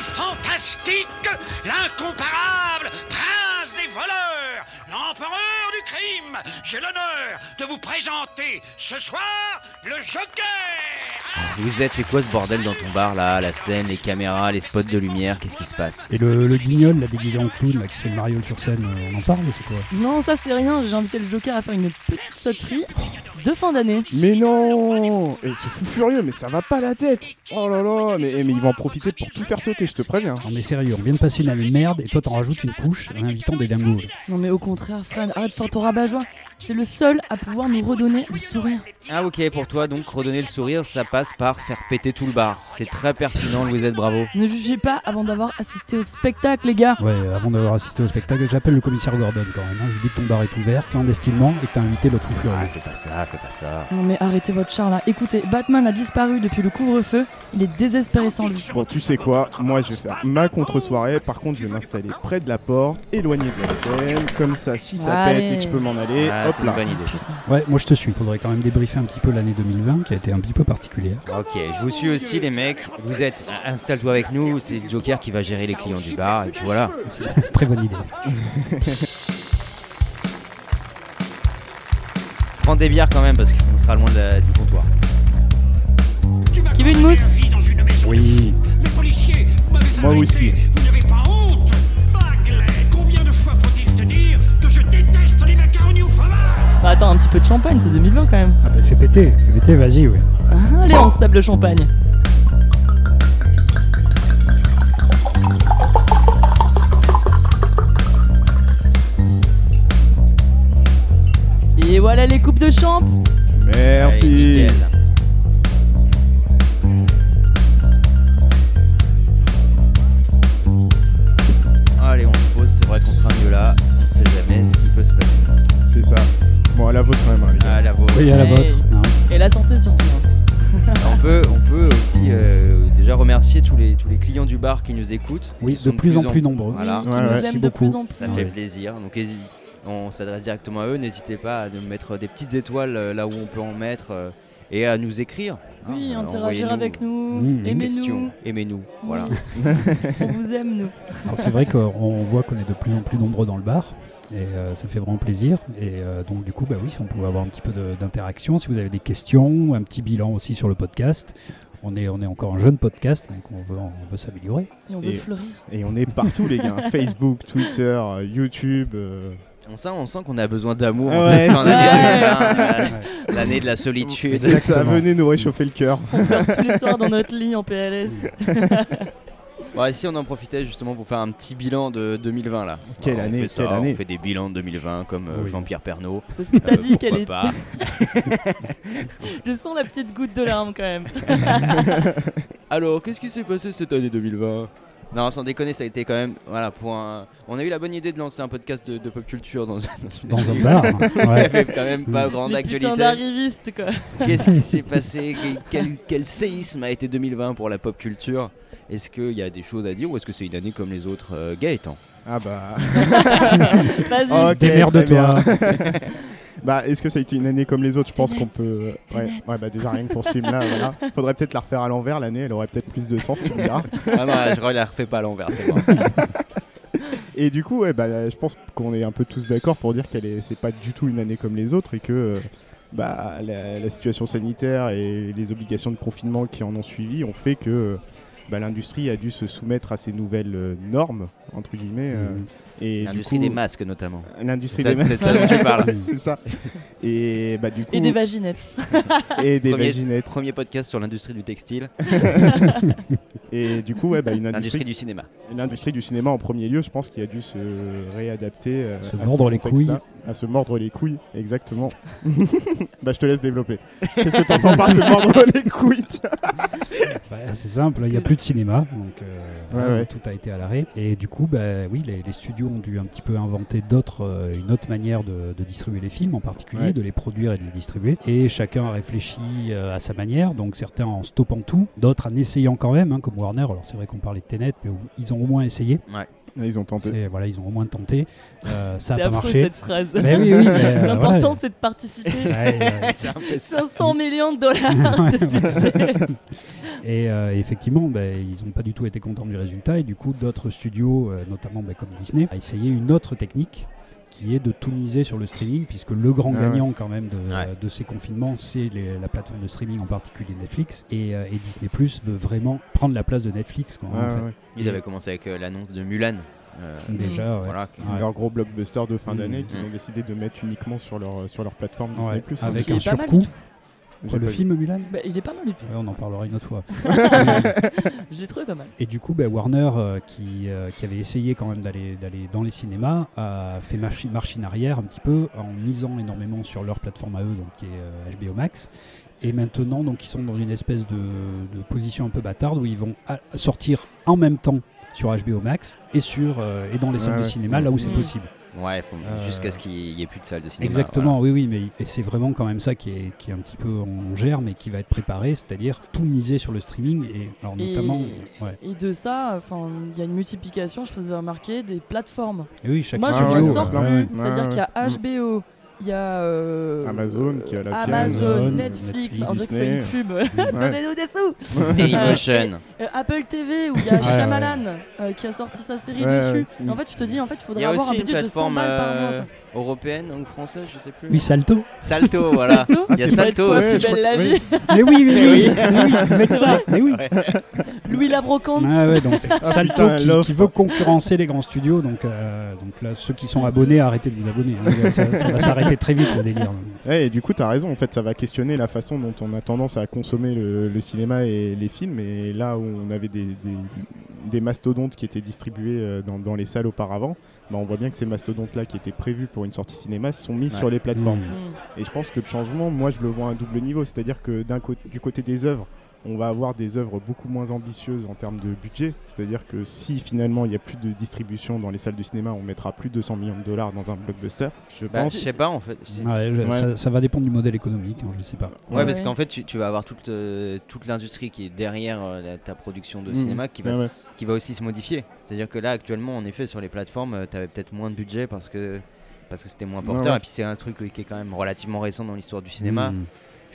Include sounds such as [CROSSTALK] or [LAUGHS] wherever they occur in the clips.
fantastique, l'incomparable prince des voleurs, l'empereur du crime. J'ai l'honneur de vous présenter ce soir le Joker. Vous êtes, c'est quoi ce bordel dans ton bar là La scène, les caméras, les spots de lumière, qu'est-ce qui se passe Et le, le guignol, la déguisé en clown, là, qui fait le mariole sur scène, euh, on en parle ou c'est quoi Non, ça c'est rien, j'ai invité le Joker à faire une petite sauterie de fin d'année. Mais non Et ce fou furieux, mais ça va pas la tête Oh là là Mais, mais il va en profiter pour tout faire sauter, je te préviens. Non mais sérieux, on vient de passer une année de merde et toi t'en rajoutes une couche en invitant des dames louves. Non mais au contraire, Fran, arrête de faire ton rabat-joie. C'est le seul à pouvoir nous redonner le sourire. Ah ok, pour toi donc redonner le sourire, ça passe par faire péter tout le bar. C'est très pertinent, Louisette, bravo. Ne jugez pas avant d'avoir assisté au spectacle, les gars. Ouais, euh, avant d'avoir assisté au spectacle, j'appelle le commissaire Gordon quand même. hein. Je lui dis que ton bar est ouvert clandestinement et que t'as invité l'autre fou furieux. Ah, fais pas ça, fais pas ça. Non mais arrêtez votre char là. Écoutez, Batman a disparu depuis le couvre-feu. Il est désespéré sans lui. Bon, tu sais quoi Moi, je vais faire ma contre-soirée. Par contre, je vais m'installer près de la porte, éloigné de la scène. Comme ça, si ça Allez. pète et que je peux m'en aller, Ah, hop c'est une là. bonne idée. Putain. Ouais, moi je te suis. Faudrait quand même débriefer un petit peu l'année 2020 qui a été un petit peu particulière. Ok, je vous suis aussi les mecs. Vous êtes, installe-toi avec nous, c'est le Joker qui va gérer les clients du bar, et puis voilà. Très bonne idée. Prends des bières quand même, parce qu'on sera loin de la- du comptoir. Qui veut une mousse Dans une maison Oui. Les policiers, vous m'avez Moi arrêté. aussi. Vous n'avez pas honte Bagley, combien de fois faut-il te dire que je déteste les macaronis au fromage Bah attends, un petit peu de champagne, c'est 2020 quand même. Ah bah fais péter, fais péter, vas-y, ouais. Ah, Allez, on se sable le champagne. Et voilà les coupes de champ Merci Allez, nickel. Allez, on se pose, c'est vrai qu'on sera mieux là. On sait jamais ce qui peut se passer. C'est ça. Bon, à la vôtre quand même, hein, les gars. Ah, la vôtre. Oui, à la Ouais. vôtre. hein. Et la santé surtout. hein. On peut, on peut aussi euh, déjà remercier tous les, tous les clients du bar qui nous écoutent. Oui, Ils de sont plus en plus nombreux. Voilà. Oui, qui Ouais, nous ouais. aiment Merci de beaucoup. plus en plus. Ça fait plaisir. Donc hési- on s'adresse directement à eux. N'hésitez pas à nous mettre des petites étoiles euh, là où on peut en mettre euh, et à nous écrire. Oui, Hein, interagir envoyez-nous avec nous, Mmh. des aimez-nous, questions. Aimez-nous. Voilà. on vous aime nous. Alors, C'est vrai qu'on voit qu'on est de plus en plus nombreux dans le bar. Et euh, ça fait vraiment plaisir. Et euh, donc, du coup, bah oui, si on pouvait avoir un petit peu de- d'interaction, si vous avez des questions, un petit bilan aussi sur le podcast. On est, on est encore un jeune podcast, donc on veut, on veut s'améliorer. Et on veut Et- fleurir. Et on est partout, les gars. [LAUGHS] Facebook, Twitter, euh, YouTube. [LAUGHS] euh, On sent, on sent qu'on a besoin d'amour en Ah Ouais, cette fin c'est d'année. [LAUGHS] Hein, L'année de la solitude. C'est ça, Exactement. venez nous réchauffer le cœur. On pleure tous les soirs dans notre lit en PLS. Bon, et si on en profitait justement pour faire un petit bilan de 2020 là. Quelle on année, fait ça, quelle année. On fait des bilans de 2020 comme euh, Oui. Jean-Pierre Pernaud. Parce que t'as Euh, dit qu'elle pourquoi est. [LAUGHS] pas. Je sens la petite goutte de larme quand même. Alors, qu'est-ce qui s'est passé cette année 2020 Non, sans déconner, ça a été quand même. Voilà, pour un- On a eu la bonne idée de lancer un podcast de, de pop culture dans, dans une. [LAUGHS] Dans un bar. hein. Il Ouais. n'y avait quand même pas grande Les putains actualité. d'arrivistes quoi. Qu'est-ce qui s'est passé quel, quel séisme a été 2020 pour la pop culture Est-ce qu'il y a des choses à dire ou est-ce que c'est une année comme les autres euh, Gaëtan Ah bah. Vas-y. Ok, Démerde-toi. très bien. [LAUGHS] bah, est-ce que ça a été une année comme les autres Je pense T'es qu'on net. peut. T'es Ouais, net. ouais, bah déjà rien que pour ce film-là, voilà. Faudrait peut-être la refaire à l'envers l'année, elle aurait peut-être plus de sens, tu me diras. Ah non, je ne la refais pas à l'envers, c'est bon. Et du coup, ouais, bah, je pense qu'on est un peu tous d'accord pour dire qu'elle est, c'est pas du tout une année comme les autres et que euh, bah, la, la situation sanitaire et les obligations de confinement qui en ont suivi ont fait que euh, bah, l'industrie a dû se soumettre à ces nouvelles euh, normes entre guillemets. euh, Mhm. et du Mmh. L'industrie coup, des masques notamment. L'industrie C'est ça- des masques. c'est ça dont [LAUGHS] tu [LAUGHS] parles. c'est ça. Et bah du coup Et des vaginettes. et des Premier- vaginettes. Premier podcast sur l'industrie du textile, Et du coup, ouais, bah, une l'industrie industrie, du cinéma. l'industrie du cinéma en premier lieu, je pense qu'il a dû se réadapter. euh, Se à ce mordre les contexte-là. À se mordre les couilles, exactement. [LAUGHS] bah, je te laisse développer. Qu'est-ce que t'entends par se mordre les couilles tiens Bah, c'est simple, il n'y a plus de cinéma, donc euh, Ouais, voilà, ouais. tout a été à l'arrêt. Et du coup, bah, oui, les, les studios ont dû un petit peu inventer d'autres, euh, une autre manière de, de distribuer les films en particulier, Ouais. de les produire et de les distribuer. Et chacun a réfléchi euh, à sa manière, donc certains en stoppant tout, d'autres en essayant quand même, hein, comme Warner. Alors c'est vrai qu'on parlait de Tenet, mais au- ils ont au moins essayé. Ouais. Ah, Ils ont tenté. C'est- Voilà, ils ont au moins tenté. Euh, ça C'est n'a pas affreux marché. cette phrase. Mais [LAUGHS] oui, oui, mais, euh, L'important voilà. c'est de participer. [LAUGHS] Ouais, euh, 500 millions [LAUGHS] de dollars de budget. Bah, Et euh, effectivement, bah, ils n'ont pas du tout été contents du résultat. Et du coup, d'autres studios, euh, notamment bah, comme Disney, a essayé une autre technique qui est de tout miser sur le streaming, puisque le grand Ah ouais. gagnant quand même de, Ouais. de ces confinements, c'est les- la plateforme de streaming, en particulier Netflix. Et, euh, et Disney Plus veut vraiment prendre la place de Netflix. Quoi, Ouais, en fait. ouais. Ils avaient commencé avec euh, l'annonce de Mulan. euh, Déjà, ouais. Voilà. Ouais. Leur gros blockbuster de fin Mm. d'année qu'ils Mm. ont décidé de mettre uniquement sur leur, euh, sur leur plateforme Ouais, Disney+. hein. avec qui un est pas mal surcoût. du tout. J'ai Quoi, le pas vu. film Mulan Bah, il est pas mal du tout. Ouais, On en parlera une autre fois. Je l'ai trouvé pas mal. Et du coup, bah, Warner, euh, qui, euh, qui avait essayé quand même d'aller d'aller dans les cinémas, a fait marche, marche in arrière un petit peu en misant énormément sur leur plateforme à eux, donc qui est euh, HBO Max. Et maintenant, donc, ils sont dans une espèce de, de position un peu bâtarde où ils vont à- sortir en même temps sur HBO Max et sur euh, et dans les salles Ouais, de ouais. cinéma là où c'est Mm. possible. Ouais, pour- Euh, jusqu'à ce qu'il n'y ait plus de salle de bah, cinéma. Exactement, oui, oui, mais et c'est vraiment quand même ça qui est, qui est un petit peu en germe et qui va être préparé, c'est-à-dire tout miser sur le streaming et alors Et- notamment, ouais. Et de ça, enfin, il y a une multiplication, je peux vous remarquer, des plateformes. Et oui, chaque Moi, Ah je studio, me euh, sors plein. ouais. Ouais, C'est-à-dire ouais. qu'il y a HBO, il y a euh, Amazon qui a la sienne. Amazon, Amazon, Netflix, Netflix, on dirait qu'il fait une pub. [LAUGHS] Donnez-nous des sous. voilà. Dailymotion. Euh, Apple TV où il y a Ouais, Shyamalan euh, qui a sorti sa série Ouais, dessus. ouais. Et en fait, tu te dis en fait, il Il faudrait y a avoir un aussi une budget de 100 plateforme balles par mois. euh, quoi. européenne ou française, je sais plus. Oui, Salto. Salto, voilà. Salto Il y a C'est pas Salto quoi, aussi. si je belle crois la que- vie. Mais oui, mais oui, oui. mais ça, mais oui. Louis Labrocante. Ah ouais, donc Salto putain, qui, l'offre. qui veut concurrencer les grands studios, donc, euh, donc là, ceux qui sont abonnés, arrêtez de vous abonner. hein. ça, ça va s'arrêter très vite le délire. Ouais, et du coup, t'as raison. En fait, ça va questionner la façon dont on a tendance à consommer le, le cinéma et les films. Et là où on avait des, des- des mastodontes qui étaient distribués euh, dans, dans les salles auparavant, bah, on voit bien que ces mastodontes-là qui étaient prévus pour une sortie cinéma sont mis Ouais. Mmh. sur les plateformes. Mm. Et je pense que le changement, moi, je le vois à un double niveau. C'est-à-dire que d'un côté, du côté des œuvres, on va avoir des œuvres beaucoup moins ambitieuses en termes de budget. C'est-à-dire que si finalement il n'y a plus de distribution dans les salles de cinéma, on mettra plus de 200 millions de dollars dans un blockbuster. Je Bah, pense. je sais pas en fait. C'est- Ouais, je- Ouais. Ça, ça va dépendre du modèle économique, hein, je sais pas. Ouais, parce Ouais. qu'en fait, tu, tu vas avoir toute, euh, toute l'industrie qui est derrière euh, la- ta production de Mhm. cinéma qui va, Ouais, ouais. s- qui va aussi se modifier. C'est-à-dire que là, actuellement, en effet, sur les plateformes, tu avais peut-être moins de budget parce que parce que c'était moins porteur. ouais. Mmh. Et puis c'est un truc euh, qui est quand même relativement récent dans l'histoire du cinéma. Mm.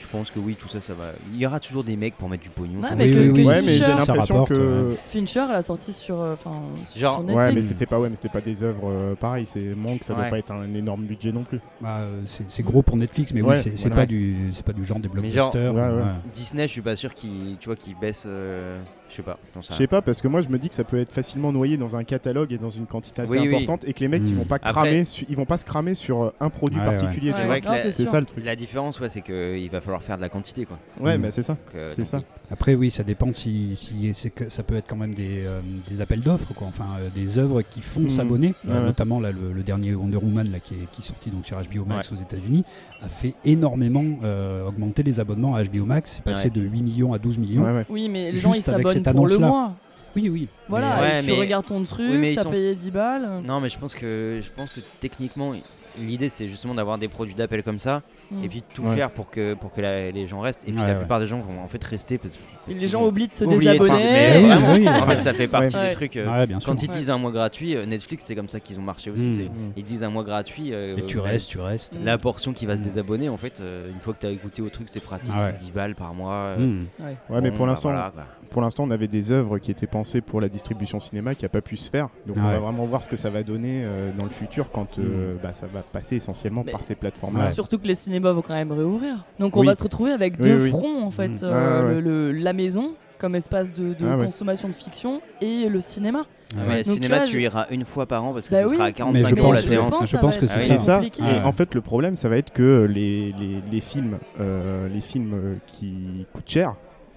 Je pense que oui, tout ça, ça va. Il y aura toujours des mecs pour mettre du pognon. Ouais, sur Ah, mais les- que- que Ouais, Fischer- mais j'ai Ça l'impression rapporte, que. Fincher, elle a sorti sur, euh, enfin, sur Genre- son Ouais, Netflix. mais c'était pas, ouais, mais c'était pas des œuvres euh, pareilles. C'est manque, ça Ouais. doit pas être un énorme budget non plus. Bah, euh, c'est c'est gros pour Netflix, mais Ouais, oui, c'est c'est voilà. pas du, c'est pas du genre des Mais genre- blockbusters. Ouais, ouais. Disney, je suis pas sûr qu'ils tu vois, qu'ils baissent. euh, je sais pas. j'en sais Je sais pas, parce que moi, je me dis que ça peut être facilement noyé dans un catalogue et dans une quantité assez Oui, oui. importante, et que les mecs, ils Mm. vont pas Après- cramer, su- ils vont pas se cramer sur euh, un produit Ouais, ouais. particulier. Ouais, tu C'est ouais. vois. vrai que Non, la- C'est sûr. ça le truc. rien. La différence, ouais, c'est qu'il va falloir faire de la quantité. quoi. Ouais, Mm. mais c'est ça. Donc, euh, C'est donc, ça. Après, oui, ça dépend si, si c'est que ça peut être quand même des, euh, des appels d'offres, quoi. Enfin, euh, des œuvres qui font Hmm. Mhm. s'abonner. Euh, Ouais, ouais. Notamment là, le, le dernier Wonder Woman là, qui, est, qui est sorti donc sur HBO Max aux États-Unis a fait énormément euh, augmenter les abonnements à HBO Max. C'est passé Ouais. de 8 millions à 12 millions. Ouais, ouais. Oui, mais les gens ils Juste avec s'abonnent cette pour le annonce-là. mois. Oui, oui. Voilà, Ouais, et tu mais- regardes ton truc, mais ils t'as sont- payé 10 balles. Non, mais je pense que je pense que techniquement, l'idée c'est justement d'avoir des produits d'appel comme ça Mm. et puis de tout Ouais. faire pour que pour que la- les gens restent. Et puis Ouais, la ouais. plupart des gens vont en fait rester parce, Et parce les qu'ils gens vont oublient de se oublier de- désabonner. Mais Ouais, vraiment, ouais. en fait, ça fait partie Ouais. des trucs. euh, Ouais, bien sûr. Quand ils disent un mois gratuit, euh, Netflix c'est comme ça qu'ils ont marché aussi. Mm. c'est- Mm. Ils disent un mois gratuit. euh, Et tu euh, restes, tu restes. Mm. La portion qui va se Mm. désabonner, en fait, euh, une fois que t'as écouté au truc, c'est pratique, Ah ouais. c'est 10 balles par mois. euh, Mhm. Ouais, mais bon, pour bah l'instant, voilà, quoi. pour l'instant, on avait des œuvres qui étaient pensées pour la distribution cinéma qui a pas pu se faire. Donc Ah on ouais. Mm. va vraiment voir ce que ça va donner euh, dans le futur quand euh, bah, ça va passer essentiellement Mais par ces plateformes-là. Ouais. Surtout que les cinémas vont quand même réouvrir. Donc on Oui. va se retrouver avec Oui, deux oui. fronts en fait. Mm. Euh, Ouais, ouais, le- le- la maison comme espace de, de Ah ouais. consommation de fiction et le cinéma. Ah Ouais. Ouais, Donc, cinéma, tu vois, tu je- iras une fois par an parce que Bah ce oui. sera à Mais je 45 pense euros la que- séance. je pense que c'est C'est ça. ça. compliqué. Et Ouais. en fait, le problème, ça va être que les, les, les films, euh, les films euh, qui coûtent cher,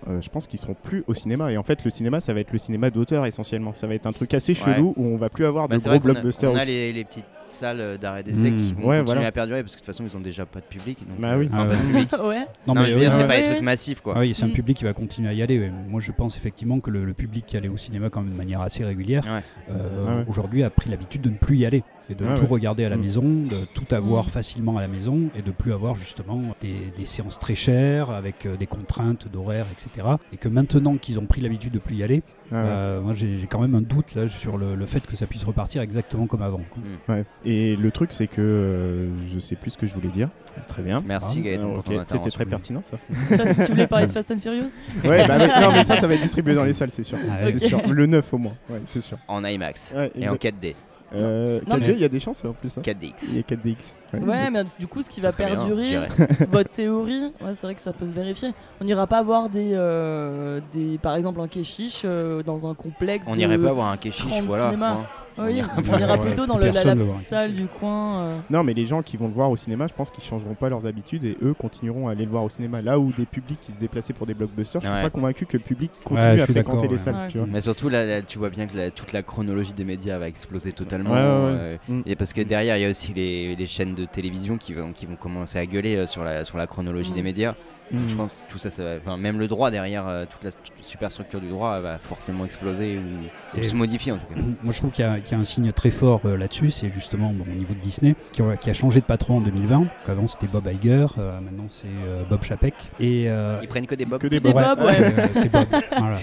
euh, je pense qu'ils seront plus au cinéma. Et en fait, le cinéma, ça va être le cinéma d'auteur essentiellement. Ça va être un truc assez Ouais. chelou où on va plus avoir Bah, de c'est gros vrai qu'on a- blockbusters. on a, aussi. Mmh. les, les petites salles euh, d'arrêt d'essai Mm. qui vont Ouais, continuer voilà. à perdurer parce que de toute façon ils ont déjà pas de public. donc, euh, Bah oui. enfin, Ah pas de ouais. public. [LAUGHS] ouais. Non, mais je veux oui, dire, c'est ouais. pas des ouais. trucs massifs quoi. Ah oui, c'est un Mm. public qui va continuer à y aller. ouais. Moi, je pense effectivement que le, le public qui allait au cinéma quand même de manière assez régulière, Ouais. euh, Ah ouais. aujourd'hui a pris l'habitude de ne plus y aller et de Ah tout ouais. regarder à la Mm. maison, de tout avoir Mm. facilement à la maison et de plus avoir justement des, des séances très chères avec euh, des contraintes d'horaire, etc. Et que maintenant qu'ils ont pris l'habitude de plus y aller, Ah ouais. euh, moi j'ai j'ai quand même un doute là sur le, le fait que ça puisse repartir exactement comme avant. quoi. Ouais. Et le truc, c'est que euh, je sais plus ce que je voulais dire. Très bien. Merci Ah, Gaëtan Alors, pour ok, ton C'était intervention. très pertinent ça. Fast- tu voulais parler de Fast and Furious ouais, bah, ouais. non, mais ça, ça va être distribué dans les salles, c'est sûr. Ah ouais. C'est sûr. Le 9 au moins, ouais, c'est sûr. En IMAX Ouais, et en exact. 4D, Euh, Non, 4D, mais- il y a des chances en plus. hein. 4DX. Il y a 4DX. Ouais, mais du coup, ce qui Ça va serait bien, perdurer, j'irais. [LAUGHS] votre théorie, ouais, c'est vrai que ça peut se vérifier. On n'ira pas voir des, euh, des, par exemple, un kéchiche euh, dans un complexe. On de- n'irait pas voir un kéchiche, 30 voilà. cinémas. hein. Oui, On on ira- ira Ouais, plutôt dans plus le- la, la personne le petite voit. salle du coin. euh. Non, mais les gens qui vont le voir au cinéma, je pense qu'ils changeront pas leurs habitudes et eux continueront à aller le voir au cinéma. Là où des publics qui se déplaçaient pour des blockbusters, je Ouais. suis pas convaincu que le public Ouais, continue je à suis fréquenter d'accord, les ouais. salles. Ouais. Tu vois. Mais surtout, là, là, tu vois bien que la- toute la chronologie des médias va exploser totalement. Ouais, ouais, ouais. euh, Mm. Et parce que derrière, il y a aussi les, les chaînes de télévision qui vont, qui vont commencer à gueuler euh, sur la, sur la chronologie Mm. des médias. Mm. Je pense que tout ça, ça va- enfin, même le droit derrière, euh, toute la st- superstructure du droit elle va forcément exploser ou, ou Et- se modifier en tout cas. [CLEARS THROAT] Moi, je trouve qu'il y, a- qu'il y a un signe très fort euh, là-dessus, c'est justement bon, au niveau de Disney, qui, a- qui a changé de patron en 2020. Donc, avant, c'était Bob Iger, euh, maintenant c'est euh, Bob Chapek. Et, euh, Ils prennent que des bobs. Que des Des bobs. bobs, ouais. Ah, euh, c'est Bob. voilà.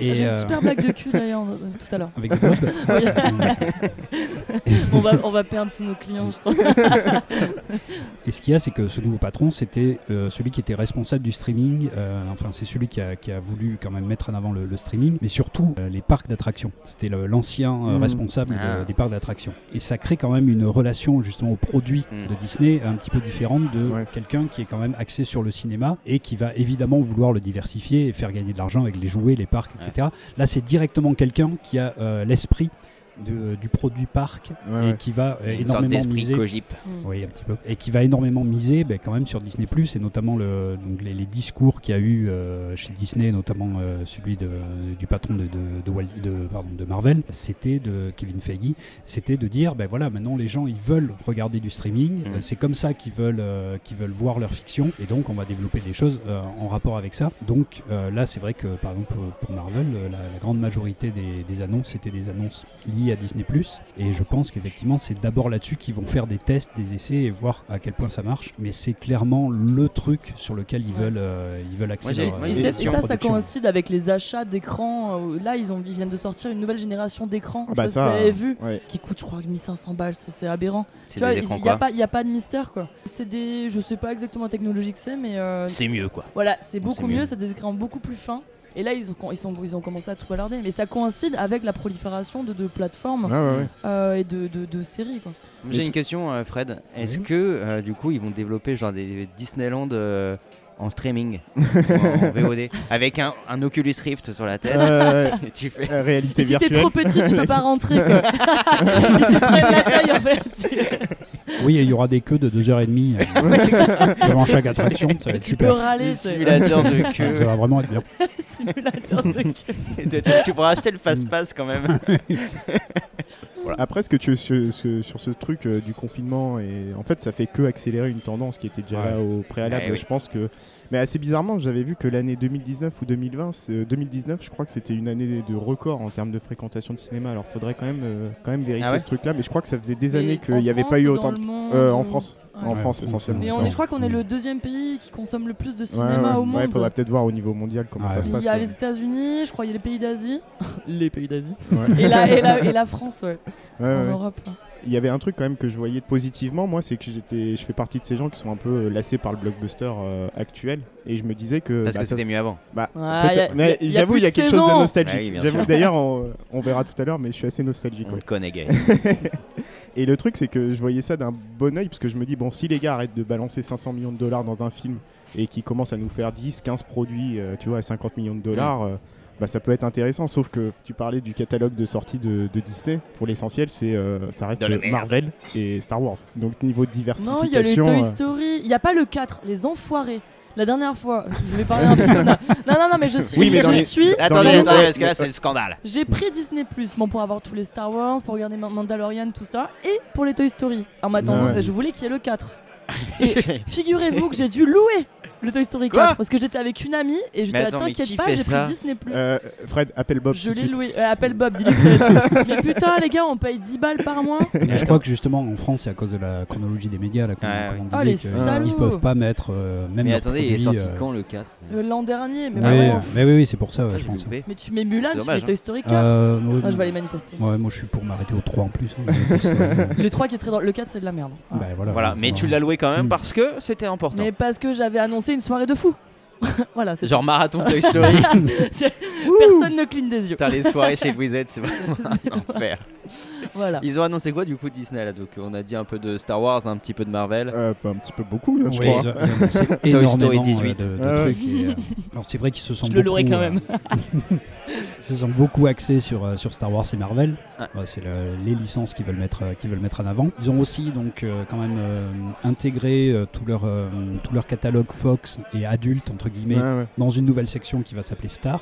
Et, J'ai une euh, super blague de cul d'ailleurs euh, tout à l'heure. avec des Bob. Oui. euh, [LAUGHS] on, va, on va perdre tous nos clients, je crois. et ce qu'il y a, c'est que ce nouveau patron, c'était euh, celui qui était responsable du streaming. euh, enfin, c'est celui qui a, qui a voulu quand même mettre en avant le, le streaming, mais surtout euh, les parcs d'attractions. C'était le- l'ancien euh, Mhm. responsable de- Ah. des parcs d'attractions. Et ça crée quand même une relation justement au produit Mm. de Disney un petit peu différente de Ouais. quelqu'un qui est quand même axé sur le cinéma et qui va évidemment vouloir le diversifier et faire gagner de l'argent avec les jouets, les parcs, etc. Là, c'est directement quelqu'un qui a euh, l'esprit de- du produit parc Ouais, et ouais. qui va euh, Une sorte énormément d'esprit miser. cogip. Mm. Oui, un petit peu. Et qui va énormément miser ben, quand même sur Disney Plus et notamment le, donc les, les discours qu'il y a eu euh, chez Disney, notamment euh, celui de, du patron de, de, de, Wall- de- pardon, de Marvel, c'était de Kevin Feige, c'était de dire ben voilà, maintenant les gens ils veulent regarder du streaming, Mm. Mhm. euh, c'est comme ça qu'ils veulent, euh, qu'ils veulent voir leur fiction et donc on va développer des choses euh, en rapport avec ça. Donc euh, là, c'est vrai que par exemple pour- pour Marvel, euh, la, la grande majorité des, des annonces c'était des annonces liées à Disney Plus et je pense qu'effectivement c'est d'abord là-dessus qu'ils vont faire des tests, des essais et voir à quel point ça marche. Mais c'est clairement le truc sur lequel ils Ouais. veulent, euh, ils veulent axer j'ai- leur- moi, [LAUGHS] Et j'ai- leur ça, sûr, ça, ça production. coïncide avec les achats d'écrans. euh, Là, ils, ont, ils viennent de sortir une nouvelle génération d'écrans. Ah bah je sais ça, pas si vous avez vu. ouais. Qui coûte, je crois, 1500 balles. C'est c'est aberrant. C'est Tu vois, des il écrans n'y a, quoi. pas- il y a pas de mystère, quoi. C'est des. Je sais pas exactement la technologie que c'est, mais. euh, C'est mieux quoi. Voilà, c'est beaucoup mieux. mieux, c'est des écrans beaucoup plus fins. Et là, ils ont, ils sont, ils ont commencé à tout balarder. Mais ça coïncide avec la prolifération de, de plateformes Ouais, ouais, ouais. euh, et de, de- de séries. Quoi. J'ai une question, euh, Fred. Est-ce Oui. que euh, du coup ils vont développer genre des Disneyland euh, en [LAUGHS] streaming, ou en VOD, avec un, un Oculus Rift sur la tête Euh, [LAUGHS] et tu fais euh, réalité Et si t'es virtuelle. trop petit, tu peux [LAUGHS] pas rentrer. Quoi. [LAUGHS] ils te prennent la taille en fait. Oui, et il y aura des queues de 2h30 [LAUGHS] euh, devant chaque attraction, ça va Tu, être tu peux super. râler. des c'est- [LAUGHS] simulateurs [LAUGHS] de Ça queue. va vraiment être bien. Simulateur [LAUGHS] de queue. Et tu- tu pourras acheter le fast-pass quand même. Après, ce que tu sur, sur- sur ce truc euh, du confinement, et en fait, ça fait que accélérer une tendance qui était déjà Ouais. là au préalable. Eh oui. Je pense que, mais assez bizarrement, j'avais vu que l'année 2019 ou 2020, c'est- euh, 2019, je crois que c'était une année de record en termes de fréquentation de cinéma. Alors, faudrait quand même, euh, quand même vérifier Ah ouais ce truc-là. Mais je crois que ça faisait des Mais années qu'il en n'y avait France pas eu ou autant dans de. le monde, Euh, en France, Ouais. en France Ouais, essentiellement. Mais on est, je crois qu'on est le deuxième pays qui consomme le plus de Ouais, cinéma ouais. au monde. Ouais, faudrait peut-être voir au niveau mondial comment Ouais. ça se il passe. y euh, a les États-Unis, je crois, il y a les pays d'Asie. [LAUGHS] les pays d'Asie. Ouais. Et la, et, la, et la France, ouais, Ouais, en ouais, [LAUGHS] ouais. Europe. ouais. Il y avait un truc quand même que je voyais positivement, moi, c'est que j'étais, je fais partie de ces gens qui sont un peu euh, lassés par le blockbuster euh, actuel, et je me disais que. Parce bah, que ça c'était se- mieux avant. bah, Ouais, peut-être- y a- mais y a- y a j'avoue, plus il y a de quelque saison. chose de Bah oui, nostalgique. bien j'avoue, sûr. d'ailleurs, on, on verra tout à l'heure, mais je suis assez nostalgique. On ouais. te connaît, gay. [LAUGHS] Et le truc, c'est que je voyais ça d'un bon oeil, parce que je me dis, bon, si les gars arrêtent de balancer 500 millions de dollars dans un film et qui commencent à nous faire 10, 15 produits, euh, tu vois, à 50 millions de dollars, Mm. euh, bah, ça peut être intéressant. Sauf que tu parlais du catalogue de sortie de, de Disney. Pour l'essentiel, c'est euh, ça reste De la merde. Marvel et Star Wars. Donc, niveau Non, il y a les diversification. Toy euh, Story. Il n'y a pas le 4, les enfoirés. La dernière fois, je vais parler un [LAUGHS] petit peu. de- Non, non, non, mais je suis. Oui, mais je dans les- suis. Attendez, Dans- attendez, parce que là c'est le scandale. J'ai pris Disney Plus, bon, pour avoir tous les Star Wars, pour regarder Ma- Mandalorian, tout ça, et pour les Toy Story. En m'attendant, Ah ouais. je voulais qu'il y ait le 4. [LAUGHS] Figurez-vous que j'ai dû louer le Toy Story 4 Quoi parce que j'étais avec une amie et j'étais Mais là, attends, mais t'inquiète qui pas, fait j'ai ça pris Disney Plus. Euh, Fred, appelle Bob. je tout de l'ai suite. loué. Euh, appelle Bob, dis-lui que ça va être- [LAUGHS] Mais putain, les gars, on paye 10 balles par mois. Mais je crois que justement en France, c'est à cause de la chronologie des médias, là, comme, Ouais, comme on Ah, disait, les que, salauds ils peuvent pas mettre euh, même. Mais leurs attendez, il est produits, sorti euh, quand le 4 Euh, L'an dernier, mais oui, bah oui, ouais. mais oui, oui, c'est pour ça, ouais, Ah, je j'ai pense. loupé. Mais tu mets Mulan, C'est tu dommage, mets hein. Toy Story 4. Euh, ouais, Ah, je vais aller manifester. ouais, moi je suis pour m'arrêter au 3 en plus. [LAUGHS] hein, mais tous, euh, Le 3 qui est très drôle, le 4 c'est de la merde. Ah. Voilà. bah, voilà, Voilà, ouais, mais c'est tu vrai. l'as loué quand même Mm. parce que c'était important. [LAUGHS] Mais parce que j'avais annoncé une soirée de fou. [LAUGHS] voilà, c'est Genre marathon Toy [LAUGHS] Story. personne ne cligne des yeux. Putain, les soirées chez Louisette, c'est [LAUGHS] vraiment un enfer. Voilà. Ils ont annoncé quoi du coup Disney là Donc on a dit un peu de Star Wars, un petit peu de Marvel. Euh, pas un petit peu beaucoup, là, je Oui, crois. ils ont- ils ont annoncé Story énormément 18. euh, de, de Ouais, Ah ouais. trucs. et, euh, alors c'est vrai qu'ils se sont Je le louerai beaucoup, quand [LAUGHS] même. euh, ils se sont beaucoup axés sur, euh, sur Star Wars et Marvel. Ouais. Ouais, c'est le- les licences qu'ils veulent mettre euh, qu'ils veulent mettre en avant. Ils ont aussi donc euh, quand même euh, intégré euh, tout leur euh, tout leur catalogue Fox et adulte entre guillemets Ouais, ouais. dans une nouvelle section qui va s'appeler Star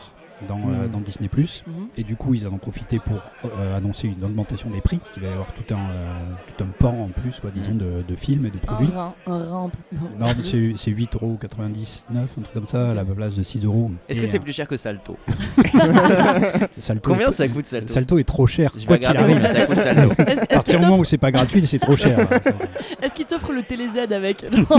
dans, euh, Hmm. Mhm. dans Disney Plus. Mhm. Et du coup, ils en ont profité pour euh, annoncer une augmentation des prix, ce qui va y avoir tout un, euh, tout un pan en plus, soit disons, Hmm. de, de films et de Un produits. Ah, rein, un rein en plus. Non, mais [LAUGHS] c'est c'est 8,99€, un truc comme ça, à la place de 6€. Est-ce que c'est plus cher que Salto Salto Combien est- ça coûte Salto Salto est trop cher, Je vais quoi qu'il regarder arrive. combien ça coûte [LAUGHS] Salto. Est-ce À est-ce qu'il partir du moment t'offre- où c'est pas gratuit, c'est trop [LAUGHS] cher. est-ce qu'il t'offre le TéléZ [LAUGHS] avec Ah,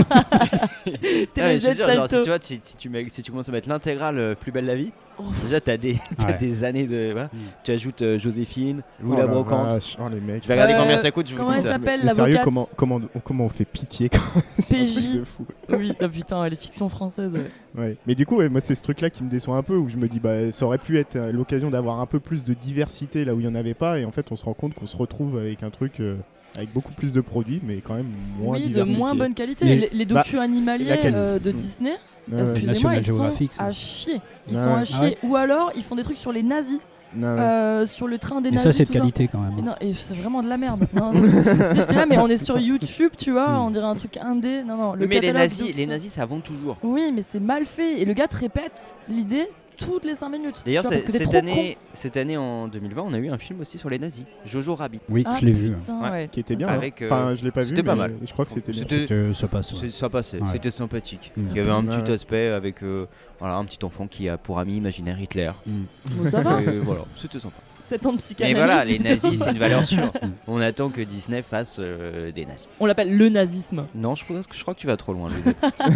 mais je TéléZ suis sûr, genre, si Salto tu vois, si, si tu mets- si tu commences à mettre l'intégrale euh, plus belle la vie, Ouf. déjà t'as des, t'as Ouais. des années de. voilà. Mm. Tu ajoutes euh, Joséphine, Lou Oh la la brocante. vache, Oh, les mecs. Je vais regarder Euh, combien ça coûte, je vous Comment dis elle ça. s'appelle Mais sérieux, l'avocate comment, comment, comment on fait pitié quand c'est un truc PJ. de fou. Oui, ah, putain, les fictions françaises. ouais. Ouais. Mais du coup, ouais, moi, c'est ce truc-là qui me déçoit un peu, où je me dis, bah, ça aurait pu être euh, l'occasion d'avoir un peu plus de diversité là où il n'y en avait pas, et en fait, on se rend compte qu'on se retrouve avec un truc euh, avec beaucoup plus de produits, mais quand même moins oui, de diversifié. moins bonne qualité. Mais- Les, les Bah, docus animaliers laquelle euh, de Mm. Disney, Ouais, ouais. excusez-moi, National ils sont Geographic, ça. à chier. Ils Ah sont ouais. Ah à chier. Ou alors, ils font des trucs sur les nazis, Ouais, ouais. euh, sur le train des Et nazis. ça, c'est de tout qualité quand même. Et non, et c'est vraiment de la merde. Non, non, non. [LAUGHS] Tu sais, J'étais là, mais on est sur YouTube, tu vois, Mm. on dirait un truc indé. Non, non, le mais les catalogue nazis, de- les nazis, ça vend toujours. Oui, mais c'est mal fait. Et le gars te répète l'idée toutes les 5 minutes. D'ailleurs, Tu vois, c'est- parce que t'es cette trop année, cette année en 2020, on a eu un film aussi sur les nazis, Jojo Rabbit. Oui, con. Ah, je l'ai vu. putain, Ouais. ouais. Qui était bien. C'est hein. vrai que Enfin, je l'ai pas vu. c'était pas mais mal. Je crois que c'était bien. C'était- Euh, Ça passe. ouais. C'est- Ça passait, Ouais. c'était sympathique. Mm. Il y avait un petit Ouais. aspect avec euh, voilà, un petit enfant qui a pour ami imaginaire Hitler. Bon, ça [LAUGHS] va. Et voilà, c'était sympa. 7 ans de Mais psychanalyse. voilà, les c'est nazis, tout. c'est une valeur sûre. On attend que Disney fasse euh, des nazis. [LAUGHS] On l'appelle le nazisme. Non, je, pense que- je crois que tu vas trop loin, Louisette. Moi,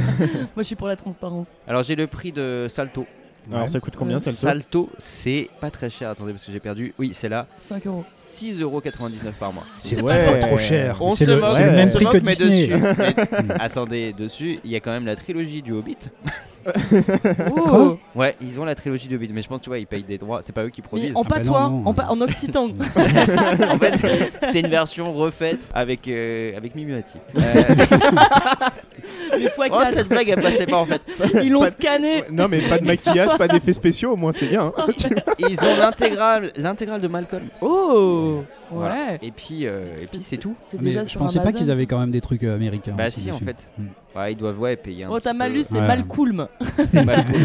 je suis pour la transparence. [LAUGHS] Alors, j'ai le prix de Salto. Alors, ça coûte combien, Euh, ça le tour Ah, Salto, c'est pas très cher. Attendez, parce que j'ai perdu. Oui, c'est là. 5 [LAUGHS] euros. 6,99€ par mois. C'est Ouais. pas trop cher. On C'est se le, moque, c'est le ouais. même on se prix que moque, mais [LAUGHS] Disney. dessus. mais- Mm. attendez, dessus, il y a quand même la trilogie du Hobbit. Oh. Ouais, ils ont la trilogie du Hobbit, mais je pense, tu vois, ils payent des droits. C'est pas eux qui Mais produisent. [LAUGHS] en Ah bah patois, non, non. en, pa- [LAUGHS] en occitan. en fait, c'est- c'est une version refaite avec, euh, avec Mimimati. les fois oh, 4. cette blague, elle passait pas en fait. Ils l'ont Pas de- scanné. Ouais, Non, mais pas de maquillage, pas d'effets spéciaux, au moins, c'est bien. hein. Tu vois. Ils ont l'intégrale l'intégrale de Malcolm. Oh. Ouais. Voilà. Et puis, euh, et puis c'est tout. C'est Ah, Mais déjà je sur pensais pas Amazon, qu'ils avaient ça. quand même des trucs euh, américains. Ah, Bah aussi si, en dessus. fait. Mm. Ouais, ils doivent ouais, payer un Oh, petit t'as mal peu. lu, c'est Ouais. Malcoulme. [LAUGHS] C'est Malcolm.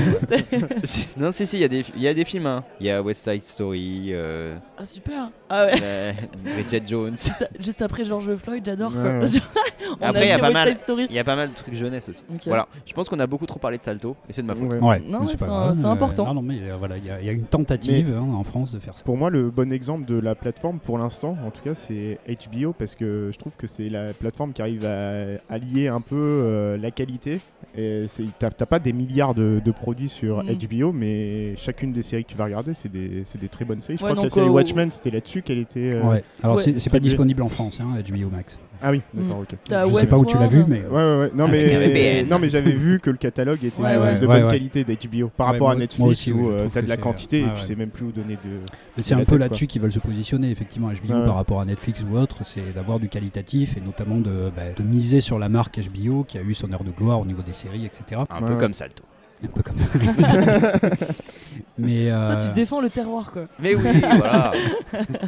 [LAUGHS] non, si, si, il y, a des- il y a des films. hein. Il y a West Side Story, [LAUGHS] euh, Ah, super. [LAUGHS] Ah ouais. euh, Bridget Jones. Juste, juste après George Floyd, j'adore. quoi. Ouais, ouais. [LAUGHS] On Après, il y a acheté pas West mal. Side Story. Il y a pas mal de trucs jeunesse aussi. Ok. Voilà, je pense qu'on a beaucoup trop parlé de Salto, et c'est de ma faute. Ouais. Ouais, mais Non, ouais, pas c'est- grave, c'est euh, important. Non, non, mais euh, voilà, il y, a- il y a une tentative hein, en France de faire ça. Pour moi, le bon exemple de la plateforme, pour l'instant, en tout cas, c'est HBO, parce que je trouve que c'est la plateforme qui arrive à allier un peu euh, la qualité. Et c'est- T'as t'as pas des milliards de, de produits sur Mm. HBO, mais chacune des séries que tu vas regarder, c'est des, c'est des très bonnes séries. Je Ouais, crois que la donc, série euh, Watchmen, c'était là-dessus qu'elle était. euh, Ouais. Alors Ouais. c'est c'est Ça pas dure. disponible en France, hein, HBO Max. Ah oui, Mm. d'accord, ok. T'as je sais pas où tu l'as vu, Westworld. mais. Ouais, ouais, ouais. Non, Avec un mais, VPN. non, mais j'avais vu que le catalogue était Ouais, euh, ouais, de ouais, bonne ouais. qualité d'HBO par Ouais, rapport moi- à moi Netflix aussi, oui, où je euh, trouve t'as que de la c'est- quantité ouais, et tu ouais. sais même plus où donner de. Mais c'est un la peu tête, là-dessus qu'ils veulent se positionner, effectivement, HBO Ouais. par rapport à Netflix ou autre, c'est d'avoir du qualitatif et notamment de, bah, de miser sur la marque HBO qui a eu son heure de gloire au niveau des séries, etc. Un Ouais, peu ouais. comme Salto. Un peu [LAUGHS] comme ça. mais Toi, tu euh, défends le terroir, quoi. Mais oui, voilà.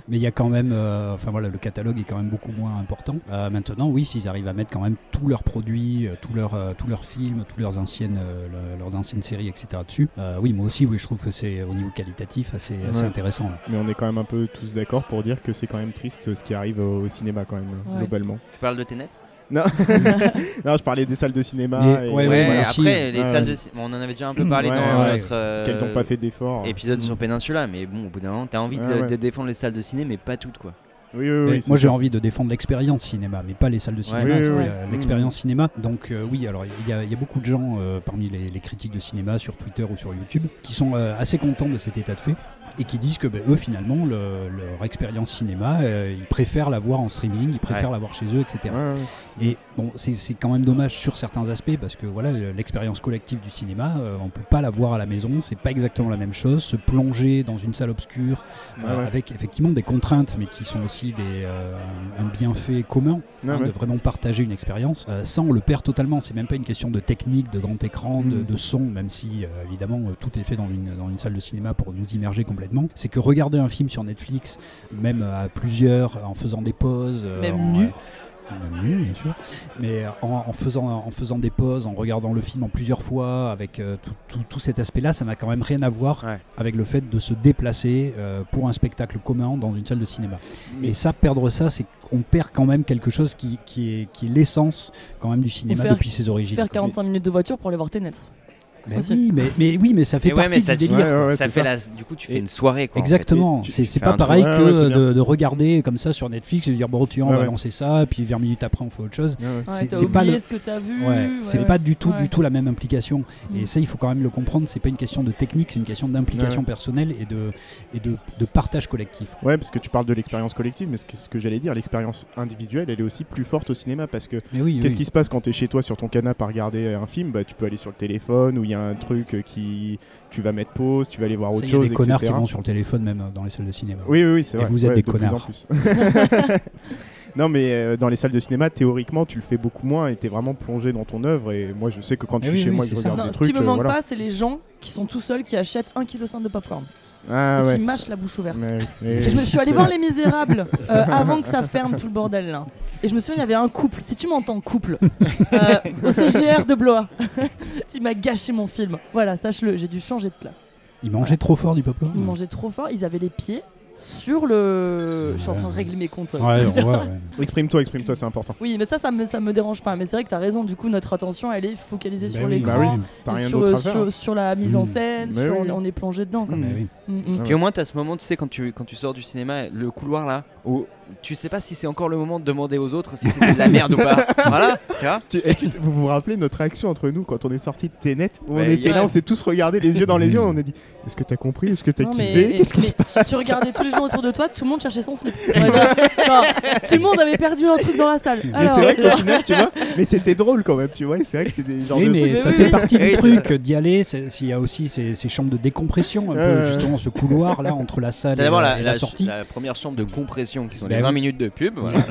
mais il y a quand même, euh, enfin voilà, le catalogue est quand même beaucoup moins important. Euh, maintenant, oui, s'ils arrivent à mettre quand même tous leurs produits, euh, tous leurs, euh, tous leurs films, toutes leurs anciennes, euh, le- leurs anciennes séries, etc. Dessus, euh, oui, moi aussi, oui, je trouve que c'est au niveau qualitatif assez, assez Ouais. intéressant. là. Mais on est quand même un peu tous d'accord pour dire que c'est quand même triste euh, ce qui arrive au au cinéma quand même, Ouais. globalement. tu parles de Tenet Non. non, je parlais des salles de cinéma Mais- et ouais, Ouais, voilà, après, si. les Ouais, salles ouais. de ci- bon, on en avait déjà un peu parlé Ouais, dans ouais. notre euh, qu'elles n'ont pas fait d'efforts. épisode Mm. sur Peninsula, mais bon, au bout d'un moment, t'as envie de, Ouais, ouais. de défendre les salles de ciné, mais pas toutes, quoi. Oui, oui, Mais oui. c'est moi j'ai sûr. envie de défendre l'expérience cinéma, mais pas les salles de cinéma, oui, c'est-à-dire, oui. euh, Mm. l'expérience cinéma. Donc euh, oui, alors il y, a- il y a beaucoup de gens euh, parmi les, les critiques de cinéma sur Twitter ou sur YouTube qui sont euh, assez contents de cet état de fait et qui disent que ben, eux finalement le- leur expérience cinéma, euh, ils préfèrent la voir en streaming, ils préfèrent Ouais. la voir chez eux, etc. Ouais, ouais. Et bon, c'est c'est quand même dommage sur certains aspects parce que voilà, euh, l'expérience collective du cinéma, euh, on peut pas la voir à la maison, c'est pas exactement la même chose. Se plonger dans une salle obscure Ouais, euh, ouais. avec effectivement des contraintes, mais qui sont aussi des, euh, un un bienfait commun Non, hein, ouais. de vraiment partager une expérience. Euh, ça, on le perd totalement. C'est même pas une question de technique, de grand écran, de, Mm. de son, même si euh, évidemment euh, tout est fait dans une, dans une salle de cinéma pour nous immerger complètement. C'est que regarder un film sur Netflix, même euh, à plusieurs, en faisant des pauses, euh, Même en, nu. euh, même nu, bien sûr, mais euh, en, en faisant, en faisant des pauses, en regardant le film en plusieurs fois, avec euh, tout, tout- tout cet aspect-là, ça n'a quand même rien à voir Ouais. avec le fait de se déplacer euh, pour un spectacle commun dans une salle de cinéma. Et ça, perdre ça, c'est qu'on perd quand même quelque chose qui, qui est, qui est l'essence quand même du cinéma Ou faire- depuis ses origines. Faire quoi. 45 minutes de voiture pour aller voir Tenet. Mais aussi. oui, mais, mais oui, mais ça fait Et ouais, partie mais ça- du délire. Ouais, ouais, ouais, ça c'est fait ça. la. Du coup, tu fais Et- une soirée, quoi. en fait. Exactement, tu- tu c'est c'est fais pas un truc. pareil Ouais, que ouais, c'est de, de regarder comme ça sur Netflix et de dire bon bah, tiens on Ouais, va ouais. lancer ça, puis 20 minutes après on fait autre chose. Ouais, ouais. C'est- Ouais, t'as c'est pas oublié le- ce que t'as vu. Ouais, c'est Mmh, ouais. pas du tout, Ouais. du tout la même implication. Mm. Et ça, il faut quand même le comprendre. C'est pas une question de technique, c'est une question d'implication Ouais. personnelle et de et de, de partage collectif. Ouais, parce que tu parles de l'expérience collective, mais ce que, ce que j'allais dire, l'expérience individuelle, elle est aussi plus forte au cinéma parce que Mais oui, Qu'est-ce oui. qui se passe quand t'es chez toi sur ton canapé à regarder euh, un film bah, Tu peux aller sur le téléphone ou il y a un truc euh, qui. Tu vas mettre pause, tu vas aller voir Ça, Ah, autre il y a chose. des connards etc. qui vont sur le téléphone même euh, dans les salles de cinéma. Oui, oui, oui, c'est Et vrai. vous êtes Ouais, des de plus en connards. plus. [LAUGHS] non, mais euh, dans les salles de cinéma, théoriquement, tu le fais beaucoup moins et t'es vraiment plongé dans ton œuvre. Et moi, je sais que quand Eh je suis oui, chez oui, moi, je c'est ça. regarde Non, des ce trucs. qui me euh, manque voilà. pas, c'est les gens qui sont tout seuls qui achètent 1,5 kg de popcorn Ah et ouais. qui mâchent la bouche ouverte. [LAUGHS] Ouais, Et je me ouais. suis allé voir Les Misérables euh, avant que ça ferme tout le bordel là. Et je me souviens, il y avait un couple. Si tu m'entends, couple, euh, au CGR de Blois, [LAUGHS] tu m'as gâché mon film. Voilà, sache-le, j'ai dû changer de place. Ils mangeaient trop fort du popcorn. Ils Hmm. mangeaient trop fort, ils avaient les pieds sur le. Je suis en train de régler mes comptes. Ouais, on voit, ouais. [LAUGHS] [LAUGHS] Exprime-toi, exprime-toi, c'est important. Oui, mais ça, ça me, ça me dérange pas. Mais c'est vrai que t'as raison, du coup, notre attention, elle est focalisée Bah sur oui, l'écran. bah oui. T'as et rien sur, d'autre à faire. hein. Hmm. sur, sur la mise en Mm. scène, Mais sur- oui. on est plongé dedans. Quoi. Bah oui. Mm, mm. Ah Puis au moins, t'as ce moment, tu sais, quand tu, quand tu sors du cinéma, le couloir là, où tu sais pas si c'est encore le moment de demander aux autres si c'était de la merde ou [LAUGHS] pas. Voilà, tu vois. Tu- [LAUGHS] et tu te- vous vous rappelez notre réaction entre nous quand on est sorti de Ténet On Ouais, était y a- là, on s'est tous regardé les yeux dans Mm. les yeux, on a dit Est-ce que t'as compris Est-ce que t'as Non, kiffé mais- Qu'est-ce qui mais se passe Tu regardais tous les gens autour de toi, tout le monde cherchait son [LAUGHS] slip. Ouais, non, non, tout le monde avait perdu un truc dans la salle. Mais Alors, c'est vrai qu'au final, tu vois, mais c'était drôle quand même, tu vois, et c'est vrai que c'est [LAUGHS] des genres Oui, de mais trucs. ça Oui, fait oui. partie du Oui, truc euh, d'y aller. c'est- S'il y a aussi ces, ces chambres de décompression, un Ouais, peu ouais. justement ce couloir là entre la salle T'as et, d'abord la, la, et la la- sortie. la première chambre de compression qui sont Bah les 20 oui. minutes de pub. Voilà. ouais,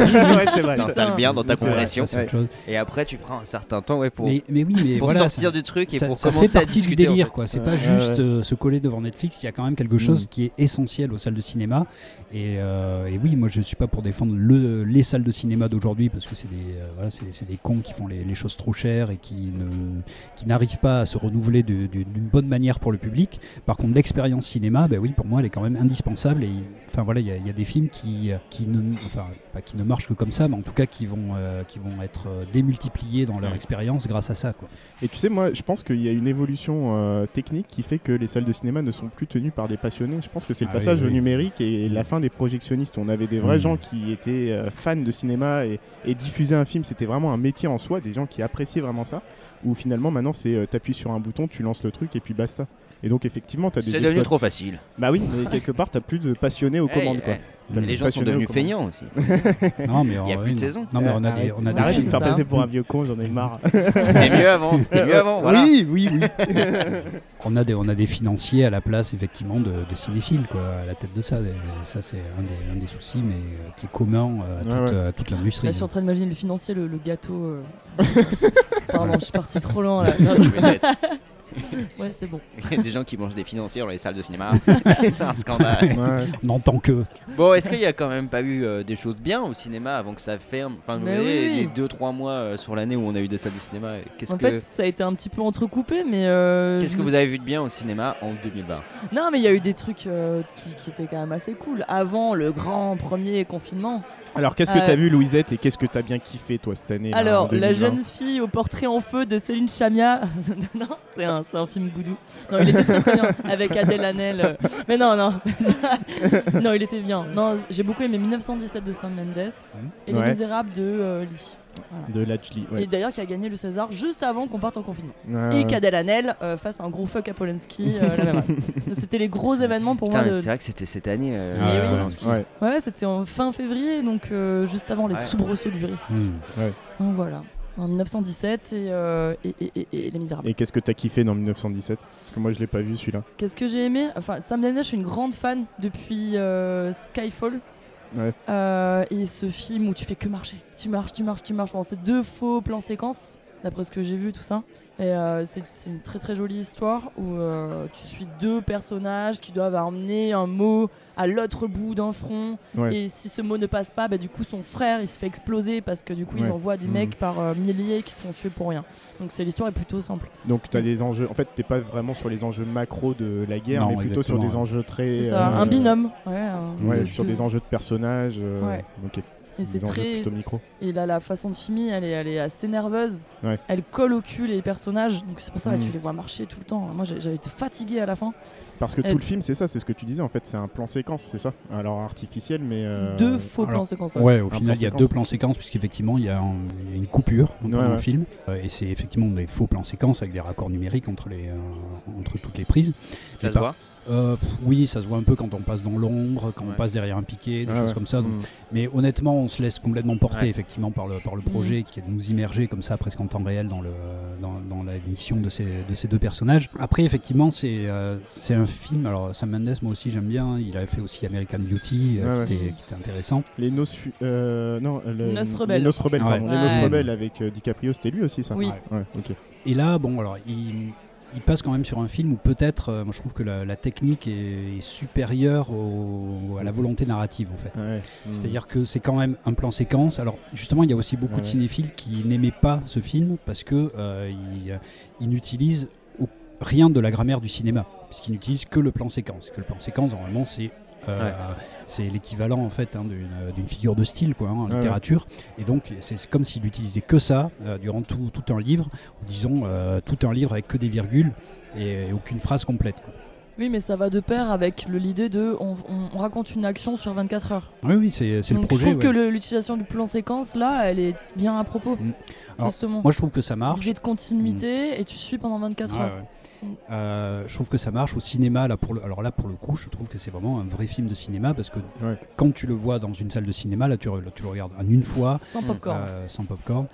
c'est vrai. ça. T'installes bien dans ta C'est vrai, compression. C'est autre chose. Et après, tu prends un certain temps ouais, pour, Mais, mais oui, mais pour voilà, sortir ça, du truc et ça- pour ça commencer fait à partie du discuter. en délire, fait. quoi. C'est Ouais, pas ouais, juste ouais. Mm. euh, se coller devant Netflix. Il y a quand même quelque chose qui est essentiel aux salles de cinéma. Et, euh, et oui, moi, je suis pas pour défendre le, les salles de cinéma d'aujourd'hui parce que c'est des, euh, voilà, c'est- c'est des cons qui font les, les choses trop chères et qui ne, qui n'arrivent pas à se renouveler de- de- d'une bonne manière pour le public. Par contre, l'expérience cinéma, ben oui, pour moi, elle est quand même indispensable. Et il- enfin voilà, il y, a- il y a des films qui, qui ne, enfin pas qui ne marchent que comme ça, mais en tout cas qui vont, euh, qui vont être euh, démultipliés dans leur Ouais. expérience grâce à ça. Quoi. Et tu sais, moi, je pense qu'il y a une évolution euh, technique qui fait que les salles de cinéma ne sont plus tenues par des passionnés. Je pense que c'est le Ah oui, passage oui. au numérique et la fin des projectionnistes. On avait des vrais Mm. gens qui étaient euh, fans de cinéma et, et diffuser un film, c'était vraiment un métier en soi, des gens qui appréciaient vraiment ça. Où finalement, maintenant, c'est euh, t'appuies sur un bouton, tu lances le truc et puis basta. Et donc, effectivement, t'as des. C'est devenu trop exploits- facile. Bah oui, mais quelque part, t'as plus de passionnés aux Hey, commandes, quoi. hey. T'as Et les plus de gens sont passionnés aux devenus commandes. feignants [LAUGHS] aussi. Non, mais [LAUGHS] Il y a euh, plus de oui, saison. Non, mais on a Arrête. des, on a des Arrête de Ah c'est me films. faire ça. hein. passer pour un vieux con, j'en ai marre. C'était mieux avant, c'était mieux avant. Voilà. Oui, oui, [LAUGHS] oui. On a des, on a des financiers à la place effectivement de, de cinéphiles quoi, à la tête de ça. Et ça c'est un des, un des soucis, mais euh, qui est commun euh, à, Ouais, toute, ouais. euh, à toute l'industrie. Là, je suis en train d'imaginer [LAUGHS] le financier, le, le gâteau. euh. Pardon, je suis parti trop loin là. Merci, vous êtes- Ouais, c'est bon. [LAUGHS] des gens qui mangent des financiers dans les salles de [LAUGHS] cinéma. c'est un scandale. Ouais. N'entend que. Bon, est-ce qu'il y a quand même pas eu euh, des choses bien au cinéma avant que ça ferme Enfin, vous Mais voyez, oui. les 2-3 mois euh, sur l'année où on a eu des salles de cinéma, qu'est-ce En que fait, ça a été un petit peu entrecoupé, mais. euh, qu'est-ce je que me vous avez vu de bien au cinéma en 2020 Non, mais il y a eu des trucs euh, qui, qui étaient quand même assez cool. Avant le grand premier confinement. Alors, qu'est-ce que Euh, t'as vu, Louisette, et qu'est-ce que t'as bien kiffé, toi, cette année là, Hein, en Alors, la 2020? jeune fille au portrait en feu de Céline Chamia. [LAUGHS] non, c'est un, c'est un film goudou. Non, il était très, très bien avec Adèle Hanel. euh. Mais non, non. [LAUGHS] non, il était bien. Non, j'ai beaucoup aimé 1917 de Sam Mendes et Ouais. Les Misérables de euh, Lee. De Lachli, Et ouais. Ah, d'ailleurs, qui a gagné le César juste avant qu'on parte en confinement. Ouais, Et ouais. qu'Adèle Hanel euh, fasse un gros fuck à Polanski. euh, la même année. C'était les gros événements pour Putain, moi mais de, c'est vrai que c'était cette année. euh, Ah, le ouais, Polanski. Ouais. Ouais, c'était en fin février, donc euh, juste avant les Ouais. soubresauts du récit. Hmm. Donc voilà, en 1917 et, euh, et, et- et- et Les Misérables. Et qu'est-ce que t'as kiffé dans 1917 Parce que moi, je l'ai pas vu celui-là. Qu'est-ce que j'ai aimé Enfin, Sam Mendes, je suis une grande fan depuis euh, Skyfall. Ouais. Euh, et ce film où tu fais que marcher. Tu marches, tu marches, tu marches. Bon, c'est deux faux plans séquences, d'après ce que j'ai vu, tout ça. Et euh, c'est c'est une très très jolie histoire où euh, tu suis deux personnages qui doivent emmener un mot à l'autre bout d'un front. Ouais. Et si ce mot ne passe pas, bah, du coup son frère il se fait exploser parce que du coup Ouais. ils envoient des Mhm. mecs par euh, milliers qui sont tués pour rien. Donc c'est l'histoire est plutôt simple. Donc, Mm. t'as des enjeux. En fait, t'es pas vraiment sur les enjeux macro de la guerre, Non, mais plutôt sur exactement, des ouais. enjeux très. C'est ça, euh, un binôme. Ouais, un- Ouais, Mmh. sur Deux. des enjeux de personnages. euh, Ouais. ok. Et c'est Des enjeux très. plutôt micro. Et là, la façon de filmer, elle est, elle est assez nerveuse. Ouais. Elle colle au cul les personnages. Donc c'est pour ça que Mm. tu les vois marcher tout le temps. Moi, j'ai- j'avais été fatiguée à la fin. Parce que Euh, tout le film, c'est ça, c'est ce que tu disais en fait, c'est un plan séquence, c'est ça Alors artificiel, mais. euh, Deux faux alors, plans séquences. Ouais, au plan final, il y a séquence. deux plans séquences, puisqu'effectivement, il y, a un- il y a une coupure dans Ouais, le ouais. film. Euh, Et c'est effectivement des faux plans séquences avec des raccords numériques entre, les, euh, entre toutes les prises. Ça Et se par- [LAUGHS] voit Euh, pff, Oui, ça se voit un peu quand on passe dans l'ombre, quand Ouais. on passe derrière un piquet, des Ah choses ouais. comme ça. Donc, Mm. Mais honnêtement, on se laisse complètement porter Ouais. effectivement par le, par le projet qui est de nous immerger comme ça presque en temps réel dans, le, dans, dans la mission de ces, de ces deux personnages. Après, effectivement, c'est euh, c'est un film. Alors, Sam Mendes, moi aussi, j'aime bien. Il avait fait aussi American Beauty, euh, Ouais, qui, ouais. était, qui était intéressant. Les noces. fu- euh, non, le- Noces rebelles. Les noces rebelles, Ouais. pardon. Les Ouais. noces rebelles avec euh, DiCaprio, c'était lui aussi ça Oui. Ouais, ok. Et là, bon, alors, il, il passe quand même sur un film où peut-être, euh, moi je trouve que la, la technique est, est supérieure au- à la volonté narrative, en fait. Ouais. Mm. C'est-à-dire que c'est quand même un plan séquence. Alors justement, il y a aussi beaucoup Ouais. de cinéphiles qui n'aimaient pas ce film parce que euh, ils, ils n'utilisent au- rien de la grammaire du cinéma, puisqu'ils n'utilisent que le plan séquence. Que le plan séquence, normalement, c'est euh, Ouais. c'est l'équivalent en fait hein, d'une- d'une figure de style quoi, hein, en Ouais. littérature. Et donc c'est c'est comme s'il utilisait que ça euh, durant tout, tout un livre, ou disons euh, tout un livre avec que des virgules et, aucune phrase complète. quoi. Oui, mais ça va de pair avec le- l'idée de on, on- on raconte une action sur 24 heures. Oui, oui, c'est c'est le Donc, projet. Je trouve ouais. que le- l'utilisation du plan séquence, là, elle est bien à propos. Mm. Alors, justement. Moi, je trouve que ça marche. Mm. Objet de continuité et tu suis pendant 24 Ouais, heures. ouais. Euh, je trouve que ça marche au cinéma là pour le, alors là pour le coup je trouve que c'est vraiment un vrai film de cinéma parce que Ouais. quand tu le vois dans une salle de cinéma là tu, re- tu le regardes en une fois Sans Mm. popcorn. Bah, euh, sans popcorn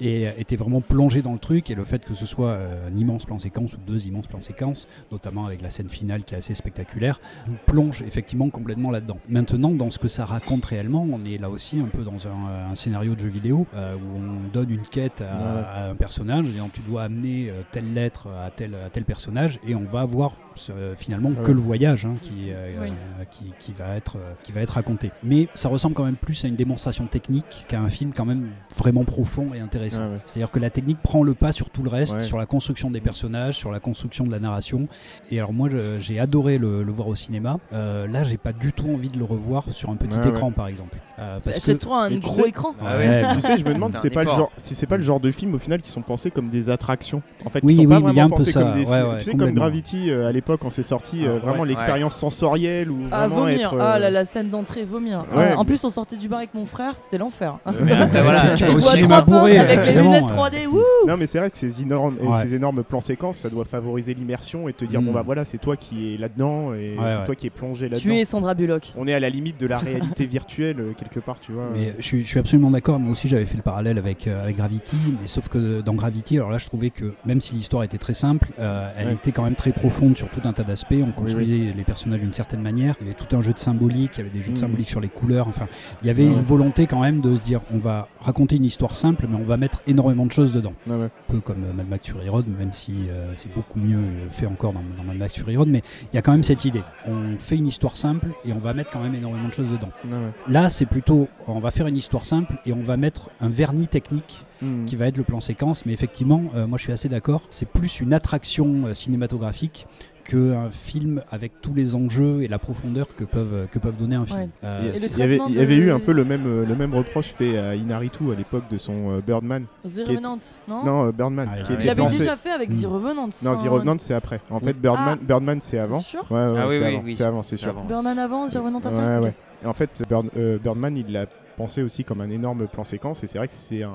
et euh, et t'es vraiment plongé dans le truc et le fait que ce soit euh, un immense plan séquence ou deux immenses plans séquences notamment avec la scène finale qui est assez spectaculaire nous plonge effectivement complètement là-dedans maintenant dans ce que ça raconte réellement on est là aussi un peu dans un, un scénario de jeu vidéo euh, où on donne une quête à, Ouais. à un personnage et donc tu dois amener euh, telle lettre à tel, à tel personnage et on va voir ce- finalement Ouais. que le voyage hein, qui, euh, Oui. euh, qui, qui va être, euh, qui va être raconté mais ça ressemble quand même plus à une démonstration technique qu'à un film quand même vraiment profond et intéressant ah Ouais, ouais. c'est-à-dire que la technique prend le pas sur tout le reste, Ouais. sur la construction des personnages, sur la construction de la narration. Et alors moi, je- j'ai adoré le, le voir au cinéma. Euh, là, j'ai pas du tout envie de le revoir sur un petit Ouais, écran, par exemple. Euh, parce que Achète-toi Mais un tu gros sais- écran. euh, Ah ouais. Tu sais, je [LAUGHS] me demande Faire si un c'est pas le effort. genre, si c'est pas le genre de film au final qui sont pensés comme des attractions. En fait, Oui, qui sont oui, pas mais il y a vraiment un peu pensés ça, comme des. ouais, ouais, tu sais, comme complètement. Gravity euh, à l'époque quand c'est sorti, euh, Ah, vraiment ouais. l'expérience sensorielle ou Ah, vraiment vomir. être. euh, Ah, la, la scène d'entrée, vomir. Ouais, Ah, en mais- plus, on sortait du bar avec mon frère, c'était l'enfer. Mais après, voilà, Tu tu vas au bois cinéma trois pintes bourré, avec les évidemment, lunettes euh. 3D. Wouh Non, mais c'est vrai que ces énormes, et Ouais. ces énormes plans séquences, ça doit favoriser l'immersion et te dire Mm. bon bah voilà, c'est toi qui es là-dedans Ouais, et c'est ouais. toi qui es plongé tu là-dedans. es Sandra Bullock. On est à la limite de la réalité virtuelle euh, quelque part, tu vois. Mais je, suis- je suis absolument d'accord. Moi aussi, j'avais fait le parallèle avec, euh, avec Gravity, mais sauf que dans Gravity, alors là, je trouvais que même si l'histoire était très simple, euh, elle Ouais. était quand même très profonde sur tout un tas d'aspects. On construisait les personnages d'une certaine manière. Il y avait tout un jeu de symbolique, il y avait des jeux de Mhm. symbolique sur les couleurs. Enfin, il y avait Ouais. une volonté quand même de se dire on va raconter une histoire simple, mais on va mettre énormément de choses dedans. Ouais, ouais. Un peu comme euh, Mad Max Fury Road, même si euh, c'est beaucoup mieux euh, fait encore dans, dans Mad Max Fury Road. Mais il y a quand même cette idée. On fait une histoire simple et on va mettre quand même énormément de choses dedans. Ouais, ouais. Là, c'est plutôt on va faire une histoire simple et on va mettre un vernis technique Hmm. Mm. qui va être le plan séquence. Mais effectivement, euh, moi je suis assez d'accord. C'est plus une attraction euh, cinématographique qu'un film avec tous les enjeux et la profondeur que peuvent, que peuvent donner un film. Ouais. Euh, Yes. Et le Il y avait, traitement il y avait de- eu un peu le même, euh, le même reproche fait à Inaritu à l'époque de son euh, Birdman. The qui est- Revenant, non, non, euh, Birdman. Ah, qui il était Il l'avait lancé- déjà hein. fait avec The Mm. Revenant. Non, enfin, The Revenant, c'est après. En fait, Birdman, Birdman c'est avant. T'es Ah. sûr Ouais, ouais, Ah oui, c'est oui, avant, oui. c'est avant, c'est sûr. Birdman avant, The Revenant après Ouais, Ok. ouais. Et en fait, Bird- euh, Birdman, il l'a pensé aussi comme un énorme plan séquence. Et c'est vrai que c'est un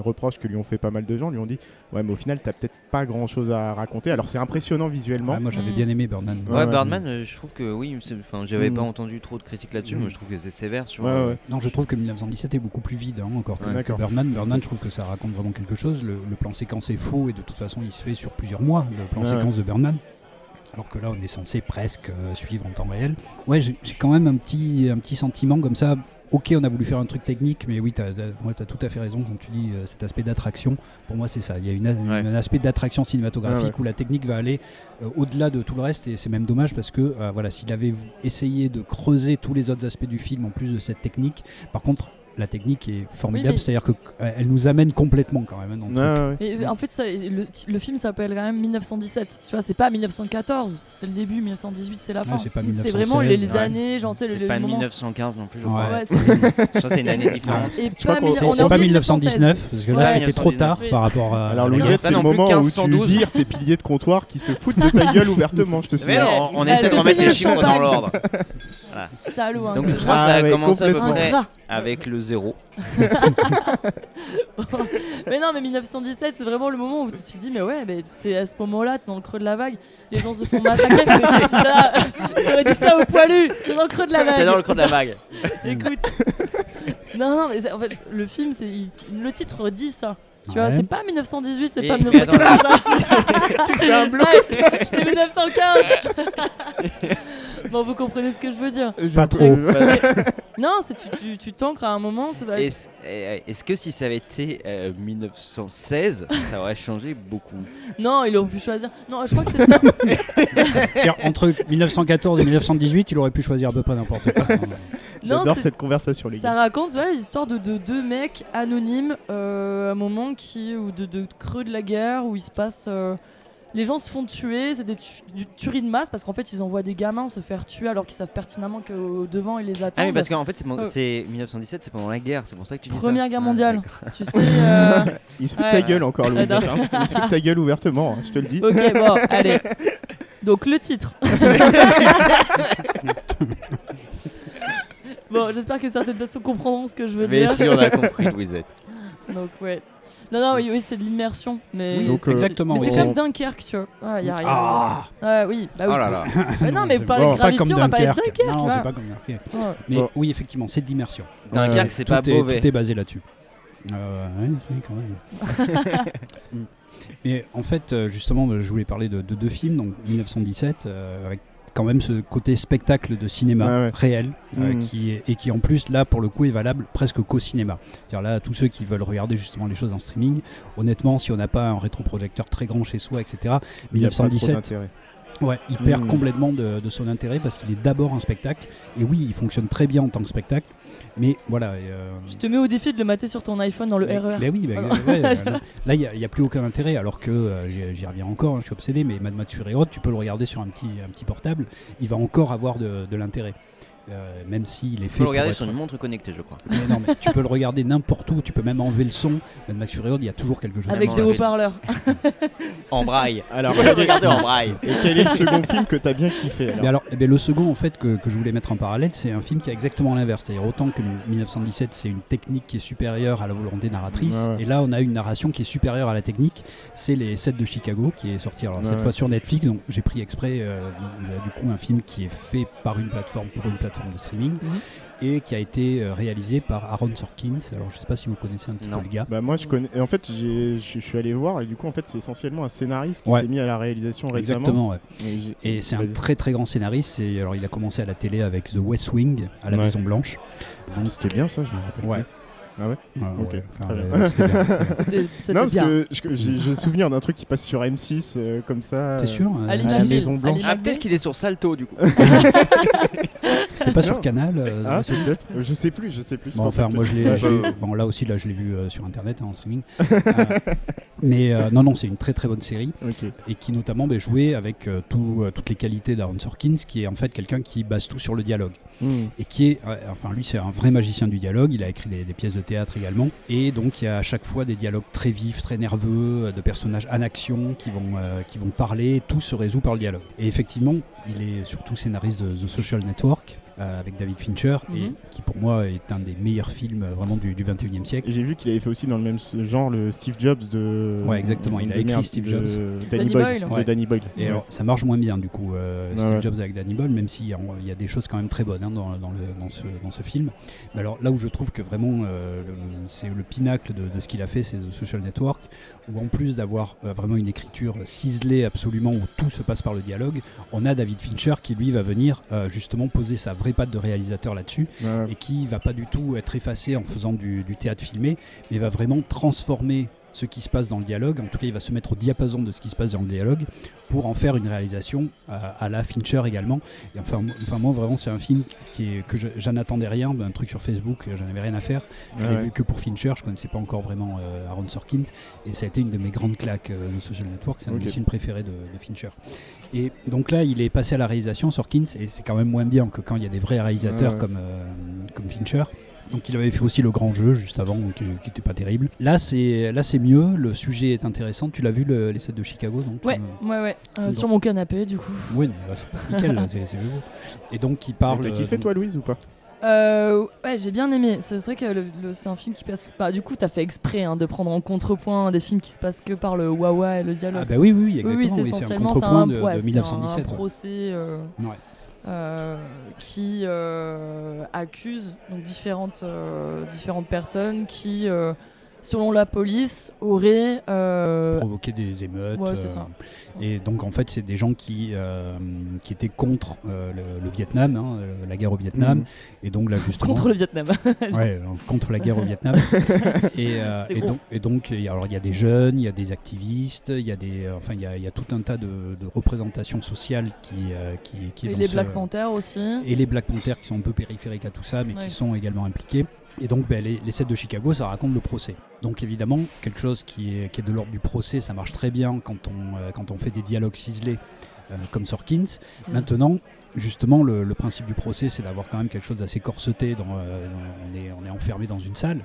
reproche que lui ont fait pas mal de gens. Ils Lui ont dit Ouais, mais au final, t'as peut-être pas grand chose à raconter. Alors, c'est impressionnant visuellement. ouais, moi j'avais Mm. bien aimé Birdman. Ouais, Ouais, ouais. Birdman, euh, je trouve que oui, c'est- enfin, j'avais Mm. pas entendu trop de critiques là-dessus, Mm. mais je trouve que c'est sévère sur. Ouais, euh, ouais. Non, je trouve que 1917 est beaucoup plus vide hein, encore que, Ouais, que d'accord. Birdman. Birdman, je trouve que ça raconte vraiment quelque chose. Le, le plan séquence est faux et de toute façon, il se fait sur plusieurs mois, le plan Ouais, séquence de Birdman. Alors que là, on est censé presque euh, suivre en temps réel. Ouais, j'ai j'ai quand même un petit, un petit sentiment comme ça. Ok, on a voulu faire un truc technique, mais oui, t'as- t'as- moi, tu as tout à fait raison quand tu dis euh, cet aspect d'attraction. Pour moi, c'est ça. Il y a une a- une- Ouais. un aspect d'attraction cinématographique Ah ouais. où la technique va aller euh, au-delà de tout le reste et c'est même dommage parce que euh, voilà, s'il avait v- essayé de creuser tous les autres aspects du film en plus de cette technique, par contre, la technique est formidable, Oui, mais- c'est-à-dire que euh, elle nous amène complètement quand même. hein, dans le Ouais, truc. ouais. Et euh, en fait, ça- le, le film s'appelle quand même 1917. Tu vois, c'est pas 1914, c'est le début, 1918, c'est la Ouais, fin. c'est pas vraiment les, les 1916, ouais. années, genre, tu sais, le, C'est le pas moment. 1915 non plus, je crois. Ouais. [LAUGHS] Ouais, c'est- Je crois que c'est une année différente. et crois pas qu'on- mille- C'est on est c'est en pas 1916. 1919, parce que là Ouais, c'était trop 1919. tard par rapport à. euh, à Alors, la guerre. Louisette, pas c'est le non plus moment où tu 1512. vires tes piliers de comptoir qui se foutent de ta gueule ouvertement, je te Mais signale. non, on, on Ouais, essaie de Bah, c'est remettre fini les le chiffres dans champagne. l'ordre. Salaud, hein. un Donc je gras. crois que ça Ah a ouais, commencé à peu complètement. Un près gras. avec le zéro. [LAUGHS] mais non, mais 1917, c'est vraiment le moment où tu te dis, mais ouais, mais t'es à ce moment-là, t'es dans le creux de la vague, les gens se font [LAUGHS] massacrer. Là, T'aurais dit ça au poilu, t'es dans le creux de la vague. T'es dans le creux de la vague. Écoute. non, non, mais c'est- en fait, le film, c'est il- le titre dit ça. Tu vois, Ouais. c'est pas 1918, c'est Et- pas mais 1915. [LAUGHS] [LAUGHS] tu fais un bloc. c'est 1915. [LAUGHS] bon, vous comprenez ce que je veux dire. Je- Pas trop. Non, c'est tu- tu tu t'ancres à un moment. c'est pas- Est-ce euh, est-ce que si ça avait été euh, 1916, ça aurait changé beaucoup Ah, Non, il aurait pu choisir. Non, je crois que [LAUGHS] c'est ça. C'est-à-dire, Entre 1914 et 1918, il aurait pu choisir à peu près n'importe [LAUGHS] quoi. Non, J'adore c'est- cette conversation, les Ça gars. raconte voilà, l'histoire de, de deux mecs anonymes, euh, un moment qui, ou de, de creux de la guerre, où il se passe. euh, les gens se font tuer, c'est des tu- du tuerie de masse parce qu'en fait ils envoient des gamins se faire tuer alors qu'ils savent pertinemment qu'au devant ils les Ah attendent. oui, parce qu'en fait, c'est mon- Euh. c'est 1917, c'est pendant la guerre, c'est pour ça que tu dis ça. Première guerre Ah, mondiale. d'accord. Tu sais. euh, Il se fout de Ouais. ta gueule encore, Louisette. J'adore. hein. Il se fout de ta gueule ouvertement, hein, je te le dis. [LAUGHS] Ok, bon, allez. Donc le titre. bon, j'espère que certaines personnes comprendront ce que je veux Mais dire. si, [LAUGHS] on a compris, Louisette. Donc ouais. Non, non, oui, oui c'est de l'immersion. Mais Oui, Donc, c'est- euh, exactement, mais c'est comme oui. Dunkerque, tu vois. Ah, y a rien. Ah Ouais, oui, bah oui. Oh là là. Ouais, non, mais c'est parler de bon. pas comme gravité, on va parler de Dunkerque. Dunkerque. Non, voilà. c'est pas comme Dunkerque. Ouais. Mais Bon. oui, effectivement, c'est de l'immersion. Dunkerque, c'est pas tout est- mauvais. Tout est basé là-dessus. Euh, ouais, oui, quand même. [LAUGHS] Mm. Mais en fait, euh, justement, euh, je voulais parler de, de deux films, donc 1917, euh, avec quand même ce côté spectacle de cinéma Ouais, ouais. réel, euh, Mm. qui est- et qui en plus, là, pour le coup, est valable presque qu'au cinéma. C'est-à-dire là, tous ceux qui veulent regarder justement les choses en streaming, honnêtement, si on n'a pas un rétroprojecteur très grand chez soi, etc., Il y a pas trop 1917, d'intérêt. Ouais, il perd Mm. complètement de, de son intérêt parce qu'il est d'abord un spectacle. Et oui, il fonctionne très bien en tant que spectacle. Mais voilà. et, euh, Je te mets au défi de le mater sur ton iPhone dans le E mais- RER. mais oui, [LAUGHS] bah, ouais, là- là, il n'y a, il y a plus aucun intérêt. Alors que, euh, j'y- j'y reviens encore, hein, je suis obsédé, mais Mad Max Fury Road, tu peux le regarder sur un petit, un petit portable. Il va encore avoir de, de l'intérêt. Euh, même s'il Tu est fait. peux le pour regarder être- sur une montre connectée, je crois. Mais non, mais tu peux le regarder n'importe où, tu peux même enlever le son. Mad Max Fury Road, il y a toujours quelque chose. Avec Vraiment, la des vie. haut-parleurs. Ah, En braille. Alors, Tu peux le regarder en braille. et quel est le second film que t'as bien kiffé alors Mais alors, eh ben, le second en fait que, que je voulais mettre en parallèle, c'est un film qui a exactement l'inverse. C'est-à-dire autant que le 1917, c'est une technique qui est supérieure à la volonté narratrice, Ouais, ouais. et là on a une narration qui est supérieure à la technique. C'est les 7 de Chicago qui est sorti alors, Ouais, cette ouais. fois sur Netflix. Donc j'ai pris exprès euh, donc, euh, du coup un film qui est fait par une plateforme pour une plateformes de streaming, Mhm. et qui a été euh, réalisé par Aaron Sorkins. Alors je sais pas si vous connaissez un petit Non. peu le gars. Bah moi je connais. et En fait, j'ai- je je suis allé voir et du coup en fait c'est essentiellement un scénariste qui Ouais. s'est mis à la réalisation récemment. Exactement, ouais. Et j'ai- Et c'est un Vas-y. très très grand scénariste. Et alors il a commencé à la télé avec The West Wing à la Ouais. Maison Blanche. Donc, C'était bien ça, je me rappelle. ouais. Ah ouais Ouais, Ok, ouais. Enfin, très bien. ouais, c'était [LAUGHS] bien, c'était bien. C'était c'était Non parce bien. que je- j'ai j'ai le souvenir d'un truc qui passe sur M6 euh, comme ça. T'es euh, sûr euh, Allez, à la Jamil, Maison Blanche. allez, Ah, Mac peut-être qu'il est sur Salto du coup. C'était pas Non. sur Canal euh, Ah The West Wing peut-être. Euh, Je sais plus, je sais plus. c'est Bon, pour ça enfin, que- moi je [LAUGHS] l'ai. je l'ai- bon, là aussi, là, je l'ai vu euh, sur internet hein, en streaming. Euh, mais euh, non, non, c'est une très très bonne série Ok. et qui notamment ben, jouait avec euh, tout, euh, toutes les qualités d'Aaron Sorkins, qui est en fait quelqu'un qui base tout sur le dialogue Hmm. et qui est, euh, enfin, lui, c'est un vrai magicien du dialogue. Il a écrit des, des pièces de théâtre également et donc il y a à chaque fois des dialogues très vifs, très nerveux, euh, de personnages en action qui vont euh, qui vont parler. Tout se résout par le dialogue. Et effectivement, il est surtout scénariste de The Social Network. euh, avec David Fincher et Mhm. qui pour moi est un des meilleurs films euh, vraiment du, du 21e siècle Et J'ai vu qu'il avait fait aussi dans le même s- genre le Steve Jobs de. Ouais, exactement, il a de écrit merde, Steve de Jobs. Danny Danny Boyle. Boyle. De Ouais. Danny Boyle. Et ouais. alors, ça marche moins bien du coup, euh, Ouais, Steve ouais. Jobs avec Danny Boyle, même s'il y, a- il y a des choses quand même très bonnes hein, dans, dans le- dans ce, dans ce film. Mais alors là où je trouve que vraiment euh, le- c'est le pinacle de, de ce qu'il a fait, c'est The Social Network, où en plus d'avoir euh, vraiment une écriture ciselée absolument, où tout se passe par le dialogue, on a David Fincher qui lui va venir euh, justement poser sa vraie patte de réalisateur là-dessus Ouais. et qui va pas du tout être effacé en faisant du, du théâtre filmé, mais va vraiment transformer ce qui se passe dans le dialogue. En tout cas, il va se mettre au diapason de ce qui se passe dans le dialogue pour en faire une réalisation euh, à la Fincher également. Et enfin, m- enfin moi vraiment, c'est un film qui est, que je- j'en attendais rien, un truc sur Facebook, euh, j'en avais rien à faire. Je l'ai Ouais. vu que pour Fincher, je connaissais pas encore vraiment euh, Aaron Sorkin, et ça a été une de mes grandes claques, euh, le Social Network, c'est un de mes Ok. films préférés de, de Fincher. Et donc là, il est passé à la réalisation, Sorkin, et c'est quand même moins bien que quand il y a des vrais réalisateurs Ouais, ouais. Comme, euh, comme Fincher. Donc il avait fait aussi le grand jeu juste avant, donc, euh, qui n'était pas terrible. Là c'est là c'est mieux, le sujet est intéressant. Tu l'as vu le- les sets de Chicago donc Ouais, ouais, ouais. Euh, Non. sur mon canapé, du coup. Oui, c'est nickel, là, c'est c'est joli. Et donc il parle. T'as euh, kiffé toi Louise ou pas Euh, ouais, j'ai bien aimé. C'est vrai que le- le- c'est un film qui passe. Bah, du coup, t'as fait exprès hein, de prendre en contrepoint des films qui se passent que par le wawa et le dialogue. Ah bah oui oui, oui, Oui, exactement. oui, c'est oui, essentiellement c'est contrepoint un, de, de ouais, c'est un- 1917. un ouais. procès euh, Ouais. euh, qui euh, accuse donc différentes euh, différentes personnes qui, euh, selon la police, auraient euh, provoquer des émeutes. euh, Ouais, c'est ça. Et donc en fait, c'est des gens qui, euh, qui étaient contre euh, le, le Vietnam, hein, euh, la guerre au Vietnam. Mhm. Et donc là justement, contre le Vietnam. Ouais, euh, contre la guerre au [LAUGHS] Vietnam. et, euh, C'est et gros. donc, et donc, il y a- alors il y a des jeunes, il y a des activistes, il y a des, euh, enfin il y a, il y a tout un tas de, de représentations sociales qui, euh, qui, qui est [LAUGHS] et dans les ce- Black Panther aussi. et les Black Panther qui sont un peu périphériques à tout ça, mais Ouais. qui sont également impliqués. Et donc, ben, les, les sets de Chicago, ça raconte le procès. Donc, évidemment, quelque chose qui est, qui est de l'ordre du procès, ça marche très bien quand on, euh, quand on fait des dialogues ciselés euh, comme Sorkins. Mm. Maintenant, justement, le, le principe du procès, c'est d'avoir quand même quelque chose d'assez corseté. dans, euh, dans- on, est, on est enfermé dans une salle.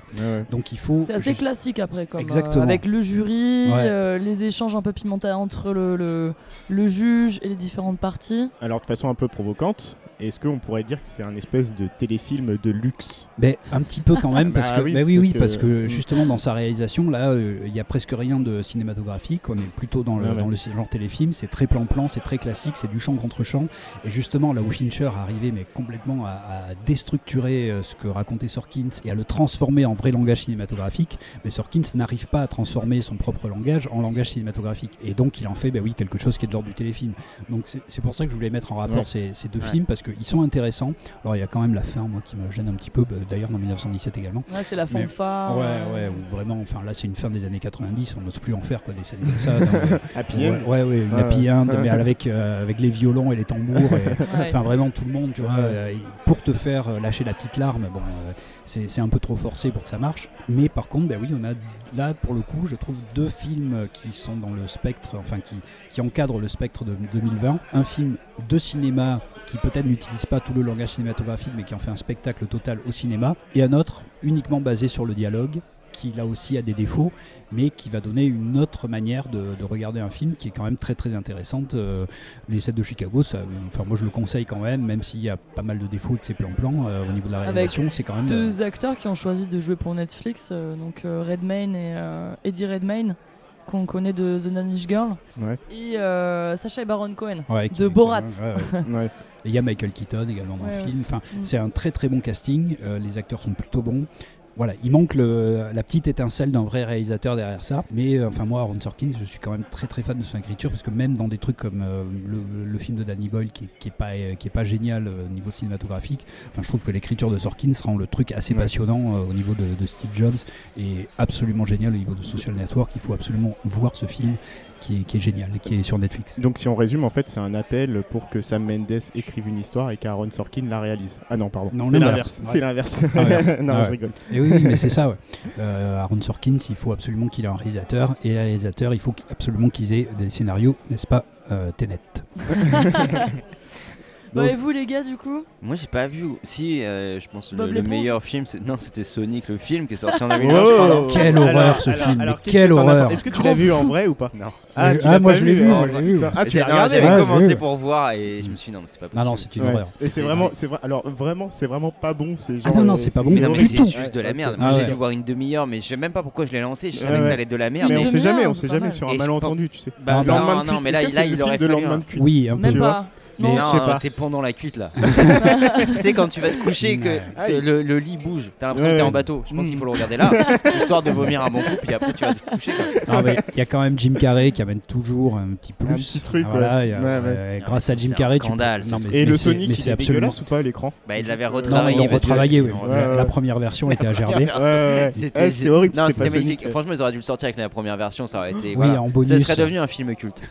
Donc, il faut. C'est assez juste- classique après, comme, euh, Exactement. avec le jury, Ouais. euh, les échanges un peu pimentés entre le, le, le juge et les différentes parties. Alors de façon un peu provocante, est-ce qu'on pourrait dire que c'est un espèce de téléfilm de luxe Ben, un petit peu quand [LAUGHS] même, parce Bah que, oui, ben oui, parce oui, que- parce que Mm. justement dans sa réalisation, là, euh, il y a presque rien de cinématographique. On est plutôt dans le, Ouais, ouais. dans le genre téléfilm. C'est très plan-plan, c'est très classique, c'est du champ contre champ. Et justement, là où Fincher arrivait, mais complètement à, à déstructurer euh, ce que racontait Sorkins et à le transformer en vrai langage cinématographique, mais Sorkins n'arrive pas à transformer son propre langage en langage cinématographique. Et donc, il en fait, ben oui, quelque chose qui est de l'ordre du téléfilm. Donc, c'est- c'est pour ça que je voulais mettre en rapport Ouais. ces, ces deux Ouais. films parce qu'ils sont intéressants. Alors il y a quand même la fin, moi, qui me gêne un petit peu, bah, d'ailleurs dans 1917 également. Ouais, c'est la Mais- fanfare. Ouais, euh, ouais, ou vraiment, enfin là c'est une fin des années 90, on n'ose plus en faire quoi, des scènes comme ça. [LAUGHS] dans- Happy End ouais, ouais, ouais, une Ouais. happy end, [LAUGHS] mais avec, euh, avec les violons et les tambours. et- ouais. [LAUGHS] Enfin vraiment tout le monde, tu vois, Ouais. euh, pour te faire euh, lâcher la petite larme, bon, euh, c'est c'est un peu trop forcé pour que ça marche. Mais par contre, ben oui, on a là pour le coup, je trouve deux films qui sont dans le spectre, enfin qui, qui encadrent le spectre de 2020. Un film de cinéma qui peut-être n'utilise pas tout le langage cinématographique, mais qui en fait un spectacle total au cinéma, et un autre uniquement basé sur le dialogue qui là aussi a des défauts, mais qui va donner une autre manière de, de regarder un film qui est quand même très très intéressante. Euh, les sets de Chicago, ça, enfin moi je le conseille quand même, même s'il y a pas mal de défauts et de ses plans-plans euh, au niveau de la Avec réalisation, c'est quand même euh, Deux acteurs qui ont choisi de jouer pour Netflix, euh, donc euh, Redmayne et euh, Eddie Redmayne, qu'on connaît de The Danish Girl. Ouais. Et euh, Sacha et Baron Cohen. Ouais, qui- Borat. ouais, ouais. Ouais. Et Il y a Michael Keaton également dans Ouais, le ouais. film. Enfin, Mm. C'est un très très bon casting. Euh, les acteurs sont plutôt bons. Voilà, il manque le- la petite étincelle d'un vrai réalisateur derrière ça. Mais euh, enfin, moi, Aaron Sorkin, je suis quand même très très fan de son écriture parce que même dans des trucs comme euh, le, le film de Danny Boyle qui, qui est pas euh, qui est pas génial euh, au niveau cinématographique, enfin, je trouve que l'écriture de Sorkin rend le truc assez Ouais. passionnant euh, au niveau de, de Steve Jobs et absolument génial au niveau de Social Network. Il faut absolument voir ce film qui est, qui est génial, qui est sur Netflix. Donc si on résume, en fait, c'est un appel pour que Sam Mendes écrive une histoire et qu'Aaron Sorkin la réalise. Ah non, pardon. Non, c'est l'inverse. l'inverse. Ouais. C'est l'inverse. Ah, merde. [LAUGHS] non, Ouais. je rigole. Et Eh oui, oui, mais c'est ça. Ouais. Euh, Aaron Sorkin, il faut absolument qu'il ait un réalisateur. Et un réalisateur, il faut qu- absolument qu'ils aient des scénarios, n'est-ce pas, euh, Tenet Bon, Donc- et vous les gars du coup Moi j'ai pas vu. Si, euh, je pense le, Bob le l'éponge meilleur film, c'est non, c'était Sonic le film qui est sorti [LAUGHS] en 2001. Oh Quelle Alors, horreur, ce alors, film. alors, qu'est-ce Quelle que t'en as horreur. pensé Est-ce que tu Grand l'as vu en fou. vrai ou pas Non. Ah, je- tu ah, l'as moi, pas je l'ai vu, alors. moi, je l'ai vu. Putain, Ah, tu l'as Non, regardé J'avais Ouais, j'ai commencé vu. pour voir et je me suis dit non, mais c'est pas Ah possible. Non, non, c'est une Ouais. horreur. Et c'est vraiment, c'est vrai. Alors vraiment, c'est vraiment pas bon. C'est Ah genre. non, non, euh, c'est pas bon Mais non, mais du c'est tout. juste de la merde. Ah Moi, j'ai ouais. dû voir une demi-heure, mais je sais même pas pourquoi je l'ai lancé. Je savais Ouais, que ouais. ça allait être de la merde. Mais mais- on de sait jamais, merde, on sait c'est jamais pas sur mal. un Et je malentendu, tu sais. Bah, Le non, lendemain de non, cuite, mais est-ce là, que là, c'est il le aurait film de fallu lendemain un- de cuite, Oui, un tu Même peu. vois. pas. Mais Non. je sais pas. non, c'est pendant la cuite là. c'est quand tu vas te coucher que Ouais. que le, le lit bouge. T'as l'impression Ouais, que t'es ouais. en bateau. Je pense Mm. qu'il faut le regarder là, histoire de vomir un bon coup, puis après tu vas te coucher. quoi. Non, mais Il y a quand même Jim Carrey qui amène toujours un petit plus. Un petit truc, Ah, voilà, ouais. il y a- Ouais, ouais. euh, Grâce à Jim C'est un Carrey, scandale, tu peux- non, mais- mais Et le c'est- Sonic, mais il c'est est absolument. dégueulasse ou pas à l'écran Bah, il Juste, l'avait euh, Non, retravaillé. ils l'ont Ouais, retravaillé. oui. ouais, La, ouais. la première version [LAUGHS] était à gerber. Ouais, ouais. C'était C'était c'est horrible. Non, c'était c'était pas magnifique. Sonic. Franchement, ils auraient dû le sortir avec la première version, ça aurait été. Oui, voilà. en bonus. Ça serait devenu un film culte.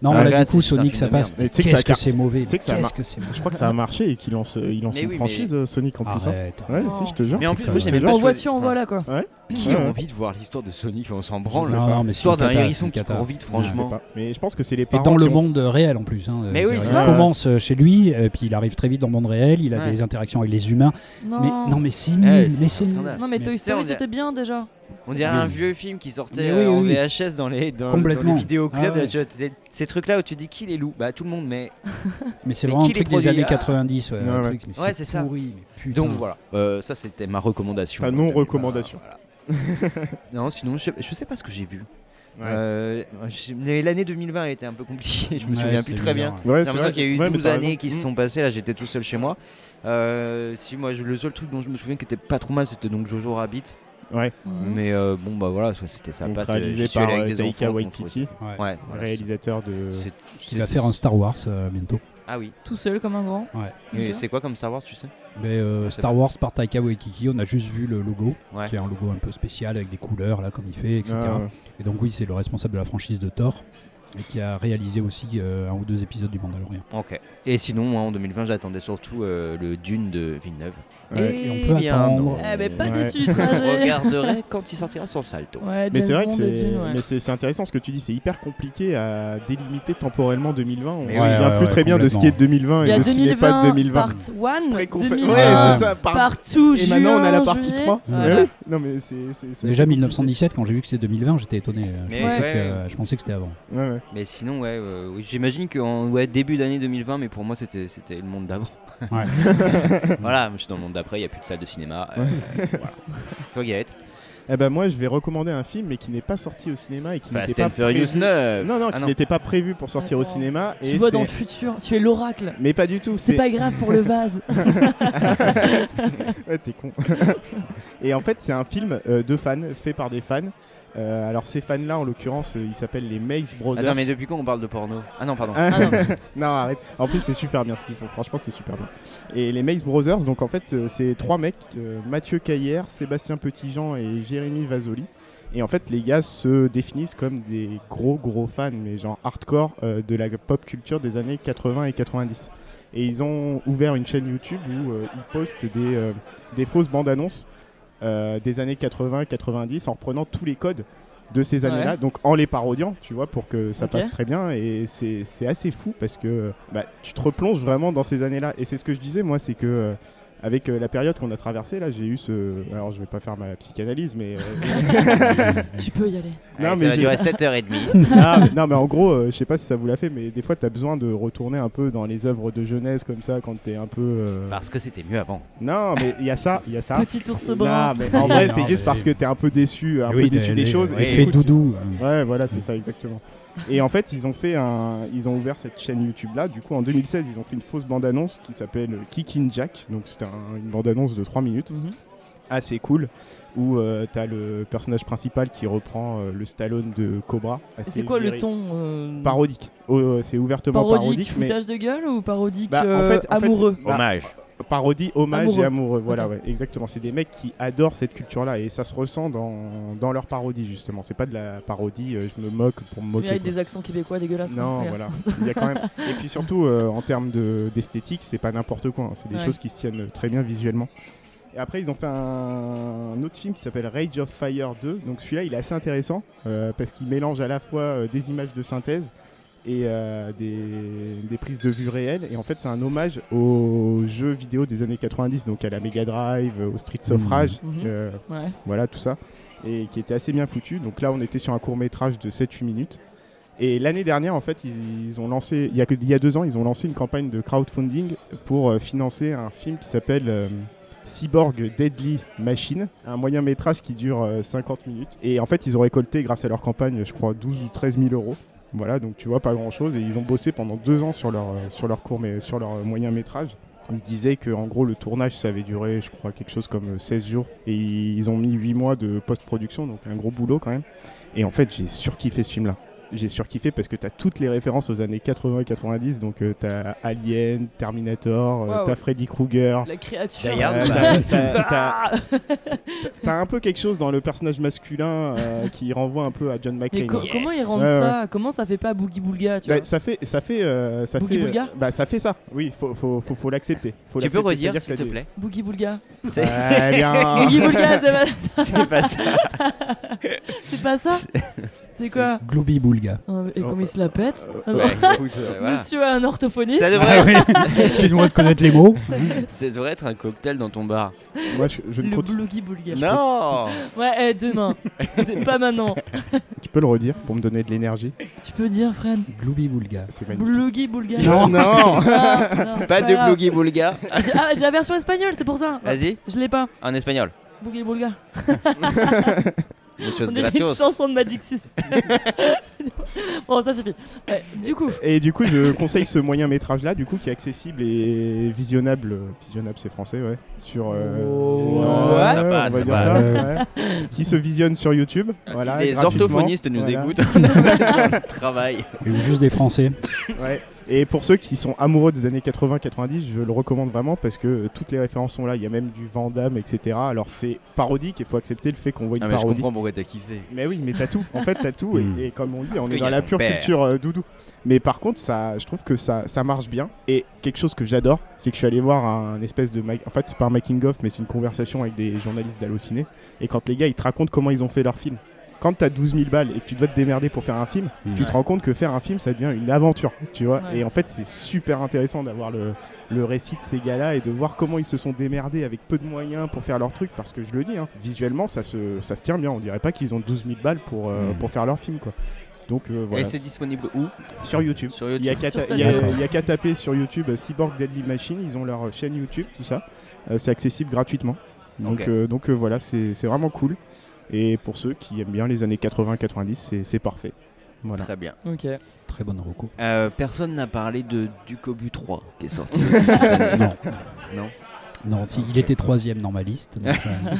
Non, Ah, là, là, du coup, c'est juste un Sonic, film ça de passe. Mais tu sais que Qu'est-ce ça que c'est cartonne. mauvais. Tu sais que ça Qu'est-ce que c'est Ah, mauvais. Je crois que ça a marché et qu'il lance, il lance Mais une oui, mais- franchise euh, Sonic en plus. hein. Arrête. Ouais, Oh. si, je te jure. Mais en plus, putain, moi, ouais. j'ai même pas En choisi- voiture, en voilà quoi. Qui Ouais, a ouais. envie de voir l'histoire de Sonic On s'en branle. Non, non, mais c'est L'histoire une d'un cata, hérisson c'est qui une cata. court vite, Je sais franchement. pas. Mais je pense que c'est les Et parents. dans le qui ont- monde réel en plus. hein. Mais oui, C'est-à-dire, c'est il ça. commence euh, chez lui, euh, puis il arrive très vite dans le monde réel, il a Ouais. des interactions avec les humains. Non. Mais non, mais c'est nul, Ouais, mais c'est Eh, c'est un nul. scandale. Non, mais Mais- Toy on Story est- c'était bien déjà. On dirait Mais- un vieux film qui sortait Mais oui, euh, en oui, oui. VHS dans les, dans, Complètement. dans les vidéoclubs. Ah ouais. tu vois, t'es- Ces trucs-là où tu dis qui les loue Bah tout le monde, mais. Mais c'est Mais vraiment un qui les truc des produit années Ah. 90. ouais, un Ouais, truc, mais Ouais, c'est ça. pourri, mais putain. Donc voilà. Euh, ça, c'était ma recommandation. Ta Donc, non-recommandation. voilà, voilà. [LAUGHS] non, sinon, je sais, je sais pas ce que j'ai vu. Ouais. Euh, j'ai- L'année 2020, elle était un peu compliquée. [LAUGHS] Je me Ouais, souviens c'est plus très bien. bizarre, ouais. Ouais, J'ai c'est l'impression vrai. qu'il y a eu Ouais, mais 12 t'as raison. Mm. années qui se sont passées, là j'étais tout seul chez moi. Euh, si moi je- le seul truc dont je me souviens qui était pas trop mal c'était donc Jojo Rabbit. Ouais, Mm. Mmh. Mais euh, bon bah voilà, ça, c'était donc sympa. c'est réalisé visuel par avec euh, des Taika enfants qu'on trouvait- Waititi, Ouais. Ouais, voilà, c'est- réalisateur de. c'est- c'est- Il va faire un Star Wars euh, bientôt. Ah oui. Tout seul comme un grand. Ouais. Et Ok. C'est quoi comme Star Wars tu sais Mais euh, Ouais, c'est Star Wars par Taika Waititi, on a juste vu le logo, Ouais. qui est un logo un peu spécial avec des couleurs là comme il fait, etc. Ah, ouais. Et donc oui, c'est le responsable de la franchise de Thor et qui a réalisé aussi euh, un ou deux épisodes du Mandalorian. Ok. Et sinon moi en 2020 j'attendais surtout euh, le Dune de Villeneuve. Ouais. Et on peut attendre. Eh ben pas Ouais. déçu du Je [LAUGHS] trajet. regarderai quand il sortira sur le salto. Ouais, Mais c'est James vrai que Bond c'est et Dune, ouais. mais c'est- c'est intéressant ce que tu dis, c'est hyper compliqué à délimiter temporellement 2020. On Mais ne se oui. souvient Ouais, plus ouais, très bien de ce qui est 2020 Il y et a de ce qui n'est 2020, pas 2020. part 1, Préconfé- 2020, Ouais, c'est ça, par- part 2, Et maintenant on a la juin, partie juillet. 3. Voilà. Ouais, Non mais c'est c'est- c'est- Déjà c'est compliqué. 1917, quand j'ai vu que c'était 2020, j'étais étonné. euh, Je, Mais pensais ouais. que, euh, je pensais que c'était avant. Ouais, ouais. Mais sinon ouais, euh, oui, j'imagine qu'en ouais, début d'année 2020 mais pour moi c'était c'était le monde d'avant. Ouais. [LAUGHS] Voilà, je suis dans le monde d'après, il n'y a plus de salle de cinéma. euh, voilà. Toi, Gaët Eh ben moi je vais recommander un film mais qui n'est pas sorti au cinéma et qui n'était Fast pas and Furious prévu. 9 Non non, Ah qui non. n'était pas prévu pour sortir au Attends. cinéma Tu et vois dans le c'est- futur, tu es l'oracle. mais pas du tout, C'est c'est pas grave pour le vase. Ouais, t'es con. [LAUGHS] et en fait, c'est un film euh, de fans, fait par des fans. Euh, alors, ces fans-là, en l'occurrence, euh, ils s'appellent les Maze Brothers. Attends, mais depuis quand on parle de porno Ah non, pardon. Ah, Ah non. non, arrête. En plus, c'est super bien ce qu'ils font. Franchement, c'est super bien. Et les Maze Brothers, donc en fait, euh, c'est trois mecs euh, Mathieu Caillère, Sébastien Petitjean et Jérémy Vasoli. Et en fait, les gars se définissent comme des gros, gros fans, mais genre hardcore euh, de la pop culture des années 80 et 90. Et ils ont ouvert une chaîne YouTube où euh, ils postent des, euh, des fausses bandes annonces euh, des années 80-90 en reprenant tous les codes de ces années-là, Ouais. donc en les parodiant, tu vois, pour que ça Ok. passe très bien. Et c'est c'est assez fou parce que bah, tu te replonges vraiment dans ces années-là. Et c'est ce que je disais, moi, c'est que euh, avec euh, la période qu'on a traversée, là, j'ai eu ce. Alors, je vais pas faire ma psychanalyse, mais. euh, [LAUGHS] Tu peux y aller. Non, Allez, mais ça va durer j'ai- 7h30. Ah, mais- non, mais en gros, euh, je sais pas si ça vous l'a fait, mais des fois, t'as besoin de retourner un peu dans les œuvres de jeunesse comme ça, quand t'es un peu. euh, Bah. Parce que c'était mieux avant. Non, mais il y a ça, il y a ça. Petit ours Non, brun. mais en vrai, Non, c'est juste mais- parce que t'es un peu déçu, un peu déçu des choses. Et et fait écoute, doudou. hein. Ouais, voilà, c'est ça exactement. Et en fait, ils ont fait un, ils ont ouvert cette chaîne YouTube là. Du coup, en 2016, ils ont fait une fausse bande-annonce qui s'appelle Kickin' Jack. Donc, c'était un- une bande-annonce de 3 minutes, Mhm. assez cool, où euh, t'as le personnage principal qui reprend euh, le Stallone de Cobra. Et assez C'est quoi le viril- ton euh, Parodique. Oh, euh, c'est ouvertement Parodique, parodique, mais foutage de gueule ou parodique Bah, euh, amoureux bah, Hommage. parodie, hommage Amoureux. et amoureux. Voilà, ouais, exactement. C'est des mecs qui adorent cette culture-là et ça se ressent dans, dans leur parodie, justement. C'est pas de la parodie, euh, je me moque pour me Mais moquer. avec quoi. des accents québécois dégueulasses. quoi. Non, Ouais. voilà. Il y a quand même... Et puis surtout, euh, en termes de- d'esthétique, c'est pas n'importe quoi. hein. C'est des Ouais. choses qui se tiennent très bien visuellement. Et après, ils ont fait un, un autre film qui s'appelle Rage of Fire 2. Donc celui-là, il est assez intéressant euh, parce qu'il mélange à la fois euh, des images de synthèse et euh, des, des prises de vue réelles. Et en fait, c'est un hommage aux jeux vidéo des années 90, donc à la Mega Drive, euh, au Streets of Mhm. Rage, Mhm. euh, Ouais. voilà tout ça, et qui était assez bien foutu. Donc là, on était sur un court métrage de 7-8 minutes. Et l'année dernière, en fait, ils, ils ont lancé, il y, a que, il y a deux ans, ils ont lancé une campagne de crowdfunding pour euh, financer un film qui s'appelle euh, Cyborg Deadly Machine, un moyen métrage qui dure euh, 50 minutes. Et en fait, ils ont récolté, grâce à leur campagne, je crois, 12 ou 13 000 euros. Voilà, donc tu vois, pas grand chose. Et ils ont bossé pendant deux ans sur leur, euh, sur leur court, mais sur leur euh, moyen métrage. Ils disaient que en gros le tournage ça avait duré je crois quelque chose comme euh, 16 jours et ils ont mis 8 mois de post-production donc un gros boulot quand même. Et en fait j'ai surkiffé ce film là. J'ai surkiffé parce que t'as toutes les références aux années 80-90 donc euh, t'as Alien, Terminator, euh, Waouh. t'as Freddy Krueger. La créature. D'ailleurs, euh, bah. t'as- t'as- t'as- Ah T'as un peu quelque chose dans le personnage masculin euh, qui renvoie un peu à John Mais McClane. co- ouais. Yes. comment ils rendent Ouais, ça Comment ça fait pas Boogie Boulga tu Bah, vois ça fait, ça fait, euh, ça Boogie fait, Boulga bah, ça fait ça. Oui, faut, faut, faut, faut l'accepter. Faut Tu peux l'accepter, redire, c'est-à-dire s'il te que [LAUGHS] plaît Boogie Boulga. t'as des- Très [LAUGHS] bien. Boogie Boulga, c'est pas- C'est pas ça. c'est pas [LAUGHS] ça C'est quoi Glooby Boulga. Ah, Et comme il se la pète [LAUGHS] Euh, Ouais, écoute, euh, voilà. Monsieur a un orthophoniste. Ça devrait, [LAUGHS] Ah oui. Excuse-moi de connaître les mots. Ça devrait être un cocktail dans ton bar. Moi, je, je ne Le continue- Boogie Boulga. Non Ouais, eh, [LAUGHS] demain. C'est pas maintenant. Tu peux le redire pour me donner de l'énergie. Tu peux dire, Fred Glooby Boulga. C'est magnifique. Boogie Boulga. Non, non. Ah, non, [LAUGHS] Pas de grave. Bloogie Boulga. J'ai- Ah, j'ai la version espagnole, c'est pour ça. Vas-y, Je l'ai pas. en espagnol. Boogie Boulga. Une On chose dirait une gracieuse. chanson de [LAUGHS] Magic System. bon, ça suffit. Ouais, du coup, Et du coup, je conseille ce moyen métrage là, du coup, qui est accessible et visionnable. Visionnable, c'est français, ouais. Sur. euh, Oh, ouais, ça on passe, va ça dire passe. Ah, ouais. Qui se visionne sur YouTube. voilà, si les gratuitement. orthophonistes nous [LAUGHS] Voilà. écoutent, on a un travail. Ou juste des Français. Ouais. Et pour ceux qui sont amoureux des années 80-90, je le recommande vraiment parce que euh, toutes les références sont là. Il y a même du Van Damme, etc. Alors c'est parodique et faut accepter le fait qu'on voit une Ah, mais je parodie. comprends pourquoi t'as kiffé. Mais oui, mais t'as tout. En fait, t'as tout. Mm. Et, et comme on dit, on qu'il est y dans a la mon pure père. culture euh, doudou. Mais par contre, ça, je trouve que ça, ça marche bien. Et quelque chose que j'adore, c'est que je suis allé voir un espèce de. ma- En fait, c'est pas un making-of, mais c'est une conversation avec des journalistes d'Allociné. Et quand les gars, ils te racontent comment ils ont fait leur film. Quand t'as 12 000 balles et que tu dois te démerder pour faire un film, Mm. tu te rends compte que faire un film, ça devient une aventure, tu vois. Ouais. Et en fait, c'est super intéressant d'avoir le, le récit de ces gars-là et de voir comment ils se sont démerdés avec peu de moyens pour faire leur truc. Parce que je le dis, hein, visuellement, ça se, ça se tient bien. On dirait pas qu'ils ont 12 000 balles pour, euh, Mm. pour faire leur film, quoi. Donc euh, Et voilà. c'est disponible où Sur YouTube. Sur Il YouTube. n'y a qu'à Sur ta- sa il y a- chaîne. il y a qu'à taper sur YouTube euh, Cyborg Deadly Machine. Ils ont leur euh, chaîne YouTube, tout ça. Euh, c'est accessible gratuitement. Donc, Ok. euh, donc euh, voilà, c'est c'est vraiment cool. Et pour ceux qui aiment bien les années 80-90, c'est- c'est parfait. Voilà. Très bien. ok. Très bonne reco. Euh, personne n'a parlé de Ducobu 3 qui est sorti. aussi cette année. [LAUGHS] Non. Non. Non, si, il était troisième dans ma liste. donc, euh,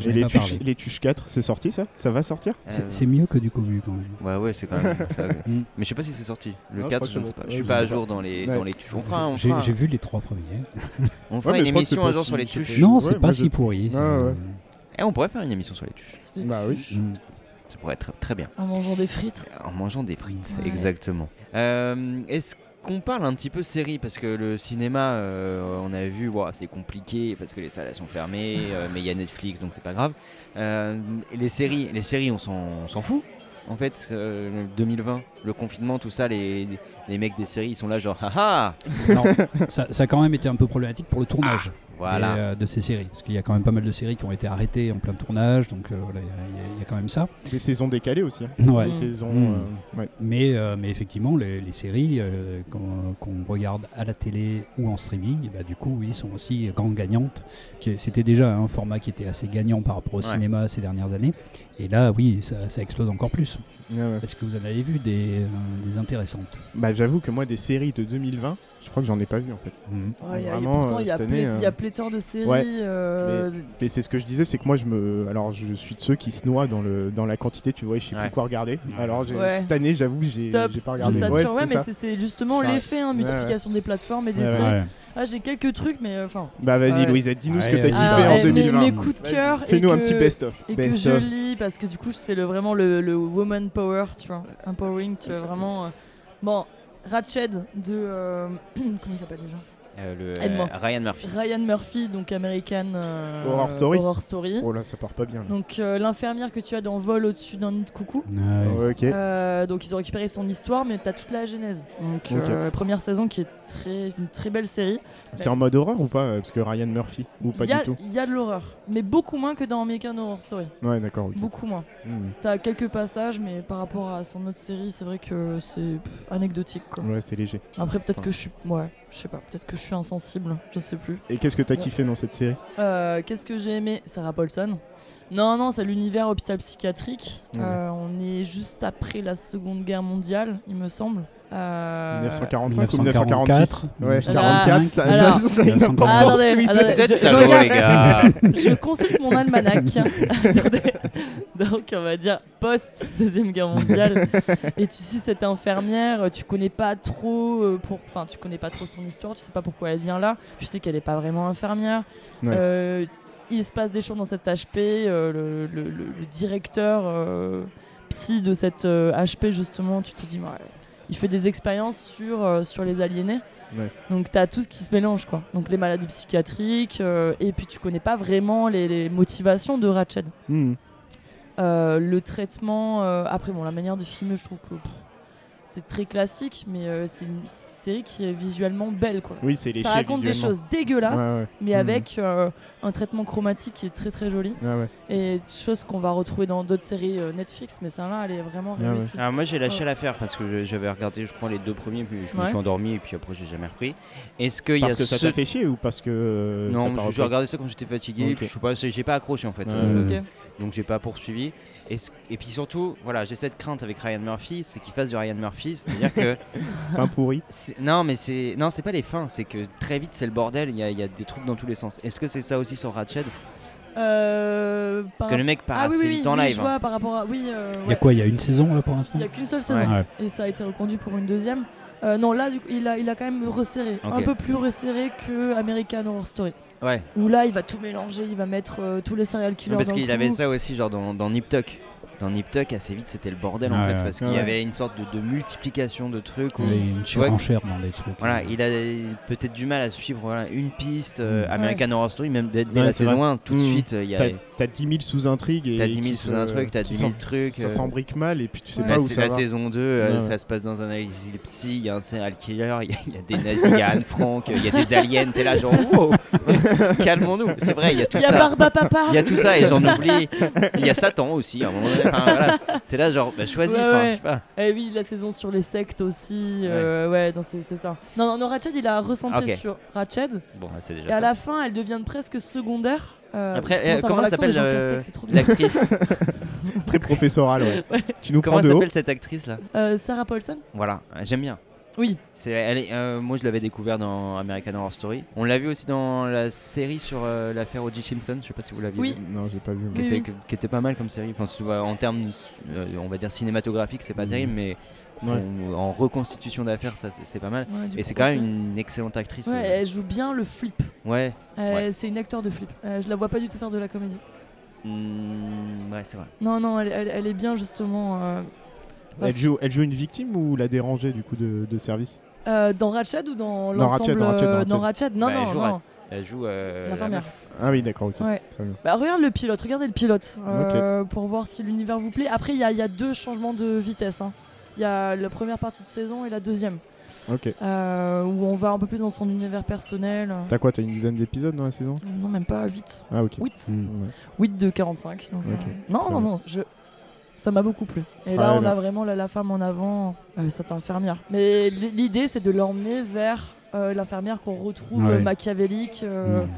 je- j'en Et ai les pas tuches, parlé. les tuches 4, c'est sorti ça Ça va sortir Euh, C'est- C'est mieux que du commu quand même. Ouais, ouais, c'est quand [LAUGHS] même ça. ouais. Mm. Mais je sais pas si c'est sorti. Le Non, Ah, je 4, crois je, que ne c'est sais pas. bon. Je suis Ouais, pas à je sais pas. jour dans les, Ouais. dans les touches. On fera, on J'ai fera, j'ai vu les trois premiers. on fera Ouais, mais une je crois que c'est émission pas un jour si- sur les je sais touches. pas. Non, ouais, c'est moi, pas je- si pourri. c'est- Ah ouais. Et on pourrait faire une émission sur les touches. Bah oui. Mm. Ça pourrait être très bien. En mangeant des frites. En mangeant des frites, Ouais. exactement. Euh, Est-ce qu'on parle un petit peu série Parce que le cinéma, euh, on a vu, ouah, c'est compliqué parce que les salles elles sont fermées, [LAUGHS] euh, mais il y a Netflix donc c'est pas grave. Euh, les séries, les séries on s'en on s'en fout. En fait, euh, 2020, le confinement, tout ça, les, les mecs des séries, ils sont là genre, ah ah [LAUGHS] Non, ça, ça a quand même été un peu problématique pour le tournage. Voilà. Ah, et, euh, de ces séries. Parce qu'il y a quand même pas mal de séries qui ont été arrêtées en plein tournage, donc euh, voilà, il y, a- il y a- il y a quand même ça. Des saisons décalées aussi. hein. Ouais. Des saisons. Mm. euh, ouais. Mais, euh, mais effectivement, les, les séries euh, qu'on qu'on regarde à la télé ou en streaming, bah, du coup, oui, sont aussi grands gagnantes. Qui- C'était déjà un format qui était assez gagnant par rapport au Ouais. cinéma ces dernières années. Et là, oui, ça, ça explose encore plus. Ouais, ouais. Est-ce que vous en avez vu des, euh, des intéressantes Bah, j'avoue que moi, des séries de 2020, je crois que j'en ai pas vu en fait. Ouais, Oh, il y a- il y a- Vraiment, pourtant, euh, il y, a cette année, plé- euh, il y a pléthore de séries. ouais. euh, Mais c'est ce que je disais, c'est que moi, je me. Alors, je suis de ceux qui se noient dans, le... dans la quantité, tu vois, et je sais Ouais. plus quoi regarder. Alors, j'ai- Ouais. cette année, j'avoue, j'ai Stop, j'ai pas Je regardé. sature, Ouais, ouais, c'est mais ça. c'est- c'est justement Ouais. l'effet, hein, multiplication des plateformes et des Ouais, ouais. séries. Ah, j'ai quelques trucs, mais euh, enfin. Bah, vas-y, Ouais. Louise, dis-nous ce que Ouais, t'as euh, kiffé Alors, en eh, mes- 2020. Mes, coups de Vas-y. cœur. et Fais-nous un que- petit best-of. Et que Best je of. lis, parce que du coup, c'est le, vraiment le, le woman power, tu vois. Empowering, tu vois, vraiment. euh, Bon, Ratched de. euh, [CLEARS THROAT] comment il s'appelle déjà Euh, le, euh, Aide-moi. Ryan Murphy. Ryan Murphy, donc américaine. euh, Horror Story. Horror Story. Oh là, ça part pas bien. là. Donc, euh, l'infirmière que tu as dans Vol au-dessus d'un nid de coucou. Ok. Euh, donc ils ont récupéré son histoire, mais t'as toute la genèse. Donc Ok. euh, première saison qui est très, une très belle série. C'est en mode horreur ou pas Parce que Ryan Murphy, ou pas Il y, a- du tout il y a de l'horreur, mais beaucoup moins que dans American Horror Story. Ouais, d'accord. ok. Beaucoup moins. Mm. T'as quelques passages, mais par rapport à son autre série, c'est vrai que c'est pff, anecdotique. Quoi. Ouais, c'est léger. Après peut-être que je suis, ouais, je sais pas, peut-être que je suis insensible, je sais plus. Et qu'est-ce que t'as Ouais. kiffé dans cette série Euh, Qu'est-ce que j'ai aimé Sarah Paulson. Non, non, c'est l'univers hôpital psychiatrique. Ouais. Euh, on est juste après la Seconde Guerre mondiale, il me semble. Euh, 1945 ou 1946 1944. Ouais, Ah, 44, ça, alors- ça, ça a une Attendez, importance, attendez, Louise. attendez. Vous êtes Je- salauds, je regarde- les gars. [LAUGHS] Je consulte mon almanach. Attendez. Donc, on va dire post-deuxième guerre mondiale. Et tu sais, cette infirmière, tu connais pas trop euh, pour... Enfin, tu connais pas trop son histoire, tu sais pas pourquoi elle vient là. Tu sais qu'elle est pas vraiment infirmière. Ouais. Euh, il se passe des choses dans cette HP. euh, le, le- le- le directeur euh, psy de cette euh, HP, justement, tu te dis... ouais, il fait des expériences sur, euh, sur les aliénés. Donc t'as tout ce qui se mélange quoi. Donc les maladies psychiatriques euh, et puis tu connais pas vraiment les, les motivations de Ratched. Mm. Euh, le traitement euh, après bon la manière de filmer je trouve que pff, c'est très classique mais euh, c'est une série qui est visuellement belle quoi. Oui, c'est léché Ça raconte des visuellement. choses dégueulasses Ouais, ouais. mais Mhm. avec euh, un traitement chromatique qui est très très joli Ah ouais. et chose qu'on va retrouver dans d'autres séries euh, Netflix mais celle-là elle est vraiment Ouais, ouais. réussie. Alors moi j'ai lâché l'affaire parce que je- j'avais regardé je crois les deux premiers puis je me Ouais. suis endormi et puis après j'ai jamais repris. Est-ce qu'il y a Parce que ça ce... t'a fait chier ou parce que. euh, t'as Non, pas je- j'ai repris regardé ça quand j'étais fatigué. Ok. puis Je sais pas, c'est- j'ai pas accroché en fait. Ouais. euh, Ok. donc j'ai pas poursuivi. Et, ce- et puis surtout, voilà, j'ai cette crainte avec Ryan Murphy, c'est qu'il fasse du Ryan Murphy, c'est-à-dire [LAUGHS] que [LAUGHS] Fin pourri. c'est- non, mais c'est non, c'est pas les fins, c'est que très vite c'est le bordel. Il y, a- il y a des trucs dans tous les sens. Est-ce que c'est ça aussi sur Ratched Euh, par- Parce que le mec part ah oui, assez oui, vite oui, en oui, live. je hein. vois par rapport à oui euh, Il y ouais. a quoi Il y a une saison là pour l'instant Il n'y a qu'une seule saison. Ouais. Et ça a été reconduit pour une deuxième. Euh, non, là, du coup, il, a, il a quand même resserré. Ok. Un peu plus resserré que American Horror Story. Ouais. Où là, il va tout mélanger, il va mettre euh, tous les serial killers. Non, parce d'un qu'il coup. avait ça aussi, genre dans, dans Nip Tuck. Dans Nip Tuck, assez vite, c'était le bordel en Ouais, fait, ouais. parce qu'il y Ouais. avait une sorte de, de multiplication de trucs. où- Il y a une Tu vois- surenchère dans les trucs. Voilà, il a peut-être du mal à suivre voilà, une piste euh, Mm. American Horror Story, même dès, dès Ouais, la c'est saison vrai. 1, tout de Mm. suite, euh, il y a. T'as t'as 10 000 sous-intrigues. et T'as 10 000 qui se- sous-intrigues, t'as qui 10 000 s'en- trucs, euh. Ça s'embrique mal et puis tu sais Ouais, pas où c'est ça la va. saison 2, euh, Ouais. ça se passe dans un asile psy, il y a un serial killer, il y a- il y, a des nazis, il y a Anne Frank, il y a des aliens, t'es là genre wow, [LAUGHS] calmons-nous, c'est vrai, il y a tout Il y a ça. Barba Papa. Il y a tout [LAUGHS] ça et j'en oublie. Il y a Satan aussi à un moment donné. Enfin, voilà. T'es là genre bah, choisis, Ouais, enfin, ouais. je sais pas. Et Eh oui, la saison sur les sectes aussi. euh, ouais, non, c'est c'est ça. Non, non, non, Ratched, il a recentré Ok. sur Ratched. Bon, bah, c'est déjà Et à ça. la fin, elle devient presque secondaire. Euh, Après, parce que je commence à euh, comment avoir l'accent de s'appelle Jean euh, Castex, c'est trop bien. l'actrice [LAUGHS] [LAUGHS] Très professoral, ouais. Tu nous prends Comment de haut. s'appelle cette actrice là Euh, Sarah Paulson Voilà, euh, j'aime bien. Oui. C'est, elle est- euh, moi, je l'avais découvert dans American Horror Story. On l'a vu aussi dans la série sur euh, l'affaire O.J. Simpson. Je sais pas si vous l'aviez Oui. vu. Non, j'ai pas vu. Qui mais- Oui, était, oui. que- qui était pas mal comme série. Enfin, c'est- bah, en termes, euh, on va dire cinématographiques, c'est pas Mhm. terrible, mais Ouais. en- en reconstitution d'affaires, ça c'est, c'est pas mal. Ouais, du Et coup, c'est quand même Paulson. une excellente actrice. Ouais, euh, elle joue bien le flip. ouais. Euh, Ouais. C'est une acteur de flip. Euh, je la vois pas du tout faire de la comédie. Mm, ouais, c'est vrai. Non, non, elle, elle- elle est bien justement. euh, Elle joue, elle joue une victime ou la déranger du coup de, de service euh, dans Ratched ou dans Dans l'ensemble Ratched, dans Ratched, dans euh, Dans Ratched. Ratched Non, Bah, elle non, joue non. Elle joue. euh, L'infirmière. la meuf. Ah oui, d'accord, ok. Ouais. Très bien. Bah, regarde le pilote, regardez le pilote euh, pour voir si l'univers vous plaît. Après, il y, a- il y a deux changements de vitesse. hein. Il y a la première partie de saison et la deuxième. Ok. euh, où on va un peu plus dans son univers personnel. T'as quoi T'as une dizaine d'épisodes dans la saison Non, même pas 8. Ah, ok. 8 Mm, ouais. 8 de 45. donc, euh, Ok, non, très non, bien. non, je... ça m'a beaucoup plu. Et Ah là, ouais, on là. a vraiment la, la femme en avant, euh, cette infirmière. Mais l- l'idée, c'est de l'emmener vers euh, l'infirmière qu'on retrouve Ouais. euh, machiavélique, euh, Mm.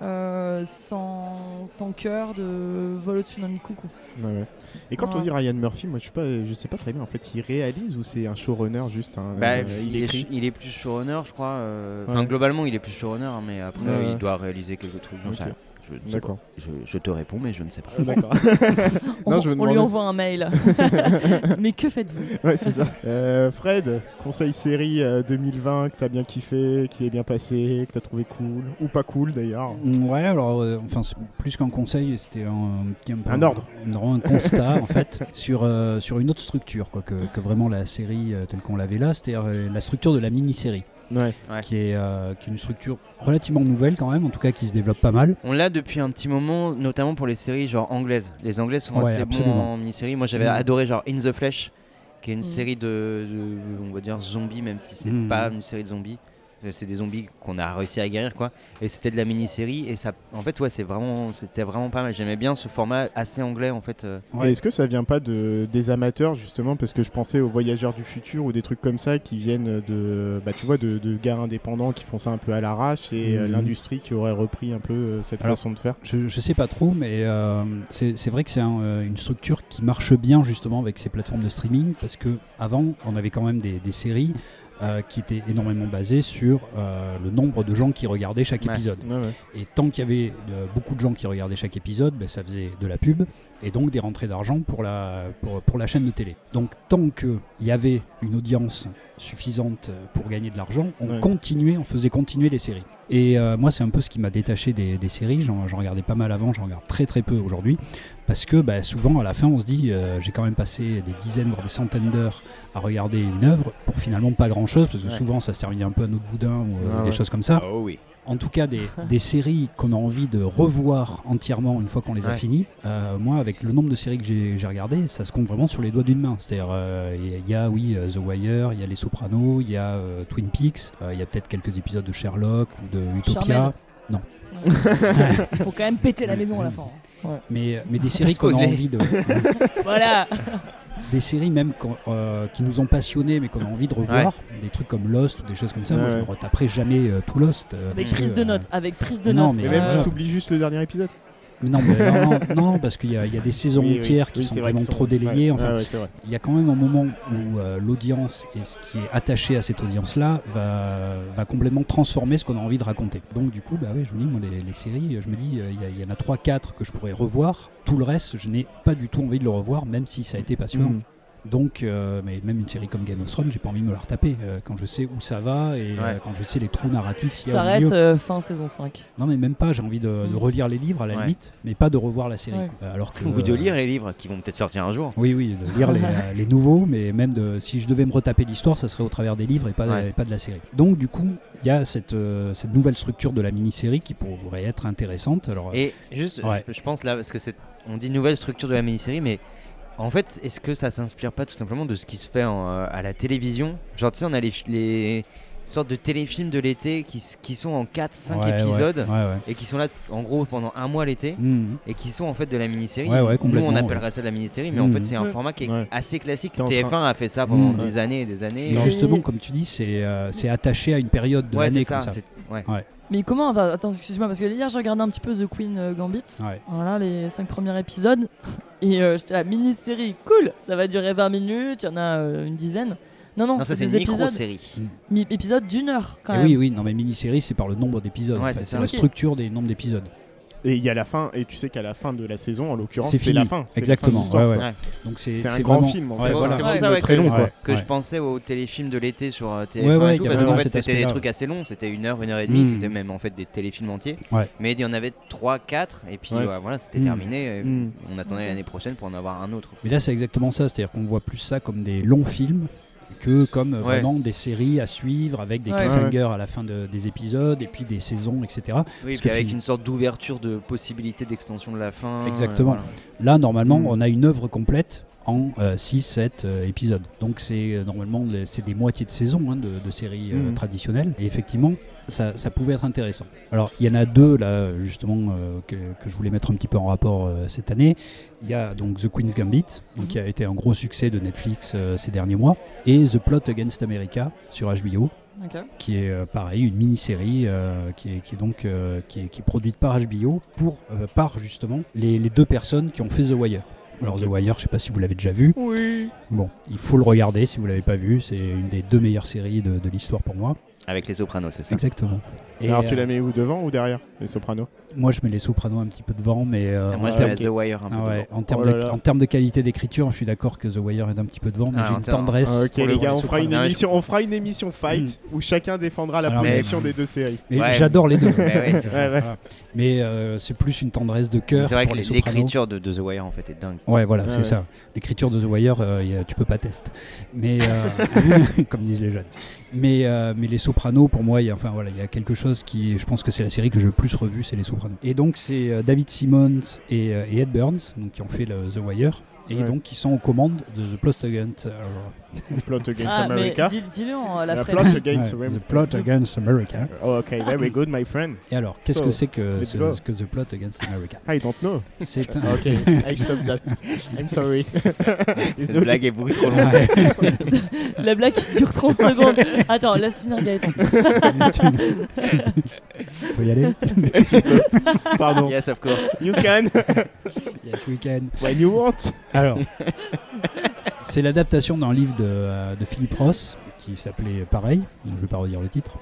euh, sans, sans cœur, de vol au-dessus d'un nid de coucou. Ouais, ouais. Et quand on dit Ryan Murphy, moi je sais pas, je sais pas très bien. En fait, il réalise ou c'est un showrunner juste un, Bah, euh, il, Il est, écrit. il est plus showrunner, je crois. euh, Enfin, Ouais. globalement, il est plus showrunner, hein, mais après, Ouais, il ouais. doit réaliser quelques trucs. j'en sais Ok. rien. Je, ne sais pas. [LAUGHS] D'accord. Je, je te réponds, mais je ne sais pas. Euh, D'accord. On, Non, je me on lui demandais- envoie un [LAUGHS] mail. [LAUGHS] Mais que faites-vous ouais, c'est ça. [LAUGHS] Euh, Fred, conseil série euh, 2020 que t'as bien kiffé, qui est bien passé, que t'as trouvé cool ou pas cool d'ailleurs. Ouais, alors, euh, enfin, c'est plus qu'un conseil, c'était un, petit- peu Un ordre. non, un constat, en fait, [LAUGHS] sur, euh, sur une autre structure, quoi, que, que vraiment la série euh, telle qu'on l'avait là, c'est-à-dire euh, la structure de la mini-série, Ouais. qui, est, euh, qui est une structure relativement nouvelle quand même, en tout cas qui se développe pas mal. On l'a depuis un petit moment, notamment pour les séries genre anglaises. Les anglais sont Ouais, assez absolument. bons en mini-série. Moi, j'avais Mm. adoré genre In the Flesh, qui est une Mm. série de, de- on va dire, zombies, même si c'est Mm. pas une série de zombies. Euh, C'est des zombies qu'on a réussi à guérir, quoi. Et c'était de la mini-série. Et ça, en fait, ouais, c'est vraiment, c'était vraiment pas mal. J'aimais bien ce format assez anglais, en fait. euh. Ouais. Et Est-ce que ça vient pas de, des amateurs justement parce que je pensais aux voyageurs du futur ou des trucs comme ça qui viennent de bah tu vois de, de gars indépendants qui font ça un peu à l'arrache et euh, Mhm. l'industrie qui aurait repris un peu euh, cette Alors, façon de faire. Je, je sais pas trop, mais euh, c'est c'est vrai que c'est un, euh, une structure qui marche bien justement avec ces plateformes de streaming parce que avant on avait quand même des, des séries euh, qui étaient énormément basées sur euh, le nombre de gens qui regardaient chaque Ouais. épisode. Ouais, ouais. Et tant qu'il y avait euh, beaucoup de gens qui regardaient chaque épisode, ben, ça faisait de la pub et donc des rentrées d'argent pour la, pour, pour la chaîne de télé. Donc tant qu'il y avait une audience suffisante euh, pour gagner de l'argent, on Ouais. continuait, on faisait continuer les séries. Et euh, moi, c'est un peu ce qui m'a détaché des, des séries. J'en j'en regardais pas mal avant, j'en regarde très très peu aujourd'hui. Parce que ben, souvent, à la fin, on se dit, euh, j'ai quand même passé des dizaines, voire des centaines d'heures à regarder une œuvre pour finalement pas grand-chose, parce que Ouais. souvent, ça se terminait un peu à notre boudin ou euh, Ah des ouais. choses comme ça oh oui. en tout [LAUGHS] cas des, des séries qu'on a envie de revoir entièrement une fois qu'on les a Ouais. finies. Euh, moi, avec le nombre de séries que j'ai j'ai regardées, ça se compte vraiment sur les doigts d'une main. C'est-à-dire, euh, il y a- il y, a, oui, euh, The Wire, il y a Les Sopranos, il y a euh, Twin Peaks, euh, il y a peut-être quelques épisodes de Sherlock ou de Utopia. Charmed. Ouais. Il faut quand même péter la maison à la fin. mais, euh, mais [LAUGHS] des séries qu'on a Tricoler. envie de. Voilà Ah, des séries même qu'on- euh, qui nous ont passionnés mais qu'on a envie de revoir. Des trucs comme Lost ou des choses comme ça. Moi, Ouais, je me ouais. retaperai jamais euh, tout Lost. euh, Avec parce que, prise de euh, notes, avec prise de Non, notes. mais Mais même Euh, si t'oublies juste le dernier épisode. Mais non, mais non, non, [LAUGHS] non, parce qu'il y, a- il y a des saisons Oui, oui. entières qui Oui, sont c'est vrai vraiment qu'ils sont- trop délayées. ouais. Enfin, Ah ouais, c'est vrai. il y a quand même un moment où euh, l'audience et ce qui est attaché à cette audience-là va, va complètement transformer ce qu'on a envie de raconter. Donc du coup, bah ouais, je vous dis, moi, les, les séries, je me dis, euh, il y a- il y, en a 3-4 que je pourrais revoir. Tout le reste, je n'ai pas du tout envie de le revoir, même si ça a été passionnant. Mmh. Mhm. Donc, euh, mais même une série comme Game of Thrones, j'ai pas envie de me la retaper euh, quand je sais où ça va et euh, Ouais. quand je sais les trous narratifs Tu qu'il y a au milieu. t'arrêtes euh, fin saison 5. Non, mais même pas. J'ai envie de, de Mhm. relire les livres à la Ouais. limite, mais pas de revoir la série. Ouais. quoi. [LAUGHS] Alors que Ou de lire les livres qui vont peut-être sortir un jour. oui, oui, de lire les, euh, les nouveaux, mais même de, si je devais me retaper l'histoire, ça serait au travers des livres et pas, Ouais. et pas de la série. Donc, du coup, il y a cette, euh, cette nouvelle structure de la mini-série qui pourrait être intéressante. Alors, Et juste, Ouais. je, je pense là, parce que c'est, on dit nouvelle structure de la mini-série, mais en fait, est-ce que ça s'inspire pas tout simplement de ce qui se fait en, euh, à la télévision Genre, tu sais, on a les, fi- les sortes de téléfilms de l'été qui, s- qui sont en 4-5 ouais, ouais, épisodes Ouais, ouais. et qui sont là en gros pendant un mois l'été Mhm. et qui sont en fait de la mini-série. Ouais, ouais, Nous, complètement, on ouais. appellerait ça de la mini-série, mais en Mhm. fait, c'est un Ouais. format qui est Mmh. Ouais. assez classique. T'es en TF1 a fait ça pendant Mhm. des années et des années. Et Non, justement, j'ai- comme tu dis, c'est euh, c'est attaché à une période de ouais, c'est l'année ça. comme ça. c'est- ouais. Mais comment on va- Attends, excuse-moi, parce que hier j'ai regardé un petit peu The Queen euh, Gambit. Ouais. Voilà, les 5 premiers épisodes. [LAUGHS] Et euh, j'étais la mini-série, cool Ça va durer 20 minutes, il y en a euh, une dizaine. Non, non, Non, ça, c'est c'est une des épisodes, micro-série. mi- épisodes d'une heure quand Et même. Eh oui, oui, non, mais mini-série, c'est par le nombre d'épisodes. Ouais, en fait. c'est C'est ça. la Ok. structure des nombres d'épisodes. Et il y a la fin et tu sais qu'à la fin de la saison en l'occurrence C'est c'est la fini. fin. c'est la fin de Exactement. l'histoire, ouais, ouais. quoi. Ouais. Donc c'est C'est un c'est grand vraiment- film en ouais, fait. c'est voilà. pour ça, C'est un film ouais, très que- long quoi. ouais. que je pensais aux téléfilms de l'été sur euh, TF1 Ouais, ouais, et tout, il y a parce qu'en vraiment fait cet c'était des aspect-là. Hmm. trucs assez longs, c'était une heure, une heure et demie, Mm. c'était même en fait des téléfilms entiers. Ouais. Mais il y en avait 3, 4 et puis Ouais. ouais, voilà, c'était Mm. terminé. et Mm. On attendait l'année prochaine pour en avoir un autre. Mais là, c'est exactement ça. C'est-à-dire qu'on voit plus ça comme des longs films que comme euh, Ouais. vraiment des séries à suivre avec des Ouais. cliffhangers à la fin de- des épisodes et puis des saisons, etc. Oui, Parce puis que avec fin- une sorte d'ouverture de possibilité d'extension de la fin. euh, Exactement. voilà. Là, normalement, Mm. on a une œuvre complète en euh, 6-7 épisodes. Donc c'est euh, normalement les- c'est des moitiés de saison hein, de, de séries euh, Mhm. traditionnelles. Et effectivement, ça, ça pouvait être intéressant. Alors il y en a deux là justement euh, que, que je voulais mettre un petit peu en rapport euh, cette année. Il y a donc The Queen's Gambit, donc, qui a été un gros succès de Netflix euh, ces derniers mois, et The Plot Against America sur HBO qui est euh, pareil une mini-série euh, qui, est, qui est donc euh, qui, est, qui est produite par HBO pour euh, par justement les, les deux personnes qui ont fait The Wire. Alors The Wire, je sais pas si vous l'avez déjà vu. Oui. Bon, il faut le regarder si vous l'avez pas vu. C'est une des deux meilleures séries de, de l'histoire pour moi. Avec les sopranos, c'est ça Exactement. Et Alors tu euh, Ah, la mets où devant ou derrière Les sopranos moi, je mets les Sopranos un petit peu devant, mais euh, Ah, Moi, en je termes- mets The Wire un peu. Ah ouais, devant. en termes Oh là de- là. en termes de qualité d'écriture, je suis d'accord que The Wire est un petit peu devant, mais Ah, j'ai en une termes- tendresse. Ah, Ok pour les le- gars, les on fera, Sopranos. une Sopranos. émission, on fera une émission fight où chacun défendra la Alors, mais- position des deux séries. Mais Ouais. j'adore les deux. Mais ouais, c'est ça. Ouais, ouais. Voilà. Mais euh, c'est plus une tendresse de cœur. C'est vrai pour que les Sopranos. l'écriture de, de The Wire en fait est [LAUGHS] dingue. Ouais, voilà, Ouais, c'est ouais. ça. L'écriture de The Wire, euh, y a- tu peux pas tester. Mais [LAUGHS] euh, [LAUGHS] comme disent les jeunes. Mais euh, mais les Sopranos, pour moi, il y a enfin voilà, il y a quelque chose qui, je pense que c'est la série que j'ai le plus revue, c'est les Sopranos. Et donc c'est euh, David Simmons et, euh, et Ed Burns, donc qui ont fait le, The Wire, et Ouais. donc qui sont aux commandes de The Plot Against, euh, [LAUGHS] Plot Against Ah, mais America. dis- dis-le en euh, la La fraise. Plot [LAUGHS] Against ouais, The America. Plot Against America. Oh, ok, very good, my friend. Et alors, qu'est-ce So, que c'est que, Oh, let's ce- go. que The Plot Against America I don't know. [LAUGHS] C'est un Ok, I stop [LAUGHS] that. I'm sorry. Cette blague est beaucoup trop longue. [LAUGHS] Ouais. [LAUGHS] [LAUGHS] La blague qui dure 30 secondes. Attends, laisse [LAUGHS] finir Gaëtan. Faut y aller. Pardon. [LAUGHS] Yes, of course. You can Yes, we can. when you want. Alors, c'est l'adaptation d'un livre de, euh, de Philippe Ross qui s'appelait pareil, donc je ne vais pas redire le titre,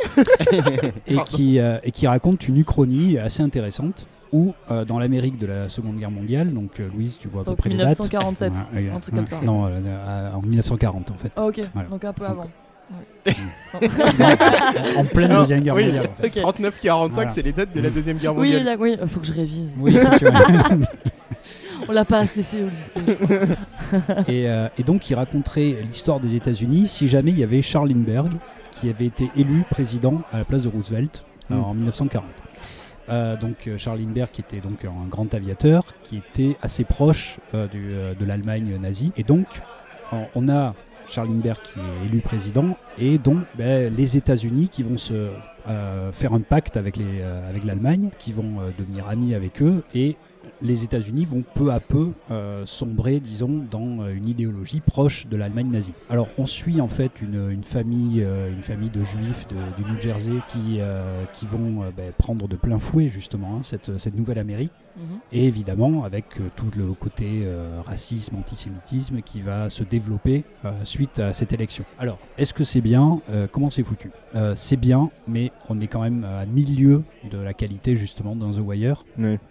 et, qui, euh, et qui raconte une uchronie assez intéressante où, euh, dans l'Amérique de la Seconde Guerre mondiale, donc euh, Louise, tu vois à peu Donc près les dates. 1947. Ouais, ouais, un truc comme ça. Non, euh, euh, en 1940 en fait. Ah, ok, Voilà. donc un peu Donc- avant. [LAUGHS] en pleine Non, Deuxième Guerre oui. mondiale en fait. Ah, [LAUGHS] Ok. 39-45, Voilà. c'est les dates de la Deuxième Guerre Oui, mondiale. d'accord, oui, faut que je révise. Oui, tu vois. On l'a pas assez fait [LAUGHS] au lycée. et, euh, et donc il raconterait l'histoire des États-Unis si jamais il y avait Charles Lindbergh qui avait été élu président à la place de Roosevelt euh, Mm. en 1940. Euh, donc euh, Charles Lindbergh qui était donc un grand aviateur qui était assez proche euh, du, euh, de l'Allemagne nazie et donc on- on a Charles Lindbergh qui est élu président et donc ben, les États-Unis qui vont se euh, faire un pacte avec les euh, avec l'Allemagne qui vont euh, devenir amis avec eux et les États-Unis vont peu à peu euh, sombrer, disons, dans euh, une idéologie proche de l'Allemagne nazie. Alors, on suit en fait une, une famille, euh, une famille de juifs de- du New Jersey qui, euh, qui vont euh, ben, prendre de plein fouet justement hein, cette, cette nouvelle Amérique. Mhm. Et évidemment, avec euh, tout le côté euh, racisme, antisémitisme qui va se développer euh, suite à cette élection. Alors, est-ce que c'est bien Euh, Comment c'est foutu Euh, C'est bien, mais on est quand même à milieu de la qualité justement dans The Wire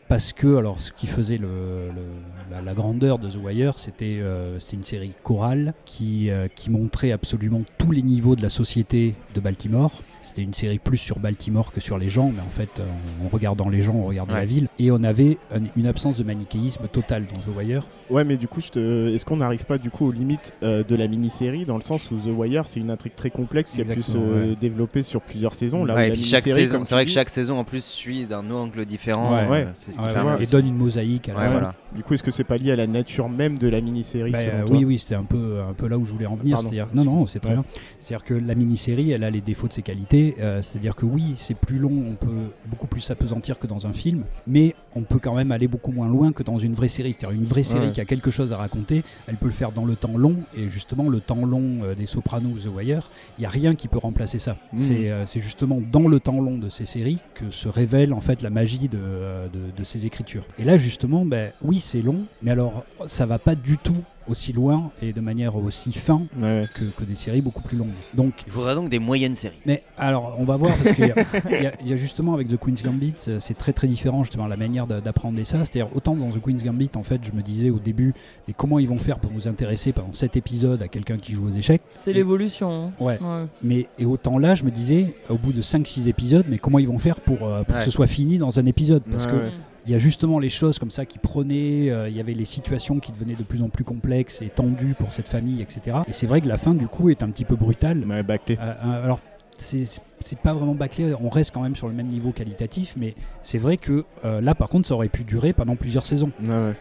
parce que alors ce qui faisait le, le- la, la grandeur de The Wire, c'était euh, c'est une série chorale qui, euh, qui montrait absolument tous les niveaux de la société de Baltimore. C'était une série plus sur Baltimore que sur les gens, mais en fait, euh, en regardant les gens, on regardait Ouais. la ville. Et on avait un- une absence de manichéisme total dans The Wire. Ouais, mais du coup, je te... est-ce qu'on n'arrive pas du coup aux limites euh, de la mini-série dans le sens où The Wire, c'est une intrigue très complexe qui a pu se Exactement, ouais. euh, développer sur plusieurs saisons. Là, où Ouais, et la puis chaque mini-série, saison, comme c'est vrai tu que dis, chaque saison en plus suit d'un angle différent. Ouais. Ouais. euh, c'est ce qui Ouais, fait voilà, mal. et donne une mosaïque à la Ouais, fin. voilà. Du coup, est-ce que c'est pas lié à la nature même de la mini-série Bah, selon euh, toi oui, oui, c'était un peu, un peu là où je voulais en venir. Pardon. c'est-à-dire- Non, non, c'est très Ouais. bien. C'est-à-dire que la mini-série, elle a les défauts de ses qualités. euh, c'est-à-dire que oui, c'est plus long, on peut beaucoup plus s'apesantir que dans un film, mais on peut quand même aller beaucoup moins loin que dans une vraie série. C'est-à-dire une vraie série Ouais. qui a quelque chose à raconter, elle peut le faire dans le temps long, et justement, le temps long euh, des Sopranos ou The Wire, il n'y a rien qui peut remplacer ça. Mmh. Mhm. C'est euh, c'est justement dans le temps long de ces séries que se révèle en fait la magie de, euh, de, de ces écritures. Et là justement, ben, oui c'est long, mais alors ça va pas du tout aussi loin et de manière aussi fin Ouais, ouais. que, que des séries beaucoup plus longues. Donc Il faudra donc des moyennes séries. mais alors, on va voir, parce qu'il y, a- il y a- il y a justement avec The Queen's Gambit, euh, c'est très très différent justement la manière d'a- d'appréhender ça. C'est-à-dire, autant dans The Queen's Gambit, en fait, je me disais au début, mais comment ils vont faire pour nous intéresser pendant cet épisode à quelqu'un qui joue aux échecs C'est l'évolution. Ouais. hein. Mais et autant là, je me disais, au bout de 5-6 épisodes, mais comment ils vont faire pour, euh, pour que Ouais. ce soit fini dans un épisode Parce Ouais, que ouais. Mm. il y a justement les choses comme ça qui prenaient, euh, il y avait les situations qui devenaient de plus en plus complexes et tendues pour cette famille, etc. Et c'est vrai que la fin, du coup, est un petit peu brutale. Ouais, bâclé. Euh, euh, alors, c'est c'est pas vraiment bâclé, on reste quand même sur le même niveau qualitatif, mais c'est vrai que euh, là par contre ça aurait pu durer pendant plusieurs saisons.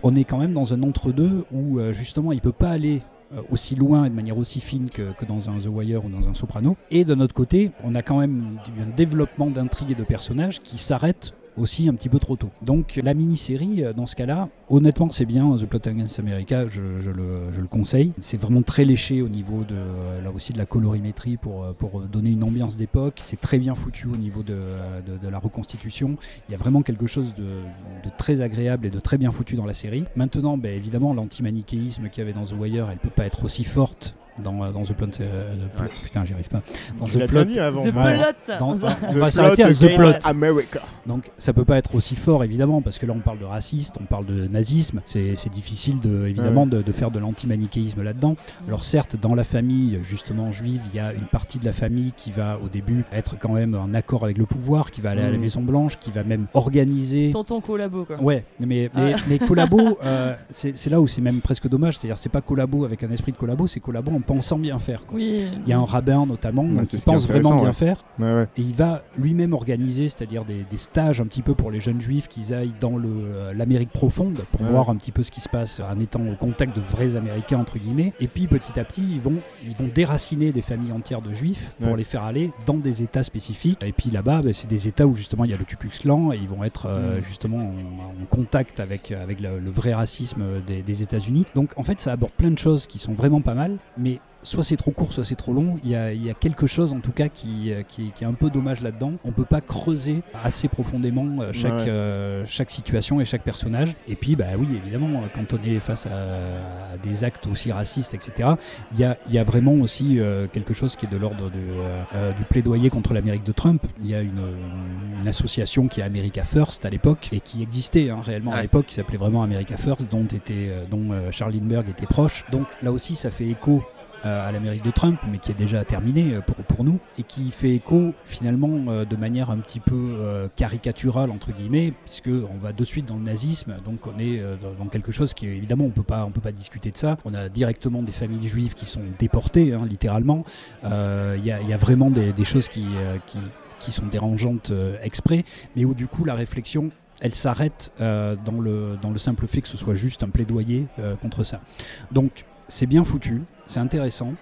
On est quand même dans un entre-deux où euh, justement il peut pas aller euh, aussi loin et de manière aussi fine que, que dans un The Wire ou dans un Soprano. Et d'un autre côté, on a quand même eu un développement d'intrigue et de personnages qui s'arrête aussi un petit peu trop tôt. Donc la mini-série, euh, dans ce cas-là, honnêtement c'est bien, The Plot Against America, je, je le, je le conseille. C'est vraiment très léché au niveau de, euh, là aussi de la colorimétrie pour, euh, pour donner une ambiance d'époque. C'est très bien foutu au niveau de, euh, de- de la reconstitution. Il y a vraiment quelque chose de, de très agréable et de très bien foutu dans la série. Maintenant, ben, évidemment, l'antimanichéisme qu'il y avait dans The Wire, elle peut pas être aussi forte. Dans, euh, dans The Plot. euh, The Plot- Putain, j'y arrive pas. Dans Tu l'as bien dit avant. The Plot. Dans- The on va Plot s'arrêter à The Against Plot. America. [LAUGHS] Donc ça peut pas être aussi fort évidemment parce que là on parle de raciste, on parle de nazisme, c'est c'est difficile de, évidemment de, de faire de l'antimanichéisme là-dedans. Alors certes dans la famille justement juive il y a une partie de la famille qui va au début être quand même en accord avec le pouvoir, qui va aller à la Mm. Maison Blanche, qui va même organiser... Tonton collabo quoi. Ouais, mais, mais, mais collabo, euh, c'est c'est là où c'est même presque dommage, c'est-à-dire c'est pas collabo avec un esprit de collabo, c'est collabo en pensant bien faire. quoi. Oui. Il y a un rabbin notamment Ouais, donc, c'est qui ce qui est pense vraiment intéressant, bien ouais. faire Ouais, ouais. et il va lui-même organiser, c'est-à-dire des, des stages un petit peu pour les jeunes juifs qu'ils aillent dans le, euh, l'Amérique profonde pour Ouais. voir un petit peu ce qui se passe en étant au contact de vrais Américains entre guillemets. Et puis petit à petit, ils vont, ils vont déraciner des familles entières de juifs pour Ouais. les faire aller dans des États spécifiques. Et puis là-bas, bah, c'est des États où justement il y a le Ku Klux Klan et ils vont être euh, Mm. justement en, en contact avec, avec le, le vrai racisme des, des États-Unis. Donc en fait, ça aborde plein de choses qui sont vraiment pas mal, mais soit c'est trop court, soit c'est trop long. Il y a, il y a quelque chose en tout cas qui, euh, qui, qui est un peu dommage là-dedans. On peut pas creuser assez profondément euh, chaque, Ouais. euh, chaque situation et chaque personnage. Et puis, bah oui, évidemment, euh, quand on est face à, à des actes aussi racistes, etc., il y a, il y a vraiment aussi euh, quelque chose qui est de l'ordre de, euh, euh, du plaidoyer contre l'Amérique de Trump. Il y a une, une association qui est America First à l'époque et qui existait hein, réellement à Ouais. l'époque, qui s'appelait vraiment America First, dont, était, euh, dont euh, Charles Lindbergh était proche. Donc là aussi, ça fait écho euh, à l'Amérique de Trump, mais qui est déjà terminée euh, pour, pour nous, et qui fait écho finalement euh, de manière un petit peu euh, caricaturale, entre guillemets, puisque on va de suite dans le nazisme, donc on est euh, dans, dans quelque chose qui, évidemment, on peut pas on peut pas discuter de ça. On a directement des familles juives qui sont déportées, hein, littéralement. Euh, Il y, a, il y a vraiment des, des choses qui, euh, qui, qui sont dérangeantes euh, exprès, mais où du coup la réflexion... Elle s'arrête euh, dans, le, dans le simple fait que ce soit juste un plaidoyer euh, contre ça. Donc, c'est bien foutu, c'est intéressant,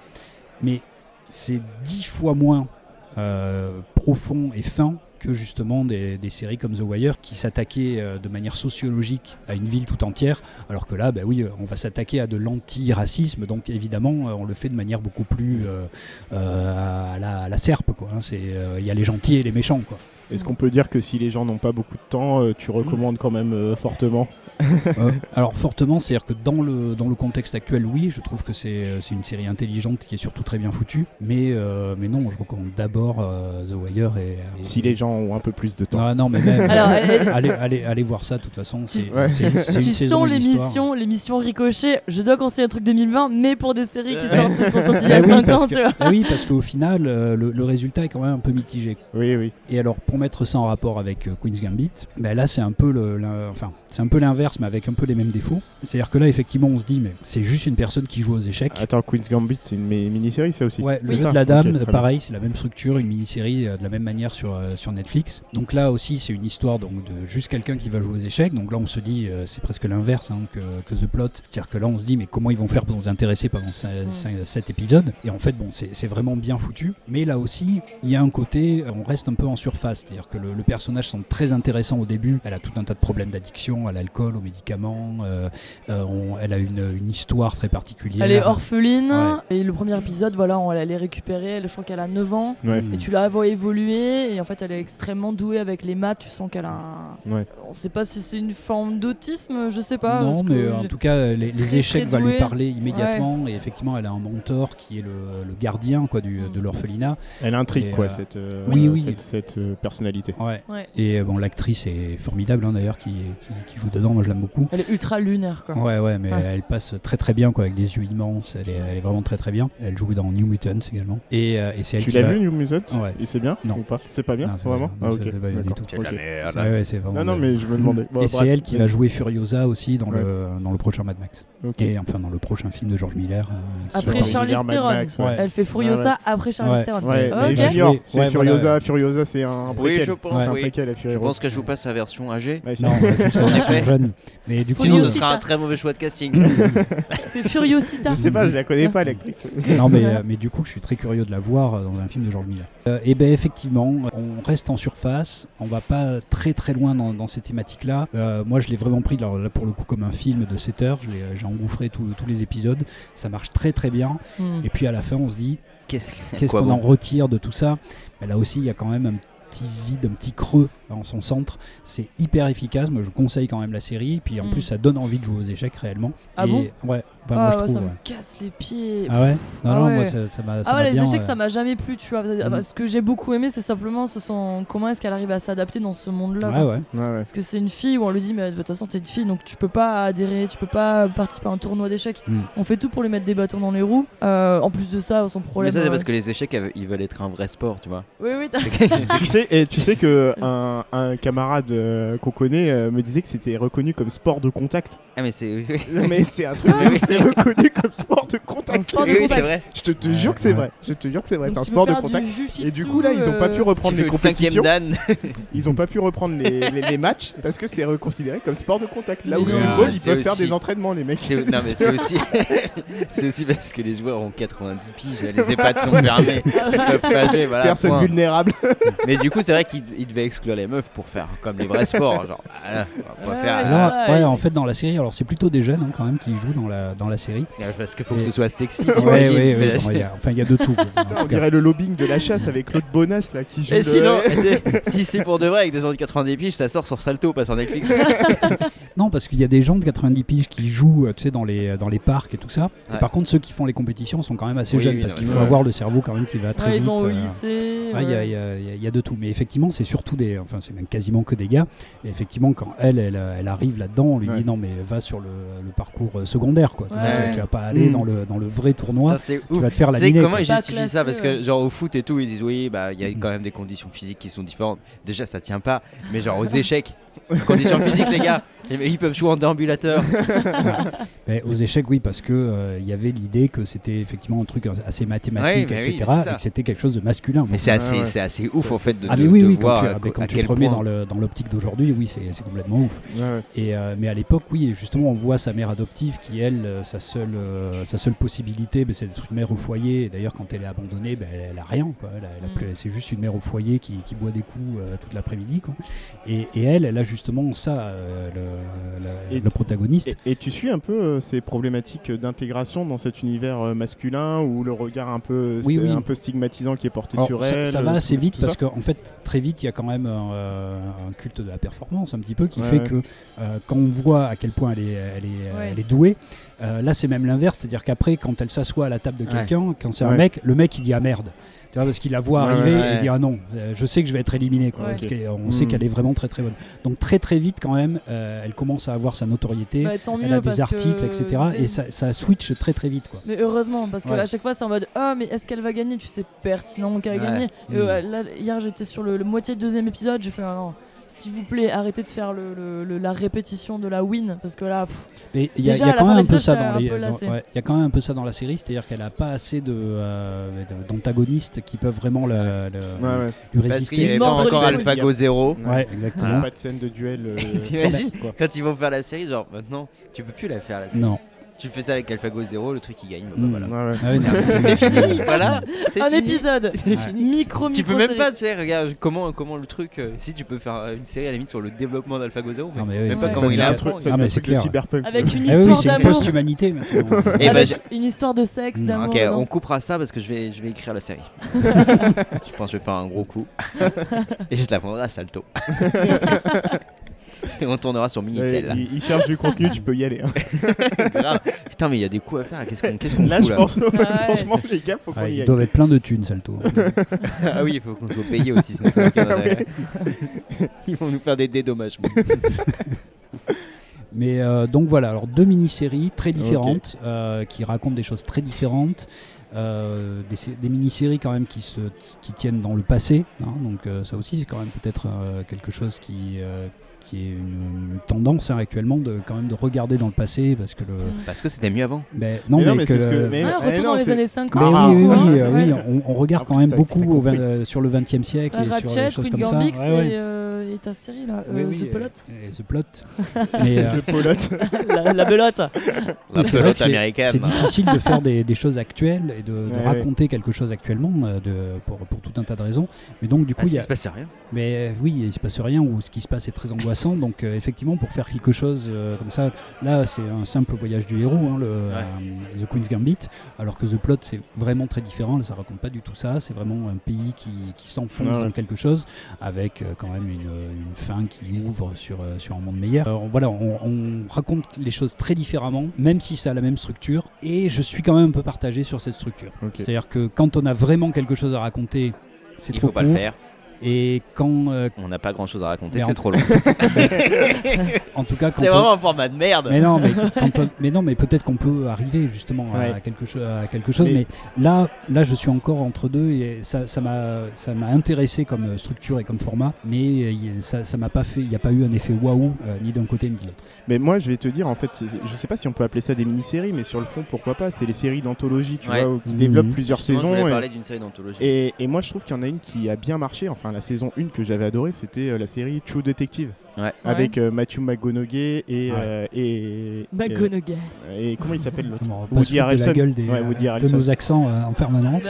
mais c'est dix fois moins euh, profond et fin que justement des, des séries comme The Wire qui s'attaquaient euh, de manière sociologique à une ville tout entière, alors que là, bah oui, euh, on va s'attaquer à de l'anti-racisme, donc évidemment, euh, on le fait de manière beaucoup plus euh, euh, à, la, à la serpe, quoi. hein. C'est, euh, Il y a les gentils et les méchants, quoi. Est-ce qu'on peut dire que si les gens n'ont pas beaucoup de temps, euh, tu recommandes quand même euh, fortement Euh, alors fortement, c'est-à-dire que dans le, dans le contexte actuel, oui, je trouve que c'est euh, c'est une série intelligente qui est surtout très bien foutue, mais, euh, mais non, je recommande d'abord euh, The Wire et... et- Si les gens ont un peu plus de temps. Ah non, mais même, [LAUGHS] [LAUGHS] Alors, elle- allez, allez, allez voir ça, de toute façon. Tu- c'est- Ouais. c'est- c'est une tu saison, sens une histoire. l'émission, l'émission Ricochet. Je dois conseiller un truc 2020, mais pour des séries qui sortent, [LAUGHS] sont sorties il y Eh a oui, 5 parce ans, que- tu vois. eh oui, parce qu'au final, euh, le, le résultat est quand même un peu mitigé. Oui, oui. Et alors, pour mettre ça en rapport avec euh, Queen's Gambit, ben là, c'est un peu le, l'in- enfin, c'est un peu l'inverse, mais avec un peu les mêmes défauts. C'est-à-dire que là, effectivement, on se dit, mais c'est juste une personne qui joue aux échecs. Attends, Queen's Gambit, c'est une mi- mini-série, ça aussi Ouais, C'est le jeu ça de la dame, Ok, très bien. pareil, c'est la même structure, une mini-série euh, de la même manière sur, euh, sur Netflix. Donc là aussi, c'est une histoire donc, de juste quelqu'un qui va jouer aux échecs. Donc là, on se dit, euh, c'est presque l'inverse hein, que, que The Plot. C'est-à-dire que là, on se dit, mais comment ils vont faire pour nous intéresser pendant 7 épisodes Et en fait, bon, c'est c'est vraiment bien foutu. Mais là aussi, il y a un côté, euh, on reste un peu en surface. C'est-à-dire que le, le personnage semble très intéressant au début. Elle a tout un tas de problèmes d'addiction à l'alcool, aux médicaments. euh, euh, on- elle a une, une histoire très particulière. Elle est orpheline Ouais. et le premier épisode, voilà, on allait récupérer. Elle, je crois qu'elle a 9 ans. Ouais. Mm. Et tu la vois évoluer et en fait elle est extrêmement douée avec les maths, tu sens qu'elle a un... Ouais. On sait pas si c'est une forme d'autisme, je sais pas. Non, parce mais euh, que- en tout cas, les, les très, échecs très vont lui doué. parler immédiatement. Et effectivement, elle a un mentor qui est le, le gardien quoi, du, euh, Mm. de l'orphelinat. Elle intrigue, Et, quoi, euh, cette, euh, oui, oui. cette, cette, euh, personnalité. Ouais. Ouais. Et euh, bon, l'actrice est formidable hein, d'ailleurs qui, qui, qui joue dedans. Moi, je l'aime beaucoup. Elle est ultra lunaire quoi. Ouais, ouais, mais Ouais. elle passe très très bien quoi, avec des yeux immenses. Elle est, elle est vraiment très très bien. Elle joue dans New Mutants également. Et, euh, et c'est elle Tu qui va- l'as vu, New Mutants Ouais. Et c'est bien Non. Ou pas C'est pas bien Non, c'est Vraiment pas bien. Ah, Non, ok. c'est pas bien du d'accord. tout. C'est de la Ok. merde. Ah, Ouais, ouais, c'est vraiment. Ah, Non, [LAUGHS] non, bien. mais je me demandais. Bon, et bref. c'est elle qui va jouer Furiosa aussi dans, Ouais. le, dans le prochain Mad Max. Ok. Et enfin dans le prochain film de George Miller. euh, Après sur- Charles- Charlize Mad Theron. Max, ouais. Elle fait Furiosa Ouais, après Charlize Ouais. Theron. Ouais, Ok. mais Junior, Ouais, c'est voilà, Furiosa. ouais. Furiosa, c'est un Oui, préquel. je pense, C'est un oui. préquel à Je Furiosa. pense que je vous passe la version âgée. Ouais, Non, ouais, tout ça, En ils sont effet. jeunes. Mais du coup, Sinon, ce Furiosita. sera un très mauvais choix de casting. C'est Furiosita. Je sais pas, je la connais pas, l'actrice. non, [LAUGHS] mais, euh, mais du coup, je suis très curieux de la voir euh, dans un film de Georges Miller. et ben effectivement, on reste en surface, on va pas très très loin dans, dans ces thématiques-là. Euh, moi, je l'ai vraiment pris alors, là, pour le coup comme un film de 7 heures. Je l'ai, euh, J'ai engouffré tous- tous les épisodes, ça marche très très bien. Hmm. Et puis à la fin, on se dit, Qu'est-ce qu'est-ce quoi qu'on bon en retire de tout ça Mais Là aussi, il y a quand même un petit vide, un petit creux en son centre. C'est hyper efficace. Moi, je conseille quand même la série. Puis en Mm. plus, ça donne envie de jouer aux échecs réellement. Ah Et- bon Ouais. Bah, moi, Ah je ouais, trouve. ça me ouais. casse les pieds. Ah ouais Non, Ah non, moi, ouais. ça ça m'a ça Ah m'a ouais, les bien, Hmm. échecs, euh, ça m'a jamais plu, tu vois. Ah bah, Ce que j'ai beaucoup aimé, c'est simplement ce sont... comment est-ce qu'elle arrive à s'adapter dans ce monde-là. quoi. Ouais, ouais. Ouais, ouais. Parce que c'est une fille où on lui dit, mais de toute façon, t'es une fille, donc tu peux pas adhérer, tu peux pas participer à un tournoi d'échecs. Mm. On fait tout pour lui mettre des bâtons dans les roues. Euh, en plus de ça, son Mais problème. ça, c'est euh, parce que les échecs, elles- ils veulent être un vrai sport, tu vois. Oui, oui, [LAUGHS] tu sais, et tu sais que un, un camarade euh, qu'on connaît euh, me disait que c'était reconnu comme sport de [LAUGHS] contact. Ah, mais c'est. oui, Non, mais c'est un truc, Ah oui. c'est reconnu comme sport de un contact. sport de oui, contact. c'est vrai. Je te, te Ouais, jure que c'est ouais. vrai. Je te jure que c'est vrai. Donc C'est un tu peux sport de faire du contact. jujitsu, Et du coup là, ils ont pas pu euh, Tu reprendre les veux que cinquième compétitions. Dan Ils ont pas pu reprendre les, les- les matchs parce que c'est reconsidéré comme sport de contact. Là où Mais le non. football, ils euh, C'est peuvent faire aussi- des entraînements, les mecs. C'est- [LAUGHS] Non, mais c'est aussi... [LAUGHS] c'est aussi parce que les joueurs ont 90 piges, les EHPAD sont fermées, ils peuvent pas jouer, voilà. Personne point. [LAUGHS] vulnérable. Mais du coup, c'est vrai qu'ils ils devaient exclure les meufs pour faire comme les vrais sports. Genre, ah, on va pas Ouais, faire. Ah, ouais, euh, Là, ça, Ah, ouais, et- en fait, dans la série, alors c'est plutôt des jeunes hein, quand même qui jouent dans la, dans la série. Parce qu'il faut que ce soit sexy, Ouais, Ah t'imagines ouais, tu fais ouais, la- bon, il y a- enfin, il y a de [LAUGHS] tout. en tout On cas. dirait le lobbying de la chasse avec Claude Bonas là qui joue. Et le- sinon, [LAUGHS] c'est- si c'est pour de vrai avec des gens de 90 piges, ça sort sur Salto, pas sur [LAUGHS] Netflix. Non, parce qu'il y a des gens de 90 piges qui jouent, euh, tu sais, dans les, dans les parcs et tout ça. Et Ouais. par contre, ceux qui font les compétitions sont quand même assez Oui, jeunes oui, parce non, qu'il mais faut ouais. avoir le cerveau quand même qui va très Ouais, ils vite. vont au euh, lycée. Ouais, Il y, a- ouais. il y a- il y a- il y a de tout, mais effectivement, c'est surtout des. Enfin, c'est même quasiment que des gars. Et effectivement, quand elle, elle, euh, elle arrive là-dedans, on lui Ouais. dit non, mais va sur le, le parcours euh, secondaire, quoi. Tu vois, Ouais. Tu, vas pas aller Mm. dans, le, dans le vrai tournoi, Putain, C'est tu ouf. vas te faire Tu sais laminer. comment [LAUGHS] quoi. ils Pas justifient classé, ça Parce que ouais. genre au foot et tout, ils disent oui, bah il y a Mm. quand même des conditions physiques qui sont différentes. Déjà, ça tient pas. Mais genre aux échecs, [LAUGHS] conditions physiques, les gars, ils ils peuvent jouer en [LAUGHS] déambulateur. Mais Ben, aux échecs, oui, parce que euh, il y avait l'idée que c'était effectivement un truc assez mathématique, Ouais, mais oui, etc., c'est ça. et que c'était quelque chose de masculin. Mais c'est Ouais, assez, ouais. c'est assez ouf en fait de, ah de- mais oui, de oui, quand voir tu, à ah, co- mais quand à tu quel te remets point- dans le- dans l'optique d'aujourd'hui, oui, c'est c'est complètement ouf. Ouais, ouais. Et, euh, mais à l'époque, oui, justement, on voit sa mère adoptive qui, elle, euh, sa seule, euh, sa seule possibilité, ben, c'est d'être une mère au foyer. Et d'ailleurs, quand elle est abandonnée, ben, elle, elle a rien. quoi. Elle a- elle a Mm. plus- C'est juste une mère au foyer qui, qui boit des coups euh, toute l'après-midi. quoi. Et, et elle, elle a justement ça, euh, le, la- Et- le protagoniste. Et, et tu suis un peu euh, ces problématiques d'intégration dans cet univers euh, masculin ou le regard un peu, Oui, sti- oui. un peu stigmatisant qui est porté Alors, sur ça, elle euh, ça va assez vite tout parce ça. qu'en fait, très vite, il y a quand même euh, un culte de la performance un petit peu qui Ouais, fait ouais. que euh, quand on voit à quel point elle est, elle est, Ouais. elle est douée, euh, là c'est même l'inverse, c'est-à-dire qu'après, quand elle s'assoit à la table de Ouais. quelqu'un, quand c'est un Ouais. mec, le mec il dit ah merde. Tu vois, parce qu'il la voit Ouais, arriver ouais, et il ouais. dit ah non, euh, je sais que je vais être éliminé. Quoi, Ouais. Parce Ok. qu'on sait Mhm. qu'elle est vraiment très très bonne. Donc très très vite quand même, euh, elle commence à avoir sa notoriété, Bah, tant elle mieux, a parce des articles, que etc. t'es- Et ça, ça switch très très vite. Quoi. Mais heureusement, parce que Ouais. à chaque fois, c'est en mode Ah, mais est-ce qu'elle va gagner Tu sais pertinemment qu'elle Ouais. va gagner. Et, Mm. euh, là, hier, j'étais sur le, le moitié du deuxième épisode, j'ai fait Ah non, s'il vous plaît, arrêtez de faire le, le- le- la répétition de la win, parce que là, pff, Mais il y a, Déjà, il y a à la quand fin même un de peu ça l'épisode, j'étais dans les- un peu dans- lassée. ouais, il y a quand même un peu ça dans la série, c'est-à-dire qu'elle a pas assez de euh, de- d'antagonistes qui peuvent vraiment la- la- Ouais, ouais. lui Parce qu'il n'y résister. avait Ah, pas Mordre les encore couilles. AlphaGo 0. Ouais, Il n'y a exactement. pas de scène de duel. euh, [LAUGHS] T'imagines forte, quoi. Quand ils vont faire la série, genre maintenant, tu peux plus la faire la série. Non. Tu fais ça avec AlphaGo 0, le truc il gagne. bah, bah, voilà. Mm. Ouais, ouais. Ah oui, non. [LAUGHS] C'est fini, voilà. c'est un fini. épisode [LAUGHS] C'est Ouais. fini. Micro, Tu micro, peux même série. pas, tu sais, regarde comment, comment le truc. euh, si tu peux faire euh, une série à la limite sur le développement d'AlphaGo 0. mais- Non, mais oui, Même c'est- pas Ouais. comment Ça il devient a un truc- appris. ça Ah, devient mais un c'est truc de clair. cyberpunk. Ah Avec une oui, oui, histoire c'est une d'amour. post-humanité maintenant. Eh ben, Avec j'ai- une histoire de sexe, Mm. d'amour. euh, Ok, non. on coupera ça parce que je vais, je vais écrire la [LAUGHS] série. je pense que je vais faire un gros coup. Et je te la vendrai à [LAUGHS] Salto. Et on tournera sur Ouais, Minitel. il, il cherche du contenu, tu peux [LAUGHS] y aller. hein. Grave. Putain, mais il y a des coups à faire. Qu'est-ce qu'on qu'est-ce qu'on [LAUGHS] Là, fout je là pense, Ouais. franchement, les gars, faut qu'on Ouais, y ils aille. doivent être plein de [LAUGHS] thunes, Salto. Ah oui, il faut qu'on soit payé aussi. sinon ça n'a aucun Ah intérêt. [LAUGHS] Ils vont nous faire des dédommagements. [LAUGHS] Mais euh, donc voilà, alors deux mini-séries très différentes euh, qui racontent des choses très différentes. euh, des, sé- des mini-séries quand même qui, se, qui, qui tiennent dans le passé. hein, donc euh, ça aussi c'est quand même peut-être euh, quelque chose qui, euh, qui qui est une, une tendance hein, actuellement de quand même de regarder dans le passé parce que le. Mm. Parce que c'était mieux avant. Mais non, Mais mais, non, mais que c'est ce que- le- mais- Ah, Ouais, Eh retour non, Ah, dans les c'est- années Mais 50. oui, oui, beaucoup, oui, hein. euh, oui, on, on regarde En quand plus, même t'as- beaucoup t'as au vingt- compris. euh, sur le 20e siècle et sur Bah, Ratchet, les choses Queen comme ça. Gambix Ouais, ouais. et, euh, et ta série là, Oui, euh, oui, The et- Pelot. et The [LAUGHS] Plot. Mais, euh, Je pelote. [LAUGHS] la, la belote. La c'est vrai que pelote américaine. C'est difficile de faire des, des choses actuelles et de, de Ouais, raconter quelque chose actuellement euh, de, pour, pour tout un tas de raisons. Mais donc, du coup, Parce il y qu'il a, se passait rien. mais euh, oui, il se passe rien ou ce qui se passe est très angoissant. Donc, euh, effectivement, pour faire quelque chose euh, comme ça, là, c'est un simple voyage du héros, hein, le, euh, The Queen's Gambit. Alors que The Plot, c'est vraiment très différent. Là, ça raconte pas du tout ça. C'est vraiment un pays qui, qui s'enfonce Ouais, ouais. dans quelque chose avec euh, quand même une, euh, une fin qui ouvre sur, euh, sur un monde meilleur. Euh, on- voilà, on, on raconte les choses très différemment, même si ça a la même structure. Et je suis quand même un peu partagé sur cette structure. Ok. C'est-à-dire que quand on a vraiment quelque chose à raconter, c'est Il trop faut pas le court. faire. Et quand, euh, On n'a pas grand chose à raconter. Mais en- C'est trop long. en tout cas, quand C'est on- vraiment un format de merde. Mais [LAUGHS] non, mais, quand on- mais non, mais peut-être qu'on peut arriver justement à Ouais. quelque chose, à quelque chose. Mais- Mais, là, là, je suis encore entre deux et ça, ça m'a, ça m'a intéressé comme euh, structure et comme format. Mais euh, il- ça, ça m'a pas fait, il n'y a pas eu un effet waouh euh, ni d'un côté ni de l'autre. Mais moi, je vais te dire, en fait, c'est- je sais pas si on peut appeler ça des mini-séries, mais sur le fond, pourquoi pas C'est les séries d'anthologie, tu Ouais. vois, où- qui Mhm. développent plusieurs Justement, Je saisons. voulais et- parler d'une série d'anthologie. Et, et moi, je trouve qu'il y en a une qui a bien marché. Enfin, la saison 1 que j'avais adorée, c'était euh, la série True Detective. Ouais. Avec euh, Matthew McGonaghy et, euh, et, et, [LAUGHS] McGonagall. et comment il s'appelle l'autre On va pas Woody se foutre de Harrelson. la gueule des, Ouais, Woody de Harrelson. nos accents euh, en [LAUGHS] permanence.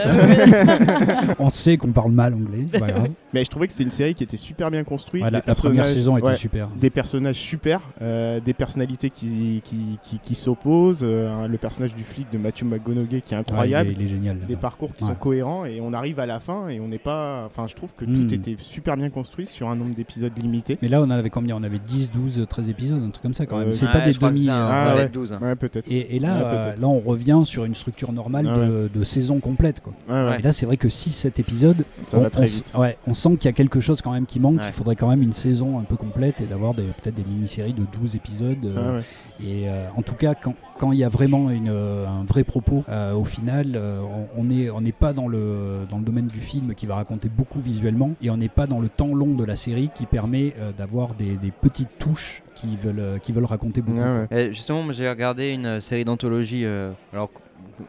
on sait qu'on parle mal anglais. c'est pas grave. Mais je trouvais que c'était une série qui était super bien construite. Ouais, la, des la première personnages- saison était ouais, super. Des personnages super, euh, des personnalités qui, qui, qui, qui s'opposent, euh, hein, le personnage du flic de Matthew McGonaghy qui est Ouais, incroyable, il, est, il est génial. des là-dedans. parcours qui Ouais. sont cohérents et on arrive à la fin et on n'est pas. Enfin, je trouve que Mm. tout était super bien construit sur un nombre d'épisodes limité. Mais là, on en avait combien On avait 10, 12, 13 épisodes, un truc comme ça quand même. Euh, c'est Ouais, pas des je crois que demi. c'est un- euh, Ah, ça va ouais. être 12. hein. Ouais, peut-être. Et, et là, Ouais, euh, peut-être. là, on revient sur une structure normale Ah ouais. de, de saison complète. Quoi. Ouais, ouais. Et là, c'est vrai que 6-7 épisodes, Ça on, va on très s- vite. ouais, on sent qu'il y a quelque chose quand même qui manque. Ouais. Il faudrait quand même une saison un peu complète et d'avoir des- peut-être des mini-séries de 12 épisodes. euh, Ah ouais. Et euh, en tout cas, quand quand il y a vraiment une, euh, un vrai propos, euh, au final, euh, on n'est on n'est pas dans le, dans le domaine du film qui va raconter beaucoup visuellement, et on n'est pas dans le temps long de la série qui permet euh, d'avoir des, des petites touches qui veulent, euh, qui veulent raconter beaucoup. Ah ouais. Eh, justement, moi, j'ai regardé une euh, série d'anthologie. euh, alors,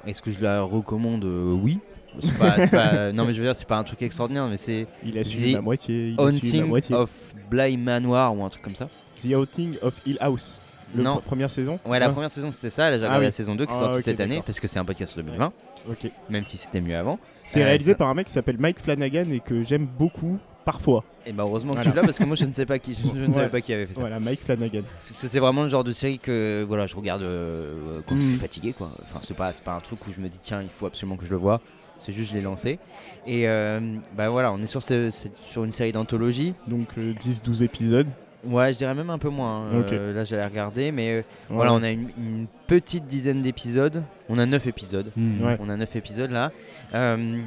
est-ce que je la recommande Euh, Oui. C'est pas- c'est pas- [LAUGHS] euh, non, mais je veux dire, c'est pas un truc extraordinaire, mais c'est Il a suivi The la moitié. Il a suivi la Haunting moitié. of Bly Manoir ou un truc comme ça. The Haunting of Hill House. Le Non. pr- première saison Ouais, la Ah, première saison c'était ça, là j'ai Ah regardé oui. la saison 2 qui est Ah, sortie ok, cette année d'accord. parce que c'est un podcast sur 2020, ok. même si c'était mieux avant. C'est Ouais, réalisé ça. par un mec qui s'appelle Mike Flanagan et que j'aime beaucoup parfois. Et bah heureusement que Voilà. tu l'as parce que moi je ne sais pas qui, je, je ne [LAUGHS] Ouais. savais pas qui avait fait ça. Voilà, Mike Flanagan. Parce que c'est vraiment le genre de série que voilà, je regarde euh, quand je suis fatigué quoi. Enfin, c'est pas, c'est pas un truc où je me dis tiens, il faut absolument que je le vois. C'est juste je l'ai lancé. Et euh, bah voilà, on est sur, ce- cette- sur une série d'anthologie. Donc euh, 10-12 épisodes. Ouais, je dirais même un peu moins. hein. Ok. Euh, là j'allais regarder, mais euh, voilà, on a une, une petite dizaine d'épisodes. On a 9 épisodes. Mmh. Ouais. On a 9 épisodes là. Euh,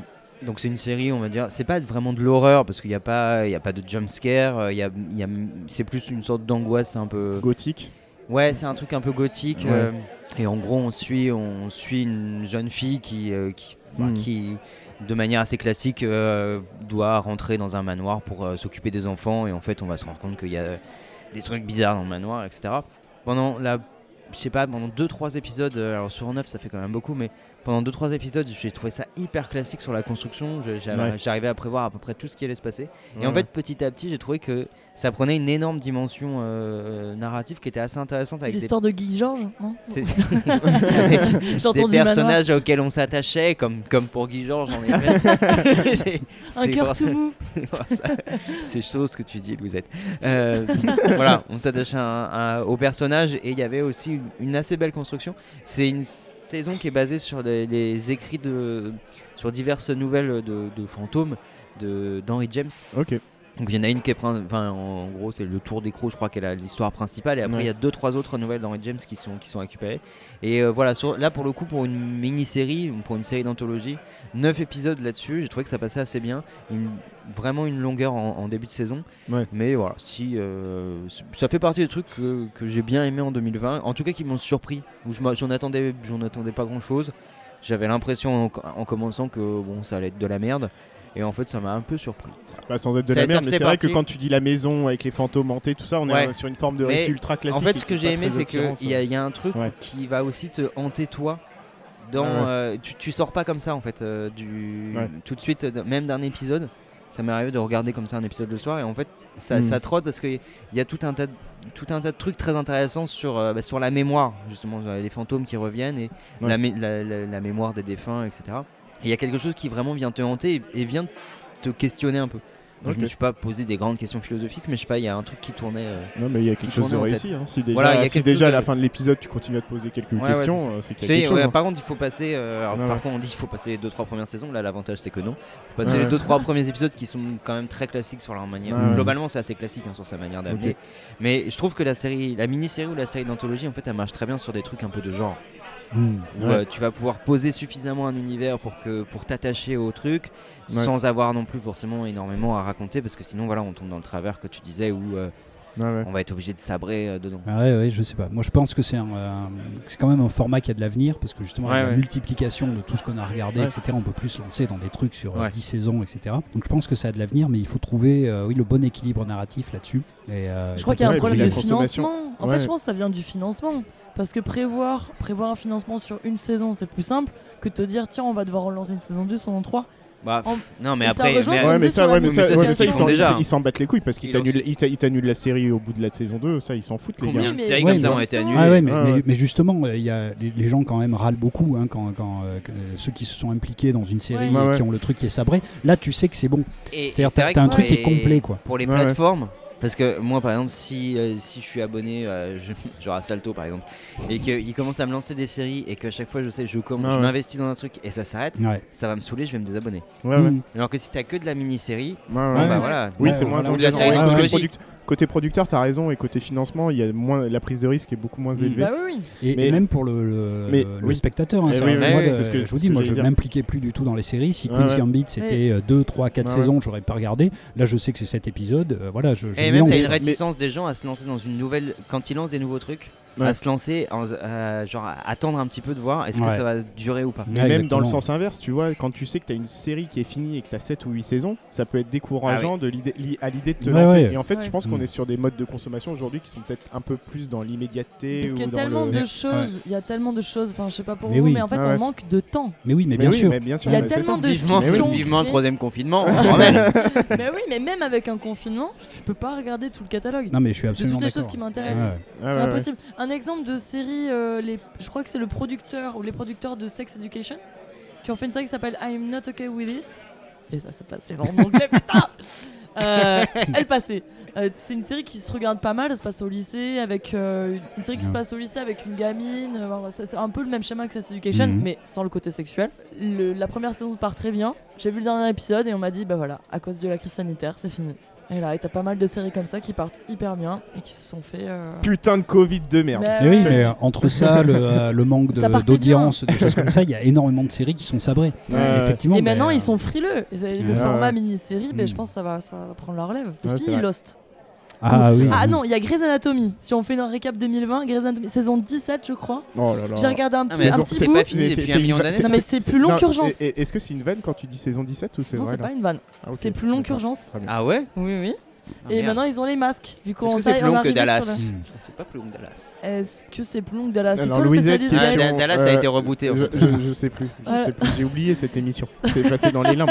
donc c'est une série, on va dire, c'est pas vraiment de l'horreur parce qu'il n'y a pas, il y a pas de jump scare. euh, il y a, il y a- c'est plus une sorte d'angoisse un peu. Gothique. Ouais, c'est un truc un peu gothique. Ouais. euh, et en gros, on suit, on suit une jeune fille qui, euh, qui, bah, Mm. qui, de manière assez classique, euh, doit rentrer dans un manoir pour euh, s'occuper des enfants. Et en fait, on va se rendre compte qu'il y a des trucs bizarres dans le manoir, etc. Pendant la, je sais pas, pendant deux trois épisodes, euh, alors sur 9 ça fait quand même beaucoup, mais pendant deux trois épisodes, j'ai trouvé ça hyper classique sur la construction. Je- j'avais- Ouais. J'arrivais à prévoir à peu près tout ce qui allait se passer. Et en Ouais. fait, petit à petit, j'ai trouvé que ça prenait une énorme dimension euh, narrative qui était assez intéressante C'est avec des, l'histoire de Guy Georges, non [LAUGHS] C'est- [LAUGHS] J'ai des entendu manoir. personnages auxquels on s'attachait, comme, comme pour Guy Georges en [LAUGHS] effet. C'est- Un c'est cœur vrai- [LAUGHS] tout mou. C'est chaud ce que tu dis, Louisette. Euh, voilà, on s'attachait à- à- au personnage et il y avait aussi une, une assez belle construction. C'est une saison qui est basée sur les, les écrits de. sur diverses nouvelles de, de fantômes de- d'Henry James. Ok. Donc il y en a une qui est, prin- enfin en en gros c'est le tour des crocs, je crois qu'elle a l'histoire principale et après il Ouais. y a deux trois autres nouvelles d'Henry James qui sont qui sont récupérées. Et euh, voilà, sur, là pour le coup pour une mini-série, pour une série d'anthologie, neuf épisodes là-dessus, j'ai trouvé que ça passait assez bien, Une- vraiment une longueur en, en début de saison. Ouais. Mais voilà, si euh, c- ça fait partie des trucs que, que j'ai bien aimé en 2020, en tout cas qui m'ont surpris, où je m'a- j'en attendais j'en attendais pas grand-chose. J'avais l'impression en, en commençant que bon ça allait être de la merde. Et en fait, ça m'a un peu surpris. Bah, sans être de Ça- la ça merde, me mais fait c'est vrai que partie. quand tu dis la maison avec les fantômes hantés, tout ça, on est Ouais. euh, sur une forme de Mais récit ultra classique. en fait, et ce qui que est j'ai pas aimé, très c'est qu'il attirante, y, a- il y a un truc Ouais. qui va aussi te hanter toi. Dans, Ouais, ouais. euh, tu, tu sors pas comme ça en fait, euh, du, Ouais. tout de suite, euh, même d'un épisode. Ça m'est arrivé de regarder comme ça un épisode le soir et en fait ça, Mm. ça trotte parce qu'il y a tout un, tas de, tout un tas de trucs très intéressants sur, euh, bah, sur la mémoire, justement, euh, les fantômes qui reviennent et Ouais. la, mé- la- la- la mémoire des défunts, etc. Et il y a quelque chose qui vraiment vient te hanter et, et vient te questionner un peu. Donc, Je Ok. me suis pas posé des grandes questions philosophiques, mais je sais pas, il y a un truc qui tournait. euh, Non, mais il y a qui quelque chose de tournait en tête. réussi. hein. Si déjà, Voilà, il y a si quelque déjà chose à la de- fin de l'épisode, tu continues à te poser quelques ouais, c'est questions, ça. euh, c'est qu'il Tu y a sais, quelque chose. ouais, hein. par contre, il faut passer. euh, alors, Ouais, ouais. parfois, on dit qu'il faut passer les 2-3 premières saisons. Là, l'avantage, c'est que non. Faut passer Ouais, les ouais. 2-3 premiers épisodes qui sont quand même très classiques sur leur manière. Ouais, ouais. Globalement, c'est assez classique hein, sur sa manière d'amener. Ok. Mais je trouve que la série, la mini-série ou la série d'anthologie, en fait, elle marche très bien sur des trucs un peu de genre. Hmm. Où Ouais. euh, tu vas pouvoir poser suffisamment un univers pour, que, pour t'attacher au truc Ouais. sans avoir non plus forcément énormément à raconter. Parce que sinon, voilà, on tombe dans le travers que tu disais où euh, Ouais, ouais. on va être obligé de sabrer euh, dedans. Ah ouais, ouais, je sais pas. Moi, je pense que c'est un, euh, que c'est quand même un format qui a de l'avenir parce que justement, Ouais, avec la ouais. multiplication de tout ce qu'on a regardé, Ouais. etc., on peut plus se lancer dans des trucs sur euh, Ouais. 10 saisons, etc. Donc, je pense que ça a de l'avenir, mais il faut trouver euh, oui, le bon équilibre narratif là-dessus. Et, euh, Je crois qu'il y a Ouais, un et puis problème la de consommation. financement. En Ouais. fait, je pense que ça vient du financement. Parce que prévoir, prévoir un financement sur une saison, c'est plus simple que de te dire tiens, on va devoir relancer une saison 2 saison 3. Bah, pff, non, mais Et ça après. rejoint mais- ce qu'on Ouais, mais disait ça, sur la ouais, mais ça, musique, ouais, mais ça, ils ils font s'en- déjà. ils s'en battent les couilles parce qu'ils Ils l'ont t'annulent- ils t'a- ils t'annulent la série au bout de la saison 2, ça, ils s'en foutent, les gars. Combien de mais- séries Ouais, comme ça mais ont été justement. annulées Ah ouais, mais, Ouais, ouais. mais- mais justement, euh, il y a, les, les gens quand même râlent beaucoup hein, quand, quand, euh, que- ceux qui se sont impliqués dans une série Ouais. et Ouais, qui ouais. ont le truc qui est sabré. Là, tu sais que c'est bon. Et- C'est-à-dire, c'est t'as- vrai t'as que un truc qui est les- complet, quoi. Pour les Ouais, ouais. plateformes, parce que moi, par exemple, si, euh, si je suis abonné, euh, je- [LAUGHS] genre à Salto, par exemple, et qu'ils commencent à me lancer des séries et qu'à chaque fois, je sais, je, commence- Ouais, je ouais. m'investis dans un truc et ça s'arrête, Ouais. ça va me saouler, je vais me désabonner. Ouais, ouais. Hmm. Alors que si t'as que de la mini-série, Ouais, ouais. bon, Ouais, bah ouais. voilà. Oui, Ouais, c'est moins voilà. Ou de la engageant. série Ouais, côté, d'anthologie. product- côté producteur, t'as raison, et côté financement, il y a moins, la prise de risque est beaucoup moins Mm. élevée. Bah oui, oui. Et, Mais- et même pour le, le- mais le oui. spectateur, hein, Eh ça, oui, moi, oui, oui, de- c'est ce que- je vous dis, c'est ce que moi je j'allais dire. m'impliquais plus du tout dans les séries. Si Ouais, Queen's ouais. Gambit c'était euh, 2, 3, 4 Ouais, ouais. saisons, j'aurais pas regardé. Là je sais que c'est cet épisode, euh, voilà, je, je Et me même, lance. t'as une réticence des gens à se lancer dans une nouvelle. Quand ils lancent des nouveaux trucs, Ouais. à se lancer, en- euh, genre à attendre un petit peu de voir est-ce Ouais. que ça va durer ou pas. Mais Ouais, même dans le exactement. sens inverse, tu vois, quand tu sais que tu as une série qui est finie et que tu as 7 ou 8 saisons, ça peut être décourageant de l'idée- li- à l'idée de te Ouais, lancer. ouais. Et en fait, je Ah Ouais. pense qu'on Mm. est sur des modes de consommation aujourd'hui qui sont peut-être un peu plus dans l'immédiateté. Parce qu'il y ou a dans tellement le... de choses, il y a tellement de choses, enfin je sais pas pour Mais vous, oui. mais en fait Ah ouais. on manque de temps. Mais oui, mais, Mais bien oui, sûr. mais bien sûr. Il y a mais c'est tellement de Vivement, fictions. vivement le troisième [LAUGHS] confinement. mais oui, mais même avec un confinement, je peux pas regarder tout le catalogue. Non mais je suis de absolument toutes les d'accord. choses qui m'intéressent. Ouais. C'est ça. Ouais, Ah ouais, ouais. impossible. Un exemple de série, euh, les, je crois que c'est le producteur ou les producteurs de Sex Education qui ont fait une série qui s'appelle I'm Not Okay With This. Et ça, ça passe, c'est en anglais, putain Euh, Elle passait. Euh, c'est une série qui se regarde pas mal, ça se passe au lycée avec euh, une série qui se Ouais. passe au lycée avec une gamine. euh, voilà, c'est c'est un peu le même schéma que Sex Education, Mhm. mais sans le côté sexuel. Le- la première saison se part très bien. J'ai vu le dernier épisode et on m'a dit bah voilà, à cause de la crise sanitaire, c'est fini. Et là, et t'as pas mal de séries comme ça qui partent hyper bien et qui se sont fait. euh, Putain de Covid de merde. bah Mais oui, ouais. mais euh, entre ça, le, [LAUGHS] euh, le manque Ça de- partait d'audience, des choses comme ça, il y a énormément de séries qui sont sabrées. Ouais, ouais. Effectivement. Et maintenant, ben, euh, ils sont frileux. Et c'est- Le Ouais. format mini-série, ben, Mm. je pense que ça va, ça va prendre la relève. C'est Ouais, c'est fini, vrai. Lost. Ah oui. Ah oui. non, il y a Grey's Anatomy. Si on fait un récap 2020, Grey's Anatomy, saison 17, je crois. Oh là là. J'ai regardé un Ah, petit, mais un saison- petit c'est bout. pas fini Mais depuis c'est- un c'est million une- d'années. Non, mais c'est plus long Non, qu'urgence. et- et- Est-ce que c'est une vanne quand tu dis saison 17 ou c'est Non, vrai c'est là pas une vanne. Ah, ok. C'est plus long D'accord. qu'urgence. Ah ouais Oui, oui. et maintenant, ils ont les masques. Vu qu'on Ah, Est-ce que ça- c'est plus on long arrive que Dallas sur Hmm. C'est pas plus long que Dallas. le- Est-ce que c'est plus long que Dallas Ah, C'est Alors, toi le Louisette, spécialiste. question, Ah, Dallas a euh, été rebooté, en Je, fait. je- je sais plus. Je Ouais. sais plus. J'ai oublié cette émission. C'est passé dans les limbes.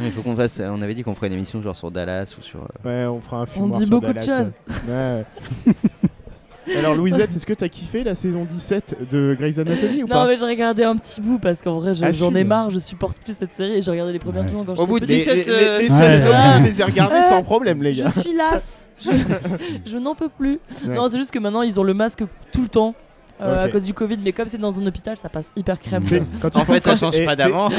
il faut qu'on fasse. euh, On avait dit qu'on ferait une émission genre sur Dallas ou sur. euh, Ouais, on fera un film. dit sur beaucoup de Dallas, choses. ouais. Ouais. Alors Louisette, est-ce que t'as kiffé la saison 17 de Grey's Anatomy ou Non, pas Ah, mais je regardais un petit bout parce qu'en vrai, je- j'en ai Assume. marre. Je supporte plus cette séries et j'ai regardé les premières Ouais. saisons quand Au bout j'étais de petite. Les, les, 17, euh, les- les Ouais. saisons, Ah. je les ai regardées Ah. sans problème, les Je gars. suis [LAUGHS] lasse. Je, je n'en peux plus. Ouais. Non, c'est juste que maintenant ils ont le masque tout le temps euh, à Ok. cause du Covid. Mais comme c'est dans un hôpital, ça passe hyper crème. Tu sais, quand ils En font fait, ça change et pas tu [LAUGHS] sais, d'avant.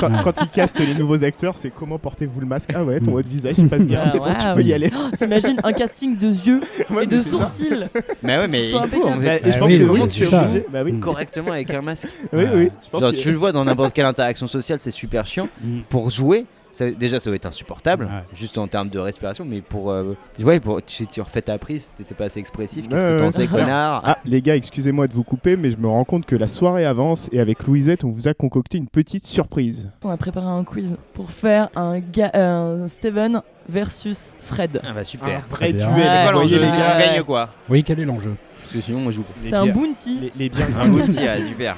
Quand, quand ils castent les nouveaux acteurs, c'est comment portez-vous le masque Ah ouais, ton haut de visage il passe bien, Ah, c'est bon, tu waouh. peux y aller. [LAUGHS] T'imagines un casting de yeux Ouais, et de mais c'est ça. sourcils. Mais ouais, mais Ils sont il faut en Bah, fait. et je Ah pense oui, que oui, comment c'est tu es ça. obligé Bah oui, Correctement avec un masque. oui, oui. Je pense Genre, que- Hmm. tu le vois dans n'importe quelle interaction sociale, c'est super chiant. Mm. Pour jouer, ça- déjà, ça doit être insupportable, Ouais. juste en termes de respiration, mais pour. euh, tu vois, pour, tu, tu refais ta prise, t'étais pas assez expressif, qu'est-ce Ouais, que ouais, t'en c'est sais, clair. connard Ah, les gars, excusez-moi de vous couper, mais je me rends compte que la soirée avance et avec Louisette, on vous a concocté une petite surprise. On a préparé un quiz pour faire un, ga- euh, un Steven versus Fred. Ah bah super. vrai bien. duel, Ouais, voyez ouais. les gars. gars. gagne quoi Oui, quel est [LAUGHS] l'enjeu Parce que sinon, on joue. pas. Les C'est un biens- bounty, les, les biens Un communs. bounty, ah, super.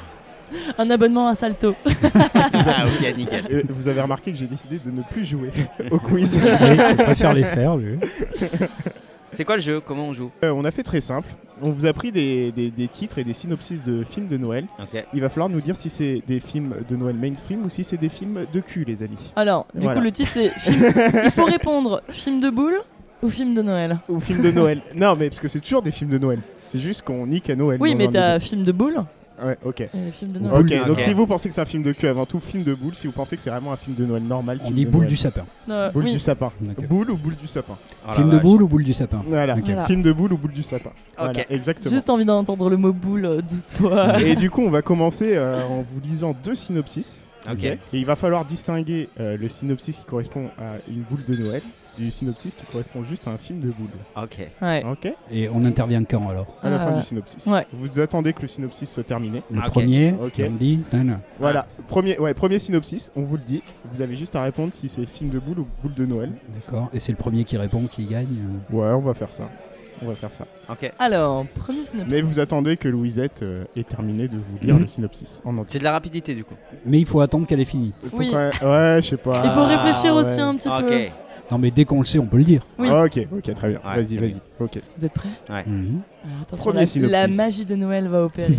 un abonnement à Salto. Ah, ok, nickel. Euh, Vous avez remarqué que j'ai décidé de ne plus jouer au quiz. Oui, je préfère les faire, lui. C'est quoi le jeu Comment on joue Euh, on a fait très simple. On vous a pris des, des- des titres et des synopsis de films de Noël. Ok. Il va falloir nous dire si c'est des films de Noël mainstream ou si c'est des films de cul, les amis. Alors, du Voilà. coup, le titre c'est film- Il [LAUGHS] faut répondre film de boule ou film de Noël Ou films de Noël. non, mais parce que c'est toujours des films de Noël. C'est juste qu'on nique à Noël. Oui, dans mais un t'as des film de boule deux. Ouais, ok. et film de Ou Noël. Ok, Boule. donc Ok. si vous pensez que c'est un film de cul avant tout, film de boule. Si vous pensez que c'est vraiment un film de Noël normal, On film dit de boule Noël. du sapin. Euh, Boule oui. du sapin. D'accord. Boule Ah ou boule du sapin Oh la Film de vache. boule ou boule du sapin Voilà. Ok. Voilà. Film de boule ou boule du sapin Voilà, Ok. exactement. Juste envie d'entendre le mot boule euh, douze fois. Et du coup, on va commencer euh, en vous lisant deux synopsis. Ok. Et il va falloir distinguer euh, le synopsis qui correspond à une boule de Noël du synopsis qui correspond juste à un film de boule. Ok. Ouais. Ok Et on intervient quand alors À la fin Euh, du synopsis. ouais. Vous attendez que le synopsis soit terminé. Le Ok. premier, Ok. et on dit non, non. Voilà. Premier, ouais, premier synopsis, on vous le dit. Vous avez juste à répondre si c'est film de boule ou boule de Noël. D'accord. Et c'est le premier qui répond qui gagne. euh. Ouais, on va faire ça. On va faire ça. Ok. Alors, premier synopsis. Mais vous attendez que Louisette euh, ait terminé de vous lire Mhm. le synopsis en entier. C'est de la rapidité du coup. euh. Mais il faut attendre qu'elle ait fini. Faut Oui. quand même- Ouais, je sais pas. Il faut réfléchir Ah, aussi ouais. un petit Ok. peu. Non, mais dès qu'on le sait, on peut le dire. Oui. Ah, ok, ok, très bien. Ouais, vas-y, c'est vas-y. Ok. Vous êtes prêts Mhm. Alors, attention, Premier la- synopsis. la, magie de Noël va [LAUGHS] opérer.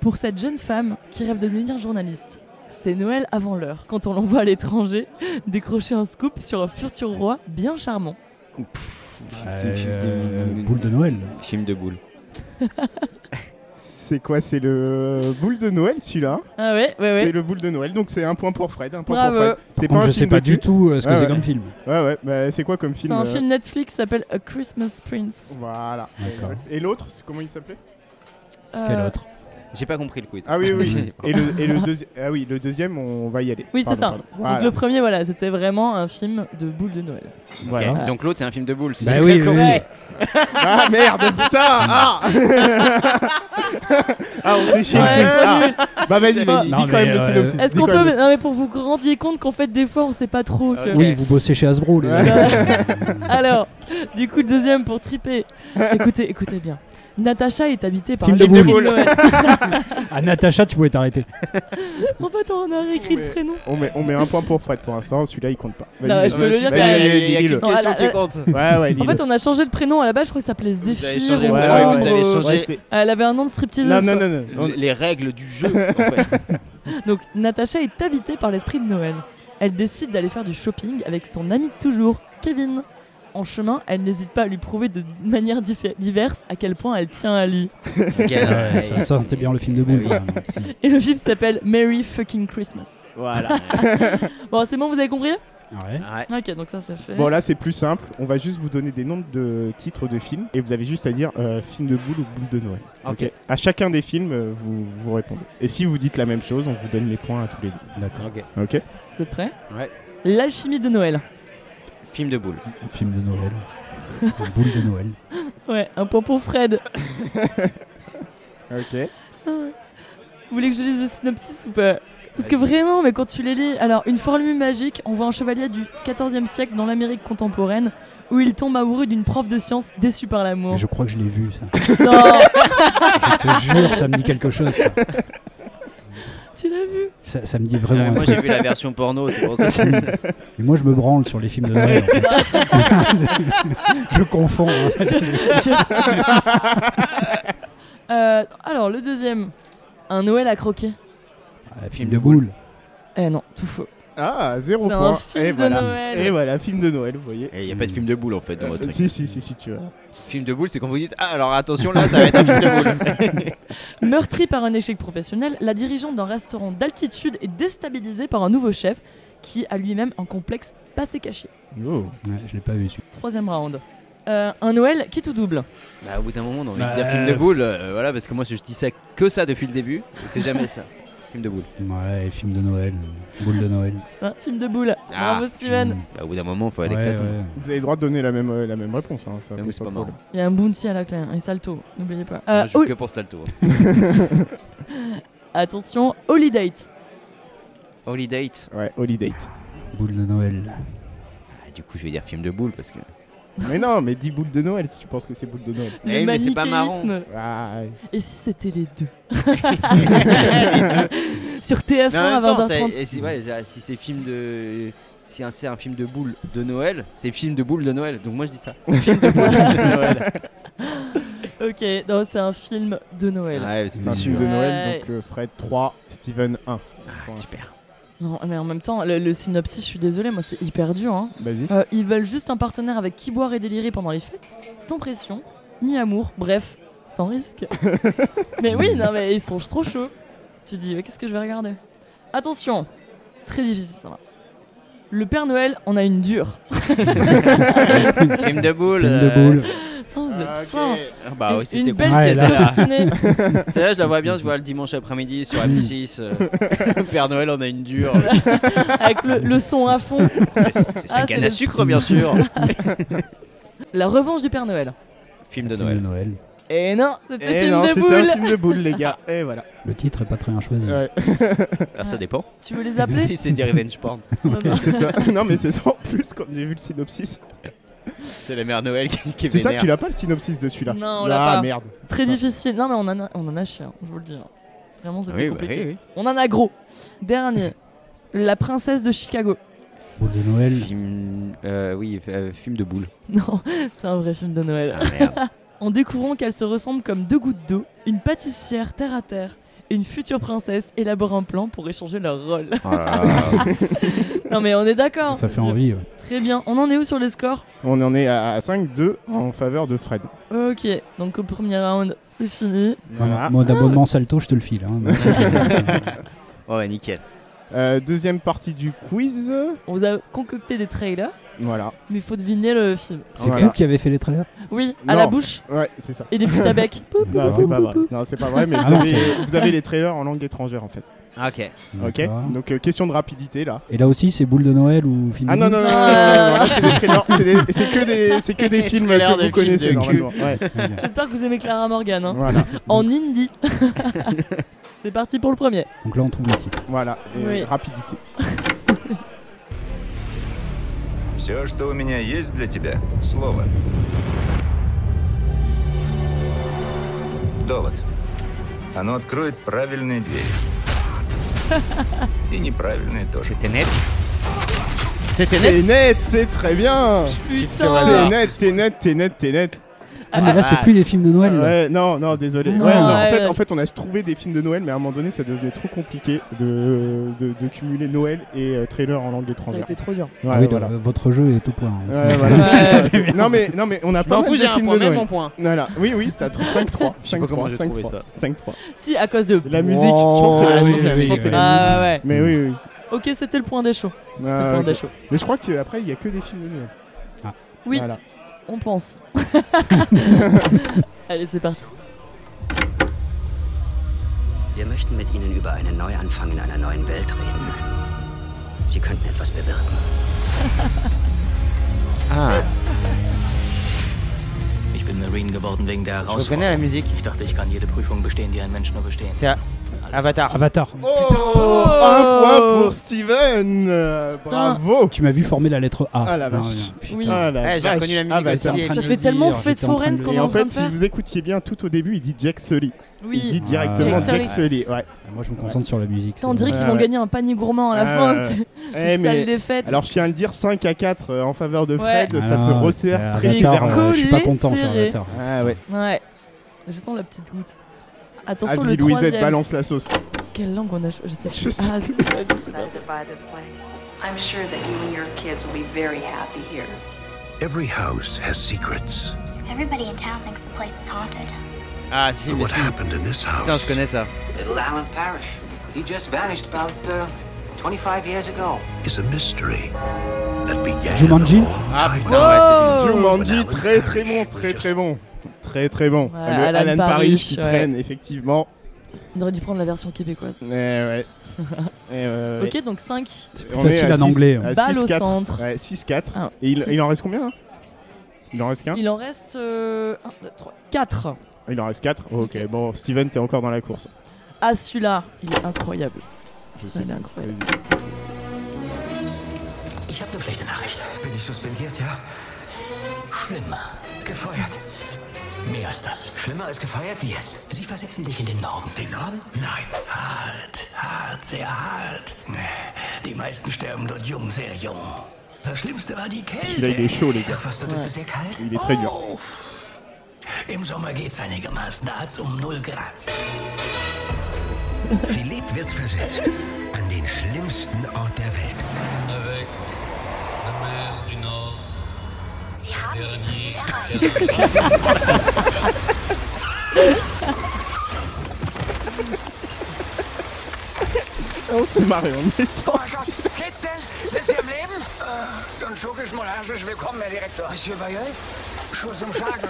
Pour cette jeune femme qui rêve de devenir journaliste, c'est Noël avant l'heure quand on l'envoie à l'étranger [LAUGHS] décrocher un scoop sur un futur roi bien charmant. Euh, boule de Noël. Film de boule. C'est quoi C'est le boule de Noël celui-là Ah ouais, ouais, C'est ouais. le boule de Noël, donc c'est un point pour Fred. Un point Bravo. pour Fred. C'est Par contre, un je sais pas Ah, de du cul. tout euh, ce que Ouais, c'est ouais. comme film. Ouais, ouais, bah, c'est quoi comme C'est film un euh, film Netflix qui s'appelle A Christmas Prince. Voilà. D'accord. Et l'autre, c'est- comment il s'appelait Euh, Quel autre J'ai pas compris le quiz. Ah oui, [LAUGHS] [LAUGHS] oui. C'est- et le, et le deuxi- ah oui, le deuxième, on va y aller. Oui, c'est Pardon, ça. pardon. Ah. Donc Voilà. le premier, voilà, c'était vraiment un film de boule de Noël. voilà. Ok. Donc l'autre c'est un film de boule. si Bah j'ai oui, bien oui, compris. oui. Ah merde, putain Ah, [LAUGHS] ah on s'est chié. Ouais, Ah. trop nul. Bah vas-y, vas-y, dis Non, quand mais, même le euh, synopsis. Est-ce dis qu'on quand même peut. le Non, mais pour vous rendiez compte qu'en fait, des fois, on sait pas trop. tu vois. Oui, vous bossez chez Hasbro, les gars. Alors, du coup, le deuxième pour triper. Écoutez, écoutez bien. Natacha est habitée par Film l'esprit de boule. Noël. Ah, Natacha, tu pouvais t'arrêter. En fait, on a réécrit Mais- le prénom. On met, on met un point pour Fred pour l'instant, celui-là il compte pas. Vas-y, Non, vas-y, je peux le vas-y, dire, vas-y, Bah t'as- vas-y, Il y a dis-le. qu'une Non, question la- qui la- compte. Ouais, ouais, En dis-le. fait, on a changé le prénom. À la base, je crois que ça s'appelait Vous avez Zéphyr. changé le ou ouais, prénom, ouais, vous avez Ambre. changé Ouais, Elle avait un nom de stripteaseuse. Non, non, non, non. les règles du jeu. en [LAUGHS] fait. Donc, Natacha est habitée par l'esprit de Noël. Elle décide d'aller faire du shopping avec son ami de toujours, Kevin. En chemin, elle n'hésite pas à lui prouver de manière diffé- diverse à quel point elle tient à lui. Ok. Ouais, ça sentait bien le film de boule. Oui. quand même. Et le film s'appelle Merry Fucking Christmas. Voilà. Bon, c'est bon, vous avez compris Ah Ouais. Ouais. Ok, donc ça, ça fait. Bon là c'est plus simple, on va juste vous donner des noms de titres de films et vous avez juste à dire euh, film de boule ou boule de Noël. Ah, Ok. À chacun des films euh, vous, vous répondez. Et si vous dites la même chose, on vous donne les points à tous les deux. D'accord. Ok. Ok Vous êtes prêts Ouais. L'alchimie de Noël. Film de boule. Film de Noël. boule de Noël. Ouais, un point pour Fred. Ok. Vous voulez que je lise le synopsis ou pas Parce que vraiment, mais quand tu les lis, alors une formule magique, on voit un chevalier du 14e siècle dans l'Amérique contemporaine où il tombe amoureux d'une prof de science déçue par l'amour. Mais je crois que je l'ai vu, ça. Non, Je te jure, ça me dit quelque chose. Ça, tu l'as vu ça, ça me dit Ouais, vraiment un moi truc. j'ai vu la version porno, c'est pour ça. [LAUGHS] que- Et moi, je me branle sur les films de Noël. en fait. [LAUGHS] je confonds. hein. en fait. Euh, Alors, le deuxième, un Noël à croquer. Ah, film de boule. Eh non, tout faux. Ah, zéro C'est point. un film et de voilà. Noël. Et voilà, film de Noël, vous voyez. Et Il n'y Eh, a pas de film de boule en fait Oh, dans votre [LAUGHS] Euh, truc. si, si, si, si, tu vois. Film de boule, c'est quand vous dites Ah, alors attention là, ça va être un film [LAUGHS] de boule. Meurtrie par un échec professionnel, la dirigeante d'un restaurant d'altitude est déstabilisée par un nouveau chef qui a lui-même un complexe passé caché. Oh. Ouais, je l'ai pas vu, celui Troisième round. Euh, un Noël qui tout double. bah, au bout d'un moment, on a envie euh, Bah, [LAUGHS] de dire film de boule, euh, voilà, parce que moi je dis ça que ça depuis le début, et c'est jamais ça. Film de boule. Ouais, film de Noël, boule de Noël. Hein, film de boule. Ah, Bravo Steven. Mm. Bah, au bout d'un moment, faut aller Ouais, avec ça, toi. ouais. Vous avez le droit de donner la même, euh, la même réponse. Hein, ça Ah pose oui, c'est pas de marrant. problème. Il y a un bounty à la clé, hein, et Salto, n'oubliez pas. Euh, Moi, je joue Hol- que pour Salto. Attention, Holiday. Eh, Holiday. Ouais, Holiday. Boule de Noël. Ah, du coup, je vais dire film de boule parce que. mais non, mais 10 boules de Noël si tu penses que c'est boules de Noël. Eh, Le mais c'est pas manichéisme. Ah, Et si c'était les [LAUGHS] deux Sur TF1 Mais en même à temps, c'est- 20h30. et si, ouais, genre, si c'est film de. Si un- c'est un film de boule de Noël, c'est film de boule de Noël. Donc moi je dis ça. film de boule de Noël. Ok, non, c'est un film de Noël. Ouais, C'est un c'est film sûr. de Ouais. Noël, donc euh, Fred 3, Steven 1. Super. Non, mais en même temps, le, le synopsis, je suis désolée, moi c'est hyper dur. hein. Vas-y. Euh, ils veulent juste un partenaire avec qui boire et délirer pendant les fêtes, sans pression, ni amour, bref, sans risque. mais oui, non, mais ils sont trop chauds. Tu te dis, mais qu'est-ce que je vais regarder Attention, très difficile ça va. Le Père Noël en a une dure. film de boule. Film de euh, boule. Putain, vous êtes fins. ah, Bah Une- ouais, une c'était belle compliqué, question celle-là. ciné. Tu sais, je la vois bien, je vois le dimanche après-midi sur M6. euh, [LAUGHS] Père Noël en a une dure. avec le, le son à fond. C'est c'est sa Ah, canne c'est à le- sucre, bien sûr. La revanche du Père Noël. film de Film de Noël. Noël. Et non, c'était Eh film non, de c'était boule. un film de boule, les gars. Et voilà. Le titre est pas très bien choisi. Ouais. Ah, ça Ouais. dépend. Tu veux les [LAUGHS] appeler Si c'est des revenge porn, Non, non. [LAUGHS] c'est ça. Non, mais c'est ça en plus, comme j'ai vu le synopsis. c'est la mère Noël qui, qui est C'est ça, vénère. tu l'as pas le synopsis de celui-là Non, on Ah, l'a pas. merde. Très difficile. Non, mais on en a, on en a chier, hein, je vous le dis. hein. Vraiment, c'était Oui, bah compliqué. oui, On en a gros. Dernier. La princesse de Chicago. [LAUGHS] Boule de oui. Noël. Film, euh, oui, euh, film de boule. Non, c'est un vrai film de Noël. Ah, merde. En découvrant qu'elles se ressemblent comme deux gouttes d'eau, une pâtissière terre à terre et une future princesse élaborent un plan pour échanger leurs rôles. [LAUGHS] Oh là là. [LAUGHS] non, mais on est d'accord. Ça fait envie. ouais. Très bien. On en est où sur les scores On en est à 5-2 en faveur de Fred. Ok, donc au premier round, c'est fini. Voilà. Voilà. Mode abonnement Salto, je te le file. [LAUGHS] hein. Oh, ouais, nickel. Euh, deuxième partie du quiz. On vous a concocté des trailers, Voilà. mais il faut deviner le film. C'est Voilà. vous qui avez fait les trailers Oui, à Non. la bouche Ouais, c'est ça. et des flûtes [LAUGHS] à bec. Poup, Non, D'accord. c'est pas vrai. Non, c'est pas vrai, mais Ah vous non, avez, vous avez les trailers en langue étrangère en fait. Ok. Ok D'accord. Donc, euh, question de rapidité là. Et là aussi, c'est boule de Noël ou film Ah de non, boule non, non, non, non, Ah. non, non, là, c'est des trailers. C'est des- C'est que des, c'est que des films trailers que de vous films connaissez de cul. normalement. Ouais. J'espère que vous aimez Clara Morgan. hein. Voilà. En indie. [LAUGHS] c'est parti pour le premier. Donc là, on trouve le titre. Voilà. Et, euh, Oui. Rapidité. Все, что у меня есть для тебя, слово. Довод. Оно откроет правильные двери. И неправильные тоже. C'était net. C'était net. T'es net, c'est très bien. T'es hasard. net, t'es net, t'es net, t'es net. Ah, mais là, c'est ah. plus des films de Noël. là. Ouais, non, non, désolé. Non, Ouais, non, ouais, en, fait, ouais. en fait, on a trouvé des films de Noël, mais à un moment donné, ça devenait trop compliqué de, de, de cumuler Noël et euh, trailer en langue Ça a étrangère. été trop dur. Ouais, Ah oui, voilà. donc, euh, votre jeu est au point. hein. Ouais, C'est- voilà. non, mais, non, mais on a pas M'en mal fous, de j'ai un films point, de même Noël. mon point. Voilà. Oui, oui, t'as trouvé 5-3. Je sais pas comment j'ai trouvé ça. 5-3. Si, à cause de. La musique, je pense que c'est la oui, musique. je oui, pense que c'est oui. la musique. Ah ouais. Mais oui, oui. Ok, c'était le point des shows. Ah, C'est le point ok. des shows. Mais je crois qu'après, il y a que des films de Noël. Ah. Oui. Voilà. On [LAUGHS] pense. Allez, c'est parti. Wir möchten mit Ihnen über einen Neuanfang in einer neuen Welt reden. Sie könnten etwas bewirken. Ah, Ich bin Marine geworden wegen der je connais la Herausforderung. musique. Ich dachte, ich kann jede Prüfung bestehen, die ein Mensch nur bestehen. C'est Avatar. Avatar. Oh, Un point pour Steven Euh, Putain. Bravo Tu m'as vu former la lettre A. Ah la vache. putain. Oui. Ah, la Ouais, Eh, j'ai vache. reconnu la musique Ah, bah, aussi. t'es en et train Ça tout. fait tellement dire, fête j'étais en train foraine de ce le- qu'on Et est en en train de fait, si faire. vous écoutiez bien tout au début, il dit Jack Sully. Il dit Oui. Ah. directement Jack Jack Sully. Ouais. Moi, je me concentre sur la musique. Putain, On dirait Ouais, qu'ils vont ouais. gagner un panier gourmand à la Ah, fin. ouais. tu sais. Eh, C'est mais- salle des fêtes. Alors, je tiens à le dire 5 à 4 euh, en faveur de Fred, Ah ça non, se resserre c'est très Avatar, sévèrement. euh, Je suis pas Collé, content sur serré. Avatar. Ah ouais. Ouais. Je sens la petite goutte. Attention, Vas-y, le Louisette, troisième. balance la sauce. Quelle langue on a cho- Je sais Je plus. sais Ah, c'est pas du tout. excited by this place. I'm sure that you and your kids will be very happy here. Every house has secrets. Everybody in town thinks the place is haunted. Ah, si, But mais what si. happened in this house? Putain, je connais ça. Little Alan Parrish. He just vanished about 25 years ago. Is a mystery that began Jumanji a long Ah, time putain, ouais, c'est Oh. lui. Jumanji, très très bon, très très bon. Très très bon. Ouais, Le Alan Alan, Parrish Parrish, qui ouais. traîne, effectivement. On aurait dû prendre la version québécoise. Eh [LAUGHS] ouais. Eh ouais, ouais, ouais. Ok, donc 5. On est à six- à Balle au 6-4. centre. Ouais, 6-4. Ah, Et il, six- il en reste combien là Il en reste qu'un Il en reste euh, 1, 2, 3, 4. Il en reste 4. Ok, bon, Steven, t'es encore dans la course. Ah, celui-là, il est incroyable. Je Celui-là, il est incroyable. Ich habe eine schlechte Nachricht. Bin ich suspendiert, ja? Schlimmer. Gefeuert. Mehr als das. Schlimmer als gefeuert wie jetzt. Sie versetzen dich in den Norden. Den Norden? Nein. Hart. Hart. Sehr hart. Die meisten sterben dort jung, sehr jung. Das Schlimmste war die Kälte. Celui-là, il est chaud, les [LAUGHS] gars. Ach, was, dort ist es sehr kalt? Il est très dur. Oh. Im Sommer geht's einigermaßen. Da hat's um 0 Grad. Philipp wird versetzt an den schlimmsten Ort der Welt. Sie haben Sie Oh, c'est marré, on est Oh mein Gott, geht's denn? Sind Sie am Leben? Äh, dann schurkisch monarchisch willkommen, Herr Direktor. Monsieur Bayeux? Schuss im Schaden.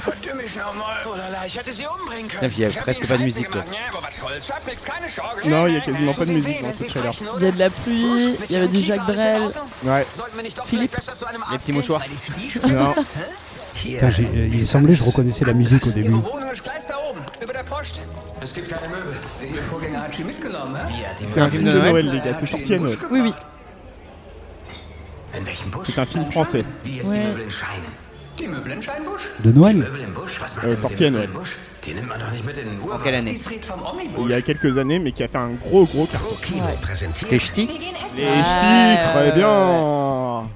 Verdümm ich nochmal. Oh la la, ich hätte Sie umbringen können. Putain, puis il y a Ich hab presque Ihnen pas de Scheiße musique, gemacht, quoi. ne? Aber was soll's, Schatz, nix, keine Sorge. Non, il y a quasiment pas de Tut weh, musique dans wenn ce Sie trailer. sprechen, Il y oder? a de la pluie, il y avait du Jacques Brel. Ouais. Sollten wir nicht doch vielleicht besser zu einem Les Arzt petits gehen? mouchoirs. Non. Hein? Putain, j'ai- euh, il semblait que je reconnaissais la musique au début. Ihre Wohnung ist gleich da oben, über der Post. Es gibt keine Möbel. Ihr Vorgänger hat sie mitgenommen, ne? C'est un film de Noël, les gars, c'est sorti à Noël. Oui, oui. C'est un film français. Wie jetzt die Möbel in Scheinen. Die Möbel in Scheinbusch. De Noël Möbel im Busch, was macht Euh, ihr mit sorti den à Möbeln Noël. im Busch? Die nimmt man doch nicht mit in den Urwald. quelle année Dies rieht vom Il Omnibus. y a quelques années, mais qui a fait un gros gros carton. Kino präsentiert. Les ch'tis Les Ah, ch'tis, très bien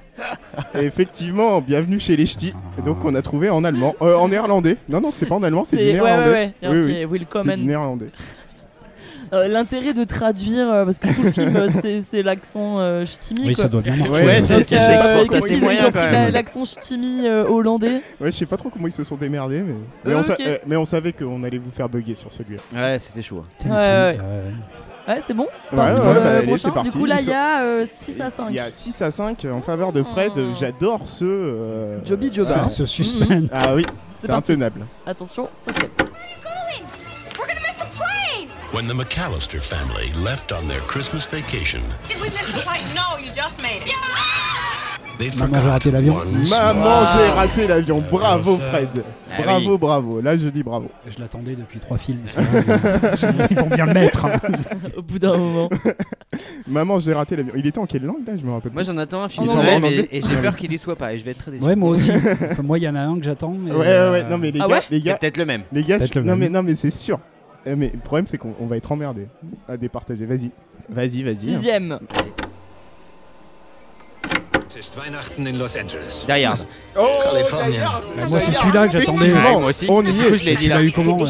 Et Effectivement, bienvenue chez les ch'tis. Ah. Et Donc on a trouvé en allemand, Euh, en néerlandais. Non, non, c'est pas en allemand, c'est du C'est- ouais, ouais, néerlandais. ouais. Il y a marqué Willkommen. C'est du néerlandais. Euh, L'intérêt de traduire, euh, parce que [LAUGHS] tout le film, euh, c'est- c'est l'accent euh, ch'timi. Oui, ça quoi. doit bien marcher. Ouais, ouais, Donc, c'est- euh, je sais pas qu'est-ce comment qu'ils ils ont ont ils ont quand pris même. la- l'accent ch'timi euh, hollandais Ouais, je sais pas trop comment ils se sont démerdés, mais, mais, Ouais, on, sa- ok. euh, mais on savait qu'on allait vous faire bugger sur celui-là. Ouais, c'était chaud. hein. Putain, il Ouais, semble- Ouais, c'est bon C'est Ouais, parti ouais, pour le bah, allez, prochain. c'est parti. Du coup, là, Ils il y a 6 à Oh. 5. Il y a 6 à 5 en faveur de Fred. J'adore ce. euh, Jobby, Jobby. Ah, Ah, Ce suspense. Ah oui, C'est c'est parti. intenable. Attention, ça fait. We're gonna miss the plane! When the McAllister family left on their Christmas vacation, Did we miss the plane? No, you just made it. they Maman, j'ai forgot raté l'avion. one small Maman, j'ai raté l'avion. Bravo, Fred. Ah Bravo, oui. bravo. Là, je dis bravo. Je l'attendais depuis trois films. celui-là. [LAUGHS] Ils vont bien le mettre. hein. Au bout d'un moment. Maman, j'ai raté l'avion. Il était en quelle langue là Je me rappelle Moi plus. j'en attends un film Il de est en Noël, anglais et, et j'ai peur qu'il y soit pas et je vais être très déçu. Ouais, moi aussi. Enfin, moi, il y en a un que j'attends. mais, Ouais, ouais, euh, ouais. Non, mais les Ah gars, ouais les C'est gars, peut-être le même. les gars, Peut-être je- le non, même. mais, non, mais c'est sûr. Eh, Mais le problème, c'est qu'on on va être emmerdé à départager. Vas-y, vas-y, [LAUGHS] vas-y. Sixième. Es ist Weihnachten in Los Angeles. Die Hard. Oh, Californie. bah, Moi, c'est celui-là que j'attendais. Effectivement. moi aussi. On y Du est. coup, je l'ai dit Tu là. l'as eu [LAUGHS] comment ouais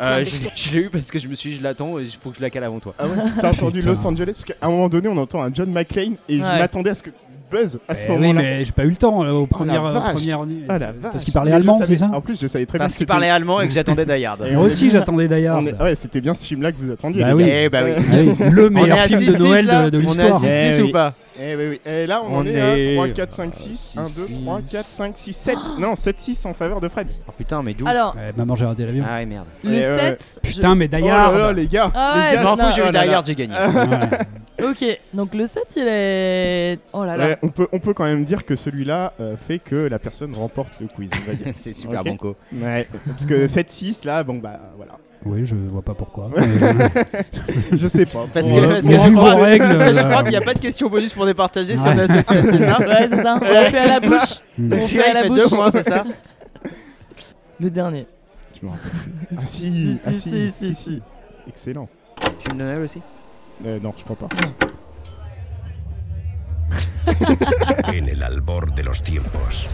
Euh, je je l'ai eu parce que je me suis dit, je l'attends et il faut que je la cale avant toi. Ah ouais, t'as entendu Putain. Los Angeles parce qu'à un moment donné, on entend un John McClane et je Ouais. m'attendais à ce que buzz à ce Eh Oui, moment-là. Oh mais j'ai pas eu le temps là, aux premières. la aux vache. premières- Ah la vache. Parce qu'il parlait Mais je allemand, savais- c'est ça En plus, je savais très bien Parce qu'il que c'était- parlait allemand et que j'attendais Die Hard. Et Moi on aussi, est- j'attendais d'ailleurs. on est- Ouais, c'était bien ce film-là que vous attendiez. Bah les oui. gars. Eh bah oui. Euh, Ah oui, le On est à meilleur film de 6-6, Noël là de, de On l'histoire. est à 6-6 Eh ou oui. pas Eh oui, oui. Et là, on, On en est, à est- 3, 4, 5, 6. Ah, 1, 2, 3, 4, 5, 6, 7. Non, 7, 6 en faveur de Fred. Oh putain, mais d'où Alors, Ouais, maman, j'ai raté l'avion. Ah ouais, merde. le Et, euh, 7. Putain, mais Oh là là, d'ailleurs. les gars. Ah ouais, les Je gars, m'en ça- fous, j'ai oh eu là Die là. Hard, j'ai gagné. Euh. Ok, donc le 7, il est. Oh là là. Ouais, on, peut, on peut quand même dire que celui-là euh, fait que la personne remporte le quiz, on [LAUGHS] va dire. [LAUGHS] C'est super Ok. banco. Ouais, parce que 7-6, là, bon, bah voilà. Oui, je vois pas [LAUGHS] pourquoi. mais- euh, Je sais pas. Parce Bon, que, euh, parce que bon, je bon, crois, bon, règle, parce que je là. crois qu'il n'y a pas de question bonus pour départager si Ouais. on a 7 [LAUGHS] c'est ça Ouais, c'est ça. On l'a fait à la [LAUGHS] bouche. Mm. On Si fait à là, la il fait deux bouche. points, c'est ça Le dernier. Je me rappelle plus. Ah si, ah, Si, si, si, si, si. Excellent. Tu me donnes aussi Euh, non, je crois pas. En el albor de los tiempos.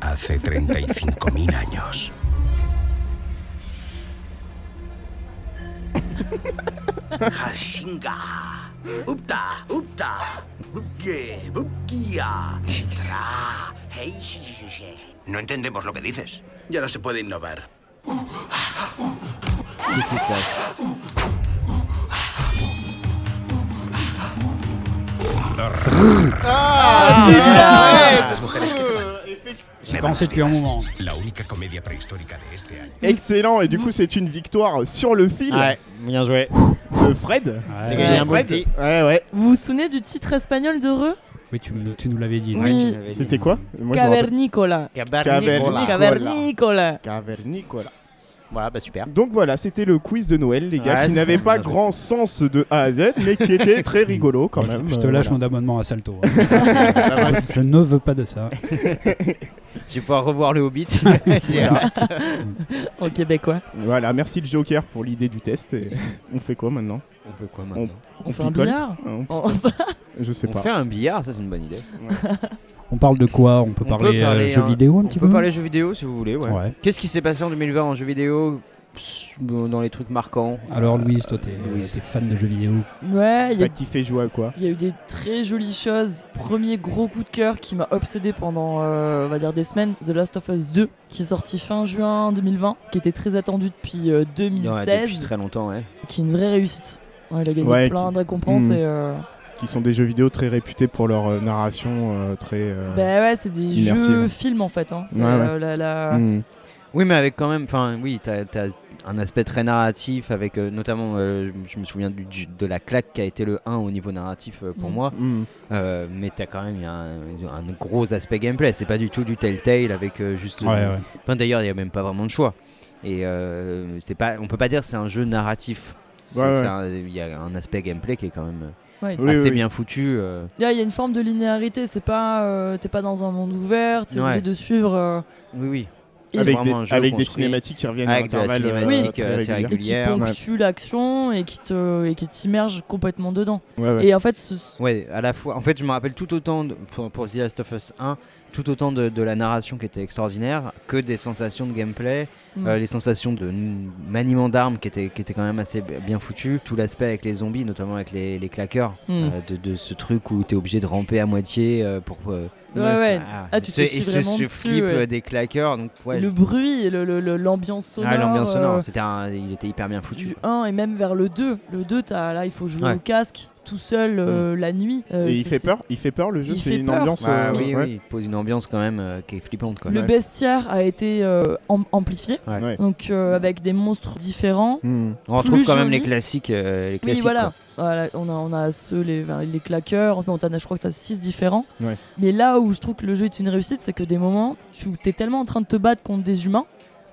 Hace 35.000 años. Hashinga. Upta, upta. Upge, upkia. Tra, hey, shi, shi, shi. No entendemos lo que dices. Ya no se puede innovar. Qu'est-ce qui se passe Ah, Ah, Las mujeres que te van. J'ai pensé depuis un moment. La única comedia prehistórica de este año. Excellent, et du coup, c'est une victoire sur le fil. Ouais, bien joué. De Fred. T'as gagné un Fred. bon petit. Ouais, ouais. Vous vous souvenez du titre espagnol d'Heureux Oui, tu, me- tu nous l'avais dit. Oui. Ouais, tu l'avais C'était quoi Moi, je me rappelle. Cavernicola. Cavernicola. Cavernicola. Cavernicola. Voilà, bah super. Donc voilà, c'était le quiz de Noël, les gars, Ouais, qui c'est n'avait ça, pas bien joué. grand sens de A à Z, mais qui était très rigolo quand même. Je te euh, lâche voilà. mon abonnement à Salto. [LAUGHS] hein. je, je ne veux pas de ça. Je vais pouvoir revoir le [LAUGHS] Hobbit. [LAUGHS] J'ai hâte. En québécois. Voilà, merci le Joker pour l'idée du test. et [LAUGHS] on fait quoi maintenant On fait quoi On, maintenant on fait un picole billard On- On- Je sais On pas. fait un billard, ça c'est une bonne idée. On parle de quoi On peut On parler, peut euh, parler, jeux hein, vidéo un petit On peu peut parler jeux vidéo si vous voulez. Ouais. Ouais. Qu'est-ce qui s'est passé en 2020 en jeux vidéo pss, dans les trucs marquants Alors Louise, toi, t'es Euh, Louise. t'es fan de jeux vidéo. Ouais, il y a T'as kiffé jouer à quoi Il y a eu des très jolies choses. Premier gros coup de cœur qui m'a obsédé pendant, euh, on va dire, des semaines, The Last of Us 2, qui est sorti fin juin 2020, qui était très attendu depuis euh, Ouais, 2016, depuis très longtemps, ouais. qui est une vraie réussite. Ouais, il a gagné Ouais, plein qui- de récompenses Mm. et. euh, Qui sont des jeux vidéo très réputés pour leur euh, narration euh, très. euh, Ben, Bah ouais, c'est des Immersive. jeux films en fait. hein. C'est, Ouais, ouais. euh, la- la- Hmm. Oui, mais avec quand même, enfin, oui, t'as t'as un aspect très narratif, avec euh, notamment, euh, je me souviens du- du- de la claque qui a été le 1 au niveau narratif euh, pour Mm. moi. Mm. Euh, mais t'as quand même un, un gros aspect gameplay. C'est pas du tout du Telltale avec euh, juste. Ouais, ouais. Enfin, d'ailleurs, il y a même pas vraiment de choix. Et euh, c'est pas, on peut pas dire que c'est un jeu narratif. C'est- Ouais, ouais. c'est un- Il y a un aspect gameplay qui est quand même euh, Ouais. Oui, assez oui. bien foutu. euh. Là, il y a une forme de linéarité. C'est pas, euh, t'es pas dans un monde ouvert. T'es Ouais. obligé de suivre. euh, Oui, oui. Et Avec, C'est des, vraiment un jeu avec des construit. cinématiques qui reviennent Avec de à la intervalles euh, cinématique, très euh, c'est réguliers. et qui régulière, ouais. ponctue l'action et qui te et qui t'immerge complètement dedans. Ouais, ouais. Et en fait, ce- Ouais, à la fois. En fait, je me rappelle tout autant de- pour, pour The Last of Us 1, tout autant de, de la narration qui était extraordinaire que des sensations de gameplay, Mm. euh, les sensations de n- maniement d'armes qui étaient qui étaient quand même assez b- bien foutues, tout l'aspect avec les zombies, notamment avec les, les claqueurs, Mm. euh, de, de ce truc où t'es obligé de ramper à moitié euh, pour. euh, Ouais, ouais. Ah, Ah, tu ce- te chies et ce, vraiment ce dessus, flip ouais. euh, des claqueurs, donc ouais. le bruit et le- le- le- l'ambiance Ah, l'ambiance sonore, sonore, euh, c'était un- il était hyper bien foutu. du quoi. 1 et même vers le 2. Le 2, t'as- là, il faut jouer Ouais. au casque tout seul euh, la nuit. Euh, Et il c'est- fait c'est- peur Il fait peur le jeu Il C'est fait une peur. ambiance. Ouais, euh, Bah oui, ouais. oui, il pose une ambiance quand même euh, qui est flippante. Quoi. Le Ouais. bestiaire a été euh, am- amplifié, Ouais. Ouais. donc euh, avec des monstres différents. Hmm. On retrouve plus quand même joli. les classiques. euh, les Oui, classiques, voilà. Voilà, on, a, on a ceux, les, enfin, les claqueurs, Enfin, t'en as- je crois que tu as 6 différents. Ouais. Mais là où je trouve que le jeu est une réussite, c'est que des moments, tu es tellement en train de te battre contre des humains,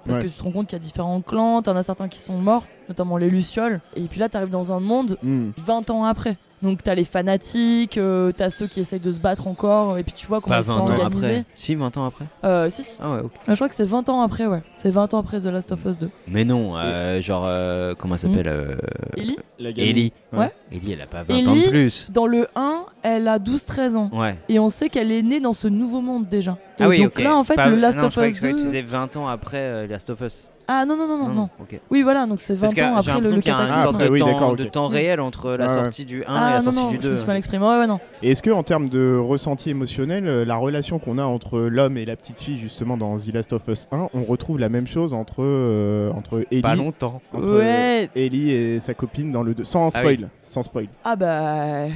parce Ouais. que tu te rends compte qu'il y a différents clans, t'en as certains qui sont morts, notamment les Lucioles, et puis là, t'arrives dans un monde Hmm. 20 ans après. Donc t'as les fanatiques, euh, t'as ceux qui essayent de se battre encore, et puis tu vois comment Pas ils 20 sont ans organisés. après. Si, 20 ans après. Euh, si, si. Ah ouais, ok. Je crois que c'est 20 ans après, ouais. C'est 20 ans après The Last of Us 2. Mais non, euh, genre, euh, comment elle s'appelle euh, Ellie La gamine. Ellie. Hmm. Ouais. Ellie, elle a pas 20 ans Ellie- de plus. Dans le 1, elle a 12-13 ans. Ouais. Et on sait qu'elle est née dans ce nouveau monde déjà. Et ah oui, donc ok. là, en fait, Pas- le Last non, of je croyais Us que Tu 2. disais 20 ans après euh, Last of Us. Ah non, non, non, non, non. ok. Oui, voilà, donc c'est 20 Parce que ans j'ai après le, l'impression le qu'il y a un Ah, cataclysme. sorte de, après, oui, temps, d'accord, de ok. temps réel entre la Ah ouais. sortie du 1 et Ah la non, sortie non, du je 2. me suis mal exprimée. Ouais, ouais, non. Et est-ce que en termes de ressenti émotionnel, euh, la relation qu'on a entre l'homme et la petite fille justement dans The Last of Us 1, on retrouve la même chose entre euh, entre Ellie, Pas longtemps. entre, Ouais. euh, Ellie et sa copine dans le 2 sans Ah oui. spoil, sans spoil. Ah bah.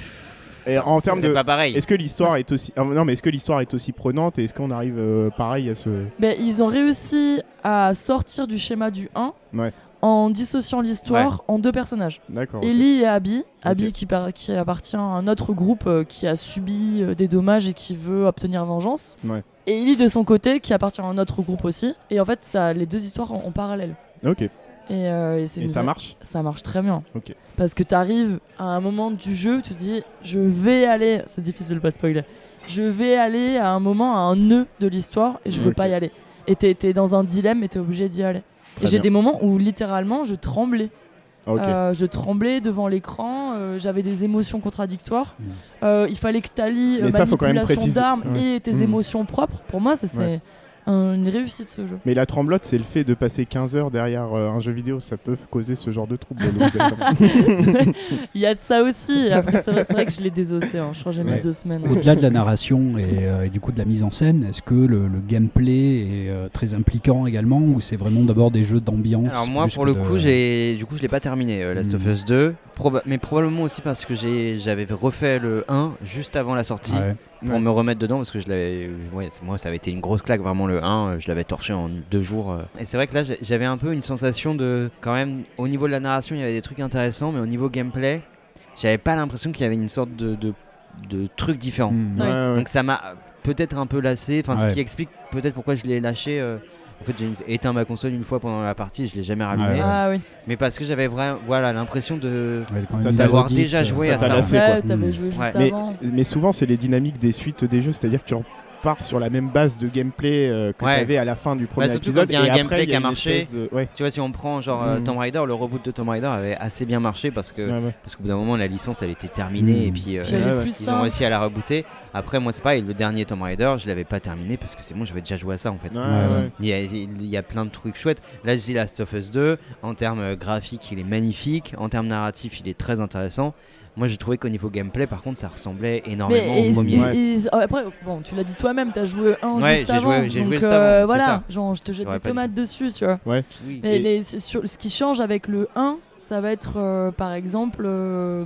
Et en termes C'est de pas pareil. est-ce que l'histoire est aussi ah, non mais est-ce que l'histoire est aussi prenante et est-ce qu'on arrive euh, pareil à ce Ben, ils ont réussi à sortir du schéma du 1 Ouais. en dissociant l'histoire en deux personnages. d'accord. ok. Ellie et Abby. Abby qui, par- qui appartient à un autre groupe euh, qui a subi euh, des dommages et qui veut obtenir vengeance. Ouais. Et Ellie de son côté qui appartient à un autre groupe aussi. Et en fait, ça, les deux histoires en, en parallèle. OK. Et, euh, et c'est Et une ça vraie- marche Ça marche très bien. Ok. Parce que t'arrives à un moment du jeu, tu te dis je vais aller. C'est difficile de pas spoiler. Je vais aller à un moment à un nœud de l'histoire et je veux Ok. pas y aller. Et t'es t'es dans un dilemme et t'es obligé d'y aller. Très Et j'ai bien. des moments où littéralement je tremblais. Ah, OK. Euh, je tremblais devant l'écran, euh, j'avais des émotions contradictoires. Mm. Euh, il fallait que t'allies euh, Hmm. Mais ça, faut quand même manipulation préciser. d'armes Ouais. et tes Mm. émotions propres. Pour moi, ça, c'est un- Ouais. une réussite ce jeu. [LAUGHS] Mais la tremblote, c'est le fait de passer 15 heures derrière euh, un jeu vidéo, ça peut causer ce genre de trouble. [LAUGHS] donc, exactement. Il y a de ça aussi. Après, c'est vrai, c'est vrai que je l'ai désossé. hein. Je crois que j'ai mis Ouais. deux semaines. Au-delà de la narration et, euh, et du coup de la mise en scène, est-ce que le, le gameplay est euh, très impliquant également ou c'est vraiment d'abord des jeux d'ambiance Alors moi plus pour que le de- coup j'ai du coup je l'ai pas terminé euh, Last of Hmm. Us 2 Proba- mais probablement aussi parce que j'ai j'avais refait le 1 juste avant la sortie Ouais. pour Ouais. me remettre dedans parce que je l'avais ouais, c'est- moi ça avait été une grosse claque vraiment le 1 euh, je l'avais torché en deux jours euh. et c'est vrai que là j'ai- j'avais un peu une sensation de quand même au niveau de la narration il y avait des trucs intéressants mais au niveau gameplay j'avais pas l'impression qu'il y avait une sorte de, de, de truc différent Ouais, ouais. donc ça m'a euh, peut-être un peu lassé enfin ce Ouais. qui explique peut-être pourquoi je l'ai lâché euh, en fait, j'ai éteint ma console une fois pendant la partie, et je l'ai jamais rallumée. Ouais, ouais. Ah oui. Mais parce que j'avais vra- voilà l'impression de quand même une d'avoir redite, déjà ça- joué ça à t'a ça. lassé, Ah, quoi. Hmm. t'avais joué juste mais, avant. mais souvent, c'est les dynamiques des suites des jeux, c'est-à-dire que tu repars sur la même base de gameplay euh, que Ouais. tu avais à la fin du premier Bah, surtout épisode. quand il y a un et après, gameplay il y qui a une marché. espèce de- ouais. Tu vois, si on prend genre euh, Mm. Tomb Raider, le reboot de Tomb Raider avait assez bien marché parce que Ouais, ouais. parce qu'au bout d'un moment la licence elle était terminée Mm. et puis, euh, Puis elle est Ouais, plus ils simple. ont réussi à la rebooter. Après moi c'est pareil, le dernier Tomb Raider je l'avais pas terminé parce que c'est bon, je vais déjà jouer à ça en fait. Ouais, ouais. Il, y a, il y a plein de trucs chouettes. Là je dis Last of Us 2, en termes euh, graphiques il est magnifique, en termes narratifs il est très intéressant. Moi j'ai trouvé qu'au niveau gameplay par contre ça ressemblait énormément Mais et- au premier. et- et- après, bon, tu l'as dit toi-même, t'as joué un Ouais, juste j'ai avant. joué- j'ai donc, joué juste euh, avant, c'est voilà, ça. genre je te jette J'aurais des pas dû. tomates dessus, tu vois. Ouais. Oui. Mais Et- les- sur, ce qui change avec le 1, ça va être euh, par exemple, euh,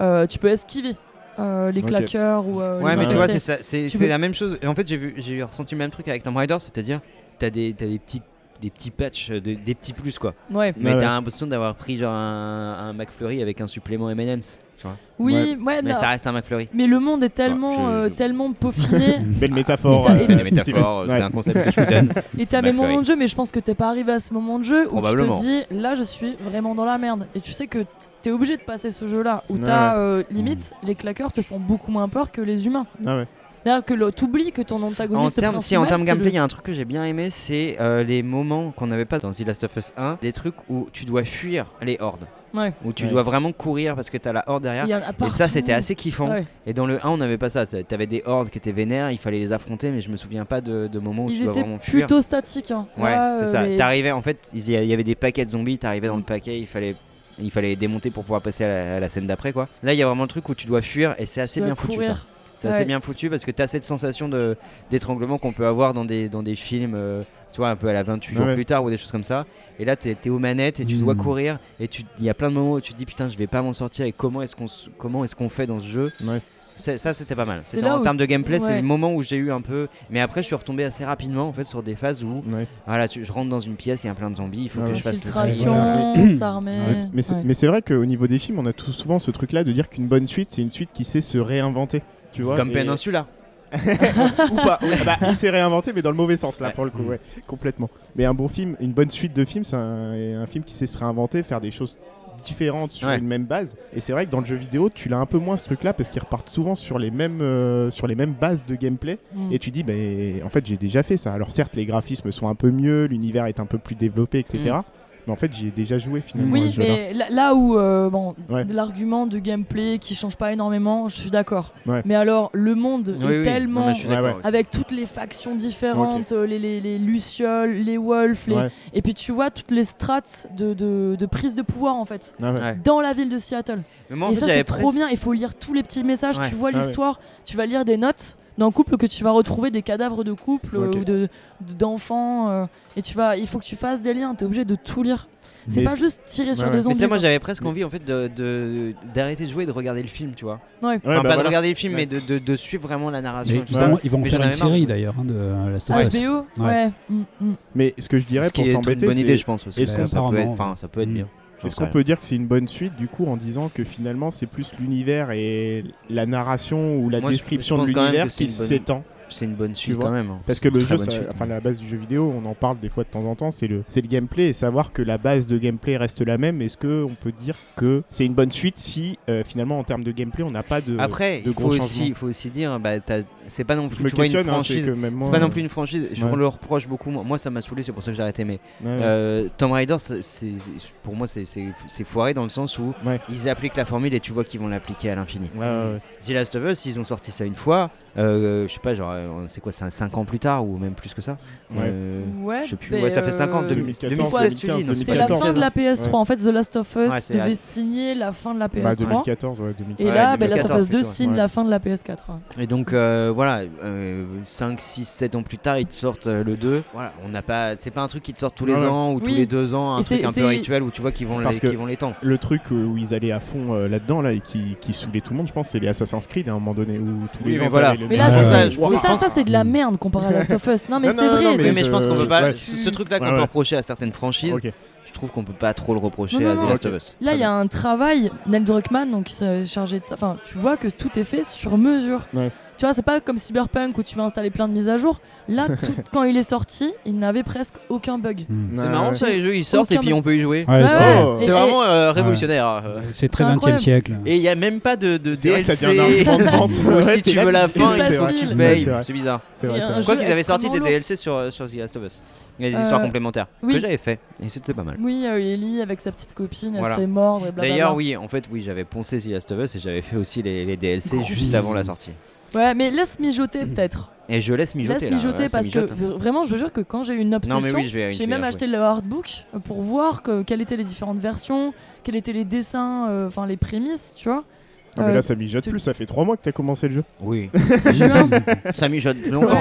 euh, tu peux esquiver euh, les Ok. claqueurs ou. euh, ouais, les mais tu vois, c'est invités. ça- c'est Tu c'est peux- la même chose. Et en fait, j'ai vu- j'ai eu ressenti le même truc avec Tomb Raider, c'est-à-dire, t'as des, t'as des petits des petits patchs, euh, des, des petits plus quoi. Ouais. Mais Ouais, ouais. t'as l'impression d'avoir pris genre un, un McFlurry avec un supplément M&M's. tu vois. Oui, ouais, mais Ah, non. ça reste un McFlurry. Mais le monde est tellement, Enfin, je- euh, tellement [LAUGHS] peaufiné. Belle métaphore. Ah, euh, et t'as- [LAUGHS] stylée. métaphore, c'est Ouais. un concept que je vous [LAUGHS] donne. Et t'as mes McFlurry. moments de jeu, mais je pense que t'es pas arrivé à ce moment de jeu où tu te Bah, Probablement. dis là je suis vraiment dans la merde. Et tu sais que t- t'es obligé de passer ce jeu-là où Ouais, t'as ouais. euh, limite les claqueurs te font beaucoup moins peur que les humains. Ah ouais. C'est-à-dire que le- t'oublies que ton En antagoniste termes, si en principal, termes c'est gameplay, il le- y a un truc que j'ai bien aimé, c'est euh, les moments qu'on n'avait pas dans The Last of Us 1, les trucs où tu dois fuir les hordes. Ouais. Où tu Ouais. dois vraiment courir parce que t'as la horde derrière. Il y en a Et partout. ça, c'était assez kiffant. Ouais. Et dans le 1, on n'avait pas ça. Ça- T'avais des hordes qui étaient vénères, il fallait les affronter, mais je me souviens pas de, de moments où tu Ils dois étaient vraiment fuir. plutôt statiques. hein. Ouais, Là, c'est euh, ça. les- T'arrivais, en fait, il y a- il y avait des paquets de zombies, t'arrivais dans le paquet, il fallait, il fallait les démonter pour pouvoir passer à la, à la scène d'après, quoi. Là, il y a vraiment le truc où tu dois fuir et c'est assez dois bien foutu, ça. courir. C'est Ouais. assez bien foutu parce que t'as cette sensation de- d'étranglement qu'on peut avoir dans des, dans des films, euh, tu vois, un peu à la 28 jours Ouais. plus tard ou des choses comme ça. Et là, t'es es aux manettes et tu dois Mhm. courir et tu- il y a plein de moments où tu te dis putain, je vais pas m'en sortir et comment est-ce qu'on s- comment est-ce qu'on fait dans ce jeu C'est- Ça, c'était pas mal. C'est C'était là en où- termes de gameplay, c'est ouais. le moment où j'ai eu un peu. Mais après, je suis retombé assez rapidement en fait sur des phases où voilà, tu- je rentre dans une pièce, il y a plein de zombies, il faut Ouais. que je fasse le Ah Infiltration, travail. s'armer. Mais c'est- Mais c'est Ouais. mais c'est vrai qu'au niveau des films, on a tout souvent ce truc-là de dire qu'une bonne suite, c'est une suite qui sait se réinventer. Tu vois Comme et- Peninsula. [LAUGHS] ou pas. [LAUGHS] oui. Ah bah, il s'est réinventé, mais dans le mauvais sens, là, pour le coup, Mm. ouais, complètement. Mais un bon film, une bonne suite de films, c'est un, un film qui sait se réinventer, faire des choses différentes sur Ouais. une même base. Et c'est vrai que dans le jeu vidéo, tu l'as un peu moins ce truc-là, parce qu'ils repartent souvent sur les mêmes, euh, sur les mêmes bases de gameplay. Mm. Et tu dis, ben en fait, j'ai déjà fait ça. Alors certes, les graphismes sont un peu mieux, l'univers est un peu plus développé, etc. Mm. Mais en fait, j'y ai déjà joué finalement. à Oui, ce jeu-là. mais là, là où euh, bon, Ouais. de l'argument de gameplay qui change pas énormément, je suis d'accord. Ouais. Mais alors, le monde Oui, est oui. tellement Non, mais je suis d'accord Ouais, ouais. aussi. avec toutes les factions différentes, euh, les, les, les lucioles, les wolves, les- Ouais. et puis tu vois toutes les strates de, de, de prise de pouvoir en fait Ah ouais. Ouais. dans la ville de Seattle. Mais moi, en et fait, ça j'avais c'est trop presque- bien. Il faut lire tous les petits messages. Ouais. Tu vois Ah ouais. l'histoire, tu vas lire des notes d'un couple que tu vas retrouver des cadavres de couple euh, Ok. ou de de- d'enfants euh, et tu vas il faut que tu fasses des liens t'es obligé de tout lire c'est Mais pas est-ce- juste tirer sur Ouais, des ouais. zombies Mais ça, moi, quoi. j'avais presque envie en fait de- de d'arrêter de jouer et de regarder le film, tu vois. Enfin, Ouais. Ouais, bah pas de voilà. regarder le film, mais de, de- de suivre vraiment la narration. Mais et tout ils, ça. vont, ils vont Mais faire j'en une avais marre. série d'ailleurs hein, de euh, Last of Ah, Us. HBO, ouais. Mm, mm. Mais ce que je dirais Ce qui pour est t'embêter, une bonne c'est- idée, je pense, parce que est-ce ça- qu'on- ça peut Apparemment, être- enfin, ouais. ça peut être Mm. bien. J'en Est-ce sais qu'on rien. peut dire que c'est une bonne suite du coup en disant que finalement c'est plus l'univers et la narration ou la Moi, je- je description pense de quand même l'univers que c'est qui une bonne- s'étend C'est une bonne tu suite vois quand même. hein. Parce que le Très jeu, bonne ça- suite. enfin la base du jeu vidéo, on en parle des fois de temps en temps, c'est le, c'est le gameplay et savoir que la base de gameplay reste la même. Est-ce que on peut dire que c'est une bonne suite si euh, finalement en termes de gameplay on n'a pas de Après, de il gros faut changements aussi, faut aussi dire, bah, t'as- c'est pas non plus Je me tu vois, une questionne, hein, c'est franchise. que même moi, pas non euh, plus une franchise. Je ouais. le reproche beaucoup. Moi, Moi, ça m'a saoulé, c'est pour ça que j'ai arrêté. Mais Ouais, ouais. euh, Tomb Raider, c'est- c'est- c'est- pour moi, c'est- c'est c'est foiré dans le sens où ils appliquent la formule et tu vois qu'ils vont l'appliquer à l'infini. ouais, ouais. The Last of Us, ils ont sorti ça une fois. euh, je sais pas, genre, euh, c'est quoi, c'est 5 ans plus tard ou même plus que ça Ouais. Euh, Ouais, je sais plus. mais, Ouais, ça fait 5 ans, euh, 2016, c'était quoi, 2016, tu dis, non, C'était la fin de la PS3. En fait, The Last of Us Ouais, c'est devait la- signer la fin de la PS3. Bah, 2014, ouais, 2014. Et là, Ouais, bah, Last of 2014, Us 2 plutôt, ouais. signe Ouais. la fin de la PS4. ouais. Et donc euh, voilà, 5, 6, 7 ans plus tard, ils te sortent euh, le 2. Voilà, on n'a pas, c'est pas un truc qui te sort tous les Ouais, ouais. ans ou tous Oui. les 2 ans, un Et truc c'est- un peu c'est- rituel où tu vois qu'ils vont, les- Parce que qu'ils vont l'étendre. Le truc euh, où ils allaient à fond euh, là-dedans là, et qui, qui saoulait tout le monde, je pense, c'est les Assassin's Creed hein, à un moment donné où tous Oui, les mais gens voilà. avaient le Mais même- là, c'est Ouais. ça, je- Mais ça, pense- ça c'est de la merde comparé à Last of Us. Non, mais c'est vrai. mais, je pense qu'on peut pas. ouais. Ce truc-là qu'on Ouais, peut ouais. reprocher à certaines franchises, Ok. je trouve qu'on peut pas trop le reprocher Non, non, à The non. Last Ok. of Us. Là, il y a un travail. Neil Druckmann, donc, qui s'est chargé de ça. Enfin, tu vois que tout est fait sur mesure. Ouais. Tu vois, c'est pas comme Cyberpunk où tu vas installer plein de mises à jour. Là, tout- quand il est sorti, il n'avait presque aucun bug. C'est marrant ça, les jeux ils sortent et Aucun puis bug. on peut y jouer. Hmm. Ouais, c'est- ouais. C'est Et- vraiment euh, Ouais. révolutionnaire. euh. C'est très C'est 20 incroyable. e siècle. Et il y a même pas de, de C'est vrai que ça DLC. devient un argument [LAUGHS] de vente. Ou Ouais, si tu t'es là, veux la tu- fin, c'est il faut facile. que tu Ouais, payes. c'est vrai. C'est bizarre. C'est vrai, Et c'est un vrai. Quoi jeu qu'ils avaient sorti des extrêmement DLC sur, euh, sur The Last of Us. Il y a des Euh, histoires complémentaires que oui. j'avais fait et c'était pas mal. Oui, euh, Ellie avec sa petite copine, elle Voilà. se fait mordre et blablabla. D'ailleurs, oui, en fait, oui, j'avais poncé The Last of Us et j'avais fait aussi les, les DLC juste bisous. avant la sortie. Ouais, mais laisse mijoter peut-être. Et je laisse mijoter. là, laisse mijoter ouais, ça parce mijote, que hein. v- vraiment, je veux dire que quand j'ai eu une mais oui, obsession, je vais- je j'ai vais même avouer. acheté le hardbook euh, pour voir que, quelles étaient les différentes versions, quels étaient les dessins, euh, enfin les prémices, tu vois. Non, mais là, Euh, ça mijote tu- plus. Ça fait 3 mois que t'as commencé le jeu. Oui, Juin, [LAUGHS] ça mijote [LAUGHS] plus longtemps.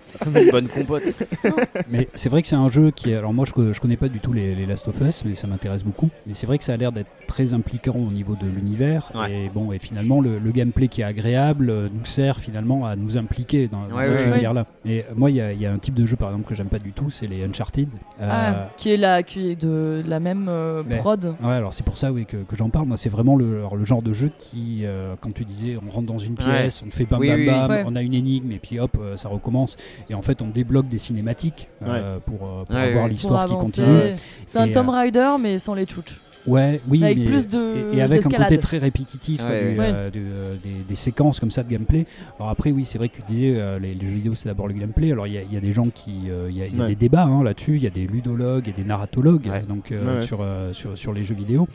C'est comme une bonne compote. [LAUGHS] Mais c'est vrai que c'est un jeu qui. est- Alors moi, je, co- je connais pas du tout les, les Last of Us, mais ça m'intéresse beaucoup. Mais c'est vrai que ça a l'air d'être très impliquant au niveau de l'univers. Et bon, et finalement, le, le gameplay qui est agréable euh, nous sert finalement à nous impliquer dans, dans Ouais, cet ouais, ouais. univers-là. Et euh, moi, il y, a- il y a un type de jeu par exemple que j'aime pas du tout, c'est les Uncharted. Euh, Ah, qui est la, qui est de la même euh, Mais- prod. Ouais, alors c'est pour ça oui, que, que j'en parle. Moi, c'est vraiment le, alors, le genre de jeu qui, euh, quand tu disais, on rentre dans une pièce, on fait bam Oui, bam oui, bam, oui. Ouais. on a une énigme et puis hop, euh, ça recommence. Et en fait, on débloque des cinématiques euh, pour, euh, pour Ouais, avoir ouais. Pour l'histoire qui avancer. continue. C'est un Et, Tomb euh, Raider mais sans les tchouches. Ouais, oui, Avec mais- plus de- et, et avec un côté d'escalade. très répétitif quoi, Ouais, du, ouais. euh, du, euh, des, des séquences comme ça de gameplay. Alors après, oui, c'est vrai que tu disais euh, les, les jeux vidéo, c'est d'abord le gameplay. Alors il y, a- il y a des gens qui, euh, il y a, il y a Ouais. des débats hein, là-dessus. Il y a des ludologues, il y a des narratologues Ouais. donc euh, Ouais. sur, euh, sur sur les jeux vidéo.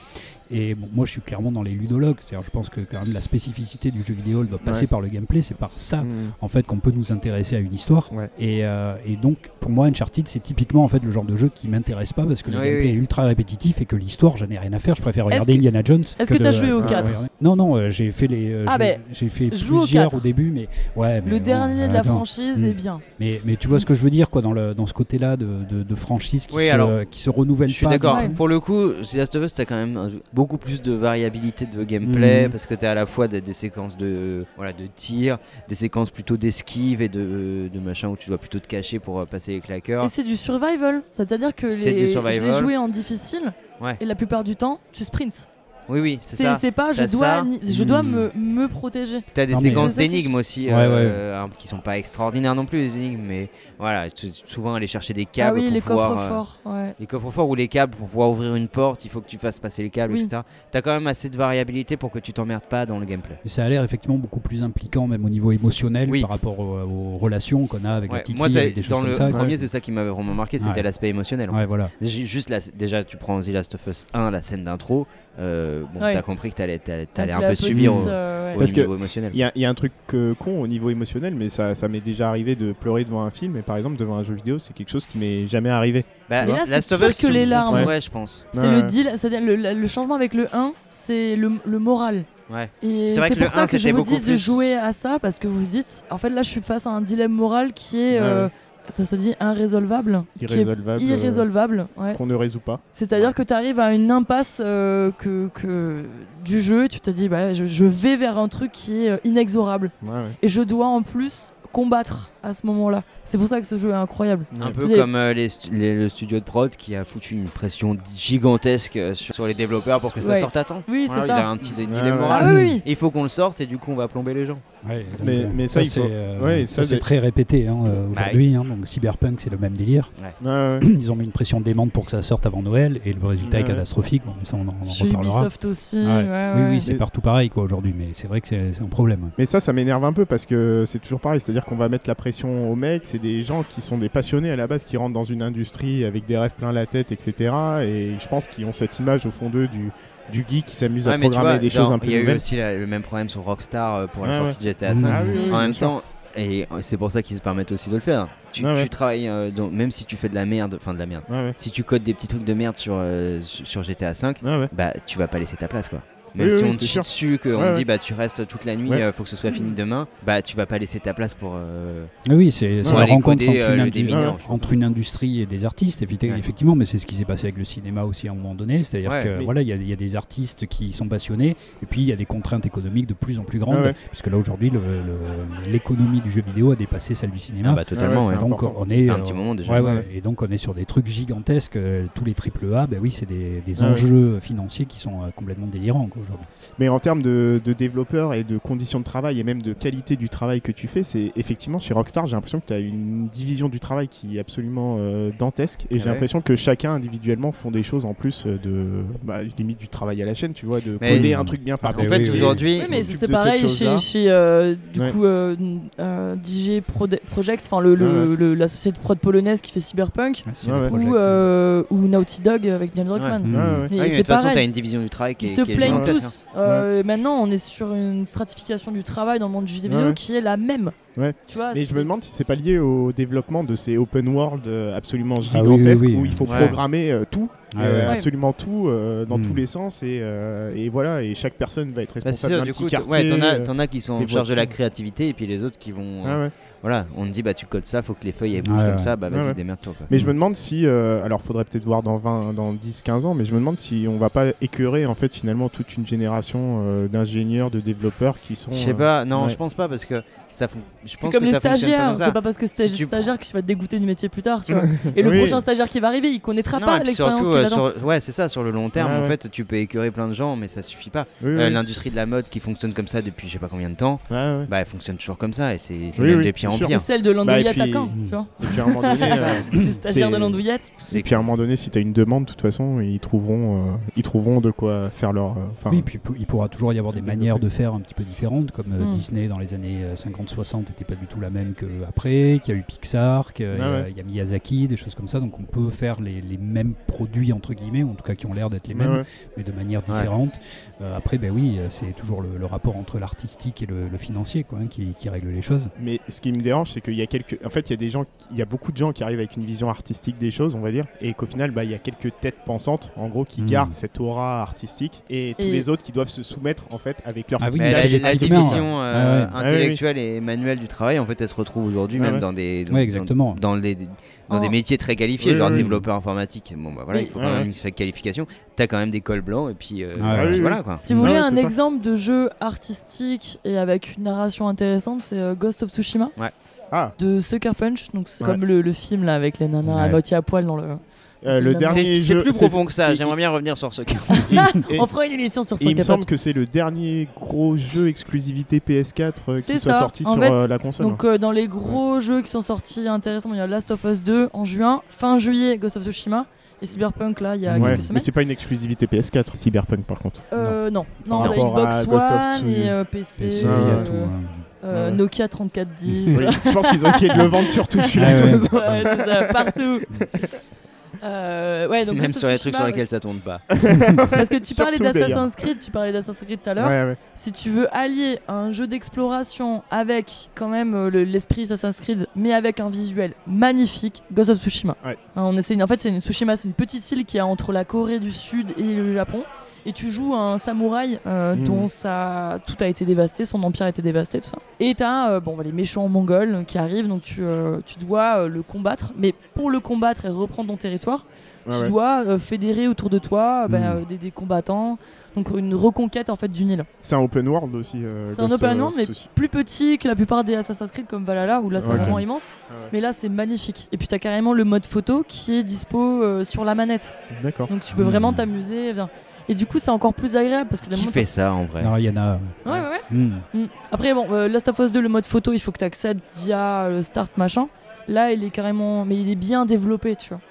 Et bon, moi, je suis clairement dans les ludologues. C'est-à-dire, je pense que quand même la spécificité du jeu vidéo elle doit passer Ouais. par le gameplay. C'est par Ah. ça Mm. en fait qu'on peut nous intéresser à une histoire. Ouais. Et, euh, et donc pour moi Uncharted c'est typiquement en fait le genre de jeu qui m'intéresse pas parce que le Oui, gameplay oui. est ultra répétitif et que l'histoire j'en ai rien à faire. Je préfère Est-ce regarder que- Indiana Jones. est-ce que de- t'as joué au que quatre regarder- Non non euh, j'ai fait les euh, Ah j'ai- ben, j'ai fait joue au plusieurs quatre. au début mais ouais mais Le bon, dernier euh, de la non. franchise Mm. est bien. Mais, mais tu vois ce que je veux dire quoi dans le dans ce côté là de, de, de franchise qui Oui, se, alors, qui se renouvelle Je suis pas. d'accord. Ouais. Pour le coup, The Last of Us, t'as quand même un- beaucoup plus de variabilité de gameplay Mm. Mhm. parce que t'as à la fois des, des séquences de voilà de tir, des séquences plutôt d'esquive et de, de machin où tu dois plutôt te cacher pour euh, passer les claqueurs. Et c'est du survival, c'est-à-dire que C'est les, du je l'ai survival. joué en difficile Ouais. et la plupart du temps tu sprints. Oui, oui, c'est C'est ça. c'est pas je T'as ça. dois, ni- je dois Mm. me, me protéger. T'as des Non, mais- séquences C'est ça qui- d'énigmes aussi Ouais, euh, hein, qui sont pas extraordinaires non plus les énigmes, mais voilà, sou- souvent aller chercher des câbles ah oui, pour les pouvoir, coffres euh, forts. Ouais. Les coffres forts ou les câbles pour pouvoir ouvrir une porte, il faut que tu fasses passer les câbles, Oui. etc. T'as quand même assez de variabilité pour que tu t'emmerdes pas dans le gameplay. Mais ça a l'air effectivement beaucoup plus impliquant, même au niveau émotionnel, Oui. par rapport au- aux, relations qu'on a avec Ouais, la petite moi, fille, c'est- avec des choses dans comme le ça. quoi. premier, c'est ça qui m'avait vraiment marqué, c'était Ouais. l'aspect émotionnel. en Ouais, voilà. fait. J'ai- Juste la- déjà, tu prends The Last of Us 1, la scène d'intro. euh, bon, Ouais. t'as compris que t'allais, t'allais, t'allais Avec un peu la petite, subir au, euh, au ouais. Parce que niveau émotionnel. Il y, a- il y a un truc euh, con au niveau émotionnel, mais ça, ça m'est déjà arrivé de pleurer devant un film, et par exemple devant un jeu vidéo, c'est quelque chose qui m'est jamais arrivé. Bah, Mais là, Last c'est of pire Us, que les on larmes. comprend, Ouais, je pense. C'est Ouais, le ouais. deal, c'est-à-dire le, le changement avec le 1, c'est le, le moral. Ouais. Et C'est vrai c'est que le pour ça 1, que je c'était vous beaucoup dis de plus- jouer à ça parce que vous vous dites, en fait là je suis face à un dilemme moral qui est, Ouais, euh, ouais. ça se dit irrésolvable, qui est Irrésolvable. euh, irrésolvable. ouais. Qu'on ne résout pas. C'est-à-dire que tu arrives à une impasse euh, que, que- du jeu et tu te dis, bah, je, je vais vers un truc qui est euh, inexorable Ouais, ouais. et je dois en plus combattre à ce moment-là. C'est pour ça que ce jeu est incroyable. Un Ouais. peu Il y a- comme euh, les stu- les- le studio de prod qui a foutu une pression di- gigantesque euh, sur, sur les développeurs pour que ça Ouais. sorte à temps. Oui, Voilà, c'est il y a ça. un petit Ouais, dilemme ouais. moral. Ah oui, oui. Il faut qu'on le sorte et du coup on va plomber les gens. Ouais, ça, Mais- c'est- mais ça, il c'est faut- euh, ouais, ça, ça, c'est c'est- très répété hein, euh, Bah, aujourd'hui. hein. donc Cyberpunk, c'est le même délire. [CLEARS THROAT] Ouais, ouais. Ils ont mis une pression démente pour que ça sorte avant Noël et le résultat est Ouais. catastrophique. Bon, mais ça, on en, on en Chez reparlera. Ubisoft aussi. Ouais. ouais, oui, ouais, ouais. oui, c'est Mais- partout pareil quoi aujourd'hui, mais c'est vrai que c'est c'est un problème. Mais ça, ça m'énerve un peu parce que c'est toujours pareil, c'est-à-dire qu'on va mettre la pression aux mecs, c'est des gens qui sont des passionnés à la base, qui rentrent dans une industrie avec des rêves plein la tête, etc. Et je pense qu'ils ont cette image au fond d'eux du, du geek qui s'amuse Ouais, à mais tu programmer vois, des choses genre, un peu Il y a eu nouvelles. aussi la- le même problème sur Rockstar euh, pour la Ouais, sortie ouais. de GTA V. Ah oui, Mmh. oui, en bien même sûr. temps, et euh, c'est pour ça qu'ils se permettent aussi de le faire. Tu, Ouais, tu ouais. travailles, euh, dans- même si tu fais de la merde, enfin de la merde, si tu codes des petits trucs de merde sur, euh, sur sur GTA V, Ah bah tu vas pas laisser ta place quoi. Même Oui, si oui, on c'est te chie sûr. dessus, qu'on Ouais, te dit ouais. bah tu restes toute la nuit, Ouais. euh, faut que ce soit fini demain, bah tu vas pas laisser ta place pour. euh, Ah oui, c'est pour c'est la aller rencontre coder, entre, euh, une le- indu- des mineurs. entre une industrie et des artistes, effectivement, effectivement, mais c'est ce qui s'est passé avec le cinéma aussi à un moment donné. C'est-à-dire Ouais, que mais- voilà, il y, a- il y a des artistes qui sont passionnés, et puis il y a des contraintes économiques de plus en plus grandes, Ah ouais. puisque là aujourd'hui, le- le- l'économie du jeu vidéo a dépassé celle du cinéma. Ah bah, totalement, Ah ouais, ouais. c'est Donc important. on Ça est, fait un euh, petit moment déjà. ouais, ouais, Ouais, ouais. et donc on est sur des trucs gigantesques. euh, Tous les triple A, bah oui, c'est des, des Ah ouais. enjeux financiers qui sont euh, complètement délirants quoi, aujourd'hui. Mais en termes de, de développeurs et de conditions de travail et même de qualité du travail que tu fais, c'est effectivement chez Rockstar, j'ai l'impression que tu as une division du travail qui est absolument euh, dantesque et Ah j'ai ouais. l'impression que chacun individuellement font des choses en plus euh, de bah, limite du travail à la chaîne, tu vois, de Mais- coder un truc bien par En fait, aujourd'hui- Bah Oui, mais c'est pareil chez, chez, euh, du coup euh, euh, DJ Prode- Project, enfin le, le, Ouais, ouais. le- la société de prod polonaise qui fait Cyberpunk, Ouais, ouais. ou, euh, ou Naughty Dog avec James Ah, Rockman. Ah Ouais, ouais. Mais Ouais, mais c'est de toute façon, pareil. t'as une division du travail qui Ils est- se qui est plaignent gigantesque, tous. hein. Euh, Maintenant, on est sur une stratification du travail dans le monde du jeu vidéo Ouais, ouais. qui est la même. Ouais. Tu vois, mais Ah, je c'est- me demande si c'est pas lié au développement de ces open world euh, absolument Ah oui, oui, gigantesques oui. où il faut Ouais. programmer euh, tout, Ah euh, ouais. absolument tout, euh, dans Hmm. tous les sens et, euh, et voilà et chaque personne va être Bah, c'est responsable sûr, d'un du petit coup, t- quartier. ouais, t'en as, euh, t'en as qui sont des en charge de la voitures. créativité et puis les autres qui vont. euh, Ah ouais. Voilà, on te dit, bah tu codes ça, faut que les feuilles elles bougent Ouais, comme ouais. ça, bah Ouais, vas-y, ouais. démerde-toi quoi. Mais Mm. je me demande si, euh, alors faudrait peut-être voir dans 20, dans 10, 15 ans, mais je me demande si on va pas écœurer en fait finalement toute une génération euh, d'ingénieurs, de développeurs qui sont. Je sais euh, pas, non, ouais. je pense pas parce que ça fon- je C'est pense comme que les ça fonctionne pas stagiaires, comme ça. c'est pas parce que c'est Si tu stagiaire que tu vas te dégoûter du métier plus tard, tu vois. Et le Oui. prochain stagiaire qui va arriver, il connaîtra Non, pas et puis l'expérience surtout, qu'il euh, a dans- sur- Ouais, c'est ça, sur le long terme, Ouais, en ouais. fait, tu peux écœurer plein de gens, mais ça suffit pas. Oui, Euh, oui. L'industrie de la mode qui fonctionne comme ça depuis je sais pas combien de temps, bah elle fonctionne toujours comme ça et c'est c'est Oui, même oui, de pire c'est en sûr. pire. Et celle de l'andouillette à Caen, tu vois. Et puis à un moment donné, Bah. [LAUGHS] C'est ça. euh, Les stagiaires de c'est- l'andouillette. Et puis à un moment donné, si t'as une demande, de toute façon, ils trouveront, euh, ils trouveront de quoi faire leur. euh, enfin, Oui, puis pou- il pourra toujours y avoir des manières de faire un petit peu différentes, comme Hmm. euh, Mm. Disney dans les années euh, 50-60 n'était pas du tout la même qu'après, qu'il y a eu Pixar, qu'il y a- Ah ouais. il y a Miyazaki, des choses comme ça, donc on peut faire les, les mêmes produits, entre guillemets, ou en tout cas qui ont l'air d'être les Ouais, mêmes, ouais. mais de manière Ouais. différente. Euh, après, ben oui, euh, c'est toujours le, le rapport entre l'artistique et le, le financier quoi, hein, qui, qui règle les choses. Mais ce qui me dérange, c'est qu'il y a quelques. En fait, il y a des gens, qui- il y a beaucoup de gens qui arrivent avec une vision artistique des choses, on va dire, et qu'au final, bah, il y a quelques têtes pensantes, en gros, Hmm. qui Mm. gardent cette aura artistique, et tous Et- les autres qui doivent se soumettre, en fait, avec leur. petit Ah Mais tâche. la, la division euh, Ah oui, oui. intellectuelle et manuelle du travail, en fait, elle se retrouve aujourd'hui Ah même ouais. dans des dans, Ouais, dans- exactement. dans des dans des Oh. métiers très qualifiés, Oui, genre oui, oui. développeur informatique. Bon bah voilà, Oui. il faut Ah quand même ouais. une certaine qualification. T'as quand même des cols blancs et puis euh, Ah ouais. voilà quoi. Si vous voulez un exemple de jeu artistique et avec une narration intéressante, c'est euh, Ghost of Tsushima Ouais. Ah. de Sucker Punch. Donc c'est Ouais. comme le, le film là avec les nanas à Ouais. moitié à poil dans le. dans Euh, le cette dernier nana. C'est c'est jeu- plus c'est- profond que ça. J'aimerais bien revenir sur ce cas. On fera une émission sur [LAUGHS] Et il me Sucker semble Punch. que c'est le dernier gros jeu exclusivité PS4 euh, qui C'est soit ça. sorti en sur fait, euh, la console. Donc euh, dans les gros jeux qui sont sortis intéressants, il y a Last of Us 2 en juin, fin juillet Ghost of Tsushima et Cyberpunk là il y a Ouais, quelques mais semaines. c'est pas une exclusivité PS4, Cyberpunk par contre. Euh, non, non, Par on a rapport à Xbox Ghost of One Tsushima. et euh, PC, PC, il y a euh, tout, hein. euh, Ouais, ouais. [LAUGHS] Nokia 3010. Oui, je pense qu'ils ont essayé de le vendre sur tout, je suis Ah ouais. plutôt- Ouais, c'est ça, partout. [LAUGHS] Euh, ouais, [LAUGHS] donc Même Ghost of sur les trucs Tsushima, sur ouais. lesquels ça tourne pas. Parce que tu parlais Surtout, d'Assassin's Creed, tu parlais d'Assassin's Creed tout à l'heure. Ouais, ouais. Si tu veux allier un jeu d'exploration avec quand même euh, le- l'esprit Assassin's Creed, mais avec un visuel magnifique, Ghost of Tsushima. Hein, on essaie, en fait, c'est une Tsushima, c'est une petite île qui est entre la Corée du Sud et le Japon. Et tu joues un samouraï euh, Mhm. dont ça, tout a été dévasté, son empire a été dévasté, tout ça. Et t'as euh, bon, bah, les méchants mongols euh, qui arrivent, donc tu, euh, tu dois euh, le combattre. Mais pour le combattre et reprendre ton territoire, Ouais, tu ouais. Hmm. dois euh, fédérer autour de toi euh, bah, Mhm. euh, des, des combattants. Donc une reconquête en fait d'une île. C'est un open world aussi. euh, C'est un Ghost, open euh, world, mais ceci. plus petit que la plupart des Assassin's Creed comme Valhalla, où là c'est Ouais. vraiment immense. Ah ouais. Mais là c'est magnifique. Et puis t'as carrément le mode photo qui est dispo euh, sur la manette. D'accord. Donc tu peux Hmm. Mmh. vraiment t'amuser. viens. Et du coup c'est encore plus agréable parce que d'un Qui moment, fait ça en vrai Non, il y en a. Ouais, ouais, ouais. Mm. Mm. Après, bon, euh, Last of Us 2, le mode photo, il faut que tu accèdes via le start machin. Là, il est carrément. Mais il est bien développé, tu vois.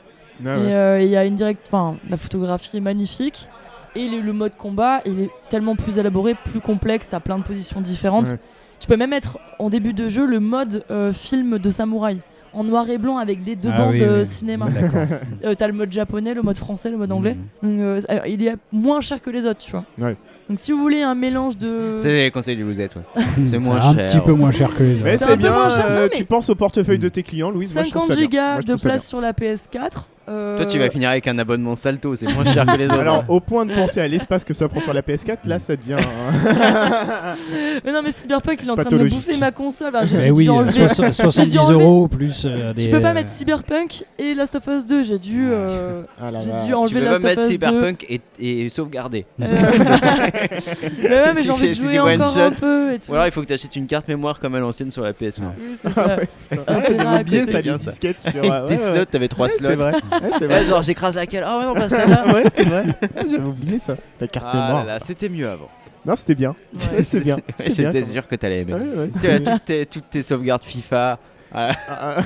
Ah et ouais. euh, il y a une direct. Enfin, la photographie est magnifique. Et le, le mode combat, il est tellement plus élaboré, plus complexe, t'as plein de positions différentes. Ouais. Tu peux même mettre en début de jeu le mode euh, film de samouraï en noir et blanc avec des deux Ah bandes oui, euh, oui. cinéma. D'accord. Euh, T'as le mode japonais, le mode français, le mode anglais. Mhm. Donc, euh, alors, il est moins cher que les autres, tu vois. Ouais. Donc si vous voulez un mélange de... C'est les conseils du Louzette, ouais. C'est moins un cher. petit peu moins cher que les autres. Mais C'est c'est un peu bien, moins cher, euh, non, mais- tu penses au portefeuille de tes clients, Louise. Moi, je trouve 50 ça bien. gigas Moi, je de trouve ça place bien. sur la PS4. euh, Toi, tu vas finir avec un abonnement salto, c'est moins cher que les autres. Alors, au point de penser à l'espace que ça prend sur la PS4, là, ça devient. hein. [LAUGHS] mais [LAUGHS] non, mais Cyberpunk, il est en train de me Pathologique. bouffer ma console. hein. J'ai- Eh j'ai dû oui, enlever- soix- j'ai dû 70 enlever- euros plus. euh, Tu des- peux pas mettre Cyberpunk et Last of Us 2. J'ai dû, euh, Ah la j'ai vache. dû [LAUGHS] enlever tu veux pas Last mettre of Us Euh, 2. Cyberpunk et, et sauvegarder. Mais [LAUGHS] ouais, mais j'ai envie de jouer encore un peu et tout. Ou alors il faut que tu achètes une carte mémoire comme à l'ancienne sur la PS1. Oui, c'est ça. [LAUGHS] Ah, Intérêt à J'avais oublié côté. ça, les bien, ça. disquettes. [LAUGHS] Sur... euh, Avec tes slots, t'avais trois Ouais, slots. C'est vrai. Ouais, c'est Ouais, vrai. genre j'écrase laquelle Ah ouais, non, pas celle-là. Ouais, c'est vrai. Ouais, J'avais oublié ça. La [LAUGHS] carte Ah là mémoire. là, c'était mieux avant. Non, c'était bien. Ouais, [LAUGHS] c'est bien. Ouais, C'est bien, J'étais quand sûr que t'allais aimer. même. Ouais, ouais, Tu c'est as bien. toutes tes, toutes tes sauvegardes FIFA. Ah. [LAUGHS] Ah,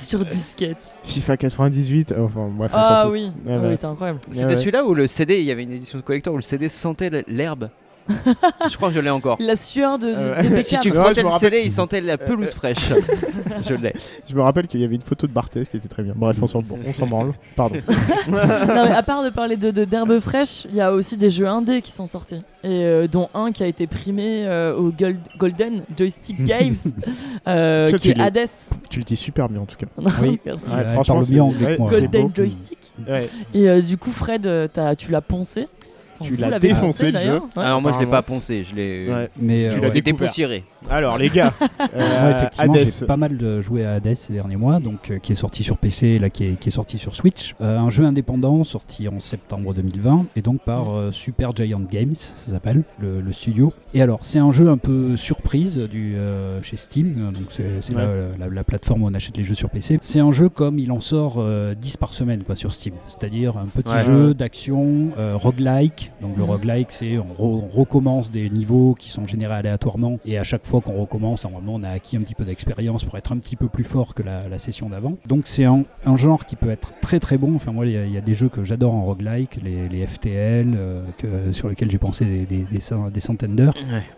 Sur disquette. FIFA 98, euh, enfin bref, on s'en Ah fout. oui, Ouais, Ah ouais. oui, t'es incroyable. C'était ouais. celui-là où le CD, il y avait une édition de collector où le CD sentait le- [LAUGHS] l'herbe. je crois que je l'ai encore. La sueur de, Euh, [LAUGHS] des Si bécanes. tu Ouais, je frottais me le rappelle. Euh, CD, il sentait la pelouse fraîche. je l'ai. Je me rappelle qu'il y avait une photo de Barthez qui était très bien. Bref, on s'en bon, on s'en branle. [LAUGHS] Pardon. Non, mais à part de parler de de- d'herbes fraîches, il y a aussi des jeux indés qui sont sortis. Et euh, dont un qui a été primé euh, au Gold- Golden [LAUGHS] Joystick Games, euh, Ça, qui tu est l'as. Hades. [LAUGHS] tu le dis super bien en tout cas. Non, Oui. merci. Ouais, elle parle c'est- mieux anglais que ouais, moi. c'est Golden beau. Joystick. Ouais. Et euh, du coup, Fred, euh, t'as- tu l'as poncé. Enfin, Tu vous l'as l'avez défoncé, le d'ailleurs. hein. jeu. Ouais. Alors moi, je l'ai apparemment. pas poncé, je l'ai Ouais. Mais Tu euh, je l'ai ouais. l'as découvert. dépoussiéré. Alors [LAUGHS] les gars, Moi, euh, effectivement, Hades. j'ai pas mal de joué à Hades ces derniers mois, donc euh, qui est sorti sur PC, et là qui est, qui est sorti sur Switch. Euh, un jeu indépendant sorti en septembre 2020 et donc par euh, Super Giant Games, ça s'appelle le, le studio. Et alors, c'est un jeu un peu surprise du euh, chez Steam, euh, donc c'est c'est Ouais. la, la- la plateforme où on achète les jeux sur PC. C'est un jeu comme il en sort euh, 10 par semaine quoi sur Steam, c'est-à-dire un petit Ouais. jeu d'action euh, roguelike. Donc le Mhm. roguelike, c'est on, re- on recommence des niveaux qui sont générés aléatoirement et à chaque fois qu'on recommence, normalement, on a acquis un petit peu d'expérience pour être un petit peu plus fort que la, la session d'avant. Donc c'est un, un genre qui peut être très très bon. Enfin moi, il y a- il y, a des jeux que j'adore en roguelike, les, les FTL, euh, que- sur lesquels j'ai pensé des, des- des cent- des centaines d'heures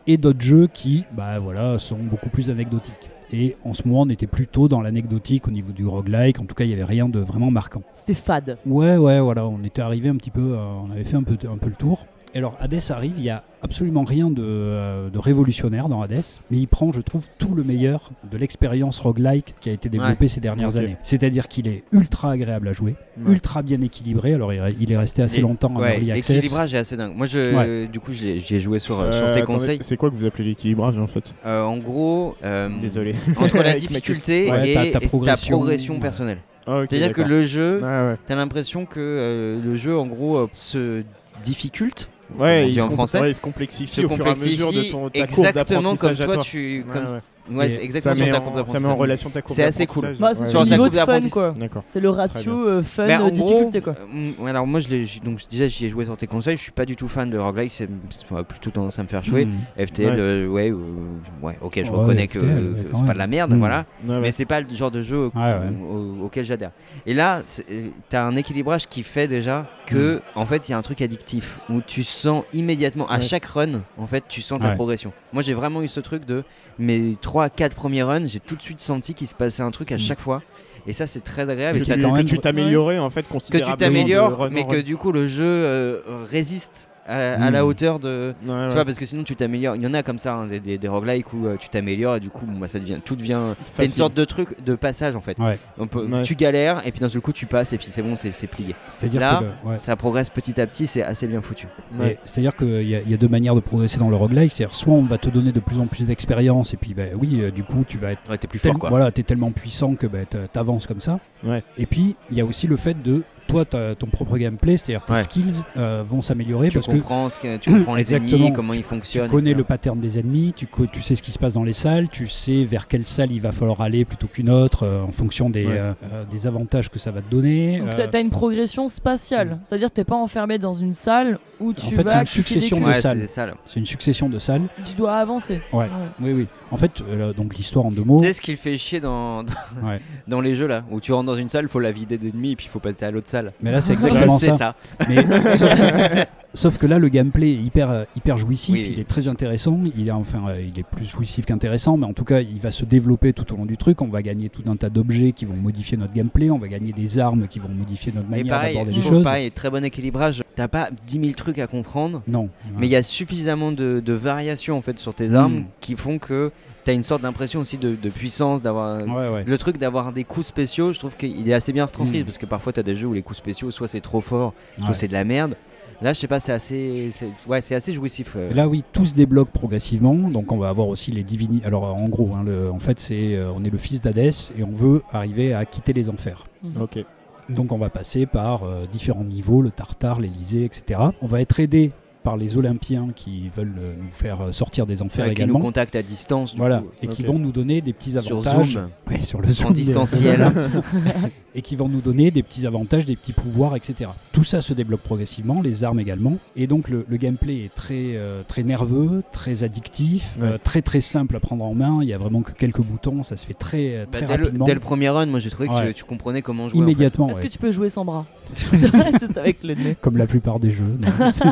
et d'autres jeux qui bah voilà sont beaucoup plus anecdotiques. Et en ce moment, on était plutôt dans l'anecdotique au niveau du roguelike. En tout cas, il n'y avait rien de vraiment marquant. Ah. C'était fade. Ouais, ouais, voilà, on était arrivé un petit peu, euh, on avait fait un peu, un peu le tour. Et alors, Hades arrive, il n'y a absolument rien de, euh, de révolutionnaire dans Hades, mais il prend, je trouve, tout le meilleur de l'expérience roguelike qui a été développée ces dernières Ok. années. C'est-à-dire qu'il est ultra agréable à jouer, Ouais. ultra bien équilibré. Alors, il est- il est resté assez Et- longtemps en ouais, early access. L'équilibrage est assez dingue. Moi, je, du coup, j'ai joué sur, euh, sur Euh, tes attendez, conseils. C'est quoi que vous appelez l'équilibrage en fait Euh, en gros, euh, Désolé. [LAUGHS] entre la [LAUGHS] Avec ma difficulté question. Ouais, et ta- et ta ta, progression. progression, personnelle. Ah, ok, C'est-à-dire que d'accord. le jeu, Ouais, t'as l'impression que euh, le jeu, en gros, euh, se difficulte, ouais. ouais on il, dit se en com- français, ouais, il se complexifie se au fur et à complexifie mesure de ton, ta courbe exactement comme d'apprentissage à toi, toi. tu, Ouais, comme- ouais. ouais, Et exactement ça, met ta en- courbe ça met d'apprentissage. en relation ta courbe C'est assez d'apprentissage. Bah, c'est Ouais, Sur le ta niveau coupe de fun, d'apprentissage. quoi. D'accord. C'est le Très bien. ratio euh, fun, Mais en euh, gros, difficulté, quoi. euh, mm, alors moi, je l'ai- j'ai- donc déjà, j'y ai joué sur tes conseils. Je suis pas du tout fan de roguelike, c'est c'est- on a plutôt tendance à me faire jouer. Mhm. FTL, Ouais. euh, ouais, euh, ouais, ok, je Ouais, reconnais que, FTL, euh, ouais, que quand c'est pas même. de la merde, Mhm. voilà. Ouais, ouais. Mais c'est pas le genre de jeu au- Ouais, ouais. au- auquel j'adhère. Et là, c'est- euh, t'as un équilibrage qui fait déjà que, en fait, il y a un truc addictif où tu sens immédiatement à Ouais. chaque run, en fait, tu sens ta Ouais. progression. Moi, j'ai vraiment eu ce truc de mes 3 4 premiers runs, j'ai tout de suite senti qu'il se passait un truc à Mm. chaque fois. Et ça, c'est très agréable. Que Et ça tu- quand que même- tu t'améliorais en fait que tu considérablement. de t'améliores, run mais en que run. du coup le jeu euh, résiste à, à Mm. la hauteur de. Ouais, ouais. Tu vois, parce que sinon tu t'améliores. Il y en a comme ça, hein, des, des, des roguelikes où euh, tu t'améliores et du coup, bon, bah, ça devient, tout devient. C'est une Facile. sorte de truc de passage en fait. Ouais. On peut- Ouais. Tu galères et puis d'un seul coup tu passes et puis c'est bon, c'est c'est plié. C'est-à-dire Là, que le- ouais. Ça progresse petit à petit, c'est assez bien foutu. Ouais. Et C'est-à-dire qu'il y, a- il y a deux manières de progresser dans le roguelike. C'est-à-dire soit on va te donner de plus en plus d'expérience et puis bah, oui, euh, du coup tu vas être Ouais, t'es plus tel- fort quoi. voilà, t'es tellement puissant que bah, t'a- t'avances comme ça. Ouais. Et puis il y a aussi le fait de toi t'as ton propre gameplay, c'est-à-dire tes Ouais. skills euh, vont s'améliorer Tu parce que comprends, ce que, tu comprends les Exactement. ennemis, comment ils tu fonctionnent. connais etc. le pattern des ennemis, tu, co- tu sais ce qui se passe dans les salles, tu sais vers quelle salle il va falloir aller plutôt qu'une autre euh, en fonction des, Ouais. euh, euh, des avantages que ça va te donner. Donc Euh, Mm. t'as- t'as une progression spatiale, c'est-à-dire t'es pas enfermé dans une salle où tu fait, c'est vas une cliquer des succession culs. de Ouais, salles. c'est ça là. c'est une succession de salles. Tu dois avancer. Ouais. Oui, oui. En fait, euh, donc l'histoire en deux mots. Tu sais ce qu'il fait chier dans, dans, Ouais. [LAUGHS] dans les jeux là, où tu rentres dans [LAUGHS] une salle, faut la vider d'ennemis et puis faut passer à l'autre salle. Mais là, c'est Je exactement sais ça. ça. Mais sauf que, Sauf que là, le gameplay est hyper, euh, hyper jouissif, Oui. il est très intéressant, il est, enfin, euh, il est plus jouissif qu'intéressant, mais en tout cas, il va se développer tout au long du truc, on va gagner tout un tas d'objets qui vont modifier notre gameplay, on va gagner des armes qui vont modifier notre Et manière pareil, d'aborder je les trouve choses. pareil, très bon équilibrage. T'as pas 10 000 trucs à comprendre. Non. Mais il y a suffisamment de, de variations en fait sur tes Mm. armes qui font que t'as une sorte d'impression aussi de, de puissance, d'avoir Ouais, ouais. le truc d'avoir des coups spéciaux. Je trouve qu'il est assez bien retranscrit Mm. parce que parfois t'as des jeux où les coups spéciaux soit c'est trop fort, soit Ouais. c'est de la merde. Là, je sais pas, c'est assez, c'est- ouais, c'est assez jouissif. euh. Là, oui, tout se débloque progressivement. Donc, on va avoir aussi les divini. Alors, euh, en gros, hein, le- en fait, c'est euh, on est le fils d'Hadès et on veut arriver à quitter les enfers. Mhm. Ok. Donc, on va passer par euh, différents niveaux, le Tartare, l'Elysée, etc. On va être aidé par les Olympiens qui veulent euh, nous faire euh, sortir des enfers Ouais, qui également. nous contactent à distance. du Voilà, coup. et qui Ok. vont nous donner des petits Sur avantages Zoom. Ouais, sur le En Zoom, mais- distanciel. [LAUGHS] et qui vont nous donner des petits avantages, des petits pouvoirs, etc. Tout ça se débloque progressivement, les armes également, et donc le, le gameplay est très euh, très nerveux, très addictif, Ouais. euh, très très simple à prendre en main. Il y a vraiment que quelques boutons, ça se fait très euh, Bah, très dès, le, rapidement. dès le premier run, moi j'ai trouvé que Ouais. tu, tu comprenais comment jouer. en fait. immédiatement. Est-ce ouais. que tu peux jouer sans [LAUGHS] [LAUGHS] bras C'est vrai, juste avec le nez. Comme la plupart des jeux. [LAUGHS] non.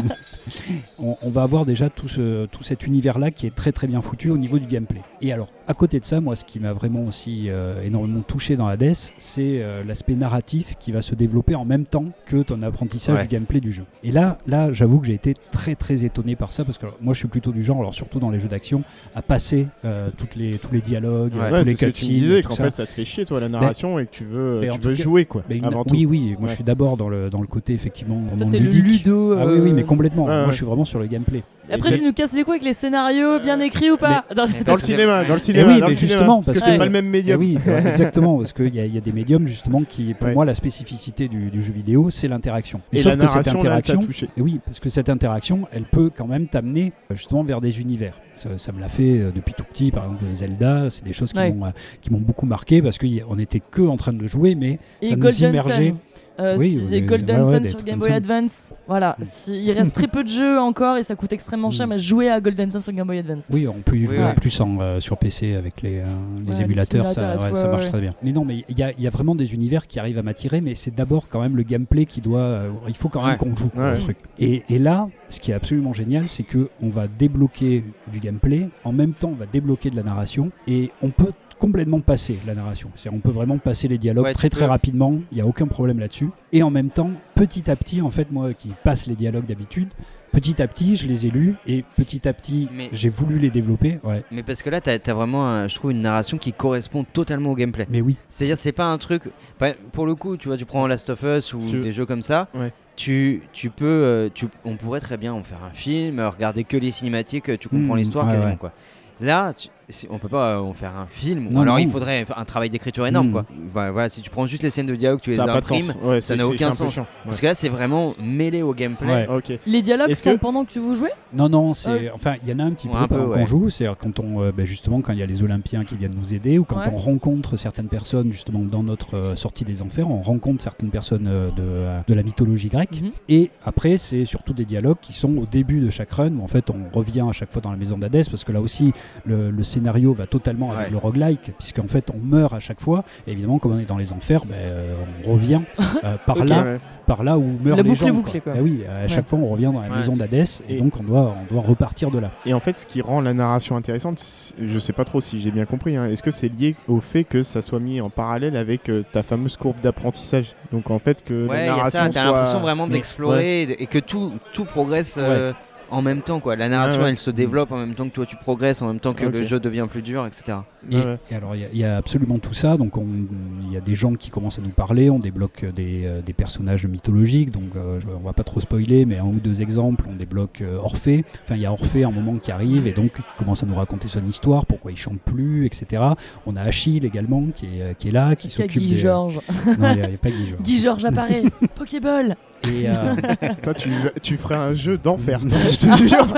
on, on va avoir déjà tout, ce- tout cet univers-là qui est très très bien foutu au niveau du gameplay. Et alors, à côté de ça, moi, ce qui m'a vraiment aussi euh, énormément touché dans Hades, c'est euh, l'aspect narratif qui va se développer en même temps que ton apprentissage Ouais. du gameplay du jeu. Et là, là, j'avoue que j'ai été très très étonné par ça parce que alors, moi, je suis plutôt du genre, alors surtout dans les jeux d'action, à passer euh, toutes les, tous les dialogues, Ouais, tous les c'est ce que tu me cutscenes, disais, tout qu'en ça. fait ça te fait chier toi la Ben, narration et que tu veux, ben, en tu tout veux cas, jouer quoi. ben, une- avant tout. Oui, oui, moi Ouais. je suis d'abord dans le, dans le côté effectivement vraiment t'es le ludique. ludo, Ah oui, oui, euh, mais complètement. Ouais, moi ouais. je suis vraiment sur le gameplay. Et Après, tu nous casses les couilles avec les scénarios bien écrits ou pas Euh, Mais- Dans- Dans le cinéma, dans le Eh cinéma, oui, dans mais le cinéma, justement, parce, que c'est pas le même médium. [LAUGHS] Eh oui, euh, exactement, parce qu'il y, a- il y a des médiums justement qui, pour Ouais. moi, la spécificité du, du jeu vidéo, c'est l'interaction. Et sauf que cette la narration, là, elle t'a interaction, touché. eh oui, parce que cette interaction, elle peut quand même t'amener euh, justement vers des univers. Ça, ça me l'a fait euh, depuis tout petit, par exemple les Zelda, c'est des choses qui Ouais. m'ont euh, qui m'ont beaucoup marqué parce qu'on était que en train de jouer, mais Et ça nous Golden immergeait. Sun. Euh, Oui, si- oui, Golden ouais, ouais, Sun des sur trucs Game Boy comme ça. Advance. Voilà, Si- il reste très peu de jeux encore et ça coûte extrêmement cher, Mm. mais jouer à Golden Sun sur Game Boy Advance. Oui, on peut y jouer ouais. en plus en, euh, sur PC avec les, euh, les Ouais, les émulateurs, ça, simulateurs et ouais, tout, ça ouais, marche ouais. très bien. Mais non, mais il y a, il y a vraiment des univers qui arrivent à m'attirer, mais c'est d'abord quand même le gameplay qui doit. euh, il faut quand même Ouais. qu'on joue quoi, Ouais. le truc. Et, et là, ce qui est absolument génial, c'est que on va débloquer du gameplay, en même temps, on va débloquer de la narration, et on peut complètement passer la narration. C'est-à-dire, on peut vraiment passer les dialogues Ouais, tu très très peux. rapidement. Il n'y a aucun problème là-dessus. Et en même temps, petit à petit, en fait, moi qui passe les dialogues d'habitude. Petit à petit, je les ai lus et petit à petit, Mais- j'ai voulu les développer. Ouais. Mais parce que là, t'as as vraiment, un- je trouve, une narration qui correspond totalement au gameplay. Mais oui. C'est-à-dire, c'est pas un truc. par- Pour le coup, tu vois, tu prends Last of Us ou Tu- des jeux comme ça. Ouais. Tu, tu peux, euh, tu, on pourrait très bien en faire un film, euh, regarder que les cinématiques, euh, tu comprends Hmm, Mm, l'histoire ouais, quasiment ouais. quoi. Là, tu- si- on peut pas euh, en faire un film. ou Non, alors non. il faudrait un travail d'écriture énorme Mm. quoi. Voilà, voilà, si tu prends juste les scènes de dialogue, tu les Hmm. Ça a pas de imprimes, sens. Ouais, ça c'est- n'a c'est- c'est un aucun peu sens. chiant, Parce ouais. Ah, que là, c'est vraiment mêlé au gameplay. Ouais. Ok. Les dialogues Est-ce sont que- pendant que vous jouez Non, non, c'est. Enfin, il y en a un petit Ouais, peu, un peu, pendant ouais. qu'on joue. C'est-à-dire quand on. euh, ben, justement, quand il y a les Olympiens qui viennent nous aider ou quand Ouais. on rencontre certaines personnes, justement, dans notre euh, sortie des enfers, on rencontre certaines personnes euh, de, euh, de la mythologie grecque. Mhm. Et après, c'est surtout des dialogues qui sont au début de chaque run où en fait on revient à chaque fois dans la maison d'Hadès parce que là aussi le, le scénario va totalement avec Ouais. le roguelike puisqu'en fait on meurt à chaque fois. Et évidemment, comme on est dans les enfers, ben, euh, [LAUGHS] on revient euh, par Ok, là. ouais. par là où meurent La les boucle gens. est bouclée, quoi. Ah oui, à Ouais. chaque fois on revient dans la Ouais. maison d'Hadès et, Et- donc on doit, on doit repartir de là. Et en fait, ce qui rend la narration intéressante, c'est- je sais pas trop si j'ai bien compris, hein, est-ce que c'est lié au fait que ça soit mis en parallèle avec euh, ta fameuse courbe d'apprentissage Donc en fait, que Ouais, il y la a narration ça, t'as soit... l'impression Mm. vraiment Mais- Ouais. d'explorer et de- et que tout, tout progresse euh, en même temps. quoi. La narration, Ouais, ouais. elle se développe en même temps que toi, tu progresses, en même temps que le Ok. jeu devient plus dur, etc. Et, [LAUGHS] Ouais, ouais. et alors, il y a- il y, a absolument tout ça. Donc, on- il y a des gens qui commencent à nous parler. On débloque des, euh, des personnages mythologiques. Donc, euh, je- on va pas trop spoiler, mais un ou deux exemples. On débloque euh, Orphée. Enfin, il y a Orphée à un moment qui arrive et donc qui commence à nous raconter son histoire, pourquoi il chante plus, etc. On a Achille également qui est, euh, qui est là, qui Est-ce qu'il y a s'occupe. Guy des- Ah, Georges Non, il n'y a, il y a pas Guy [LAUGHS] Georges. Guy Georges [LAUGHS] apparaît Pokéball Et, euh, Toi, tu, tu ferais un jeu d'enfer, toi, je te jure.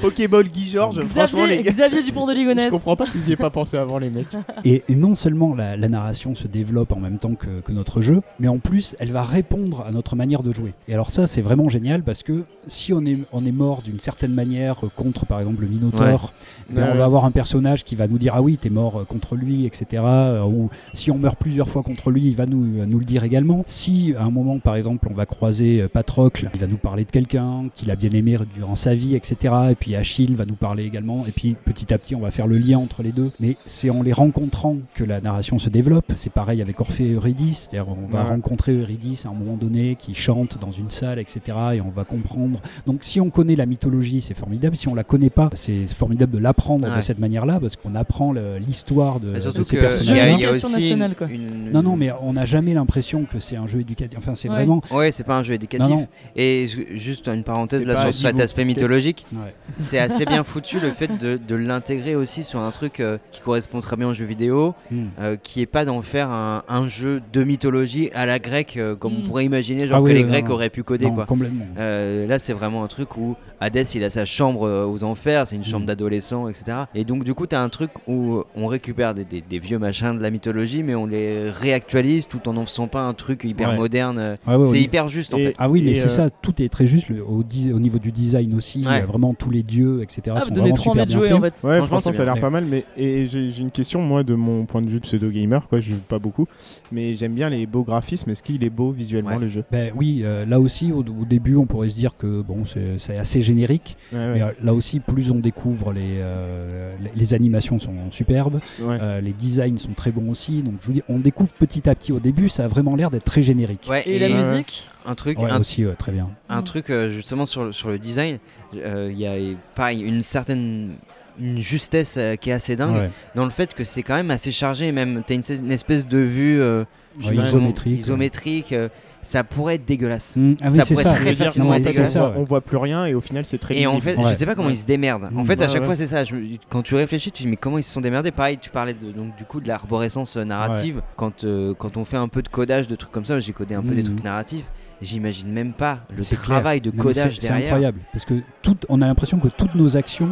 Pokéball Guy Georges, franchement, Xavier, les gars. Xavier Dupont de Je Ligonnès Ah, comprends pas qu'ils y aient pas pensé avant, les mecs. Euh, Et, et non seulement la, la narration se développe en même temps que, que notre jeu, mais en plus elle va répondre à notre manière de jouer. Et alors ça c'est vraiment génial parce que si on est, on est mort d'une certaine manière euh, contre par exemple le Minotaur, ben, Ouais, on ouais. va avoir un personnage qui va nous dire ah oui t'es mort euh, contre lui etc. euh, ou si on meurt plusieurs fois contre lui il va nous, euh, nous le dire également. Si à un moment par exemple on va croiser euh, Patrocle, il va nous parler de quelqu'un qu'il a bien aimé durant sa vie, etc. Et puis Achille va nous parler également. Et puis petit à petit, on va faire le lien entre les deux. Mais c'est en les rencontrant que la narration se développe. C'est pareil avec Orphée et Eurydice. C'est-à-dire, on va Ouais. rencontrer Eurydice à un moment donné qui chante dans une salle, etc. Et on va comprendre. Donc si on connaît la mythologie, c'est formidable. Si on la connaît pas, c'est formidable de l'apprendre de Ouais. cette manière-là parce qu'on apprend le- l'histoire de, Bah, de surtout ces que personnages. il y a aussi une- une- Non, non, mais on n'a jamais l'impression que c'est un jeu éducatif. Enfin, c'est vraiment. Ouais, c'est pas un jeu éducatif. Non, non. Et ju- juste une parenthèse C'est là pas sur un cet niveau. aspect mythologique, Ouais. c'est assez [LAUGHS] bien foutu le fait de, de l'intégrer aussi sur un truc euh, qui correspond très bien au jeu vidéo, Hmm. euh, qui est pas d'en faire un, un jeu de mythologie à la grecque, euh, comme on pourrait imaginer, genre Ah oui, que les oui, Grecs non, non. auraient pu coder. Non, quoi. complètement. Euh, là, c'est vraiment un truc où Hadès il a sa chambre euh, aux enfers, c'est une Mm. chambre d'adolescent, etc. Et donc, du coup, t'as un truc où on récupère des, des- des vieux machins de la mythologie, mais on les réactualise tout en n'en faisant pas un truc hyper Ouais. moderne. Ouais, Ah ouais, c'est ouais. hyper juste en fait. Ah oui, mais c'est ça, tout est très juste le- au, di- au niveau du design aussi. il y a Ouais. Vraiment, tous les dieux, etc. Ah, sont vous donnez vraiment trop envie super de bien jouer, faits. en fait. Ouais, Franchement, franchement, c'est ça a l'air bien. pas mal, mais et j'ai j'ai une question, moi, de mon point de vue pseudo-gamer, quoi, je joue pas beaucoup, mais j'aime bien les beaux graphismes, est-ce qu'il est beau visuellement le jeu Ben oui, euh, là aussi, au, au début, on pourrait se dire que bon, c'est c'est assez générique. Ouais, ouais. Mais euh, là aussi, plus on découvre, les, euh, les, les animations sont superbes, Ouais. euh, les designs sont très bons aussi. Donc je vous dis, on découvre petit à petit. Au début, ça a vraiment l'air d'être très générique. Ouais, Et et- la musique un truc- Ouais, un- aussi, ouais, très bien. un truc euh, justement sur, le- sur le design, euh, il y a pareil une certaine une justesse euh, qui est assez dingue Ouais. dans le fait que c'est quand même assez chargé. Même t'as une, une espèce de vue euh, Ouais, je sais pas, isométrique. isométrique, euh, ça pourrait être dégueulasse. Mm, ah oui, ça c'est pourrait ça. très Je veux dire, facilement non, en être fait, dégueulasse. c'est ça, ouais. On voit plus rien et au final c'est très Et en fait, lisible. je sais pas comment Ouais. ils se démerdent. En Mmh, Mm. fait, à Ouais, chaque ouais. fois, c'est ça. Je me- quand tu réfléchis, tu te dis mais comment ils se sont démerdés Pareil, tu parlais de, donc du coup de l'arborescence euh, narrative. Quand euh, quand on fait un peu de codage de trucs comme ça, j'ai codé un peu Mm. des trucs narratifs. J'imagine même pas le C'est travail clair. de Non, mais codage c'est- C'est derrière. incroyable parce que tout, on a l'impression que toutes nos actions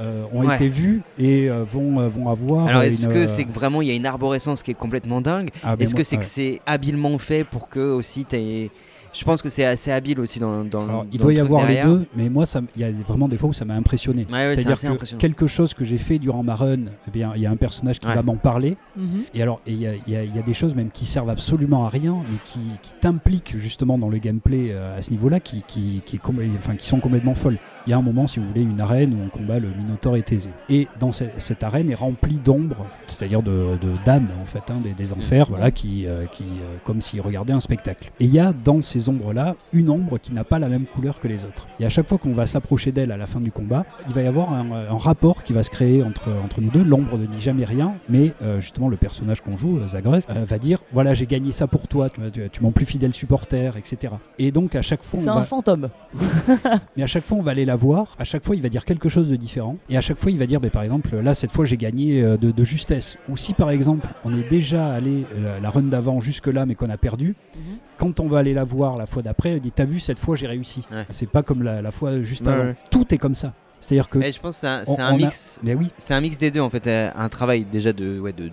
euh, ont Ouais. été vues et euh, vont, euh, vont avoir. Alors euh, est-ce une, que euh, c'est que vraiment il y a une arborescence qui est complètement dingue Ah, ben Est-ce que moi, c'est que ouais. c'est habilement fait pour que aussi t'aies... Je pense que c'est assez habile aussi dans, dans Alors, le il dans doit le truc y avoir derrière. les deux, mais moi, ça m- il y a vraiment des fois où ça m'a impressionné. Ouais, ouais, c'est C'est-à-dire assez que impressionnant. quelque chose que j'ai fait durant ma run, eh bien, il y a un personnage qui Ouais. va m'en parler. Mhm. Et alors, et il y, a- il y a- il y a des choses même qui servent absolument à rien, mais qui, qui t'impliquent justement dans le gameplay euh, à ce niveau-là, qui, qui, qui, est compl- enfin, qui sont complètement folles. Il y a un moment, si vous voulez, une arène où on combat le Minotaure et Thésée. Et dans ce- cette arène est remplie d'ombres, c'est-à-dire de, de d'âmes, en fait, hein, des, des enfers, Mm. voilà, qui, euh, qui euh, comme s'ils regardaient un spectacle. Et il y a dans ces ombres-là une ombre qui n'a pas la même couleur que les autres. Et à chaque fois qu'on va s'approcher d'elle à la fin du combat, il va y avoir un, euh, un rapport qui va se créer entre, entre nous deux. L'ombre ne dit jamais rien, mais euh, justement le personnage qu'on joue, euh, Zagreus, euh, va dire voilà j'ai gagné ça pour toi, tu, m'as- tu- tu m'en plus fidèle supporter, etc. Et donc à chaque fois, C'est on un va- fantôme. mais à chaque fois, on va aller la voir. À chaque fois, il va dire quelque chose de différent. Et à chaque fois, il va dire, bah, par exemple, là, cette fois, j'ai gagné euh, de, de justesse. Ou si, par exemple, on est déjà allé euh, la, la run d'avant jusque-là, mais qu'on a perdu, Mhm. quand on va aller la voir la fois d'après, elle dit, t'as vu, cette fois, j'ai réussi. C'est pas comme la, la fois juste Ouais, avant. ouais. Tout est comme ça. C'est-à-dire que. Mais Eh, je pense que c'est un, on- c'est un on a- mix. Mais oui. C'est un mix des deux en fait, euh, un travail déjà de, ouais, de, de-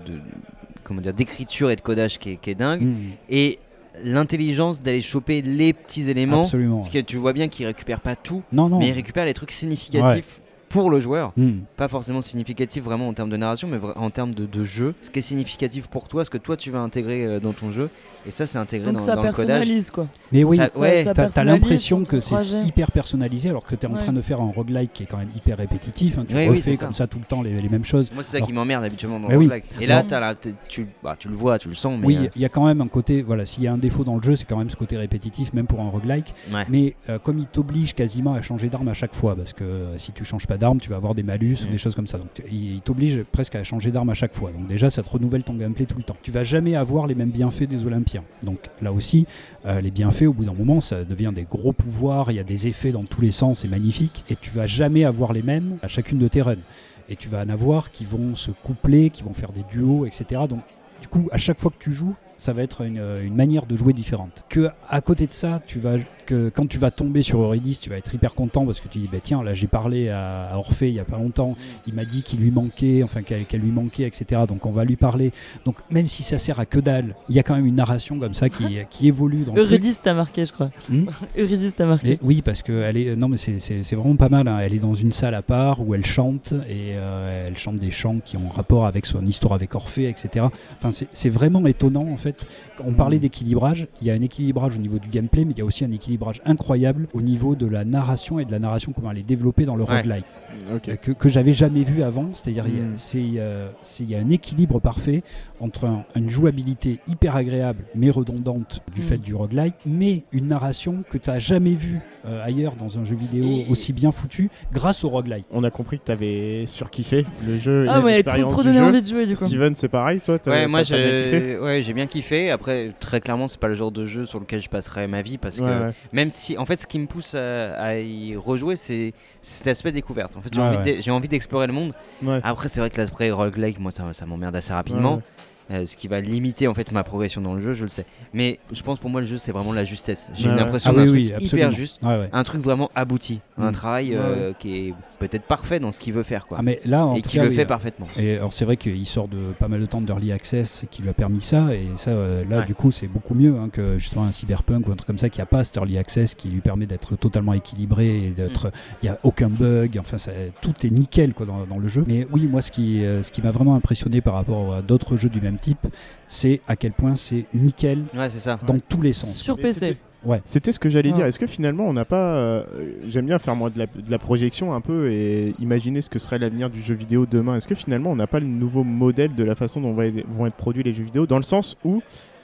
comment dire d'écriture et de codage qui est, qui est dingue Mm. et l'intelligence d'aller choper les petits éléments. Absolument, Parce que tu vois bien qu'il récupère pas tout, Non, non. mais il récupère les trucs significatifs. Pour le joueur, Mm. pas forcément significatifs vraiment en termes de narration, mais vra- en termes de, de jeu, ce qui est significatif pour toi, ce que toi tu vas intégrer euh, dans ton jeu, et ça c'est intégré Donc dans, ça dans le codage. personnalise, quoi. Mais Eh oui, Ça- ouais. t'as- t'as personnalise l'impression ton que c'est trajet. hyper personnalisé alors que t'es en Ouais. train de faire un roguelike qui est quand même hyper répétitif. hein. Tu Ouais, oui, refais c'est ça. comme ça tout le temps les, les mêmes choses. Moi, c'est ça Alors qui m'emmerde habituellement dans Mais le oui. roguelike. Et là, Bon. t'as la- t'es- tu, bah, tu le vois, tu le sens, mais Oui, euh, il y a quand même un côté, voilà, s'il y a un défaut dans le jeu, c'est quand même ce côté répétitif, même pour un roguelike. Ouais. Mais euh, comme il t'oblige quasiment à changer d'arme à chaque fois, parce que euh, si tu changes pas d'arme, tu vas avoir des malus Mm. ou des choses comme ça. Donc tu- il, il t'oblige presque à changer d'arme à chaque fois. Donc déjà, ça te renouvelle ton gameplay tout le temps. Tu vas jamais avoir les mêmes bienfaits des Olympiens. Donc là aussi, euh, les bienfaits, au bout d'un moment, ça devient des gros pouvoirs, il y a des effets dans tous les sens, c'est magnifique. Et tu vas jamais avoir les mêmes à chacune de tes runs. Et tu vas en avoir qui vont se coupler, qui vont faire des duos, etc. Donc du coup, à chaque fois que tu joues, ça va être une, euh, une manière de jouer différente. Que à côté de ça, tu vas que quand tu vas tomber sur Eurydice, tu vas être hyper content parce que tu dis bah tiens là j'ai parlé à, à Orphée il y a pas longtemps, il m'a dit qu'il lui manquait, enfin qu'elle qu'elle lui manquait, etc. Donc on va lui parler. Donc même si ça sert à que dalle, il y a quand même une narration comme ça qui, qui évolue dans le truc. Eurydice t'a marqué, je crois. Hmm Eurydice t'a marqué. Et oui, parce que elle est. Non, mais c'est- c'est c'est vraiment pas mal. hein. Elle est dans une salle à part où elle chante et euh, elle chante des chants qui ont rapport avec son histoire avec Orphée, etc. Enfin, c'est- c'est vraiment étonnant en fait. On parlait d'équilibrage. Il y a un équilibrage au niveau du gameplay, mais il y a aussi un équilibrage incroyable au niveau de la narration et de la narration comment elle est développée dans le Ouais. roguelike. Ok. Euh, Que, que j'avais jamais vu avant, c'est-à-dire il y a- Mm. c'est, euh, c'est- il y a un équilibre parfait entre un- une jouabilité hyper agréable mais redondante du Mm. fait du roguelike, mais une narration que tu n'as jamais vue euh, ailleurs dans un jeu vidéo Et- aussi bien foutu grâce au roguelike. On a compris que t'avais surkiffé le jeu. et Ah ouais, l'expérience trop- trop du donné jeu. envie de jouer, du coup. Steven, c'est pareil, toi t'as- Ouais, moi t'as- t'as bien kiffé j'ai ouais, j'ai bien kiffé. Après, très clairement, c'est pas le genre de jeu sur lequel je passerais ma vie parce que Ouais, ouais. même si, en fait, ce qui me pousse à, à y rejouer, c'est c'est cet aspect découverte. En fait, j'ai Ouais, envie ouais. de- j'ai envie d'explorer le monde. Ouais. Après, c'est vrai que l'aspect roguelike, moi, ça, ça m'emmerde assez rapidement. Ouais, euh, ce qui va limiter en fait ma progression dans le jeu, je le sais. Mais je pense pour moi le jeu c'est vraiment la justesse. J'ai Ouais, une ouais. impression Ah d'un oui, truc oui, absolument. hyper juste, Ouais, ouais. un truc vraiment abouti, un Mm. travail Ouais, euh, qui est peut-être parfait dans ce qu'il veut faire quoi. Ah, mais là, en et tout qui cas, le oui. euh, fait parfaitement. Et alors c'est vrai qu'il sort de pas mal de temps d'early access qui lui a permis ça et ça euh, là Ouais. du coup c'est beaucoup mieux hein, que justement un cyberpunk ou un truc comme ça qui a pas cet early access qui lui permet d'être totalement équilibré et d'être il y a aucun bug enfin ça- tout est nickel quoi dans, dans le jeu. Mais oui moi ce qui euh, ce qui m'a vraiment impressionné par rapport à d'autres jeux du même type c'est à quel point c'est nickel Ouais, c'est ça. dans tous les sens. Sur Ah. PC. Ouais. C'était ce que j'allais Ouais. dire. Est-ce que finalement on n'a pas. euh, J'aime bien faire moi de la, de la projection un peu et imaginer ce que serait l'avenir du jeu vidéo demain. Est-ce que finalement on n'a pas le nouveau modèle de la façon dont va- vont être produits les jeux vidéo Dans le sens où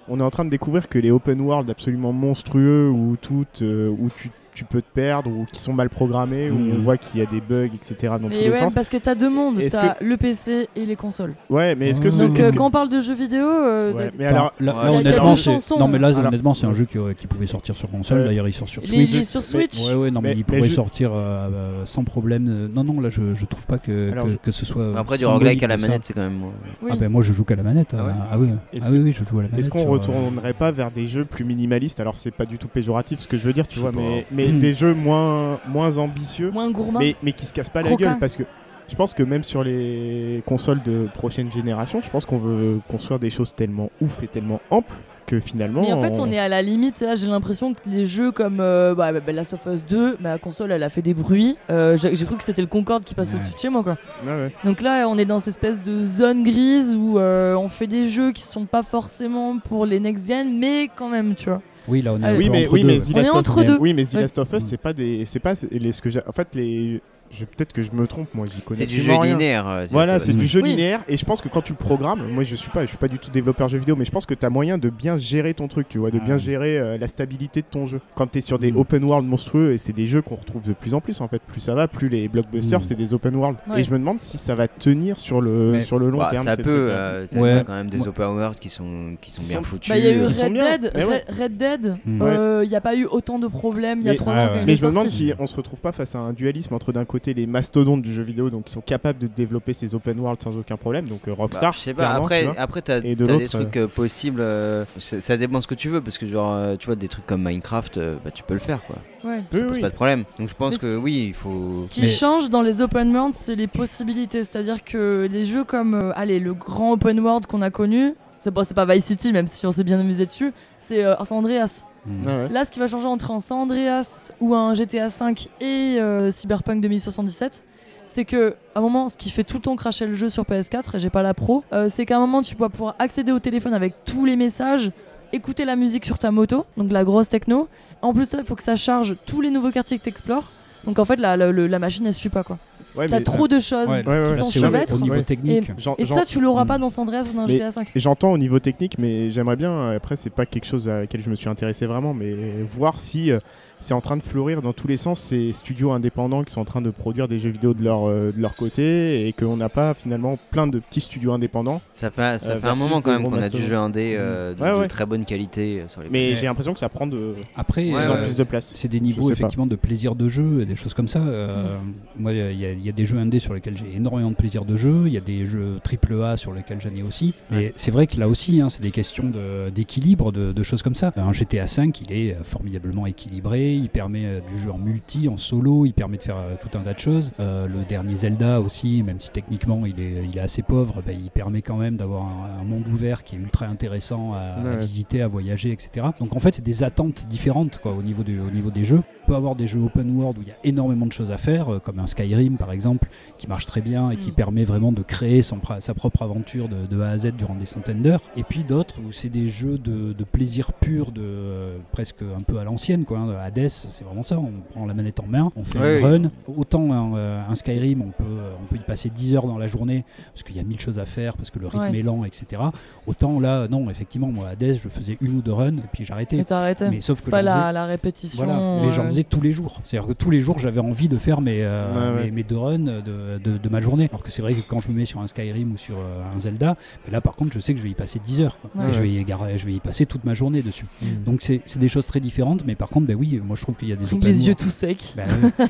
on est en train de découvrir que les open world absolument monstrueux où, tout, euh, où tu, tu peux te perdre ou qui sont mal programmés, où on voit qu'il y a des bugs, etc. dans tous Mais les ouais, bah- sens. parce que t'as deux mondes, Est-ce t'as que- le PC et les consoles. Ouais, mais est-ce que ce. Donc est-ce euh, que- quand on parle de jeux vidéo, euh, Ouais, t'as- mais alors. là, Il y a- il y a honnêtement deux c'est chansons. non mais là Alors- honnêtement c'est un jeu qui, aurait- qui pouvait sortir sur console Euh, d'ailleurs il sort sur il est- Switch. il est sur Switch. Ouais, ouais, non, mais, Mais- il pourrait mais je- sortir euh, euh, sans problème. euh, Non, non, là, je, je trouve pas que, Alors, que, je- que ce soit. Après, du Euh, symbolique roguelike à la de ça. manette, c'est quand même. Oui. Ah, ben moi, je joue qu'à la manette. Ah euh, ouais Ah, oui, Est-ce ah que- oui, oui, je joue à la manette. Est-ce qu'on sur, euh, retournerait pas vers des jeux plus minimalistes Alors c'est pas du tout péjoratif ce que je veux dire, tu Je vois, sais pas. mais, mais Hmm. des jeux moins, moins ambitieux, moins gourmand. mais, mais qui se cassent pas Croquin. la gueule, parce que je pense que même sur les consoles de prochaine génération, je pense qu'on veut construire des choses tellement ouf et tellement amples que finalement... Mais en fait, on est à la limite. c'est Là, j'ai l'impression que les jeux comme euh, bah, bah, bah, Last of Us 2, ma console, elle a fait des bruits. Euh, j'ai j'ai cru que c'était le Concorde qui passait Ouais. au-dessus de chez moi, quoi. Ouais, ouais. Donc là, on est dans cette espèce de zone grise où euh, on fait des jeux qui sont pas forcément pour les next-gen, mais quand même, tu vois. Oui, là, on est Ah, un Oui peu mais, entre oui, deux, mais ouais. The On est Last of- entre deux. oui, mais The Ouais. Last of Us, c'est pas des... C'est pas les, ce que j'ai... En fait, les... Je, peut-être que je me trompe, moi, j'y connais C'est du jeu absolument rien. linéaire. euh, Voilà, Last of c'est Us. du jeu Oui. linéaire et je pense que quand tu le programmes, moi je suis pas, je suis pas du tout développeur jeu vidéo, mais je pense que tu as moyen de bien gérer ton truc, tu vois, de Ah. bien gérer euh, la stabilité de ton jeu. Quand tu es sur des Mm. open world monstrueux et c'est des jeux qu'on retrouve de plus en plus en fait, plus ça va, plus les blockbusters Mm. c'est des open world. Ouais. Et je me demande si ça va tenir sur le Mais- sur le long Bah, terme. ça ces peut. trucs-là. euh, T'as Ouais. t'as quand même des Moi- open world qui sont qui sont Qui bien sont- foutus. euh, Bah, il y a eu Qui sont Red bien. Dead. Mais ouais. Red- Red Dead. euh, Il Mm. n'y a pas eu autant de problèmes il y a Mais- trois Ouais, ans. ouais. quand il Mais est je me demande sorti. si on se retrouve pas face à un dualisme entre d'un côté les mastodontes du jeu vidéo, donc qui sont capables de développer ces open world sans aucun problème, donc euh, Bah, Rockstar. je sais pas, clairement, après, tu vois. après t'as, Et de t'as des l'autre, euh, trucs euh, possibles, euh, ça ça dépend ce que tu veux, parce que genre, euh, tu vois, des trucs comme Minecraft, euh, bah, tu peux le faire, quoi. Ouais. Ça Oui, pose oui. pas de problème. Donc je pense Mais que oui, il faut... Ce qui Mais- change dans les open world, c'est les possibilités. C'est-à-dire que les jeux comme euh, allez, le grand open world qu'on a connu, c'est bon, c'est pas Vice City, même si on s'est bien amusé dessus, c'est euh, San Andreas. Mm. Ah Ouais, ouais. Là, ce qui va changer entre un San Andreas ou un GTA V et euh, Cyberpunk 2077, c'est que à un moment, ce qui fait tout le temps cracher le jeu sur PS4, et j'ai pas la pro, euh, c'est qu'à un moment, tu vas pouvoir accéder au téléphone avec tous les messages, écouter la musique sur ta moto, donc de la grosse techno. En plus, il faut que ça charge tous les nouveaux quartiers que t'explores. Donc en fait, la, la, le- la machine, elle suit pas quoi. Ouais, T'as mais- trop de choses. Ouais, ouais, qui ouais. sont C'est vrai, chevêtres. Au niveau Ouais. technique. J'en- Et j'en- ça, tu l'auras Mm. pas dans San Andreas ou dans Mais- GTA V. J'entends au niveau technique, mais j'aimerais bien, euh, après c'est pas quelque chose à laquelle je me suis intéressé vraiment, mais voir si euh, c'est en train de fleurir dans tous les sens ces studios indépendants qui sont en train de produire des jeux vidéo de leur, euh, de leur côté et qu'on n'a pas finalement plein de petits studios indépendants. Ça fait, ça Euh, fait un versus moment quand des même gros qu'on a du mastodontes. jeu indé euh, de, Ouais, de ouais. très bonne qualité euh, sur les Mais Ouais. j'ai l'impression que ça prend de Après, euh, plus Ouais, en ouais. plus de place. C'est des Je niveaux sais pas. Mm. effectivement de plaisir de jeu et des choses comme ça. Euh, Moi, il y, a- il il y a des jeux indés sur lesquels j'ai énormément de plaisir de jeu, il y a des jeux triple A sur lesquels j'en ai aussi. Mais c'est vrai que là aussi, hein, c'est des questions de- d'équilibre, de, de choses comme ça. Un GTA V, il est euh, formidablement équilibré, il permet euh, du jeu en multi, en solo, il permet de faire euh, tout un tas de choses. Euh, le dernier Zelda aussi, même si techniquement il est, il est assez pauvre, bah, il permet quand même d'avoir un, un monde ouvert qui est ultra intéressant à, à Ouais. visiter, à voyager, etc. Donc en fait, c'est des attentes différentes quoi, au, niveau du- au niveau des jeux. On peut avoir des jeux open world où il y a énormément de choses à faire, euh, comme un Skyrim par exemple, qui marche très bien et qui Mm. permet vraiment de créer son pra- sa propre aventure de, de A à Z durant des centaines d'heures. Et puis d'autres où c'est des jeux de, de plaisir pur, de euh, presque un peu à l'ancienne, quoi. hein. Hades, c'est vraiment ça. On prend la manette en main, on fait Ouais, une oui. run. Autant un, euh, un Skyrim, on peut, euh, on peut y passer 10 heures dans la journée parce qu'il y a mille choses à faire, parce que le rythme Ouais. est lent, etc. Autant là, non, effectivement, moi Hades, je faisais une ou deux runs et puis j'arrêtais. Et t'arrêtais. Mais sauf C'est que pas j'en la- faisais- la répétition, Voilà, mais j'en euh, faisais tous les jours. C'est-à-dire que tous les jours, j'avais envie de faire mes, euh, Ouais, ouais. mes- mes deux runs de, de- de ma journée. Alors que c'est vrai que quand je me mets sur un Skyrim ou sur euh, un Zelda, mais là par contre, je sais que je vais y passer 10 heures. quoi. Ouais. Et je, vais y gar- je vais y passer toute ma journée dessus. Mm. Donc c'est c'est des choses très différentes, mais par contre, ben oui, moi je trouve qu'il y a des Les open world- yeux tout secs. [LAUGHS] Ben oui.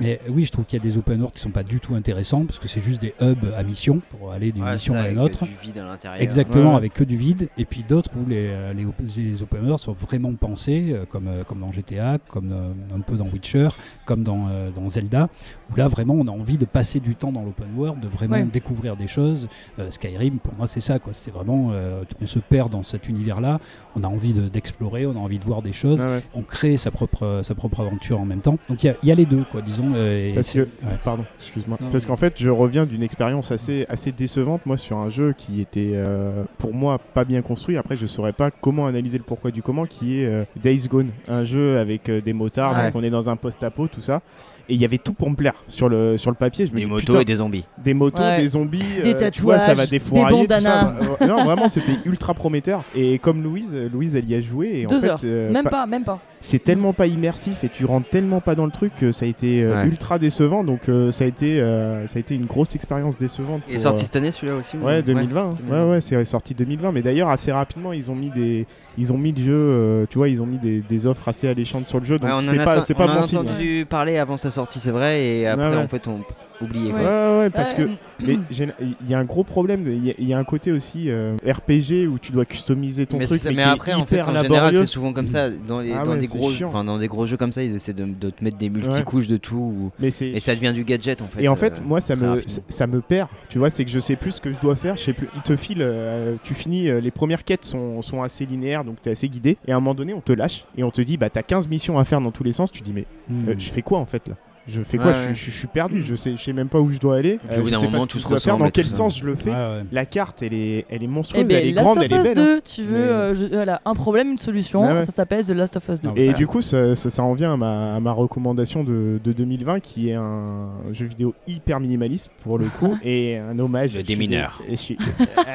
mais oui, je trouve qu'il y a des open world qui sont pas du tout intéressants parce que c'est juste des hubs à mission pour aller d'une Ouais, mission ça, à une avec autre. du vide à l'intérieur. Exactement, Ouais. avec que du vide. Et puis d'autres où les, euh, les, op- les open world sont vraiment pensés, euh, comme, euh, comme dans GTA, comme euh, un peu dans Witcher, comme dans, euh, dans Zelda, où là vraiment on a envie de passer du temps dans l'open world, de vraiment Ouais. découvrir des choses. Euh, Skyrim, pour moi, c'est ça. quoi. C'est vraiment, euh, on se perd dans cet univers-là, on a envie de- d'explorer, on a envie de voir des choses, Ah ouais. on crée sa propre, euh, sa propre aventure en même temps. Donc il y a- il y, a les deux, quoi, disons. euh, et Parce c'est- que, ouais. pardon, excuse-moi. Non, Parce qu'en fait, je reviens d'une expérience assez, assez décevante, moi, sur un jeu qui était, euh, pour moi, pas bien construit. Après, je saurais pas comment analyser le pourquoi du comment, qui est euh, Days Gone, un jeu avec euh, des motards, Ouais. donc on est dans un post-apo, tout ça. Et il y avait tout pour me plaire sur le, sur le papier. Je me Des dis, motos putain, et des zombies. Des motos, Ouais. des zombies. euh, Des tu vois, ça va tatouages, des défourailler, tout ça. bandanas. Euh, non, vraiment, c'était ultra prometteur. Et comme Louise, euh, Louise, elle y a joué. Et en Deux fait, heures. euh, Même pas, même pas. c'est tellement pas immersif et tu rentres tellement pas dans le truc que ça a été euh, Ouais. ultra décevant. Donc euh, ça a été euh, ça a été une grosse expérience décevante. Il est pour, sorti euh, cette année, celui-là aussi, ou- Ouais, ouais, 2020. hein. Ouais, 2020. ouais, c'est sorti 2020. Mais d'ailleurs assez rapidement ils ont mis des ils ont mis le jeu. euh, tu vois, ils ont mis des, des offres assez alléchantes sur le jeu. Donc Ouais, on en c'est a pas sen- c'est pas on en a bon signe. entendu parler avant sa sortie, c'est vrai, et après, ouais. en fait, on oubliait. Ouais, ouais, ouais, parce que mais j'ai- il y a un gros problème. Il y a- il y, a un côté aussi euh, RPG où tu dois customiser ton mais, truc. c'est- mais, mais qui est après, en fait, hyper en général, laborieux. c'est souvent comme ça. Dans, les, Ah dans, ouais, des c'est gros, chiant. enfin, dans des gros jeux comme ça, ils essaient de, de te mettre des multicouches de tout. ou- Mais c'est- et ça devient du gadget, en fait. Et en fait, euh, moi, ça très me, rapidement. ça me perd. Tu vois, c'est que je sais plus ce que je dois faire. Je sais plus. Il te file, euh, tu finis, euh, les premières quêtes sont, sont assez linéaires, donc tu es assez guidé. Et à un moment donné, on te lâche et on te dit, bah, t'as 15 missions à faire dans tous les sens. Tu dis, mais Hmm. euh, je fais quoi en fait là je fais quoi Ouais, je, ouais. je- je suis perdu, je sais, je sais même pas où je dois aller. Euh, Puis au bout je d'un sais moment, pas ce tout que se je dois faire, ressemble dans et quel tout ça. sens je le fais. Ouais, ouais. La carte, elle est, elle est Eh monstrueuse, ben, elle est Last grande, of elle est Us belle. 2, hein. tu veux Mais- Ah euh, je- voilà, un problème, une solution, Ouais, Ah ouais. ça s'appelle The Last of Us 2. Et Voilà. du coup, ça, ça- ça en vient à ma, à ma recommandation de, de 2020, qui est un jeu vidéo hyper minimaliste pour le coup, et un hommage. Le Je suis [LAUGHS] démineur. dé- je suis-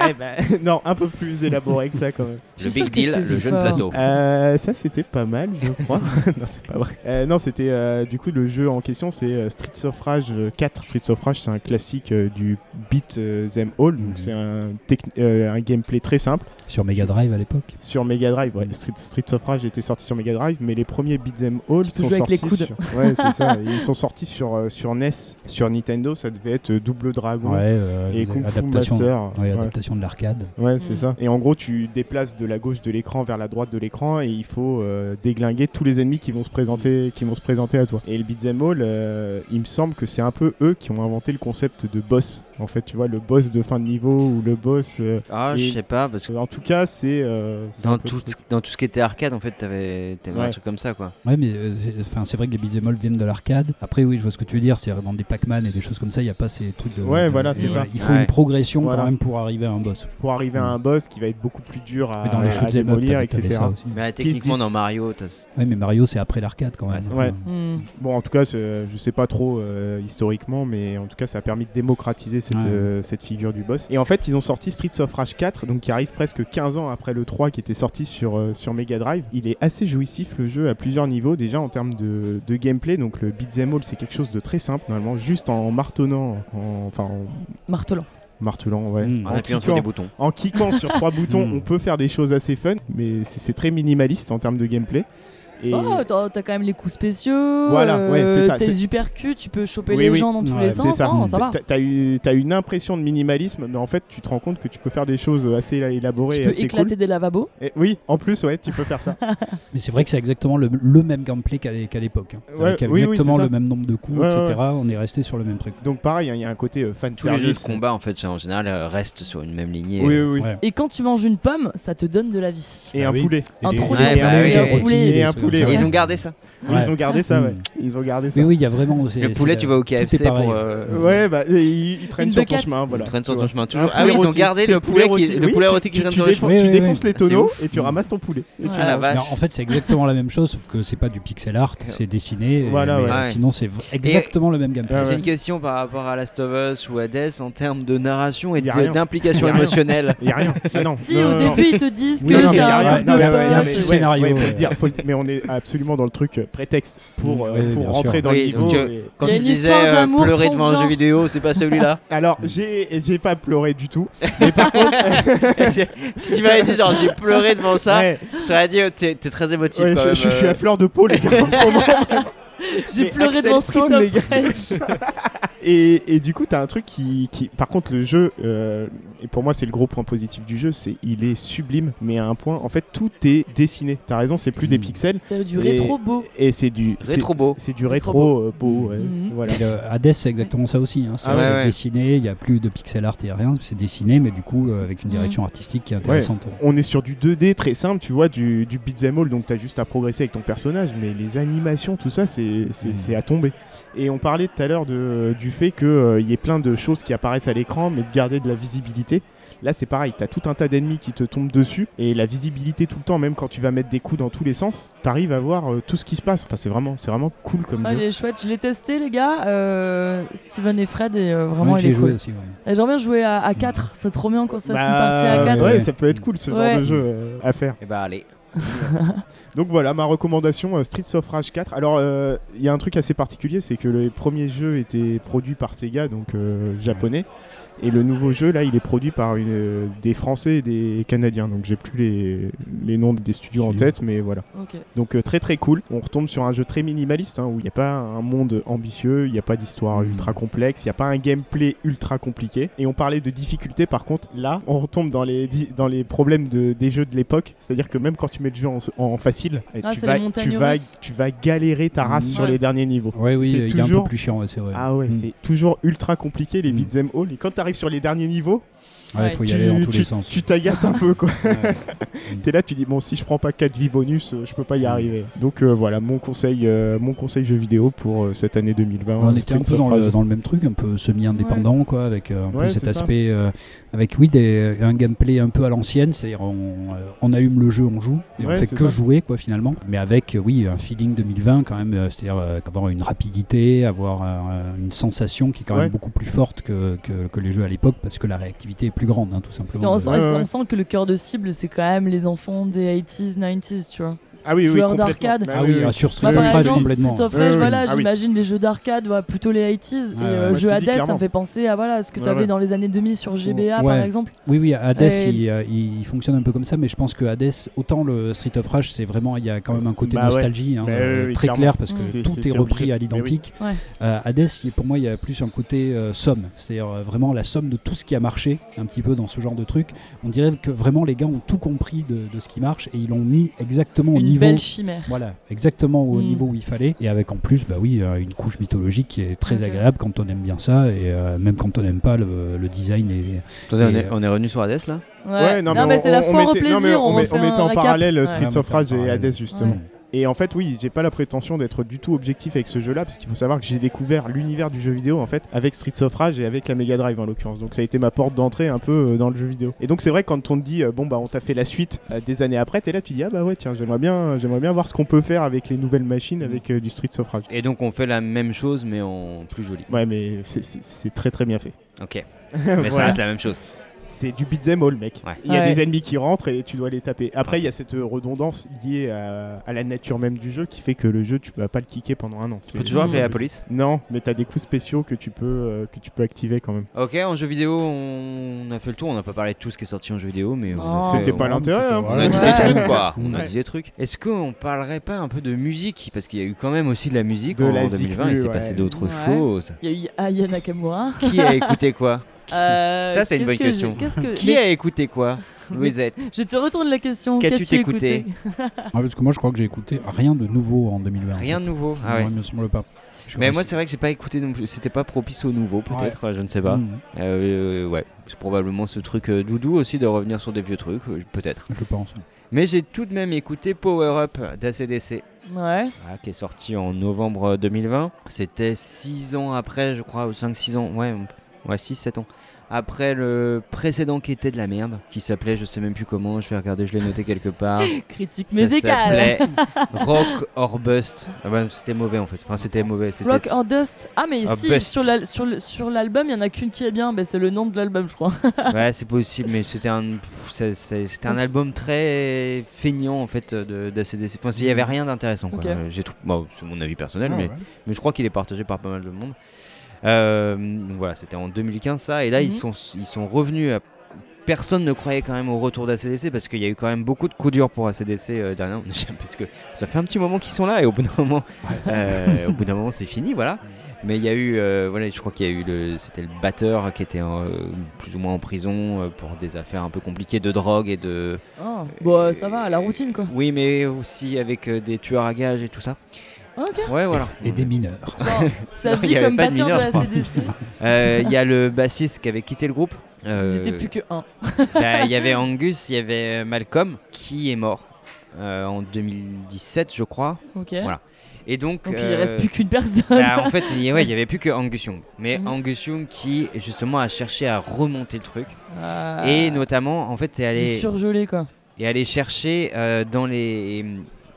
Eh ben, [LAUGHS] non, un peu plus élaboré que ça quand même. Le Je suis Big sûre que Deal, t'es le jeu hein. de fort. plateau. Euh, ça, c'était pas mal, je crois. [LAUGHS] non, c'est pas vrai. Euh, non, c'était euh, du coup le jeu en question, c'est euh, Streets of Rage 4. Streets of Rage, c'est un classique euh, du beat euh, them all, donc c'est un, techni- euh, un gameplay très simple. Sur Mega Drive à l'époque. Sur Mega Drive, ouais. Street, Streets of Rage était sorti sur Mega Drive, mais les premiers Beat'em All peux sont jouer avec les sortis. coudes. Sur... Ouais, c'est [LAUGHS] ça. Ils sont sortis sur, euh, sur NES, sur Nintendo, ça devait être euh, Double Dragon Ouais, euh, et Kung Fu adaptation- Master. ouais, adaptation de l'arcade. Ouais, c'est Mm. ça. Et en gros, tu déplaces de la gauche de l'écran vers la droite de l'écran et il faut euh, déglinguer tous les ennemis qui vont se présenter, qui vont se présenter à toi. Et le beat'em all, euh, il me semble que c'est un peu eux qui ont inventé le concept de boss. En fait, tu vois, le boss de fin de niveau ou le boss. euh, Ah, et- je sais pas, parce que. En tout cas, c'est. euh, c'est un Dans peu tout, le truc. dans tout ce qui était arcade, en fait, t'avais t'avais Ouais. un truc comme ça, quoi. Ouais, mais euh, c'est- enfin, c'est vrai que les beat'em all viennent de l'arcade. Après, oui, je vois ce que tu veux dire. C'est dans des Pac-Man et des choses comme ça, il n'y a pas ces trucs de. Ouais, de- voilà, et c'est ça. Il faut Ouais. une progression Voilà. quand même pour arriver à un boss. Pour arriver à un boss qui va être beaucoup plus dur à, Mm. Mais dans les à shoot'em up, démolir, t'avais- t'avais Ah etc. ça aussi. Mais euh, Qui se techniquement, disent- dans Mario, t'as. Ouais, mais Mario, c'est après l'arcade quand même. Ouais. Mm. Bon, en tout cas, c'est- je sais pas trop euh, historiquement, mais en tout cas, ça a permis de démocratiser cette, Ouais. euh, cette figure du boss. Et en fait, ils ont sorti Streets of Rage 4, donc qui arrive presque 15 ans après le 3 qui était sorti sur, euh, sur Mega Drive. Il est assez jouissif le jeu à plusieurs niveaux, déjà en termes de, de gameplay. Donc le beat'em all, c'est quelque chose de très simple, normalement, juste en martonnant, en- enfin en Martelant. martelant, ouais. Mm. En appuyant sur des boutons. En cliquant sur trois boutons, Mm. on peut faire des choses assez fun, mais c'est c'est très minimaliste en termes de gameplay. Et- Oh, t'as t'as quand même les coups spéciaux. Voilà, ouais, euh, c'est ça, T'es c'est- super cul, tu peux choper Oui, les oui. gens dans tous les Ouais, sens. c'est ça. non, ça va. T'as- T'as eu- t'as une impression de minimalisme, mais en fait, tu te rends compte que tu peux faire des choses assez élaborées Tu et peux assez éclater cool. des lavabos. Et oui, en plus, ouais, tu peux faire [LAUGHS] ça. Mais c'est vrai que c'est exactement le, le même gameplay qu'à l'é- qu'à l'époque. hein. Ouais, Avec oui, oui, exactement c'est ça. le même nombre de coups, Ouais, etc. ouais. On est resté sur le même truc. Donc pareil, hein, il y a un côté euh, fan Tous les jeux de combat, en fait, en général, euh, restent sur une même lignée. Oui, oui, oui. Ouais. Et quand tu manges une pomme, ça te donne de la vie. Et un oui. poulet. Un Et- trou Ouais, de bah poulet, oui, un oui. poulet. Et un poulet. Ils ouais. ont gardé ça. Ils ont gardé ça, ouais. Ils ont gardé ça. Mais oui, il y a vraiment. c'est- Le poulet, c'est- tu vas au tout est KFC pareil. pour. euh, Ouais, bah, et ils, ils traînent Une sur ton bucket. chemin, voilà. Ils traînent sur Tu ton vois. chemin, Un toujours. poulet Ah oui, ils ont rôti. gardé C'est le poulet qui- rôti. le Oui, poulet tu- rôti qui tu- traîne tu sur le défonces- chemin. Tu Oui, oui, défonces oui. les Ah, c'est tonneaux ouf. et tu ramasses ton poulet. Et tu Ah, le- la Mais vache. en fait, c'est exactement la même chose, sauf que c'est pas du pixel art, c'est dessiné. euh, Voilà, mais ouais. Sinon, c'est v- exactement le même gameplay. Ouais, J'ai ouais. une question par rapport à Last of Us ou Hades en termes de narration et Y a de- rien. d'implication Y a rien. émotionnelle. Il y a rien. Ah, non. Si Non, au non, non. début ils te disent Oui, que non, mais c'est y a un rien. groupe Non, de mais ouais, potes, non, petit mais- ouais, scénario, ouais, faut le ouais. dire, faut le- Mais on est absolument dans le truc euh, prétexte pour, Mm, euh, ouais, pour bien rentrer sûr. dans Oui, le niveau. donc, euh, et- Quand Y a tu une disais histoire euh, d'amour pleurer devant un transgenre. jeu vidéo, c'est pas celui-là. Alors, j'ai j'ai pas pleuré du tout. [LAUGHS] si tu m'avais dit genre j'ai pleuré devant ça, Ouais. je t'aurais dit euh, t'es t'es très émotif Ouais, quand je, même. je- je suis euh. à fleur de peau, les gars, [LAUGHS] en ce moment. J'ai Mais pleuré Axel devant Stone, Street les of gars. Rage. [LAUGHS] et, et du coup, t'as un truc qui, qui- Par contre, le jeu, euh, et pour moi, c'est le gros point positif du jeu, c'est il est sublime, mais à un point, en fait, tout est dessiné. T'as raison, c'est plus des Mm. pixels. C'est du Et- rétro beau. Et c'est du. c'est- Rétro beau. C'est du Rétro rétro, euh, beau. ouais. Mhm. Voilà. Et le Hades, c'est exactement ça aussi. hein. C'est Ah ouais, c'est ouais. dessiné, il n'y a plus de pixel art et rien. C'est dessiné, mais du coup, euh, avec une Mhm. direction artistique qui est intéressante. On est sur du 2D très simple, tu vois, du, du beat'em all, donc t'as juste à progresser avec ton personnage, mais les animations, tout ça, c'est c'est- Mhm. c'est à tomber. Et on parlait tout à l'heure de- du fait qu'il y ait plein de choses qui apparaissent à l'écran, mais de garder de la visibilité. Là, c'est pareil, t'as tout un tas d'ennemis qui te tombent dessus, et la visibilité tout le temps, même quand tu vas mettre des coups dans tous les sens, t'arrives à voir euh, tout ce qui se passe. Enfin, c'est vraiment, c'est vraiment cool comme Ah, il jeu. est chouette, je l'ai testé les gars, euh, Steven et Fred et euh, vraiment Ouais, il est j'ai joué cool. aussi. ouais. Et J'aimerais bien jouer à, 4, c'est trop bien qu'on se fasse une partie Hmm. Bah, à 4. ouais, ouais. ça peut être cool ce Ouais. genre de jeu euh, à faire. Eh bah allez. Donc voilà, ma recommandation, euh, Streets of Rage 4. Alors, euh, il y a un truc assez particulier, c'est que les premiers jeux étaient produits par Sega, donc euh, japonais. Et le nouveau jeu, là, il est produit par une, euh, des Français et des Canadiens. Donc j'ai plus les, les noms des studios en Studio. tête, mais voilà. Ok. Donc euh, très très cool. On retombe sur un jeu très minimaliste, hein, où il n'y a pas un monde ambitieux, il n'y a pas d'histoire Mhm. ultra complexe, il n'y a pas un gameplay ultra compliqué. Et on parlait de difficulté, par contre, là, on retombe dans les, di- dans les problèmes de- des jeux de l'époque. C'est-à-dire que même quand tu mets le jeu en, en facile, eh, Ah, tu, c'est vas, les montagnes tu, vas, russes. tu vas galérer ta race Mhm. sur Ouais. les derniers niveaux. Ouais, oui, C'est euh, il est un toujours- peu plus chiant, ouais, c'est vrai. Ah ouais, Mm. c'est toujours ultra compliqué les Mm. beat'em all. Et quand tu arrives sur les derniers niveaux, Ouais, faut y tu- aller dans tous tu- les sens. tu t'agaces un peu quoi. Ouais. [LAUGHS] T'es là, tu dis bon si je prends pas 4 vies bonus, euh, je peux pas y arriver. Donc euh, voilà mon conseil, euh, mon conseil jeu vidéo pour euh, cette année 2020. on euh, était un peu Streets dans of le, Rage. dans le même truc, un peu semi-indépendant, quoi, avec euh, un peu Ouais, cet c'est ça. aspect, euh, avec oui, des- un gameplay un peu à l'ancienne, c'est-à-dire on, euh, on allume le jeu, on joue, et on Ouais, fait c'est que ça. jouer, quoi, finalement, mais avec, euh, oui, un feeling 2020 quand même, euh, c'est-à-dire euh, avoir une rapidité, avoir euh, une sensation qui est quand Ouais. même beaucoup plus forte que, que, que les jeux à l'époque, parce que la réactivité est plus grande, hein, tout Et on, simplement. sent- ouais, ouais. on sent que le cœur de cible c'est quand même les enfants des 80s, 90s, tu vois. ah, oui, oui, joueur complètement. d'arcade. Bah ah oui, ah, oui. sur Street Moi, of par Rage, exemple, complètement. hein. Street of Ouais, Rage, ouais, voilà, oui. Ah oui. j'imagine les jeux d'arcade, voilà, plutôt les 80s. Ouais, et euh, ouais, je jeu te dis Hades, ça me clairement. fait penser à voilà, ce que Ouais, t'avais ouais. dans les années 2000 sur GBA Ouais. par exemple. Oui, oui, Hades, Et- il, euh, il, il fonctionne un peu comme ça, mais je pense que Hades, autant le Street of Rage, c'est vraiment, il y a quand même un côté Bah ouais. nostalgie hein, Mais euh, oui, oui, très clairement. clair parce que C'est- tout c'est- est, c'est repris obligé. à Mais oui. l'identique. Mm. Ouais. Euh, Hades, il- pour moi, il y a plus un côté euh, somme, c'est-à-dire euh, vraiment la somme de tout ce qui a marché un petit peu dans ce genre de truc. On dirait que vraiment les gars ont tout compris de, de ce qui marche et ils l'ont mis exactement au Une niveau. belle chimère. Voilà, exactement au Mm. niveau où il fallait. Et avec en plus, bah oui, euh, une couche mythologique qui est très Ok. agréable quand on aime bien ça et euh, même quand on n'aime pas le, le design et, Attendez, on Et, est, euh, on est revenu sur Hades là Ouais, non, non, mais mais on- c'est la on foire au mettait- plaisir. non, mais on, met- refait on mettait un en récap. parallèle euh, Ouais. Streets ah, Ouais, of Rage en et parallèle. Hades justement. Ouais. Et en fait, oui, j'ai pas la prétention d'être du tout objectif avec ce jeu-là, parce qu'il faut savoir que j'ai découvert l'univers du jeu vidéo en fait avec Streets of Rage et avec la Mega Drive en l'occurrence. Donc ça a été ma porte d'entrée un peu euh, dans le jeu vidéo. Et donc c'est vrai que quand on te dit euh, bon bah on t'a fait la suite euh, des années après, t'es là tu dis ah bah ouais tiens j'aimerais bien j'aimerais bien voir ce qu'on peut faire avec les nouvelles machines avec euh, du Streets of Rage. Et donc on fait la même chose mais en plus joli. Ouais mais c'est- c'est c'est très très bien fait. [LAUGHS] Ok. Mais ça Voilà. reste la même chose. c'est du beat'em all, mec. Il y a des ennemis qui rentrent et tu dois les taper. Après, il y a cette euh, redondance liée à, à la nature même du jeu qui fait que le jeu, tu vas pas le kicker pendant un an. Tu peux toujours appeler la police Non, mais t'as des coups spéciaux que tu peux, euh, que tu peux activer quand même. Ok, en jeu vidéo, on a fait le tour. On n'a pas parlé de tout ce qui est sorti en jeu vidéo, mais on Non. a fait- C'était pas on- l'intérêt, hein. On a dit Ouais. des trucs, quoi. On a Ouais. dit des trucs. Est-ce qu'on parlerait pas un peu de musique Parce qu'il y a eu quand même aussi de la musique De en la 2020. Il ziclue, s'est passé ouais. d'autres Ouais. choses. Il y a eu Aya Nakamura. Qui a écouté [LAUGHS] quoi Euh, Ça, c'est qu'est-ce une bonne que question. j'ai- qu'est-ce que- Qui mais- a écouté [LAUGHS] quoi Louisette. Je te retourne la question. Qu'as-tu Qu'as-tu écouté écouté Ah, parce que moi, je crois que j'ai écouté rien de nouveau en 2020. en Rien de fait. nouveau. Ah Non, ouais. Il me semble pas. Je suis Mais moi, resté- c'est vrai que j'ai pas écouté non plus. C'était pas propice au nouveau, peut-être, je ne sais Mm. pas. Mhm. Euh, ouais, c'est probablement ce truc euh, doudou aussi de revenir sur des vieux trucs, euh, peut-être. Je pense. Mais j'ai tout de même écouté Power Up d'ACDC. Ouais. Ah, qui est sorti en novembre euh, 2020. C'était 6 ans après, je crois, ou 5-6 ans, ouais, on- ouais 6-7 ans. Après le précédent qui était de la merde, qui s'appelait, je sais même plus comment, je vais regarder, je l'ai noté quelque part. Critique [LAUGHS] Ça musicale. [LAUGHS] s'appelait Rock or Bust. Ah bah, c'était mauvais en fait. Enfin, c'était mauvais. c'était- Rock or Dust. Ah, mais Ah, si, best. sur l'al- sur le- sur l'album, il y en a qu'une qui est bien. Ben, c'est le nom de l'album, [LAUGHS] je crois. Ouais, c'est possible, mais c'était un, pff, ça- ça- c'était un album très feignant en fait de d'ACDC. Enfin, il y avait rien d'intéressant. quoi. Mm. Ok. Euh, J'ai trou- bon, c'est mon avis personnel, Ah, mais, ouais. mais je crois qu'il est partagé par pas mal de monde. Euh, donc voilà, c'était en 2015 ça, et là ils Mhm. sont ils sont revenus. à- Personne ne croyait quand même au retour d'ACDC parce qu'il y a eu quand même beaucoup de coups durs pour ACDC euh, dernièrement. [LAUGHS] parce que ça fait un petit moment qu'ils sont là et au bout d'un moment, euh, au bout d'un moment c'est fini, Mhm. voilà. Mais il y a eu, euh, voilà, je crois qu'il y a eu le, c'était le batteur qui était en, euh, plus ou moins en prison euh, pour des affaires un peu compliquées de drogue et de. Ah, Bon, ça va, à la routine, quoi. Oui, mais aussi avec euh, des tueurs à gages et tout ça. Ok. Ouais, voilà. Ah, Et des mineurs. Sa Non, il vie y avait comme pas de batteur de mineur, la je crois. CDC. Euh, Il y a le bassiste qui avait quitté le groupe. Euh, Ils étaient plus que un. bah, Il y avait Angus, il y avait euh, Malcolm qui est mort euh, en 2017, je crois. Ok. Voilà. Et donc. Donc il euh, reste plus Mm. qu'une personne. [LAUGHS] bah, en fait, il n'y avait plus que Angus Young. Mais Angus Young qui, justement, a cherché à remonter le truc. Ah. Et notamment, en fait, est allé. Du surgelé, quoi. Et aller chercher euh, dans les.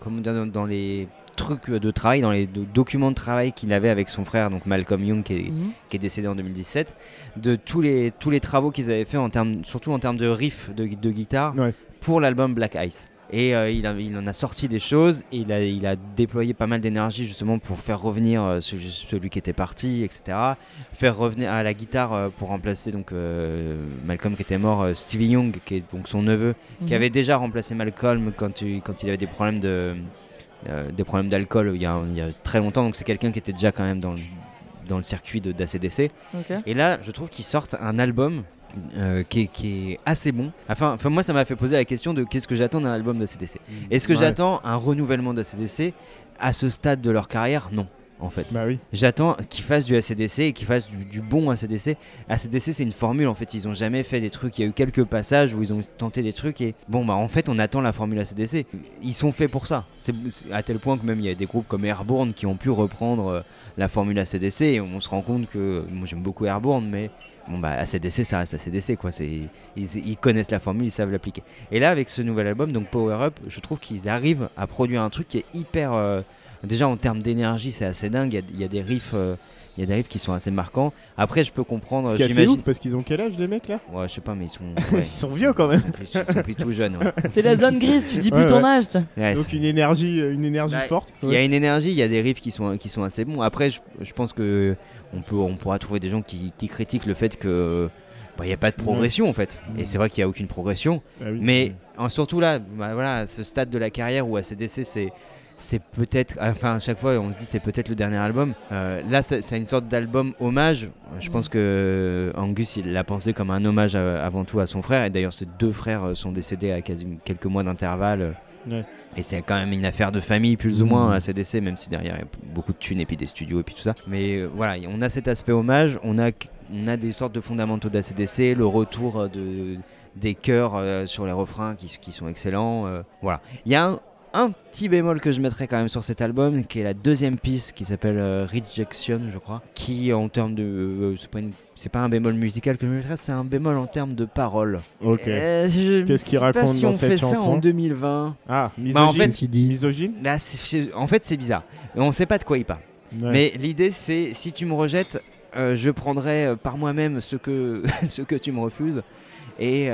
Comment dire, dans- dans les trucs de travail, dans les do- documents de travail qu'il avait avec son frère, donc Malcolm Young, qui est, Mhm. qui est décédé en 2017, de tous les, tous les travaux qu'ils avaient fait, en termes, surtout en termes de riff de, de guitare, pour l'album Black Ice. Et euh, il, a- il en a sorti des choses, et il a, il a déployé pas mal d'énergie justement pour faire revenir euh, ce- celui qui était parti, etc. Faire revenir à la guitare euh, pour remplacer donc euh, Malcolm qui était mort, euh, Stevie Young, qui est donc son neveu, qui Mhm. avait déjà remplacé Malcolm quand, il- quand il avait des problèmes de euh, des problèmes d'alcool il, y a- il y a très longtemps donc c'est quelqu'un qui était déjà quand même dans le, dans le circuit de d'ACDC Mhm. Ok. et là je trouve qu'ils sortent un album euh, qui, est, qui est assez bon enfin, enfin moi ça m'a fait poser la question de qu'est-ce que j'attends d'un album d'ACDC est-ce que Ouais. j'attends un renouvellement d'ACDC à ce stade de leur carrière non en fait Bah oui. J'attends qu'ils fassent du ACDC et qu'ils fassent du, du bon ACDC. ACDC, c'est une formule en fait. Ils ont jamais fait des trucs. Il y a eu quelques passages où ils ont tenté des trucs et bon, bah en fait, on attend la formule ACDC. Ils sont faits pour ça. C'est c'est à tel point que même il y a des groupes comme Airborne qui ont pu reprendre euh, la formule ACDC et on se rend compte que moi j'aime beaucoup Airborne, mais bon, bah ACDC, ça reste ACDC quoi. C'est ils, ils connaissent la formule, ils savent l'appliquer. Et là, avec ce nouvel album, donc Power Up, je trouve qu'ils arrivent à produire un truc qui est hyper. euh, Déjà en termes d'énergie, c'est assez dingue. Il y a- Il y, a des riffs, euh, il y a des riffs qui sont assez marquants. Après, je peux comprendre. Ce qui est assez j'imagine- ouf parce qu'ils ont quel âge les mecs là Ouais, je sais pas, mais ils sont. [LAUGHS] Ils ouais, sont vieux quand même. Ils sont, plus- ils sont plus tout jeunes. [LAUGHS] ouais. C'est la zone grise, tu dis plus ton âge. t'as. Ouais, Donc une énergie, euh, une énergie forte. Il y a une énergie, il y a des riffs qui sont, qui sont assez bons. Après, je, je pense que on, peut, on pourra trouver des gens qui, qui critiquent le fait que bah, il n'y a pas de progression en fait. Et c'est vrai qu'il n'y a aucune progression. Ah oui. Mais en, surtout là, bah, voilà, à ce stade de la carrière où ACDC c'est c'est peut-être, enfin à chaque fois on se dit c'est peut-être le dernier album. Euh, là c'est c'est une sorte d'album hommage. Je pense que Angus il l'a pensé comme un hommage à- avant tout à son frère. Et d'ailleurs ses deux frères euh, sont décédés à quasi- quelques mois d'intervalle. Ouais. Mmh. Et c'est quand même une affaire de famille, plus ou moins, à CDC, même si derrière il y a beaucoup de thunes et puis des studios et puis tout ça. Mais euh, voilà, on a cet aspect hommage, on a, on a des sortes de fondamentaux d'ACDC, le retour euh, de, des chœurs euh, sur les refrains qui, qui sont excellents. euh, voilà. Il y a un, un petit bémol que je mettrais quand même sur cet album, qui est la deuxième piste qui s'appelle euh, Rejection, je crois, qui en termes de. euh, c'est, pas une- c'est pas un bémol musical que je mettrais, c'est un bémol en termes de paroles. Ok. Euh, je Qu'est-ce sais qu'il pas raconte si dans on cette fait ça chanson en 2020. Ah, Bah, en misogyne. fait, Qui dit misogyne Là, Bah, c'est- c'est- en fait, c'est bizarre. On sait pas de quoi il parle. Ouais. Mais l'idée, c'est [LAUGHS] si tu me rejettes, euh, je prendrai euh, par moi-même ce que, ce que tu me refuses. Et il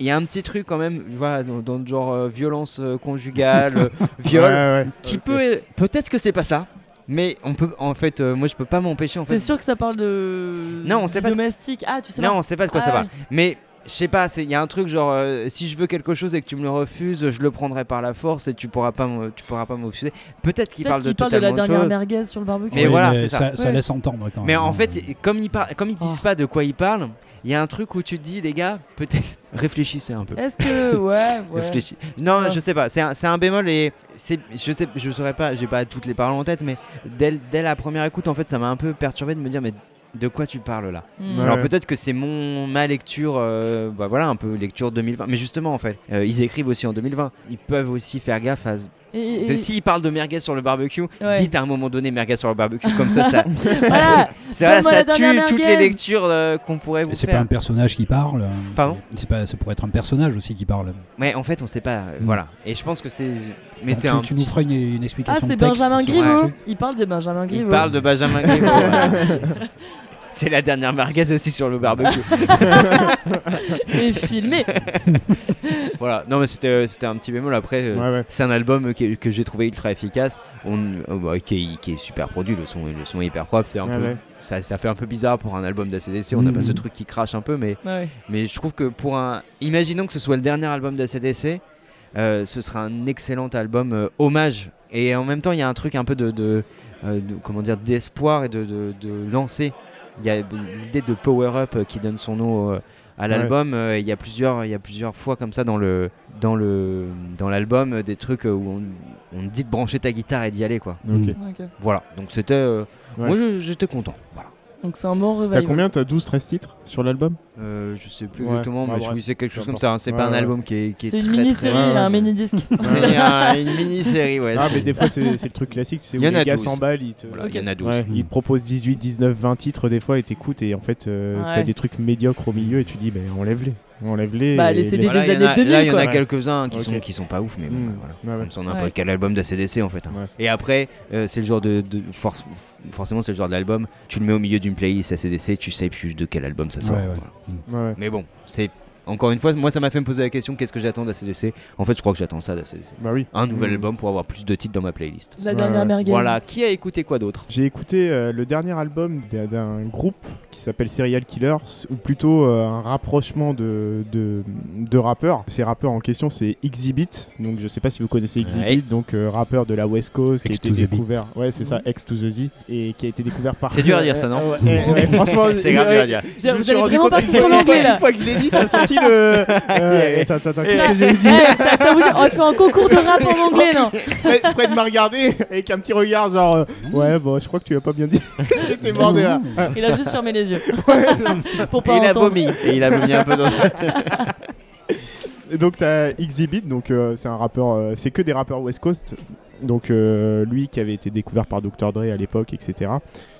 y a un petit truc quand même, voilà, dans, dans le genre euh, violence euh, [LAUGHS] conjugale, euh, viol, Ouais, ouais. qui peut, peut-être que c'est pas ça, mais on peut, en fait, euh, moi je peux pas m'empêcher en fait. T'es sûr que ça parle de. Non, on du sait pas de- Domestique. Ah, tu sais non, pas. on sait pas de quoi Ah ça parle. ouais. Mais je sais pas, il y a un truc genre euh, si je veux quelque chose et que tu me le refuses, je le prendrai par la force et tu pourras pas, me- tu pourras pas me refuser. Peut-être qu'il Peut-être parle de qu'il parle de la totalement autre dernière chose. merguez sur le barbecue. Mais Oui, voilà, mais c'est ça. ça- ça Ouais. laisse entendre quand Mais même, en hein. fait, comme ils par- comme ils Oh. disent pas de quoi ils parlent, il y a un truc où tu te dis les gars, peut-être [LAUGHS] réfléchissez un peu. Est-ce que. Ouais, ouais. Réfléchis. Non, je sais pas. C'est un, c'est un bémol et c'est, je sais, je saurais pas. J'ai pas toutes les paroles en tête, mais dès, dès la première écoute, en fait, ça m'a un peu perturbé de me dire, mais de quoi tu parles là Hmm. Mm. Alors Ouais. peut-être que c'est mon ma lecture, euh, bah voilà, un peu lecture 2020. Mais justement, en fait, euh, ils écrivent aussi en 2020. Ils peuvent aussi faire gaffe à. Et- et- [LAUGHS] C'est- S'ils parlent de merguez sur le barbecue, Ouais. dites à un moment donné merguez sur le barbecue, comme [LAUGHS] ça, ça, ça- Voilà. c'est- voilà, Donne-moi ça la tue dernière toutes les merguez. lectures euh, qu'on pourrait vous C'est faire. pas un personnage qui parle. euh, Pardon C'est pas, ça pourrait être un personnage aussi qui parle. Mais en fait, on sait pas. euh, Mm. Voilà. Et je pense que c'est. Mais Bah, c'est tu- un. tu petit- nous feras une- une Ah, explication c'est de texte Benjamin sur- Griveaux. Ouais. Il parle de Benjamin Il Griveaux. parle de [LAUGHS] Benjamin Griveaux. voilà. C'est la dernière merguez aussi sur le [LAUGHS] barbecue. Et filmé. [LAUGHS] voilà, non mais c'était euh, c'était un petit bémol. Après, euh, Ouais, ouais. c'est un album euh, que, que j'ai trouvé ultra efficace, On, euh, bah, qui, est- qui est super produit, le son, le son est hyper propre. C'est un Ouais, peu, ouais. ça, ça fait un peu bizarre pour un album d'ACDC. On n'a Hmm. Mm. pas ce truc qui crache un peu, mais, Ah Ouais. mais je trouve que pour un, imaginons que ce soit le dernier album d'ACDC, euh, ce sera un excellent album euh, hommage. Et en même temps, il y a un truc un peu de, de, euh, de- comment dire d'espoir et de, de, de lancer. Il y a l'idée de Power Up euh, qui donne son nom euh, à Ouais. l'album. euh, Il y a plusieurs, il y a plusieurs fois comme ça dans le dans le dans l'album euh, des trucs euh, où on, on te dit de brancher ta guitare et d'y aller quoi. Ok. Ok. Voilà. Donc c'était, euh, Ouais. moi je- j'étais content. Voilà. Donc c'est un bon T'as revival. combien T'as 12, 13 titres sur l'album Euh, je sais plus Ouais. exactement, Ah, mais bref. oui, c'est quelque chose Peu comme ça. hein. importe. C'est pas Ouais, un ouais. album qui est, qui est C'est une très, très- euh, mini-série, Ouais, ouais. un mini-disque. [LAUGHS] C'est un- une mini-série, ouais. Ah, c'est- mais [LAUGHS] des fois, c'est c'est le truc classique. Tu sais, où Il y en les a gars 12. s'emballent. Ils te... Voilà, il y en a 12. Ouais, Mm. Ils te proposent 18, 19, 20 titres des fois et t'écoutes. Et en fait, euh, Ouais. t'as des trucs médiocres au milieu et tu dis, ben enlève-les. Enlève-les. Bah, et les CD laisse- des Voilà, il y en années a- 2000, Là, il y en a quoi. quelques-uns qui, Ok. sont, qui sont pas ouf, mais bon, Mm. bah, Ouais, voilà. ouais. Comme ça, on a pas Ouais. quel album d'ACDC en fait. hein. Et après, euh, c'est le genre de. de- for- forcément, c'est le genre d'album, tu le mets au milieu d'une playlist ACDC, tu sais plus de quel album ça sort. Ouais, ouais. voilà. Ouais, ouais. Mais bon, c'est. Encore une fois, moi ça m'a fait me poser la question qu'est-ce que j'attends d'ACDC En fait, je crois que j'attends ça d'ACDC. Bah oui. Un nouvel Mm. album pour avoir plus de titres dans ma playlist. [LAUGHS] La dernière merguez. [LAUGHS] Voilà, qui a écouté quoi d'autre J'ai écouté euh, le dernier album d'un- d'un groupe qui s'appelle Serial Killers, ou plutôt euh, un rapprochement de, de, de rappeurs. Ces rappeurs en question, c'est Exhibit. Donc je sais pas si vous connaissez Exhibit, Ouais. donc euh, rappeur de la West Coast qui X a to the été beat. découvert. Ouais, c'est ça, X to the Z, et qui a été découvert par. C'est dur à [LAUGHS] dire ça, non Ouais, ouais, ouais, franchement, [LAUGHS] C'est grave dur à ouais, dire. je me Vous suis allez rendu vraiment compte- partir sur une l'anglais, fois- là. Une fois que je l'ai dit, t'as sorti [LAUGHS] le. Euh, Attends, attends, attends, qu'est-ce que j'ai dit Eh, ça, ça vous- On fait un concours de rap en anglais, [LAUGHS] non Fred, Fred m'a regardé avec un petit regard genre euh, ouais bon je crois que tu l'as [LAUGHS] pas bien dit [LAUGHS] j'étais bordé là Il a juste fermé les yeux. [LAUGHS] Pour pas Et il a entendre. vomi. Et il a vomi un peu [LAUGHS] dans. Et donc t'as Exhibit donc euh, c'est un rappeur euh, c'est que des rappeurs West Coast donc euh, lui qui avait été découvert par Dr Dre à l'époque etc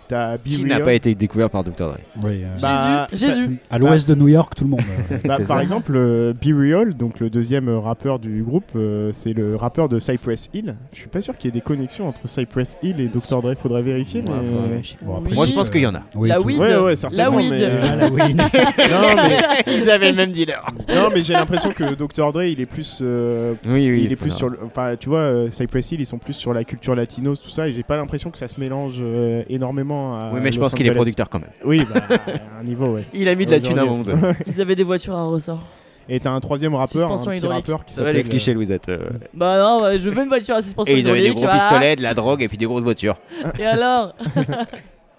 t'as Be qui Real. n'a pas été découvert par Dr. Dre hein. Oui, euh, Bah, Jésus, ça- Jésus. À l'ouest de New York, tout [LAUGHS] le monde. euh, Bah, C'est par ça. exemple, euh, Be Real, donc le deuxième euh, rappeur du groupe, euh, c'est le rappeur de Cypress Hill. Je suis pas sûr qu'il y ait des connexions entre Cypress Hill et Dr. Dre, faudrait vérifier. Ouais, mais- faudrait vérifier. bon, après, Moi je euh, pense qu'il y en a. oui, La [LAUGHS] tout- weed. Ouais, ouais, La certainement. weed. mais- euh, Ah, la weed. Non, mais- Ils [LAUGHS] avaient le même dealer. Non, mais j'ai l'impression que Dr. Dre, il est plus. euh, Oui, oui. il est plus sur le, enfin tu vois euh, Cypress Hill ils sont plus sur la culture latinos tout ça et j'ai pas l'impression que ça se mélange euh, énormément à Oui, mais je Los pense qu'il est Angeles. Euh, producteur quand même. oui bah, [LAUGHS] à un niveau ouais Il a mis de la thune à un moment donné. Ils avaient des voitures à [LAUGHS] ressort. et t'as un troisième rappeur un Suspension petit hydraulique. rappeur qui Ça va les s'appelle, euh, clichés, Louisette. Bah non, bah, je veux une voiture à suspension euh, Et ils avaient des hydraulique. gros voilà. pistolets, de la drogue et puis des grosses voitures. Et alors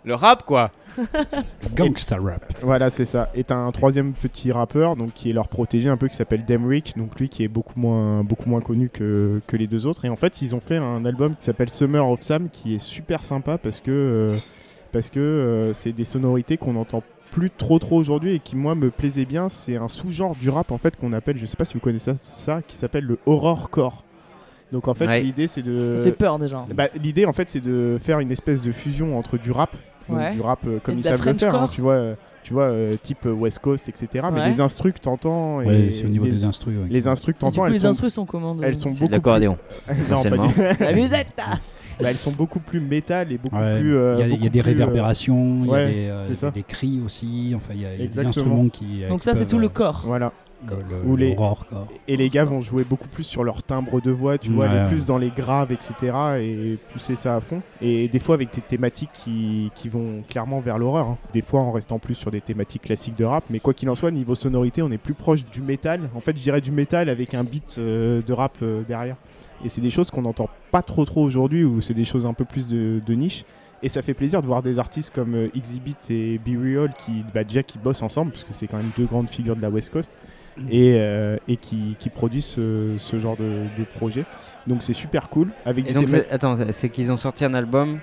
Le rap quoi Gangsta rap. euh, voilà c'est ça et t'as un troisième petit rappeur donc qui est leur protégé un peu qui s'appelle Demrick donc lui qui est beaucoup moins beaucoup moins connu que, que les deux autres et en fait ils ont fait un album qui s'appelle Summer of Sam qui est super sympa parce que euh, parce que euh, c'est des sonorités qu'on entend plus trop trop aujourd'hui et qui moi me plaisait bien c'est un sous-genre du rap en fait qu'on appelle je sais pas si vous connaissez ça, ça, qui s'appelle le horrorcore donc en fait Ouais. l'idée c'est de Euh, Ça fait peur déjà. Bah, l'idée en fait c'est de faire une espèce de fusion entre du rap donc Ouais. du rap euh, comme Et ils de la savent le faire hein, Frenchcore. tu vois euh, tu vois euh, type euh, West Coast etc mais Ouais. les instrus que t'entends et Ouais, c'est au niveau les, des instrus. ouais. les instrus que Et Du t'entends [LAUGHS] coup, elles les sont instrus sont commandes. elles sont C'est de beaucoup l'accordéon. plus- Non, pas [LAUGHS] du- essentiellement. La musette ah. Bah, elles sont beaucoup plus métal et beaucoup Ouais. plus. euh, Il y a- il y, beaucoup a des plus, euh, réverbérations, il y a ouais, des, euh, c'est il y a ça. des cris aussi, enfin il y a, il y a des Exactement. instruments qui. euh, qui peuvent, euh, Voilà. le- Où les- l'aurore, quoi. Et les gars vont jouer beaucoup plus sur leur timbre de voix, tu vois, Ouais, aller ouais. plus dans les graves, etc. et pousser ça à fond. Et des fois avec des thématiques qui, qui vont clairement vers l'horreur. hein. Des fois en restant plus sur des thématiques classiques de rap. Mais quoi qu'il en soit, niveau sonorité, on est plus proche du métal. En fait, je dirais du métal avec un beat euh, de rap euh, derrière. Et c'est des choses qu'on n'entend pas trop trop aujourd'hui, ou c'est des choses un peu plus de, de niche. Et ça fait plaisir de voir des artistes comme euh, Exhibit et Be Real qui, bah, déjà, qui bossent ensemble, parce que c'est quand même deux grandes figures de la West Coast, et, euh, et qui, qui produisent ce, ce genre de, de projet. Donc c'est super cool. Avec Et des donc, théma- c'est- attends, c'est- c'est qu'ils ont sorti un album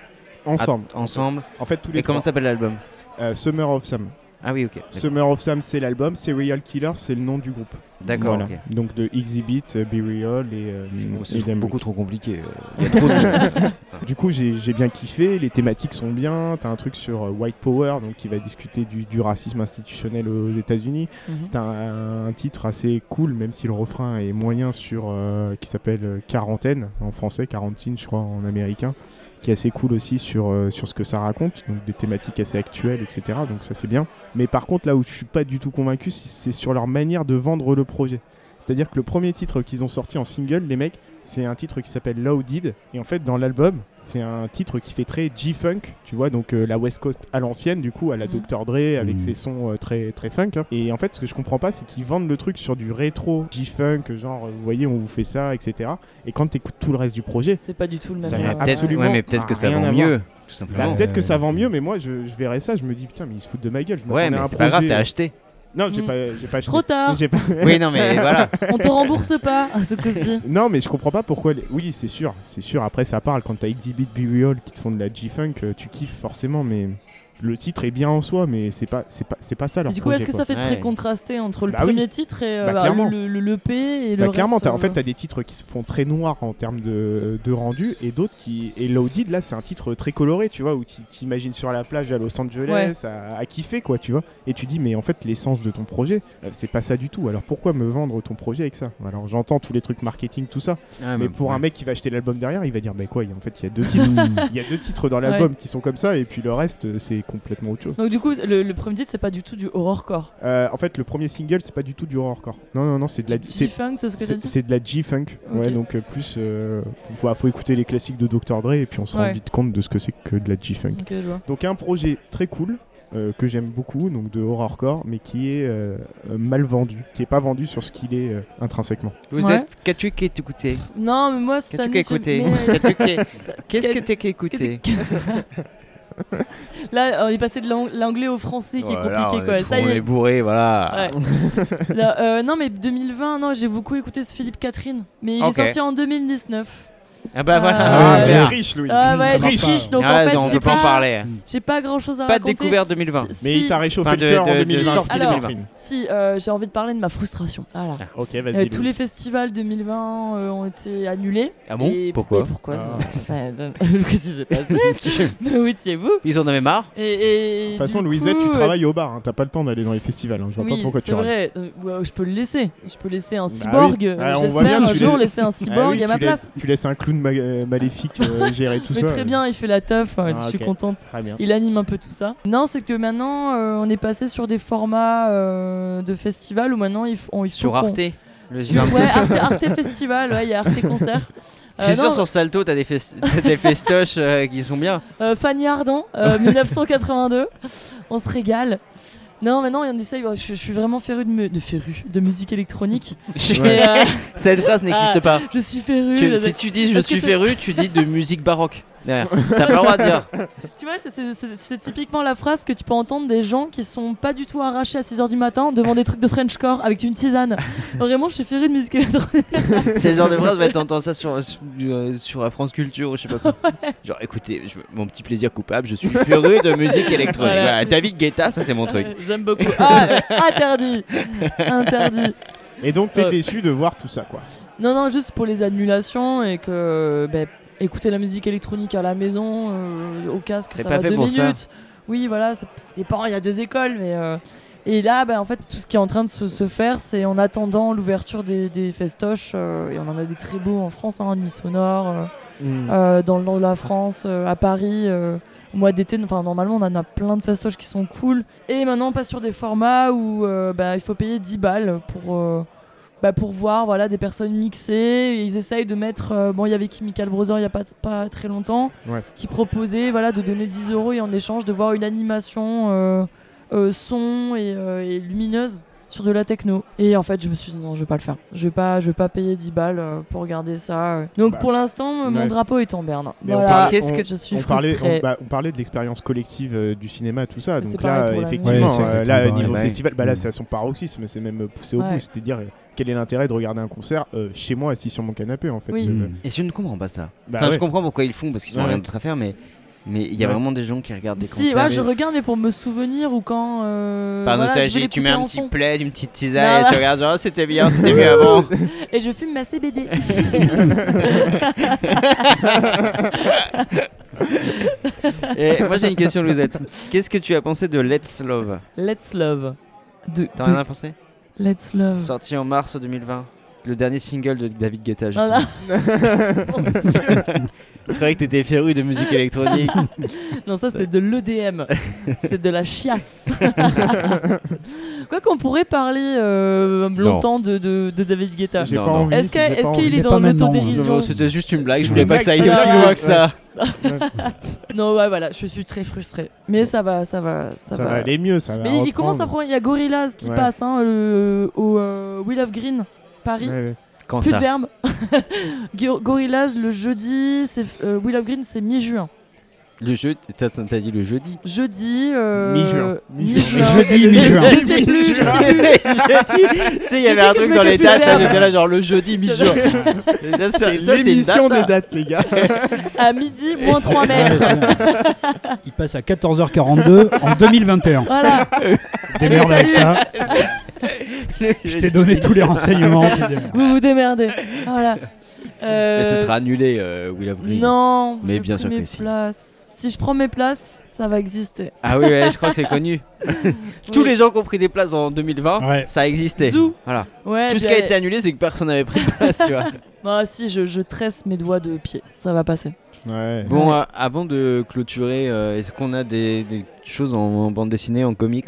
Ensemble. à- ensemble. En fait, tous les Et comment trois. s'appelle l'album Euh, Summer of Sam. Ah oui, ok. Summer of Sam, c'est l'album. Serial Killer, c'est le nom du groupe. D'accord, ok. Donc de Exhibit, euh, Be Real et. euh, C'est- et c'est Damn beaucoup Right. trop compliqué, euh, il y a trop [LAUGHS] de- du coup, j'ai j'ai bien kiffé. Les thématiques sont bien. T'as un truc sur euh, White Power, donc qui va discuter du, du racisme institutionnel aux États-Unis. Mhm. T'as un, un titre assez cool, même si le refrain est moyen, sur euh, qui s'appelle euh, Quarantaine en français, quarantine, je crois en américain, qui est assez cool aussi sur euh, sur ce que ça raconte, donc des thématiques assez actuelles, etc. Donc ça c'est bien. Mais par contre, là où je suis pas du tout convaincu, c'est- c'est sur leur manière de vendre le projet. C'est-à-dire que le premier titre qu'ils ont sorti en single, les mecs, c'est un titre qui s'appelle Loaded. Et en fait, dans l'album, c'est un titre qui fait très G-Funk, tu vois, donc euh, la West Coast à l'ancienne, du coup, à Mm. la Dr. Dre, avec Mhm. ses sons euh, très, très funk. hein. Et en fait, ce que je comprends pas, c'est qu'ils vendent le truc sur du rétro G-Funk, genre, euh, vous voyez, on vous fait ça, etc. Et quand t'écoutes tout le reste du projet, c'est pas du tout le Ça même, n'a euh, Peut-être- absolument ouais, mais peut-être que ça rien vend à mieux, voir. tout simplement. Bah, peut-être que Euh, ça vend mieux, mais moi, je, je verrais ça, je me dis, putain, mais ils se foutent de ma gueule. Je Ouais, m'attendais mais à un c'est pas grave, projet- t'as acheté. Non, j'ai Mm. pas, j'ai pas acheté. Trop tard. J'ai pas- [LAUGHS] Oui, non, mais voilà. On [LAUGHS] te rembourse pas à ce coup-ci. Non, mais je comprends pas pourquoi. les- Oui, c'est sûr, c'est sûr. Après, ça parle quand t'as Exhibit, Be Real qui te font de la G-Funk, euh, tu kiffes forcément, mais le titre est bien en soi, mais c'est pas, c'est pas, c'est pas ça leur Mais Du coup, projet, est-ce que quoi. ça fait très contrasté entre le Bah oui. premier titre et euh, Bah, bah, clairement. le, le, le EP et Bah, le clairement, reste, t'as- en euh, fait, t'as des titres qui se font très noirs en termes de, de rendu et d'autres qui. Et Loaded, là, c'est un titre très coloré, tu vois, où tu t'imagines sur la plage à Los Angeles, à, à kiffer, quoi, tu vois. Et tu dis, mais en fait, l'essence de ton projet, euh, c'est pas ça du tout. Alors pourquoi me vendre ton projet avec ça Alors j'entends tous les trucs marketing, tout ça. Ah, mais mais pour ouais. un mec qui va acheter l'album derrière, il va dire, mais quoi, il y a- en fait, il y a [LAUGHS] deux titres. Il y a deux titres dans l'album Ouais. qui sont comme ça, et puis le reste, euh, c'est complètement autre chose. Donc du coup, le, le premier titre, c'est pas du tout du horrorcore. Euh, en fait, le premier single, c'est pas du tout du horrorcore. Non, non, non, c'est de la Du c'est- G-funk, c'est ce que t'as dit c'est de la G-funk. Ouais, Ok. donc euh, plus, euh, faut, faut écouter les classiques de Dr Dre et puis on se rend Ouais. vite compte de ce que c'est que de la G-funk. Ok, je vois. Donc un projet très cool. euh, que j'aime beaucoup, donc de horrorcore, mais qui est euh, euh, mal vendu, qui est pas vendu sur ce qu'il est euh, intrinsèquement. Vous Ouais. êtes. Qu'as-tu qui écouté Non, mais moi, Qu'as-tu cette année, j'ai- écouté mais- [LAUGHS] Qu'as-tu qui- Qu'est-ce que t'as écouté [LAUGHS] Là, on est passé de l'ang- l'anglais au français qui Voilà, est compliqué, Oh on quoi. est Ça y trop- on est. est bourré, [LAUGHS] voilà. Ouais. Là, euh, non, mais 2020, non, j'ai beaucoup écouté ce Philippe Catherine, mais il Ok. est sorti en 2019. Ah bah voilà. Ah, Ah, ouais. super. Riche, Louis. Ah ouais, Ça marche riche, pas. riche, donc Ah, en fait, non, on j'ai peut pas en parler. J'ai pas grand chose à Pas de raconter. découverte 2020. Si- Mais il t'a réchauffé Enfin, le cœur en 2020. Sortie Alors, 2020. si, euh, j'ai envie de parler de ma frustration. Voilà. Ah, ok, vas-y, Euh, tous Louise. les festivals 2020 euh, ont été annulés. Ah bon Et- Pourquoi mais Pourquoi [LAUGHS] Ah. Qu'est-ce qui [LAUGHS] s'est passé Mais [LAUGHS] où étiez-vous Ils en avaient marre. Et- et De toute façon, du Louisette, coup, tu euh, travailles au bar, hein, t'as pas le temps d'aller dans les festivals, hein, je vois oui, pas pourquoi tu c'est râles. vrai. Euh, ouais, je peux le laisser. Je peux laisser un Bah cyborg. oui. euh, Ah, on voit J'espère bien, un tu jour l'ai- laisser un [LAUGHS] Ah cyborg oui, à ma tu laisses- place. Tu laisses un clown ma- euh, maléfique [LAUGHS] euh, gérer tout Mais ça. très bien, il fait la teuf, ouais, Ah, je suis ok. contente. Très bien. Il anime un peu tout ça. Non, c'est que maintenant, euh, on est passé sur des formats euh, de festivals où maintenant, il faut, on- il faut Sur qu'on- Arte, le Sur- Arte. ouais, Arte, Arte Festival, ouais, il y a Arte [LAUGHS] Concert. Je suis Euh, sûr non, sur Salto, t'as des, fes- t'as des festoches euh, qui sont [LAUGHS] bien. euh, Fanny Ardant, euh, 1982. On se régale. Non, mais non, on essaye. ouais, Je, je suis vraiment féru de, mu- de féru de musique électronique. Mais, euh, [LAUGHS] [LAUGHS] Cette phrase n'existe ah, pas. Je suis féru. Tu- si tu dis je Parce que suis c'est- féru, tu dis de musique baroque. derrière. T'as pas le droit de dire. Tu vois, c'est- c'est- c'est c'est typiquement la phrase que tu peux entendre des gens qui sont pas du tout arrachés à 6h du matin devant des trucs de Frenchcore avec [LAUGHS] une tisane. Vraiment, je suis féru de musique électronique. C'est le genre de phrase, bah, t'entends ça sur, sur, euh, sur la France Culture ou je sais pas [LAUGHS] quoi. Genre, écoutez, je- mon petit plaisir coupable, je suis féru de musique électronique. Voilà. Voilà, David Guetta, ça c'est mon truc. J'aime beaucoup. Ah, euh, interdit Interdit Et donc, Euh, t'es déçu de voir tout ça, quoi. Non, non, juste pour les annulations et que bah, écouter la musique électronique à la maison, euh, au casque, C'est ça pas va fait deux pour ça. minutes. Oui, voilà, ça dépend, il y a deux écoles, mais euh, Et là, bah, en fait, tout ce qui est en train de se, se faire, c'est en attendant l'ouverture des, des festoches, euh, et on en a des très beaux en France, hein, demi sonore, euh, Mm. euh, dans le nord de la France, euh, à Paris. euh, au mois d'été, enfin normalement on en a plein de festoches qui sont cool. Et maintenant on passe sur des formats où euh, bah, il faut payer 10 balles pour, euh, bah, pour voir voilà, des personnes mixées. Et ils essayent de mettre. euh, bon, il y avait Chemical Brothers il n'y a pas, pas très longtemps Ouais. qui proposait voilà, de donner 10 euros et en échange de voir une animation euh, euh, son et, euh, et lumineuse sur de la techno. Et en fait, je me suis dit non, je vais pas le faire. Je vais pas, je vais pas payer 10 balles euh, pour regarder ça. euh. Donc Bah, pour l'instant, mon ouais. drapeau est en berne. Mais on voilà. parlait- on- je suis on parlait, frustrée. on, bah, on parlait de l'expérience collective euh, du cinéma, tout ça. c'est Donc pareil là, pour la effectivement, musique. Ouais, c'est euh, là, exactement niveau pareil. festival, bah, là, Mm. c'est à son paroxysme. C'est même poussé au Ouais. bout. C'est-à-dire, euh, quel est l'intérêt de regarder un concert euh, chez moi, assis sur mon canapé, en fait Oui. euh, Mm. Et je ne comprends pas ça. Bah enfin, ouais. je comprends pourquoi ils le font parce qu'ils n'ont Ouais. rien d'autre à faire, mais mais il y a Ouais. vraiment des gens qui regardent des Si, concerts. ouais, je et- regarde, mais pour me souvenir ou quand. euh, Par voilà, je vais nostalgie, tu mets l'écouter un en petit fond. plaid, une petite Bah, tisane, et voilà. tu regardes, genre, oh, c'était bien, c'était [LAUGHS] mieux avant. Et je fume ma CBD. Et moi j'ai une question, Louisette. Qu'est-ce que tu as pensé de Let's Love Let's Love. De, T'as de- rien à penser Let's Love. Sorti en mars 2020, le dernier single de David Guetta. Voilà. Oh, Mon Dieu. Je croyais que t'étais féru de musique [LAUGHS] électronique. Non, ça c'est de l'EDM. c'est de la chiasse. [LAUGHS] Quoi qu'on pourrait parler euh, longtemps de, de- de David Guetta. J'ai Non, pas non. envie. Est-ce que- j'ai est-ce pas hein. qu'il envie. est Mais dans pas maintenant. l'autodérision C'était juste une blague, je voulais C'était pas que ça aille une blague, aussi ça. loin que ça. Non, ouais, voilà, je suis très frustrée. Mais ça va, ça va, ça, Ça va aller mieux, ça va. Mais il commence à reprendre. prendre. Il y a Gorillaz qui Ouais. passe hein, le- au euh, Wheel of Green, Paris. Ouais, ouais. Quand Plus de ça verbe. [LAUGHS] Gor- Gorillaz le jeudi, c'est euh, Wheel of Green, c'est mi-juin. Le jeu, t'as t'as dit le jeudi Jeudi. euh, Mi-juin. Mi-juin. Jeudi, mi-juin. [LAUGHS] [LAUGHS] [LAUGHS] Je sais plus, je sais plus. [LAUGHS] tu sais, il y avait J'ai un dit que truc je dans les m'étais fait dates, là, faire. j'étais là, genre le jeudi, [LAUGHS] mi-juin. Et ça, c'est- ça, c'est une L'émission des date, dates, les gars. À midi, [LAUGHS] moins 3 mètres. Il passe à 14h42 en 2021. [LAUGHS] Voilà. Démerde Allez, avec ça. ça. Je t'ai donné tous les renseignements. tu démerdes. [LAUGHS] Vous vous démerdez. Voilà. Euh, Mais ce sera annulé, euh, Will of Green. Non. Mais j'ai bien pris sûr que mes si. places. Si je prends mes places, ça va exister. Ah oui, ouais, je crois que c'est [LAUGHS] connu. Tous Oui. les gens qui ont pris des places en 2020, Ouais. ça existait. Zou. Voilà. Ouais, Tout ce puis qui a allez. été annulé, c'est que personne n'avait pris de place, tu vois. [LAUGHS] Bah si, je, je tresse mes doigts de pied. Ça va passer. [LAUGHS] Ouais. Bon, euh, avant de clôturer, euh, est-ce qu'on a des, des choses en, en bande dessinée, en comics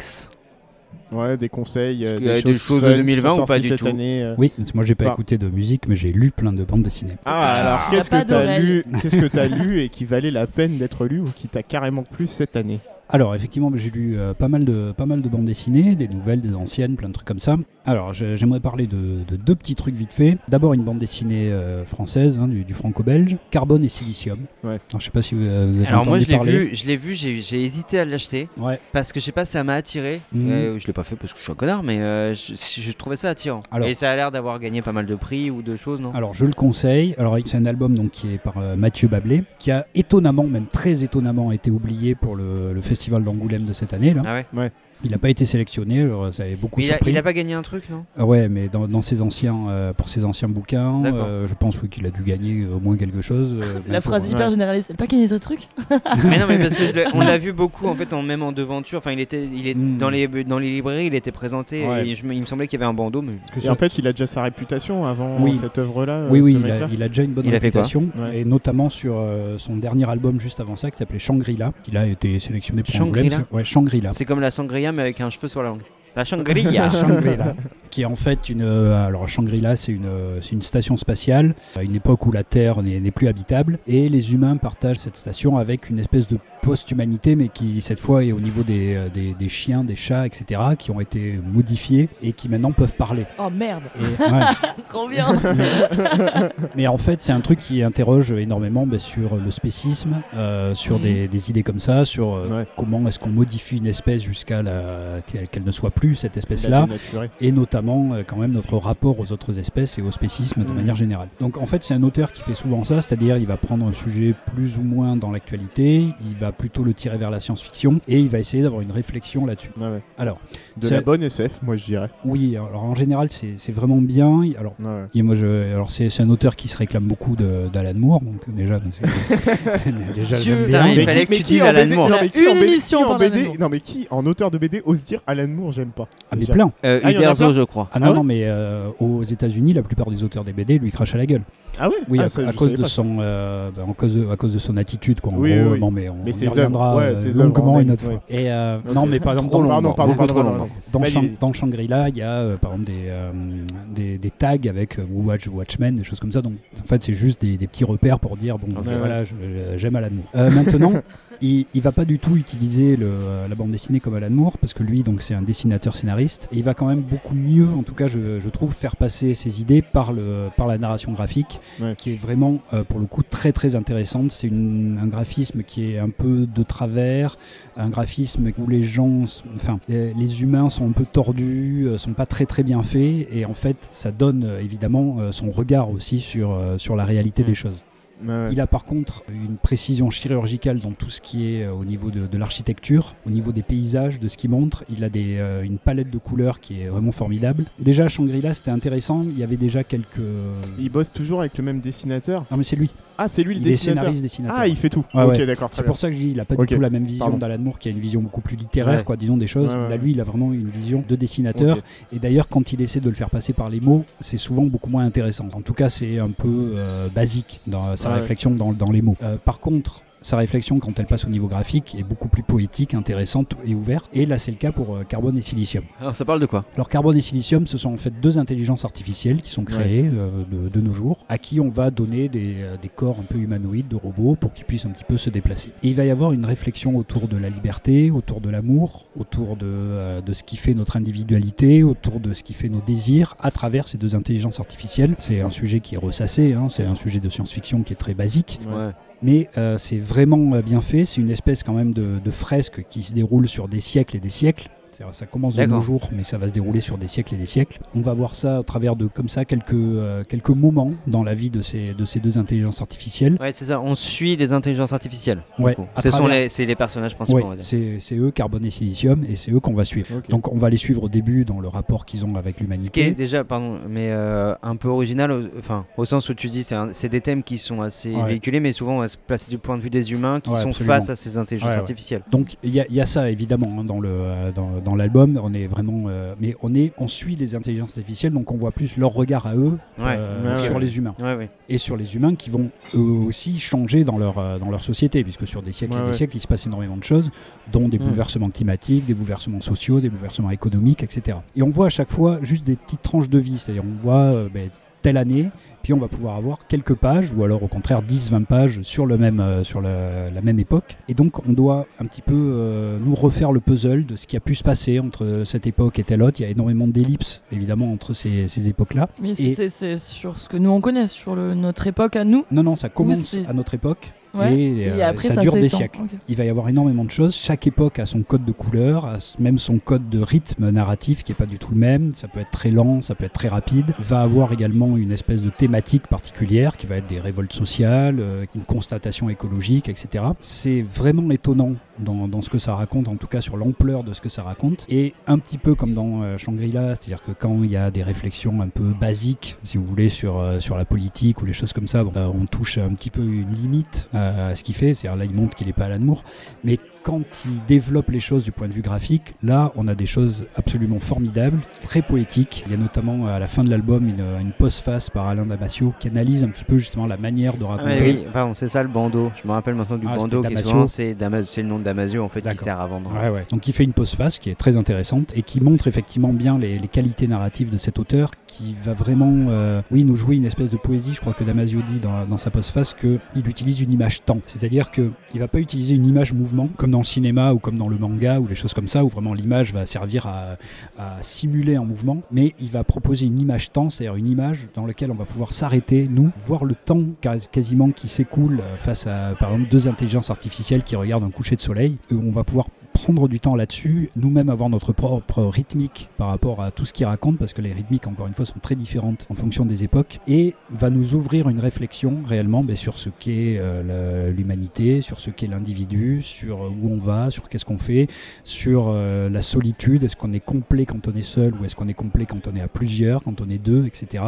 Ouais, des conseils. Parce euh, qu'il y a Des des choses de fun qui 2020 sont ou pas sorties du cette tout année, euh. Oui, parce que moi j'ai pas Bah. écouté de musique, mais j'ai lu plein de bandes dessinées. Ah, Alors, qu'est-ce pas que t'as d'oreille. lu Qu'est-ce que t'as lu et qui valait la peine d'être lu ou qui t'a carrément plu cette année Alors effectivement, j'ai lu euh, pas, mal de, pas mal de bandes dessinées, des nouvelles, des anciennes, plein de trucs comme ça. Alors j'ai- j'aimerais parler de, de deux petits trucs vite fait. D'abord une bande dessinée euh, française, hein, du, du franco-belge, Carbone et Silicium. Ouais. Alors, je sais pas si vous, euh, vous avez Alors moi, entendu je l'ai parler. vu, je l'ai vu, j'ai j'ai hésité à l'acheter Ouais. parce que je sais pas, ça m'a attiré. Mhm. Euh, je l'ai pas fait parce que je suis un connard, mais euh, je, je trouvais ça attirant. Alors. Ah, Et ça a l'air d'avoir gagné pas mal de prix ou de choses, non Alors je le conseille. Alors c'est un album donc qui est par euh, Mathieu Bablé, qui a étonnamment, même très étonnamment, été oublié pour le, le festival d'Angoulême de cette année. Là. Ah ouais. Il n'a pas été sélectionné, alors, ça avait beaucoup Mais il a, surpris. il a pas gagné un truc, non Ah Ouais, mais dans, dans ses anciens, euh, pour ses anciens bouquins, D'accord. euh, je pense oui, qu'il a dû gagner euh, au moins quelque chose. euh, La même phrase pour, euh, hyper généraliste. Elle pas gagné de trucs Mais non, mais parce que je l'ai- on l'a vu beaucoup en fait, en, même en devanture. Enfin, il était, il est Mm. dans les dans les librairies, il était présenté. Ouais. Et je me- il me semblait qu'il y avait un bandeau, mais que Et ce- en fait, il a déjà sa réputation avant Oui. cette œuvre-là. oui, euh, oui, ce il a, mec-là il a déjà une bonne Il a fait quoi réputation, Ouais. et notamment sur euh, son dernier album juste avant ça, qui s'appelait Shangri-La. Il a été sélectionné pour Angoulême. Shangri-La Ouais, Shangri-La. c'est comme la sangria mais avec un cheveu sur la langue. La [LAUGHS] sangria. qui est en fait une. euh, alors, Shangri-La, c'est une, euh, c'est une station spatiale, à une époque où la Terre n'est n'est plus habitable, et les humains partagent cette station avec une espèce de post-humanité, mais qui cette fois est au niveau des, euh, des, des chiens, des chats, etc., qui ont été modifiés et qui maintenant peuvent parler. Oh merde. Et, ouais. [LAUGHS] Trop bien. Mais en fait, c'est un truc qui interroge énormément bah, sur le spécisme, euh, sur Mhm. des, des idées comme ça, sur euh, Ouais. comment est-ce qu'on modifie une espèce jusqu'à la- qu'elle qu'elle ne soit plus cette Il a espèce-là. dénaturé. Et notamment euh, quand même notre rapport aux autres espèces et au spécisme Mm. de manière générale. Donc en fait, c'est un auteur qui fait souvent ça, c'est-à-dire il va prendre un sujet plus ou moins dans l'actualité, il va plutôt le tirer vers la science-fiction et il va essayer d'avoir une réflexion là-dessus. Alors, De c'est- la bonne SF, moi je dirais. oui, alors en général, c'est c'est vraiment bien. Il- Alors, il- moi, je, alors c'est c'est un auteur qui se réclame beaucoup de- d'Alan Moore, donc déjà, [LAUGHS] donc, c'est- [LAUGHS] déjà Monsieur, j'aime putain, bien. mais qui- mais qui en BD Non, mais qui Une en BD émission qui en par Alan BD Moore. Non, mais qui en auteur de BD ose dire Alan Moore, j'aime pas Ah, mais déjà. plein. Euh, Ah, il y en a plein Ah non, ouais non, mais euh, aux États-Unis, la plupart des auteurs des BD lui crachent à la gueule. Ah ouais Oui, Ah, à, ça, à je cause savais de pas. son, euh, ben, en cause de- à cause de son attitude, quoi. En Oui, gros, oui, oui. bon, mais on, Mais on ses y œuvres, reviendra ouais, euh, ses œuvres en longuement une net, autre ouais. fois. Et euh, Ok. non, mais par exemple, Trop dans- long, pardon, dans- pardon, pardon, Bah, pardon. dans, Vas-y, Shang- vas-y. dans Shangri-La, il y a euh, par exemple des, euh, des, des tags avec euh, Who Watch, Watchmen, des choses comme ça. Donc en fait, c'est juste des, des petits repères pour dire bon, Ok. euh, voilà, je- je- j'aime Alan Moore. Euh, [LAUGHS] maintenant, il, il va pas du tout utiliser le, euh, la bande dessinée comme Alan Moore parce que lui, donc, c'est un dessinateur scénariste. Et il va quand même beaucoup mieux, en tout cas, je, je trouve, faire passer ses idées par le par la narration graphique, Ouais. qui est vraiment euh, pour le coup très très intéressante. C'est une- un graphisme qui est un peu de travers, un graphisme où les gens, s- enfin, les, les humains sont un peu tordus, euh, sont pas très très bien faits, et en fait, ça donne euh, évidemment euh, son regard aussi sur euh, sur la Mm. réalité des choses. Il a par contre une précision chirurgicale dans tout ce qui est euh, au niveau de, de l'architecture, au niveau des paysages, de ce qu'il montre. Il a des, euh, une palette de couleurs qui est vraiment formidable. Déjà, à Shangri-La, c'était intéressant. Il y avait déjà quelques. Il bosse toujours avec le même dessinateur Non, mais c'est lui. Ah, c'est lui le il est dessinateur. scénariste, dessinateur. Ah, il fait tout. Ouais, ok, ouais. d'accord. très C'est bien. pour ça que je dis, il a pas Ok. du tout la même vision Pardon. d'Alan Moore, qui a une vision beaucoup plus littéraire, Ouais. quoi, disons des choses. Ouais, ouais, Là, lui, il a vraiment une vision de dessinateur. Ok. Et d'ailleurs, quand il essaie de le faire passer par les mots, c'est souvent beaucoup moins intéressant. En tout cas, c'est un peu euh, basique dans sa Ouais. réflexion dans, dans les mots. Euh, par contre, sa réflexion quand elle passe au niveau graphique est beaucoup plus poétique, intéressante et ouverte. Et là, c'est le cas pour euh, Carbone et Silicium. Alors, ça parle de quoi Alors carbone et silicium, ce sont en fait deux intelligences artificielles qui sont créées euh, de, de nos jours, à qui on va donner des, euh, des corps un peu humanoïdes, de robots, pour qu'ils puissent un petit peu se déplacer. Et il va y avoir une réflexion autour de la liberté, autour de l'amour, autour de, euh, de ce qui fait notre individualité, autour de ce qui fait nos désirs, à travers ces deux intelligences artificielles. C'est un sujet qui est ressassé, hein, c'est un sujet de science-fiction qui est très basique. Ouais. Mais euh, c'est vraiment euh, bien fait, c'est une espèce quand même de, de fresque qui se déroule sur des siècles et des siècles. C'est-à-dire, Ça commence de D'accord. nos jours, mais ça va se dérouler sur des siècles et des siècles. On va voir ça au travers de, comme ça, quelques, euh, quelques moments dans la vie de ces, de ces deux intelligences artificielles. Ouais, c'est ça, on suit les intelligences artificielles. du Ouais, coup. à Ce sont travers- les, c'est les personnages principaux, Ouais, on va dire. c'est c'est eux, carbone et silicium, et c'est eux qu'on va suivre. Ok. Donc on va les suivre au début dans le rapport qu'ils ont avec Ce qui est l'humanité. déjà, pardon, mais euh, un peu original, au- enfin, au sens où tu dis, c'est un- c'est des thèmes qui sont assez Ouais. véhiculés, mais souvent on va se placer du point de vue des humains qui Ouais, sont absolument. face à ces intelligences Ouais, ouais. artificielles. Donc il y, a- il y a ça évidemment hein, dans le euh, dans, dans l'album. On est vraiment, euh, mais on est, on suit les intelligences artificielles, donc on voit plus leur regard à eux Ouais. euh, Ouais, sur ouais. les humains Ouais, ouais. et sur les humains qui vont eux aussi changer dans leur euh, dans leur société, puisque sur des siècles Ouais, et des ouais. siècles il se passe énormément de choses, dont des Mm. bouleversements climatiques, des bouleversements sociaux, des bouleversements économiques, etc. Et on voit à chaque fois juste des petites tranches de vie, c'est-à-dire on voit euh, ben, telle année, puis on va pouvoir avoir quelques pages, ou alors au contraire 10-20 pages sur, le même, euh, sur la, la même époque. Et donc on doit un petit peu euh, nous refaire le puzzle de ce qui a pu se passer entre cette époque et telle autre. Il y a énormément d'ellipses, évidemment, entre ces, ces époques-là. Mais Et- c'est- c'est sur ce que nous on connaît, sur le- notre époque à nous. non, non, ça commence c'est- à notre époque. Ouais. Et, Et euh, après, ça, ça dure des s'étend. siècles. Ok. Il va y avoir énormément de choses. Chaque époque a son code de couleur, a s- même son code de rythme narratif qui est pas du tout le même. Ça peut être très lent, ça peut être très rapide. Va avoir également une espèce de thématique particulière qui va être des révoltes sociales, euh, une constatation écologique, etc. C'est vraiment étonnant dans, dans ce que ça raconte, en tout cas sur l'ampleur de ce que ça raconte. Et un petit peu comme dans euh, Shangri-La, c'est-à-dire que quand il y a des réflexions un peu basiques, si vous voulez, sur, euh, sur la politique ou les choses comme ça, bon, euh, on touche un petit peu une limite à, à ce qu'il fait. C'est-à-dire là, il montre qu'il n'est pas Alan Moore. Mais quand il développe les choses du point de vue graphique, là, on a des choses absolument formidables, très poétiques. Il y a notamment à la fin de l'album une, une postface par Alain Damasio qui analyse un petit peu justement la manière de Ah, raconter. mais oui, pardon, c'est ça le bandeau. Je me rappelle maintenant du Ah, bandeau c'était qui est Damasio. souvent, c'est Damas- c'est le nom de Damasio en fait qui sert à vendre. Ouais, ouais. Donc il fait une pause face qui est très intéressante et qui montre effectivement bien les, les qualités narratives de cet auteur qui va vraiment, euh, oui, nous jouer une espèce de poésie. Je crois que Damasio dit dans, dans sa pause face que il utilise une image temps, c'est-à-dire que il va pas utiliser une image mouvement comme dans le cinéma ou comme dans le manga ou les choses comme ça où vraiment l'image va servir à, à simuler un mouvement, mais il va proposer une image temps, c'est-à-dire une image dans laquelle on va pouvoir s'arrêter, nous, voir le temps quas- quasiment qui s'écoule euh, face à, par exemple, deux intelligences artificielles qui regardent un coucher de soleil, et on va pouvoir prendre du temps là-dessus, nous-mêmes avoir notre propre rythmique par rapport à tout ce qu'ils racontent, parce que les rythmiques, encore une fois, sont très différentes en fonction des époques, et va nous ouvrir une réflexion réellement ben, sur ce qu'est euh, la- l'humanité, sur ce qu'est l'individu, sur euh, où on va, sur qu'est-ce qu'on fait, sur euh, la solitude, est-ce qu'on est complet quand on est seul, ou est-ce qu'on est complet quand on est à plusieurs, quand on est deux, etc.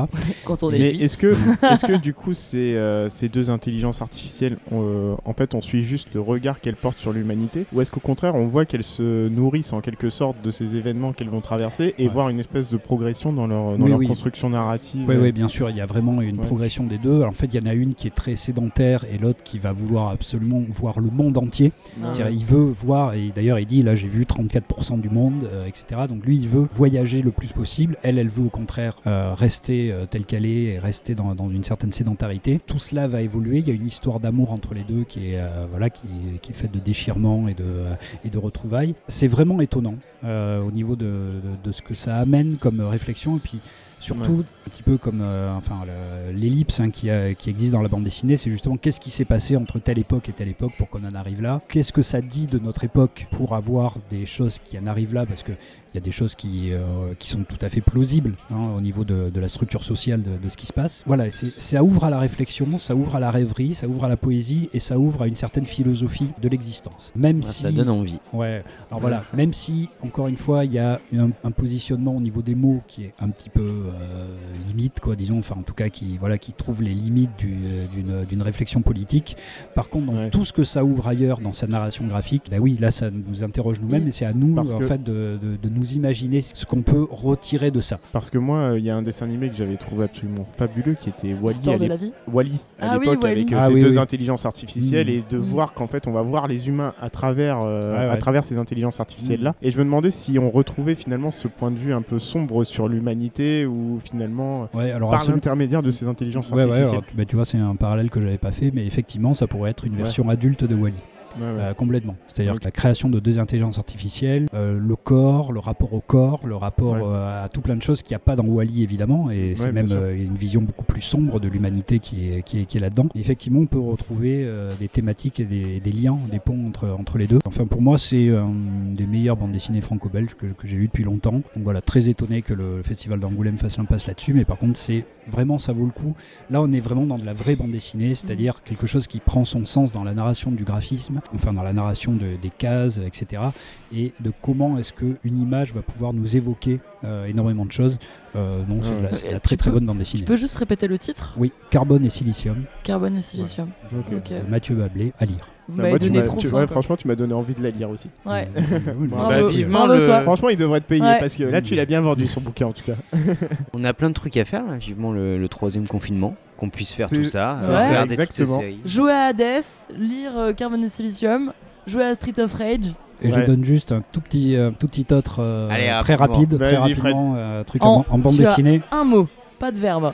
Mais est-ce que, [LAUGHS] est-ce que du coup ces, euh, ces deux intelligences artificielles, on, euh, en fait, on suit juste le regard qu'elles portent sur l'humanité, ou est-ce qu'au contraire, on voit qu'elles se nourrissent en quelque sorte de ces événements qu'elles vont traverser et voir une espèce de progression dans leur, dans Oui, leur oui. construction narrative Oui, oui, bien sûr, il y a vraiment une Ouais. progression des deux. Alors, en fait, il y en a une qui est très sédentaire et l'autre qui va vouloir absolument voir le monde entier. Ah. C'est-à-dire, Il veut voir, et d'ailleurs, il dit là, j'ai vu 34% du monde, euh, etc. Donc, lui, il veut voyager le plus possible. Elle, elle veut au contraire euh, rester euh, telle qu'elle est et rester dans, dans une certaine sédentarité. Tout cela va évoluer. Il y a une histoire d'amour entre les deux qui est, euh, voilà, qui, qui est faite de déchirement et de, euh, et de retrouvailles. C'est vraiment étonnant euh, au niveau de, de- de ce que ça amène comme réflexion. Et puis, Surtout, Ouais. un petit peu comme euh, enfin, le- l'ellipse hein, qui, a- qui existe dans la bande dessinée, c'est justement qu'est-ce qui s'est passé entre telle époque et telle époque pour qu'on en arrive là. Qu'est-ce que ça dit de notre époque pour avoir des choses qui en arrivent là Parce qu'il y a des choses qui, euh, qui sont tout à fait plausibles hein, au niveau de, de la structure sociale de, de ce qui se passe. Voilà, et c'est- ça ouvre à la réflexion, ça ouvre à la rêverie, ça ouvre à la poésie et ça ouvre à une certaine philosophie de l'existence. Même Ah, si. ça donne envie. Ouais, alors voilà, même si, encore une fois, il y a un, un positionnement au niveau des mots qui est un petit peu euh, limite, quoi, disons, enfin en tout cas qui, voilà, qui trouve les limites du- euh, d'une d'une réflexion politique. Par contre, dans tout ce que ça ouvre ailleurs dans sa narration graphique, bah oui, là ça nous interroge nous-mêmes et c'est à nous, Parce en que- fait, de, de- de nous imaginer ce qu'on peut retirer de ça. Parce que moi, il y a un dessin animé que j'avais trouvé absolument fabuleux qui était Wally. L'histoire à de l'ép- la vie Wall-E, à Ah oui, l'époque, Wall-E. avec euh, Ah ces oui, deux oui. intelligences artificielles Mm. et de voir qu'en fait, on va voir les humains à travers, euh, Ouais, Mm. ouais. à travers ces intelligences artificielles-là. Et je me demandais si on retrouvait finalement ce point de vue un peu sombre sur l'humanité ou finalement euh, Ouais, alors par absolument. l'intermédiaire de ces intelligences Ouais, ouais, artificielles. alors, tu- bah, tu vois, c'est un parallèle que j'avais pas fait, mais effectivement, ça pourrait être une Ouais. version adulte de Wally. Ouais, ouais. Euh, complètement. C'est-à-dire Ok. que la création de deux intelligences artificielles, euh, le corps, le rapport au corps, le rapport Ouais. euh, à tout plein de choses qu'il n'y a pas dans Wally évidemment, et c'est Ouais, bien même sûr. euh, une vision beaucoup plus sombre de l'humanité qui est, qui est, qui est là-dedans. Et Effectivement, on peut retrouver euh, des thématiques et des, des liens, des ponts entre, entre les deux. Enfin, pour moi, c'est euh, une des meilleures bandes dessinées franco-belges que, que j'ai lues depuis longtemps. Donc voilà, très étonné que le Festival d'Angoulême fasse l'impasse là-dessus, mais par contre, c'est vraiment, ça vaut le coup. Là, on est vraiment dans de la vraie bande dessinée, Mmh. c'est-à-dire quelque chose qui prend son sens dans la narration du graphisme, enfin dans la narration de- des cases, etc. Et de comment est-ce que une image va pouvoir nous évoquer euh, énormément de choses. Euh, non, c'est de la, c'est de la Euh, très tu très peux- bonne bande dessinée. Tu peux juste répéter le titre Oui, Carbone et Silicium. Carbone et silicium. Ok. Ok. de Mathieu Bablé à lire. Vous Bah, m'avez moi, tu donné m'as- trop tu- faim, ouais, quoi. franchement, tu m'as donné envie de la lire aussi. Ouais. Bravo. Bravo. Bah, vivement Bravo, le- toi. Franchement, il devrait être payé Ouais. parce que là, tu l'as bien vendu son bouquin en tout cas. On a plein de trucs à faire, là, vivement le, le troisième confinement, qu'on puisse faire C'est- tout ça, c'est euh, ça, regarder toutes ces exactement. séries. Jouer à Hades, lire euh, Carbone et Silicium, jouer à Street of Rage. [LAUGHS] Et je Ouais. donne juste un tout petit, un tout petit autre euh, Allez, très rapidement. rapide, très Vas-y, Fred. rapidement, euh, truc en, en bande tu as dessinée. Un mot, pas de verbe.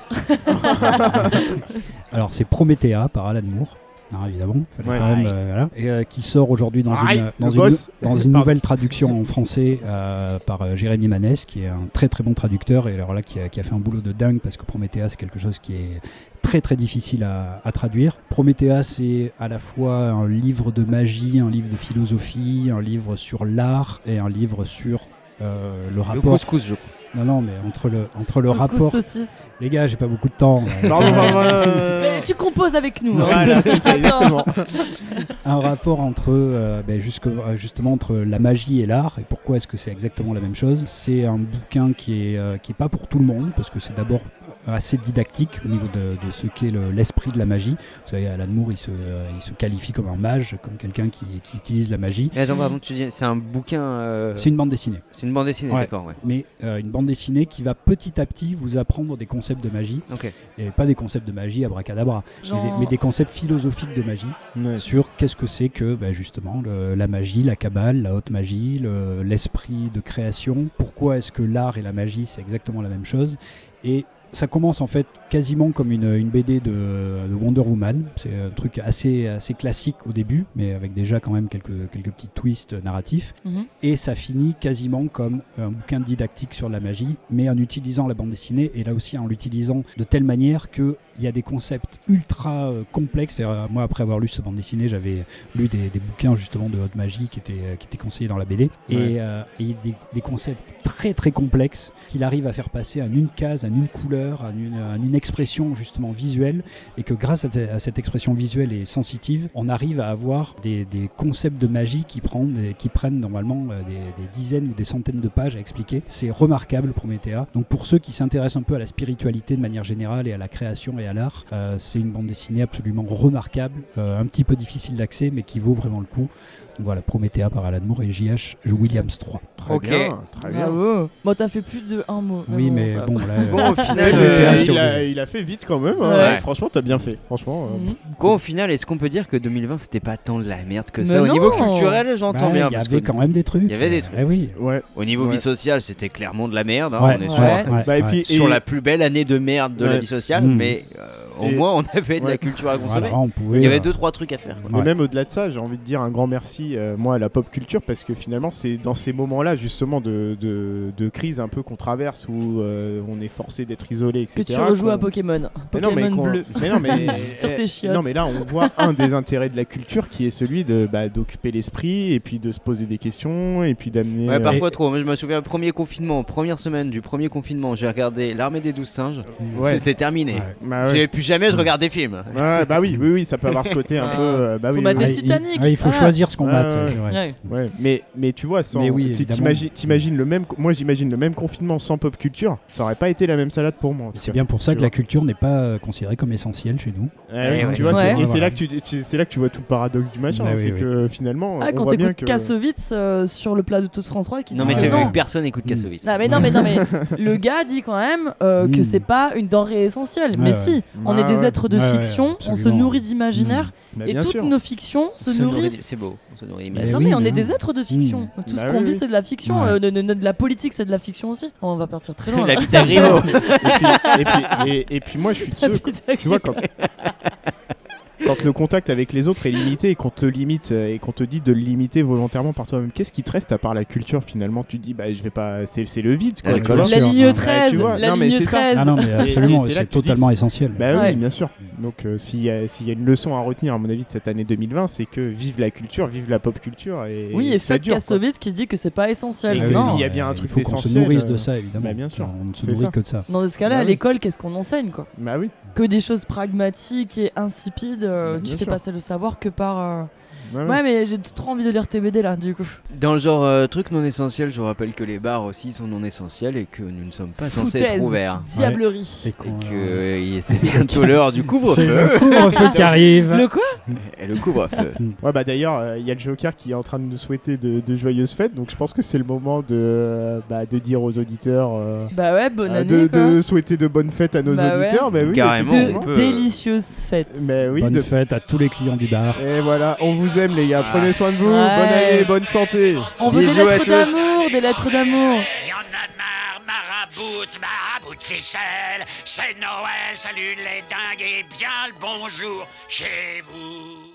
Alors c'est Promethea par Alan Moore. hein, évidemment, fallait Ouais. quand même, euh, voilà. et euh, qui sort aujourd'hui dans Aïe, une, euh, le dans une, boss. [LAUGHS] dans une nouvelle traduction en français euh, par euh, Jérémy Manès, qui est un très très bon traducteur, et alors là qui a, qui a fait un boulot de dingue parce que Promethea c'est quelque chose qui est très très difficile à, à traduire. Promethea c'est à la fois un livre de magie, un livre de philosophie, un livre sur l'art et un livre sur euh, le rapport. couscous, je crois. Non non, mais entre le entre le Couscous, rapport. saucisse. Les gars, j'ai pas beaucoup de temps. Pardon, pardon, Mais euh, tu composes avec nous. hein. Voilà, c'est ça, exactement. un rapport entre euh, ben, jusque- euh, justement entre la magie et l'art et pourquoi est-ce que c'est exactement la même chose c'est un bouquin qui est euh, qui est pas pour tout le monde parce que c'est d'abord assez didactique au niveau de, de ce qu'est le- l'esprit de la magie vous savez Alan Moore il se, euh, il se qualifie comme un mage comme quelqu'un qui, qui utilise la magie Mais attends, pardon, tu dis, c'est un bouquin. euh, c'est une bande dessinée C'est une bande dessinée, Ouais. [LAUGHS] d'accord, ouais. mais euh, une bande dessinée qui va petit à petit vous apprendre des concepts de magie Ok. et pas des concepts de magie abracadabra, mais Genre- des, mais des concepts philosophiques de magie euh, sur qu'est-ce que c'est que bah, justement le- la magie, la cabale, la haute magie, le- l'esprit de création, pourquoi est-ce que l'art et la magie c'est exactement la même chose et ça commence en fait quasiment comme une, une BD de, de Wonder Woman. C'est un truc assez, assez classique au début, mais avec déjà quand même quelques, quelques petits twists narratifs. Mhm. Et ça finit quasiment comme un bouquin didactique sur la magie, mais en utilisant la bande dessinée et là aussi en l'utilisant de telle manière qu'il y a des concepts ultra euh, complexes. Et, euh, moi, après avoir lu ce bande dessinée, j'avais lu des, des bouquins justement de haute magie qui étaient, euh, qui étaient conseillés dans la BD. Et, Ouais. euh, et des, des concepts très très complexes qu'il arrive à faire passer en une case, en une couleur, en une, en une expression justement visuelle, et que grâce à, ce- à cette expression visuelle et sensitive, on arrive à avoir des, des concepts de magie qui prennent, des- qui prennent normalement euh, des, des dizaines ou des centaines de pages à expliquer. C'est remarquable Promethea. Donc pour ceux qui s'intéressent un peu à la spiritualité de manière générale et à la création et à l'art, euh, c'est une bande dessinée absolument remarquable, euh, un petit peu difficile d'accès, mais qui vaut vraiment le coup. Donc voilà, Promethea par Alan Moore et JH Williams 3. Très Ok. bien, Ah, très bien. Bravo. Bon, t'as fait plus de un mot. Oui, mais Ah ça va. bon, là, Bon, au final, Mais, euh, euh, sur il, a, le- il a fait vite quand même. hein. Ouais. Ouais, Franchement, t'as bien fait. Franchement. Mhm. euh, Quoi, au final, est-ce qu'on peut dire que 2020 c'était pas tant de la merde que Mais ça Au non. niveau culturel, j'entends Bah, bien. il y parce avait que- quand même des trucs. Il y avait des Euh, trucs. eh oui. Ouais. Au niveau Ouais. vie sociale, c'était clairement de la merde. hein, Ouais. On est Ouais. sur, Ouais. Bah, et puis- sur et- la plus belle année de merde de la Ouais. vie sociale, Mm. mais euh, au Et- moins on avait de la ouais. culture à consommer. Voilà, on pouvait, il y euh, avait deux trois trucs à faire. quoi. Mais même au-delà de ça, j'ai envie de dire un grand merci, euh, moi, à la pop culture, parce que finalement, c'est dans ces moments-là, justement, de, de, de crise un peu qu'on traverse, où euh, on est forcé d'être isolé, Que etc. tu rejoues à qu'on- Pokémon. Mais non, mais Pokémon qu'on- bleu. mais non, mais- [LAUGHS] Sur eh, tes chiottes. Non, mais là, on voit un des intérêts de la culture qui est celui de bah, d'occuper l'esprit, et puis de se poser des questions, et puis d'amener. Ouais, euh, parfois trop. Moi, je me souviens, premier confinement, première semaine du premier confinement, j'ai regardé L'Armée des Douze Singes. Ouais. C'était terminé. Bah ouais. J'ai- Plus jamais je regarde des films. Ouais, bah oui, oui, oui, ça peut avoir ce côté un Ah. peu. euh, bah Faut oui, mater oui, oui. Titanic. Ouais, il faut Ah. choisir ce qu'on Ouais, mate, ouais, c'est vrai. Ouais. Ouais, Mais, mais tu vois, sans. Mais oui, t'i- évidemment. t'imagines- t'imagines le même. Moi, j'imagine le même confinement sans pop culture, ça aurait pas été la même salade pour moi. en tout C'est cas. bien pour ça Tu que la culture n'est pas euh, considérée comme essentielle chez nous. Ouais, Eh tu vois, c'est- et c'est là, que tu, tu- c'est là que tu vois tout le paradoxe du machin. Bah hein, oui, c'est oui. que finalement, Ah, on quand voit bien t'écoutes que. Kassovitz euh, sur le plateau de France 3 qui Ah Non, Hmm. dit mais t'as non. vu que personne écoute Kassovitz. Non mais non mais non mais le gars dit quand même euh, que Mm. c'est pas une denrée essentielle. Ouais, mais ouais. si, on est Ah des ouais. êtres de Ouais, ouais, fiction, on se absolument. nourrit d'imaginaire Mm. Bah, et bien toutes sûr. nos fictions se, On se nourrit- nourrissent. c'est beau, on se nourrit Mais imaginaire. non Oui, mais on mais est hein. des êtres de fiction. Mm. Tout Bah ce qu'on oui, vit oui. c'est de la fiction. Ouais. Euh, de, de- de- de la politique c'est de la fiction aussi. Oh, On va partir [LAUGHS] très loin. La là. vie [LAUGHS] [LAUGHS] d'Agrino. Et puis- et puis- et- et puis moi, je suis de La [LAUGHS] ceux- vie d'Agrino. tu vois, quand- Quand le contact avec les autres est limité et qu'on te le limite euh, et qu'on te dit de le limiter volontairement par toi-même, qu'est-ce qui te reste à part la culture finalement Tu te dis bah je vais pas, c'est c'est le vide quoi. L'alcool. tu vois. La ligne Ouais, 13, tu vois. la Non, mais ligne c'est ça. 13. Ah non, mais Et- et absolument, là c'est que tu dis totalement que- essentiel. Bah oui, Ouais. bien sûr. Donc euh, s'il y, a- s'il y a une leçon à retenir à mon avis de cette année 2020, c'est que vive la culture, vive la pop culture et Oui et ça fuck dure. quoi. Kassovitz qui dit que c'est pas Ah essentiel. Et que Non. s'il y a bien un Il truc faut qu'on se essentiel, nourrisse euh, de ça, évidemment. bah, bien sûr. On ne se C'est nourrit ça. que de ça. Dans ce cas-là, Bah à oui. l'école, qu'est-ce qu'on enseigne quoi Bah oui. Que des choses pragmatiques et insipides. euh, Bah, tu bien fais sûr. passer le savoir que par. euh, Ah Ouais, Ouais, ouais. mais j'ai trop envie de lire TBD là, du coup. Dans le genre euh, truc non essentiel, je vous rappelle que les bars aussi sont non essentiels et que nous ne sommes pas censés Foutaise, être ouverts. diablerie. Et que euh, il- c'est bientôt l'heure du couvre-feu. C'est [LAUGHS] le couvre-feu qui arrive. Le quoi Et le couvre-feu. Ouais, bah d'ailleurs, euh, il y a le Joker qui est en train de nous souhaiter de, de joyeuses fêtes, donc je pense que c'est le moment de, euh, bah, de dire aux auditeurs. euh, Bah ouais, bonne euh, année, de, quoi. de souhaiter de bonnes fêtes à nos Bah ouais. auditeurs. Bah oui, Carrément, effectivement. De délicieuses fêtes. Mais oui, Bonne de- fête à tous les clients du bar. Et voilà, on vous aime les gars, prenez soin de vous, Ouais. bonne année, bonne santé. On veut des lettres d'amour, des lettres d'amour. Marabout, marabout de ficelle, c'est Noël, salut les dingues et bien le bonjour chez vous.